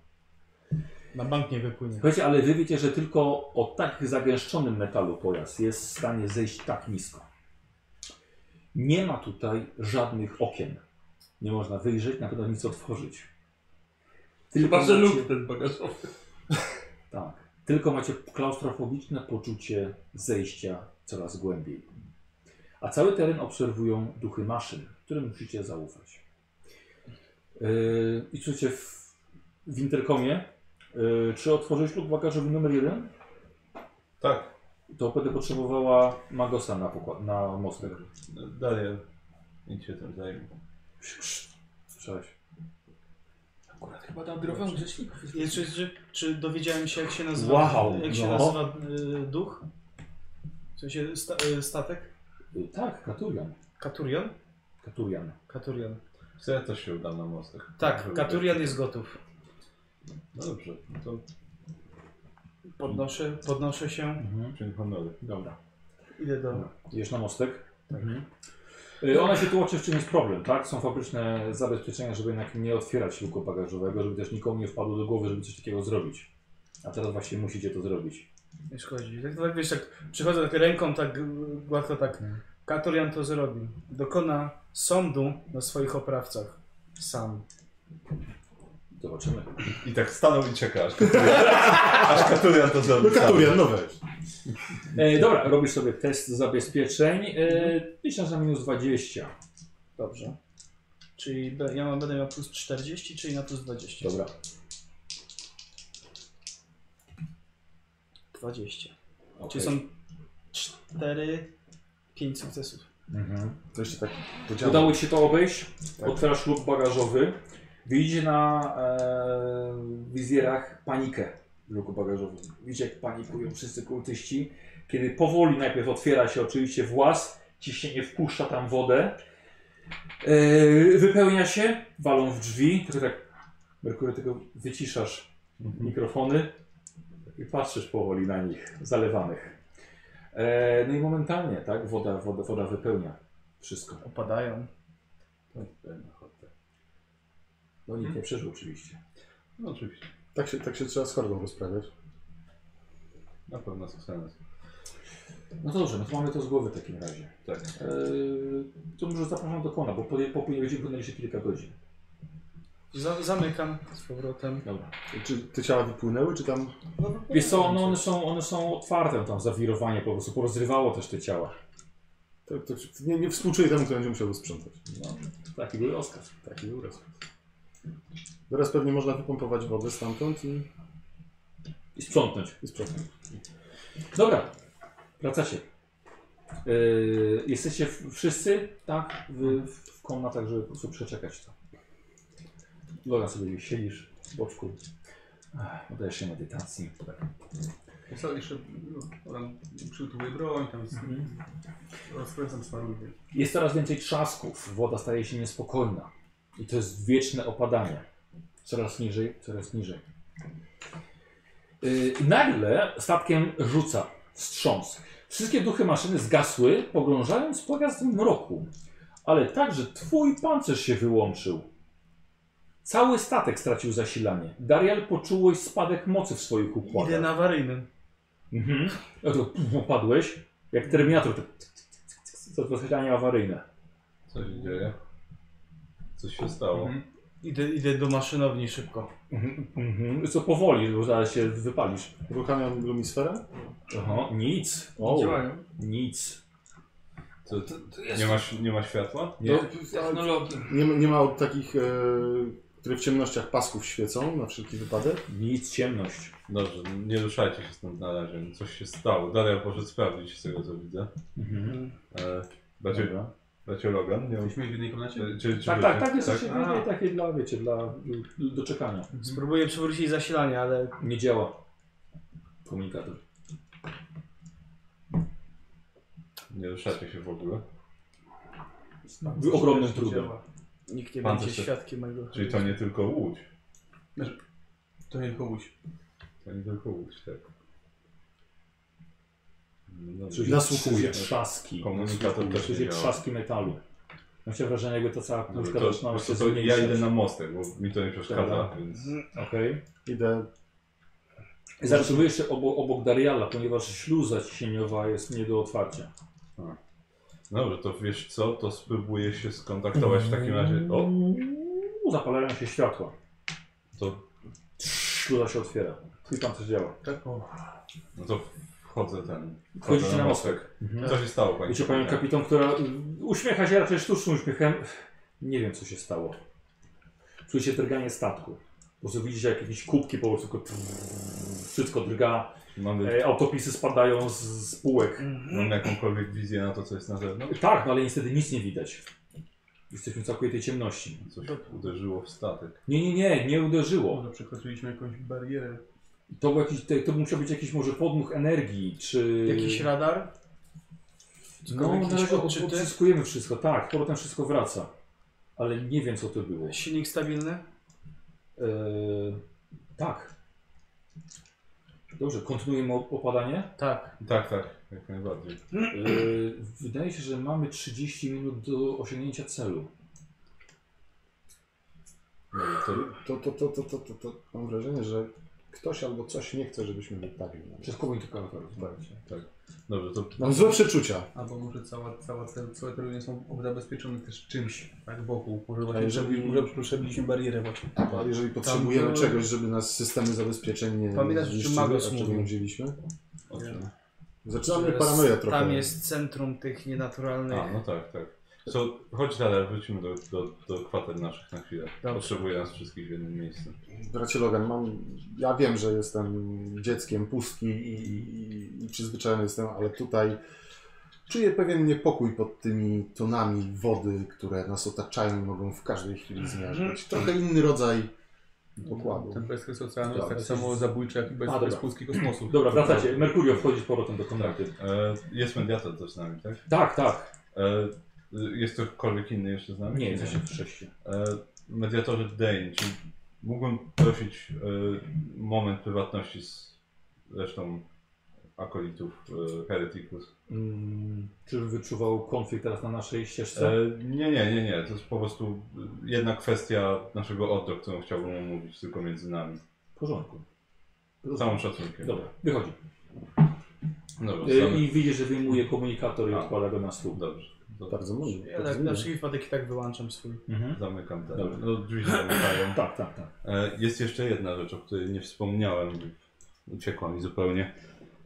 Na bank nie wypłynie. Słuchajcie, ale wy wiecie, że tylko o tak zagęszczonym metalu pojazd jest w stanie zejść tak nisko. Nie ma tutaj żadnych okien. Nie można wyjrzeć, na pewno nic otworzyć. Chyba, że macie- luk ten bagażowy. Tak. Tylko macie klaustrofobiczne poczucie zejścia coraz głębiej. A cały teren obserwują duchy maszyn, którym musicie zaufać. Yy, I czujcie w, w interkomie, yy, czy otworzyłeś lub bagażowy numer jeden? Tak, To będę potrzebowała Magosa na, pokład, na mostek. dalej. Idź się tym zajmij. Słyszałeś? Akurat chyba tam drogą grzeszników jest. Czy, czy, czy dowiedziałem się, jak się nazywa, Wow, jak się no. nazywa y, duch? W sensie sta, y, statek? Yy, tak, Katurian. Katurian? Katurian. Katurian. Co ja też się udam na mostek. Tak, Żeby- Katurian jest gotów. No dobrze, to Podnoszę, podnoszę się. Mhm. czyn honory. Dobra. Idę do... Jesz na mostek. Mhm. Y, Ona się tłumaczy, w czym jest problem, tak? Są fabryczne zabezpieczenia, żeby jednak nie otwierać luku bagażowego, żeby też nikomu nie wpadło do głowy, żeby coś takiego zrobić. A teraz właśnie musicie to zrobić. Nie szkodzi. Tak, tak wiesz, tak przychodzę tak ręką, tak y, gładko, tak. Katorian to zrobi. Dokona sądu na swoich oprawcach. Sam. Zobaczymy. I tak stanął i czeka, aż Katurian, aż Katurian to zrobił. No Katurian, no weź. E, dobra, robisz sobie test zabezpieczeń. E, Myślę, na minus 20. Dobrze. Czyli be- ja mam, będę miał plus 40, czyli na plus 20. Dobra. 20. Okay. Czyli są 4, 5 sukcesów. Mhm. To jeszcze tak Działo. podziało. Udało ci się to obejść. Tak. Otwierasz lub bagażowy. Widzicie na e, wizjerach panikę w luku bagażowym. Widzicie, jak panikują wszyscy kultyści. Kiedy powoli najpierw otwiera się oczywiście włas, ciśnienie wpuszcza tam wodę. E, wypełnia się, walą w drzwi. Tylko tak, Merkury, tylko wyciszasz mikrofony i patrzysz powoli na nich, zalewanych. E, no i momentalnie, tak, woda, woda, woda wypełnia wszystko. Opadają. No nikt nie przeżył oczywiście. No oczywiście, Tak się, tak się trzeba z hordą rozprawiać. na pewno sukces. No dobrze, no to mamy to z głowy w takim razie. Tak. Eee, to może zapraszam do kona, bo po, po poniedziałku płynęliście kilka godzin. Za- zamykam z powrotem. Dobra. Czy te ciała wypłynęły, czy tam... Wiesz co, no one, są, one są otwarte tam, zawirowanie po prostu, porozrywało też te ciała. To, to, nie, nie współczuję temu, kto będzie musiał to sprzątać. No, taki był rozkaz. Taki był rozkaz. Teraz pewnie można wypompować wodę stamtąd i... I sprzątnąć. I sprzątam. Dobra, wracacie. Yy, jesteście w- wszyscy, tak? W, w komnatach, żeby po prostu przeczekać to. Lola sobie siedzisz w boczku. Ach, Oddajesz się medytacji. Tak. Ja sobie jeszcze no, tam przygotuję broń, tam z, Mhm. rozkręcam smaruję. Jest coraz więcej trzasków, woda staje się niespokojna. I to jest wieczne opadanie. Coraz niżej, coraz niżej. Yy, nagle statkiem rzuca wstrząs. Wszystkie duchy maszyny zgasły, pogrążając pojazd w mroku. Ale także twój pancerz się wyłączył. Cały statek stracił zasilanie. Darial poczułeś spadek mocy w swoich układach. Idę na awaryjnym. Mhm. No to opadłeś, jak Terminator. To... Zatracenie awaryjne. Co się dzieje? Coś się stało. Idę, idę do maszynowni szybko. Mhm, mhm. Co powoli, bo zaraz się wypalisz. Uruchamiam lumisferę. Aha, nic. Nie O, działają. Mhm. nic. Co, ty, nie, masz, nie ma światła? Nie. No, Technologii. nie, ma- nie ma od takich, e, które w ciemnościach pasków świecą na wszelki wypadek. Nic, ciemność. Dobrze, nie ruszajcie się stąd na razie. Coś się stało. Dalej poszedł sprawdzić z tego co widzę. Mhm. E, Bracie, bracie Logan? Nie wiem. Jesteśmy w jednej komnacie? Czy, czy, czy Tak, wiecie? tak, tak, jest tak. tak? A. takie dla, wiecie, dla y, do czekania. Spróbuję przywrócić zasilanie, ale Nie działa. Komunikator. Nie ruszajcie się w ogóle. Był ogromnym trudem. nikt nie Pan będzie też tak. świadkiem mojego. Czyli to nie tylko łódź. To nie komuś. To nie tylko łódź, tak. No dobrze. Czyli Nasłuchuje. słyszycie trzaski. Komunikator też nie Słyszycie działa. trzaski metalu. Mam się wrażenie, jakby to cała Dobrze, knuszka to, zaczynała się to, to ja zmniejszać. idę na mostek, bo mi to nie przeszkadza, Dobra. więc... Okej. Idę. Zatrzymujesz się obok, obok Dariala, ponieważ śluza ciśnieniowa jest nie do otwarcia. Dobrze, to wiesz co, to spróbuję się skontaktować w takim razie... O, O! No, Zapalają się światła. to, Śluza się otwiera. Twój pan też działa. no to wchodzę ten... Wchodzicie wchodzę na mostek. Co się stało, pani? Wiecie panią kapitan? kapitan, która y, uśmiecha się raczej sztucznym uśmiechem. Nie wiem co się stało. Czujecie drganie statku. Po prostu widzicie jak jakieś kubki po prostu tylko trrr, wszystko drga. Mamy, E, autopisy spadają z, z półek. mamy jakąkolwiek wizję na to, co jest na zewnątrz? Tak, no ale niestety nic nie widać. Jesteśmy w całkowitej ciemności. Coś uderzyło w statek. Nie, nie, nie, nie uderzyło. Może przekroczyliśmy jakąś barierę. To, był jakiś, to, to musiał być jakiś może podmuch energii, czy... Jakiś radar? No, jakieś na razie odczyty? odzyskujemy wszystko, tak, potem wszystko wraca. Ale nie wiem, co to było. Eee, Silnik stabilny? tak. Dobrze, kontynuujemy op- opadanie. Tak. Tak, tak, jak najbardziej. Eee, wydaje się, że mamy 30 minut do osiągnięcia celu. Dobrze, to, To, to, to, to, to, to, to mam wrażenie, że ktoś albo coś nie chce, żebyśmy wypalił. Przez komunikator. rozmawiacie. dobrze, to Mam złe przeczucia. Albo może cała, cała, cel- całe tereny są zabezpieczone też czymś, tak wokół. Może A właśnie jeżeli- przebi- może przebiliśmy barierę właśnie. A jeżeli potrzebujemy to- czegoś, żeby nas systemy zabezpieczeń nie Pamiętasz, o czym zniszczyły, Magos a czego mówił? nie wzięliśmy? o czym? Zaczynamy Że paranoję s- trochę. Tam jest centrum tych nienaturalnych. A, no tak, tak. So, chodź dalej, wrócimy do, do, do kwater naszych na chwilę. Potrzebuję nas wszystkich w jednym miejscu. Bracie Logan, mam, ja wiem, że jestem dzieckiem pustki i, i, i przyzwyczajony jestem, ale tutaj czuję pewien niepokój pod tymi tonami wody, które nas otaczają i mogą w każdej chwili zmiażdżyć. Trochę inny rodzaj okładu. Ten bezkres oceanu Dobra, jest tak jesteś- samo zabójczy, jak i bez, A, dobra. bez pustki kosmosu. Dobra, wracacie. Merkurio wchodzi z powrotem do Tak, kontaktu. e, jest mediator też z nami, tak? Tak, tak. E, jest ktokolwiek inny jeszcze z nami? Nie, czy jesteście w sześciu. E, mediatorze Dane, czy mógłbym prosić e, moment prywatności z resztą akolitów e, Hereticus? Mm, czy wyczuwał konflikt teraz na naszej ścieżce? E, nie, nie, nie, nie. To jest po prostu jedna kwestia naszego oddo, którą chciałbym omówić tylko między nami. W porządku. Z całym szacunkiem. Dobra, wychodzi. Dobra, Y, same- I widzisz, że wyjmuje komunikator i A. odkłada go na stół. Dobrze. To Bardzo mądry. bardzo Ja tak, na mądry. wszelki wypadek i tak wyłączam swój. Mhm. Zamykam ten. Dobra. No, drzwi się zamykają. Tak, tak, tak. E, Jest jeszcze jedna rzecz, o której nie wspomniałem. Uciekła mi zupełnie.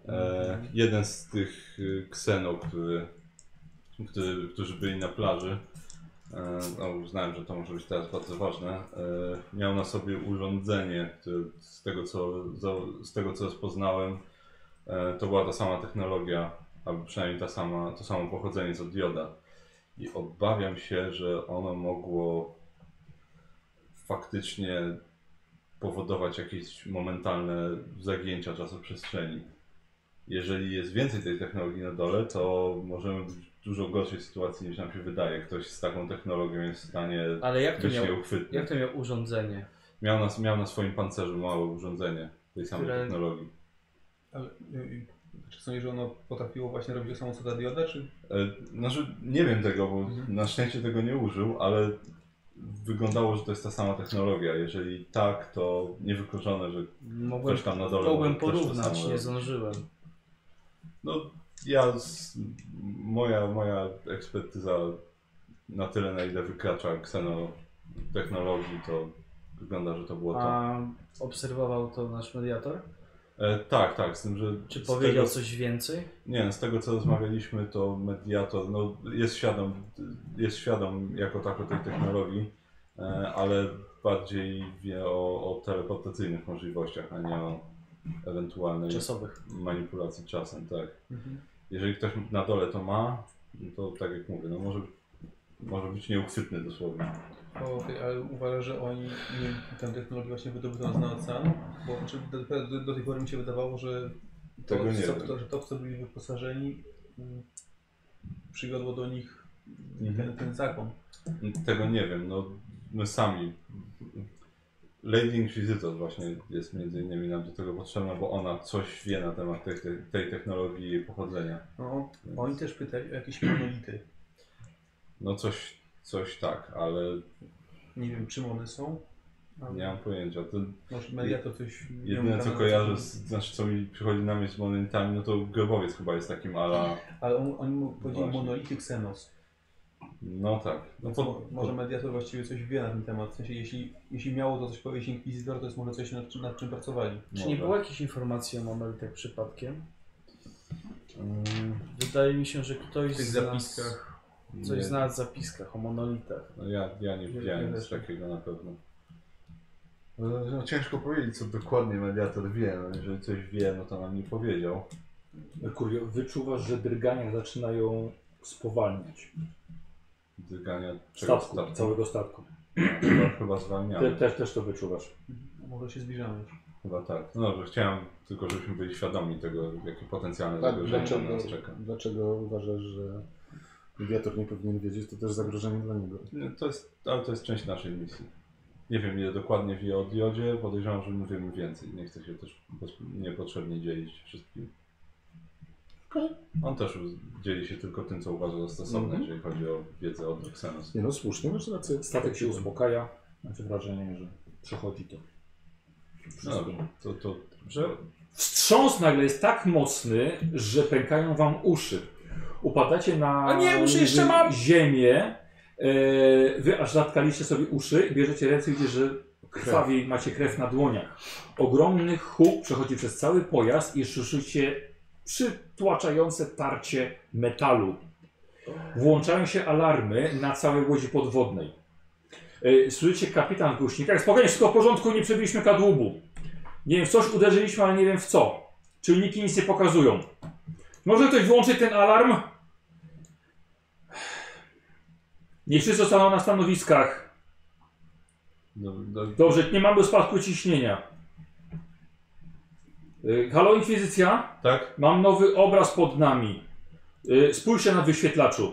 E, jeden z tych y, ksenów, który, który, którzy byli na plaży, E, No, uznałem, że to może być teraz bardzo ważne. E, Miał na sobie urządzenie, które z tego co, za- z tego, co rozpoznałem, e, to była ta sama technologia, albo przynajmniej ta sama, to samo pochodzenie co dioda. I obawiam się, że ono mogło faktycznie powodować jakieś momentalne zagięcia czasoprzestrzeni. Jeżeli jest więcej tej technologii na dole, to możemy być w dużo gorszej sytuacji niż nam się wydaje. Ktoś z taką technologią jest w stanie Ale jak to być miał, nieuchwytny. jak to miał urządzenie? Miał, na, miał na swoim pancerzu małe urządzenie tej samej Które- technologii. Ale, y, czy sądzisz, że ono potrafiło właśnie robić to samo co ta dioda, czy E, Znaczy, nie wiem tego, bo Mhm. na szczęście tego nie użył, ale wyglądało, że to jest ta sama technologia. Jeżeli tak, to niewykluczone, że Mogłem, ktoś tam na dole mogłem może też to porównać, samo nie robi. zdążyłem. No, ja, z, moja, moja ekspertyza na tyle, na ile wykracza ksenotechnologii, to wygląda, że to było to. A obserwował to nasz mediator? E, tak, tak, z tym, że... Czy z powiedział tego- coś więcej? Nie, z tego co rozmawialiśmy, to mediator no, jest, świadom, jest świadom jako tako tej technologii, e, ale bardziej wie o, o teleportacyjnych możliwościach, a nie o ewentualnej Czasowych. manipulacji czasem, tak. Jeżeli ktoś na dole to ma, no to tak jak mówię, no może, może być nieuchwytny dosłownie. O, Okej, ale uważasz, że oni nie, tę technologię właśnie wydobywają z naoceanu? Bo znaczy, do, do, do tej pory mi się wydawało, że to, Tego nie co, wiem. to, że to w co byli wyposażeni, mm, przywiodło do nich Mhm. ten, ten zakon. Tego nie wiem, no my sami. Lady Inquisitor właśnie jest między innymi nam do tego potrzebna, bo ona coś wie na temat tej, tej, tej technologii i jej pochodzenia. No, Więc- oni też pytali o jakieś monolity. No coś, coś tak, ale Nie wiem, czym one są. ale nie mam pojęcia. To Może mediator coś... miał jedyne dane co na- kojarzę, z, znaczy co mi przychodzi na myśl z momentami, no to grobowiec chyba jest takim ala... Ale on, oni mu powiedzieli Właśnie. monolity Xenos. No tak. No Więc to, może mediator właściwie coś wie na ten temat. W sensie, jeśli, jeśli miało to coś powiedzieć Inkwizytor, to jest może coś, nad, czym- nad czym pracowali. Czy nie może. było jakichś informacji o Mameltek przypadkiem? Mm, Wydaje mi się, że ktoś W tych z nas zapiskach. coś nie. znalazł w zapiskach o monolitach. No ja, ja nie nie widziałem nic weszło. takiego na pewno. No, ciężko powiedzieć, co dokładnie mediator wie. No, jeżeli coś wie, no to nam nie powiedział. Merkurio, wyczuwasz, że drgania zaczynają spowalniać Drgania czegoś statku, statku. całego statku. Chyba, chyba Te, zwalniamy. też, też to wyczuwasz. Może się zbliżamy już. Chyba tak. No dobrze, chciałem tylko, żebyśmy byli świadomi tego, jakie potencjalne Tak, zagrożenie dlaczego, nas czeka. dlaczego uważasz, że mediator nie powinien wiedzieć, to też zagrożenie dla niego. No, to jest, ale to jest część naszej misji. Nie wiem, ile dokładnie wie o diodzie. Podejrzewam, że my wiemy więcej. Nie chcę się też bez- niepotrzebnie dzielić wszystkim. On też dzieli się tylko tym, co uważa za stosowne, Mhm. jeżeli chodzi o wiedzę o Xenos. Nie no, słusznie, masz rację. Statek się uspokaja, macie wrażenie, że przechodzi to. No Wszystko. dobrze, to, to dobrze. Wstrząs nagle jest tak mocny, że pękają wam uszy. Upadacie na A nie, uszy jeszcze mam! ziemię. E, Wy aż zatkaliście sobie uszy i bierzecie ręce i widzicie, że krwawi macie krew na dłoniach. Ogromny huk przechodzi przez cały pojazd i słyszycie przytłaczające tarcie metalu. Włączają się alarmy na całej łodzi podwodnej. E, Słyszycie kapitan w głośnikach. Spokojnie, wszystko w porządku, nie przebiliśmy kadłubu. Nie wiem, w coś uderzyliśmy, ale nie wiem w co. Czujniki nic nie pokazują. Może ktoś wyłączyć ten alarm? Nie wszyscy zostaną na stanowiskach. Do, do, Dobrze, nie mamy spadku ciśnienia. Y, Halo, Inkwizycja? tak? Mam nowy obraz pod nami. Y, Spójrzcie na wyświetlaczu.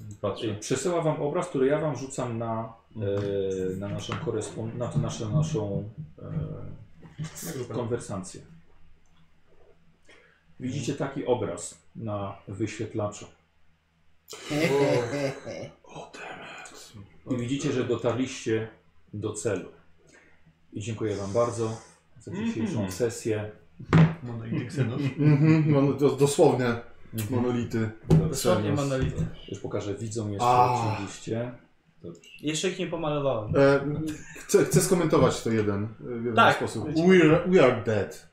Y, Patrzę. Przesyła wam obraz, który ja wam rzucam na, e, na naszą korespond- na to naszą, naszą e, konwersację. Widzicie taki obraz na wyświetlaczu. I widzicie, że dotarliście do celu. I dziękuję wam bardzo za dzisiejszą sesję. Monolity Xenos. Mhm, no, to dosłownie monolity. Dosłownie Serio. monolity. Już pokażę widzom jeszcze A. oczywiście. Jeszcze ich nie pomalowałem. E, chcę, chcę skomentować to jeden e, w jeden Tak. sposób. We are, we are dead.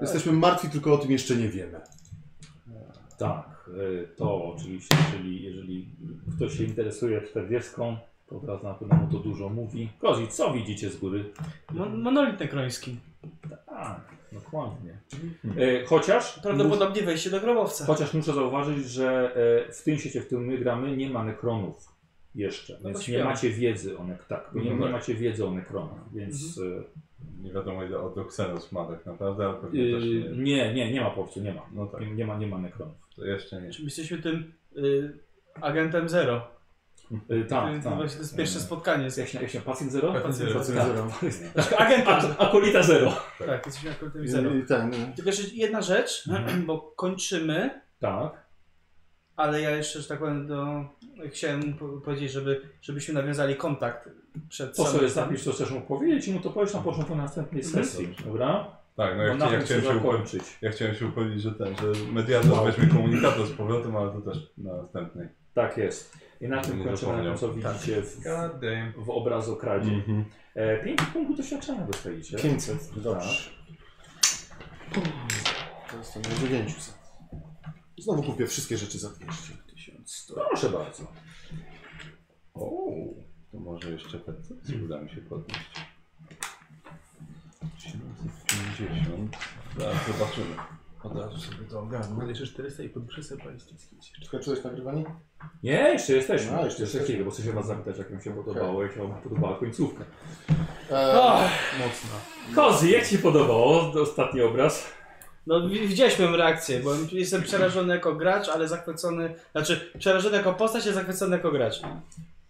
Jesteśmy martwi, tylko o tym jeszcze nie wiemy. Tak. tak, y, to oczywiście, czyli jeżeli ktoś się interesuje 40, to teraz na pewno mu to dużo mówi. Kozi, co widzicie z góry? Mon- Monolit nekroński. Tak, dokładnie. Mhm. E, chociaż, Prawdopodobnie wejście do grobowca. chociaż muszę zauważyć, że e, w tym świecie, w którym my gramy, nie ma nekronów jeszcze, No więc nie śmiało. macie wiedzy o nek- tak, Mhm. nie, nie macie wiedzy o nekronach, więc Nie wiadomo ile od Xenos ma tak naprawdę, ale e, pewnie też y, nie. nie, nie, nie ma po prostu, nie ma. No tak, Nie, nie ma, nie ma nekronów. to jeszcze nie. Czyli jesteśmy tym y, agentem zero. E, tak, Czyli tak. Właśnie to jest pierwsze spotkanie. Z... Jak się, jak się pacjent zero? Pacjent zero. Tak. Zero. Znaczy, Agenta. Akolita zero. Tak, jesteśmy agentem zero. I, i ten, Tylko jeszcze jedna rzecz, Mhm. bo kończymy, Tak. ale ja jeszcze, że tak powiem, do... chciałem po- powiedzieć, żeby, żebyśmy nawiązali kontakt przed Co samym- sobie zapisz, co chcesz mu powiedzieć i mu to powiesz na początku następnej sesji, dobra? Tak, no Bo ja, na chci, ja, tym chciałem trzeba się upo- kończyć. ja chciałem się upewnić, że ten, że mediator weźmie komunikator z powrotem, ale to też na następnej. Tak jest. I na tym Nie kończymy, zapomniał. na Tak. tym, co widzicie w, God damn. w obrazokradzie. Mhm. E, 5 punktów doświadczenia dostajecie. 500, Tak. dobrze. to jest tam do 900. Znowu kupię wszystkie rzeczy za 200. Proszę bardzo. O, to może jeszcze percepcję uda mi się podnieść. 750. Zaraz zobaczymy. Od razu sobie to ogarnę. Mam jeszcze 400 i podwyższę sobie palistycki. Skończyłeś nagrywanie? Nie, jeszcze No, jesteśmy. A, jeszcze jeszcze jeszcze chwilę, bo chcę się was zapytać, jak mi się podobało, jak wam podobała końcówka. No. Eee, Mocno. Kozy, jak ci podobało ostatni obraz? No wi- widziałeś moją reakcję, bo jestem przerażony jako gracz, ale zachwycony, znaczy przerażony jako postać, a zachwycony jako gracz.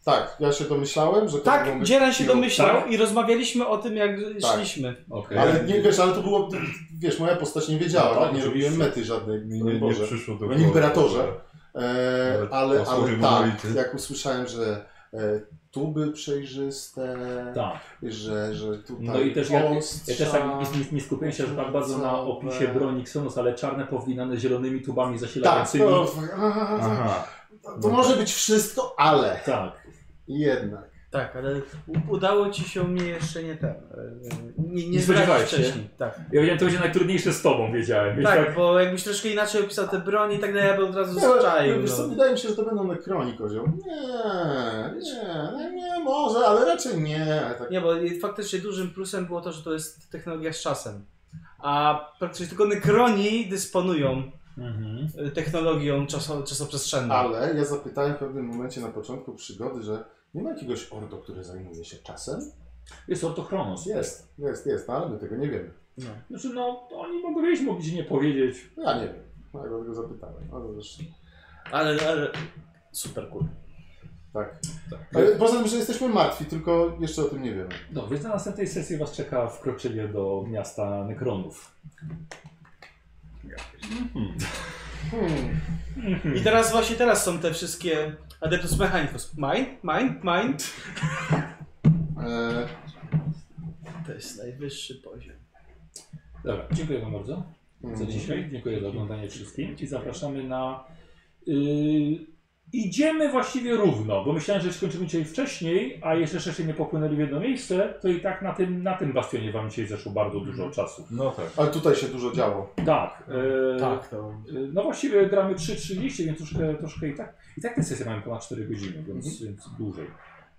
tak, ja się domyślałem, że to mogą Tak, być Dzieran się piło. domyślał Tak? i rozmawialiśmy o tym, jak Tak. szliśmy. Okej. Ale nie, wiesz, ale to było, wiesz, moja postać nie wiedziała, No tak, tak? nie oczywiście. robiłem mety żadnej, Mi nie, nie Boże. przyszło do Panie imperatorze. E, Nawet ale, ale posługi tak, monolity. jak usłyszałem, że e, tuby przejrzyste, Tak. że, że tutaj No i też ja, ostrza, ja też tak nie, nie, nie skupiłem się że tak bardzo na opisie broni Xenos, ale czarne powinane zielonymi tubami Tak, zasilającymi. to, Aha. to, to może być wszystko, ale Tak. jednak. Tak, ale u- udało ci się mnie jeszcze nie ten. e, Nie, Nie nie spodziewałeś zdradzić się? wcześniej. Tak. Ja wiedziałem, to będzie najtrudniejsze z tobą, wiedziałem. Więc tak, bo jakbyś troszkę inaczej opisał te broni i tak dalej, ja bym od razu Nie, ale, zwyczaił. wiesz co, No. wydaje mi się, że to będą nekroni kozioł. Nie, nie, no nie, może, ale raczej nie. Tak, Nie, bo faktycznie dużym plusem było to, że to jest technologia z czasem. A praktycznie tylko Necroni dysponują Mhm. e, technologią czaso, czasoprzestrzenną. Ale ja zapytałem w pewnym momencie na początku przygody, że nie ma jakiegoś ordo, który zajmuje się czasem? Jest ortochronos. Jest, jest, jest, no, ale my tego nie wiemy. Znaczy, no, oni mogą wiedzieć, mogli ci nie powiedzieć. Ja nie wiem. No, ja dlatego zapytałem. Ale też, ale, ale... super cool. tak. Ale poza tym, że jesteśmy martwi, tylko jeszcze o tym nie wiemy. No, więc na następnej sesji was czeka wkroczenie do miasta Nekronów. Hmm. I teraz właśnie teraz są te wszystkie Adeptus Mechanicus. Mine, mine, mine. E, To jest najwyższy poziom. Dobra, dziękuję wam bardzo za mm, dzisiaj. Dziękuję za oglądanie wszystkim i zapraszamy na... Yy, idziemy właściwie równo, bo myślałem, że skończymy dzisiaj wcześniej, a jeszcze jeszcze nie popłynęli w jedno miejsce, to i tak na tym, na tym bastionie wam dzisiaj zeszło bardzo dużo czasu. No tak. Ale tutaj się dużo działo. Tak. Yy, Tak, to... yy, No właściwie gramy 3.30, więc troszkę, troszkę i tak. I tak te sesje mamy ponad 4 godziny, więc, Mhm. więc dłużej.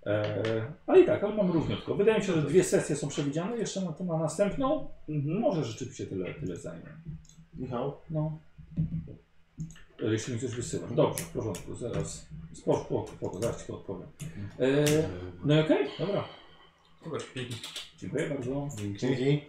E, ale i tak, ale mam równiutko. Wydaje mi się, że dwie sesje są przewidziane jeszcze na, na następną. Mhm. Może rzeczywiście tyle, tyle zajmie. Michał? No. E, Jeśli mi coś wysyłam. Dobrze, w porządku, zaraz. Spoko, spoko, spoko zaraz ci to odpowiem. E, no i okej, dobra. Dobra, pięknie. Dziękuję bardzo. Dzięki.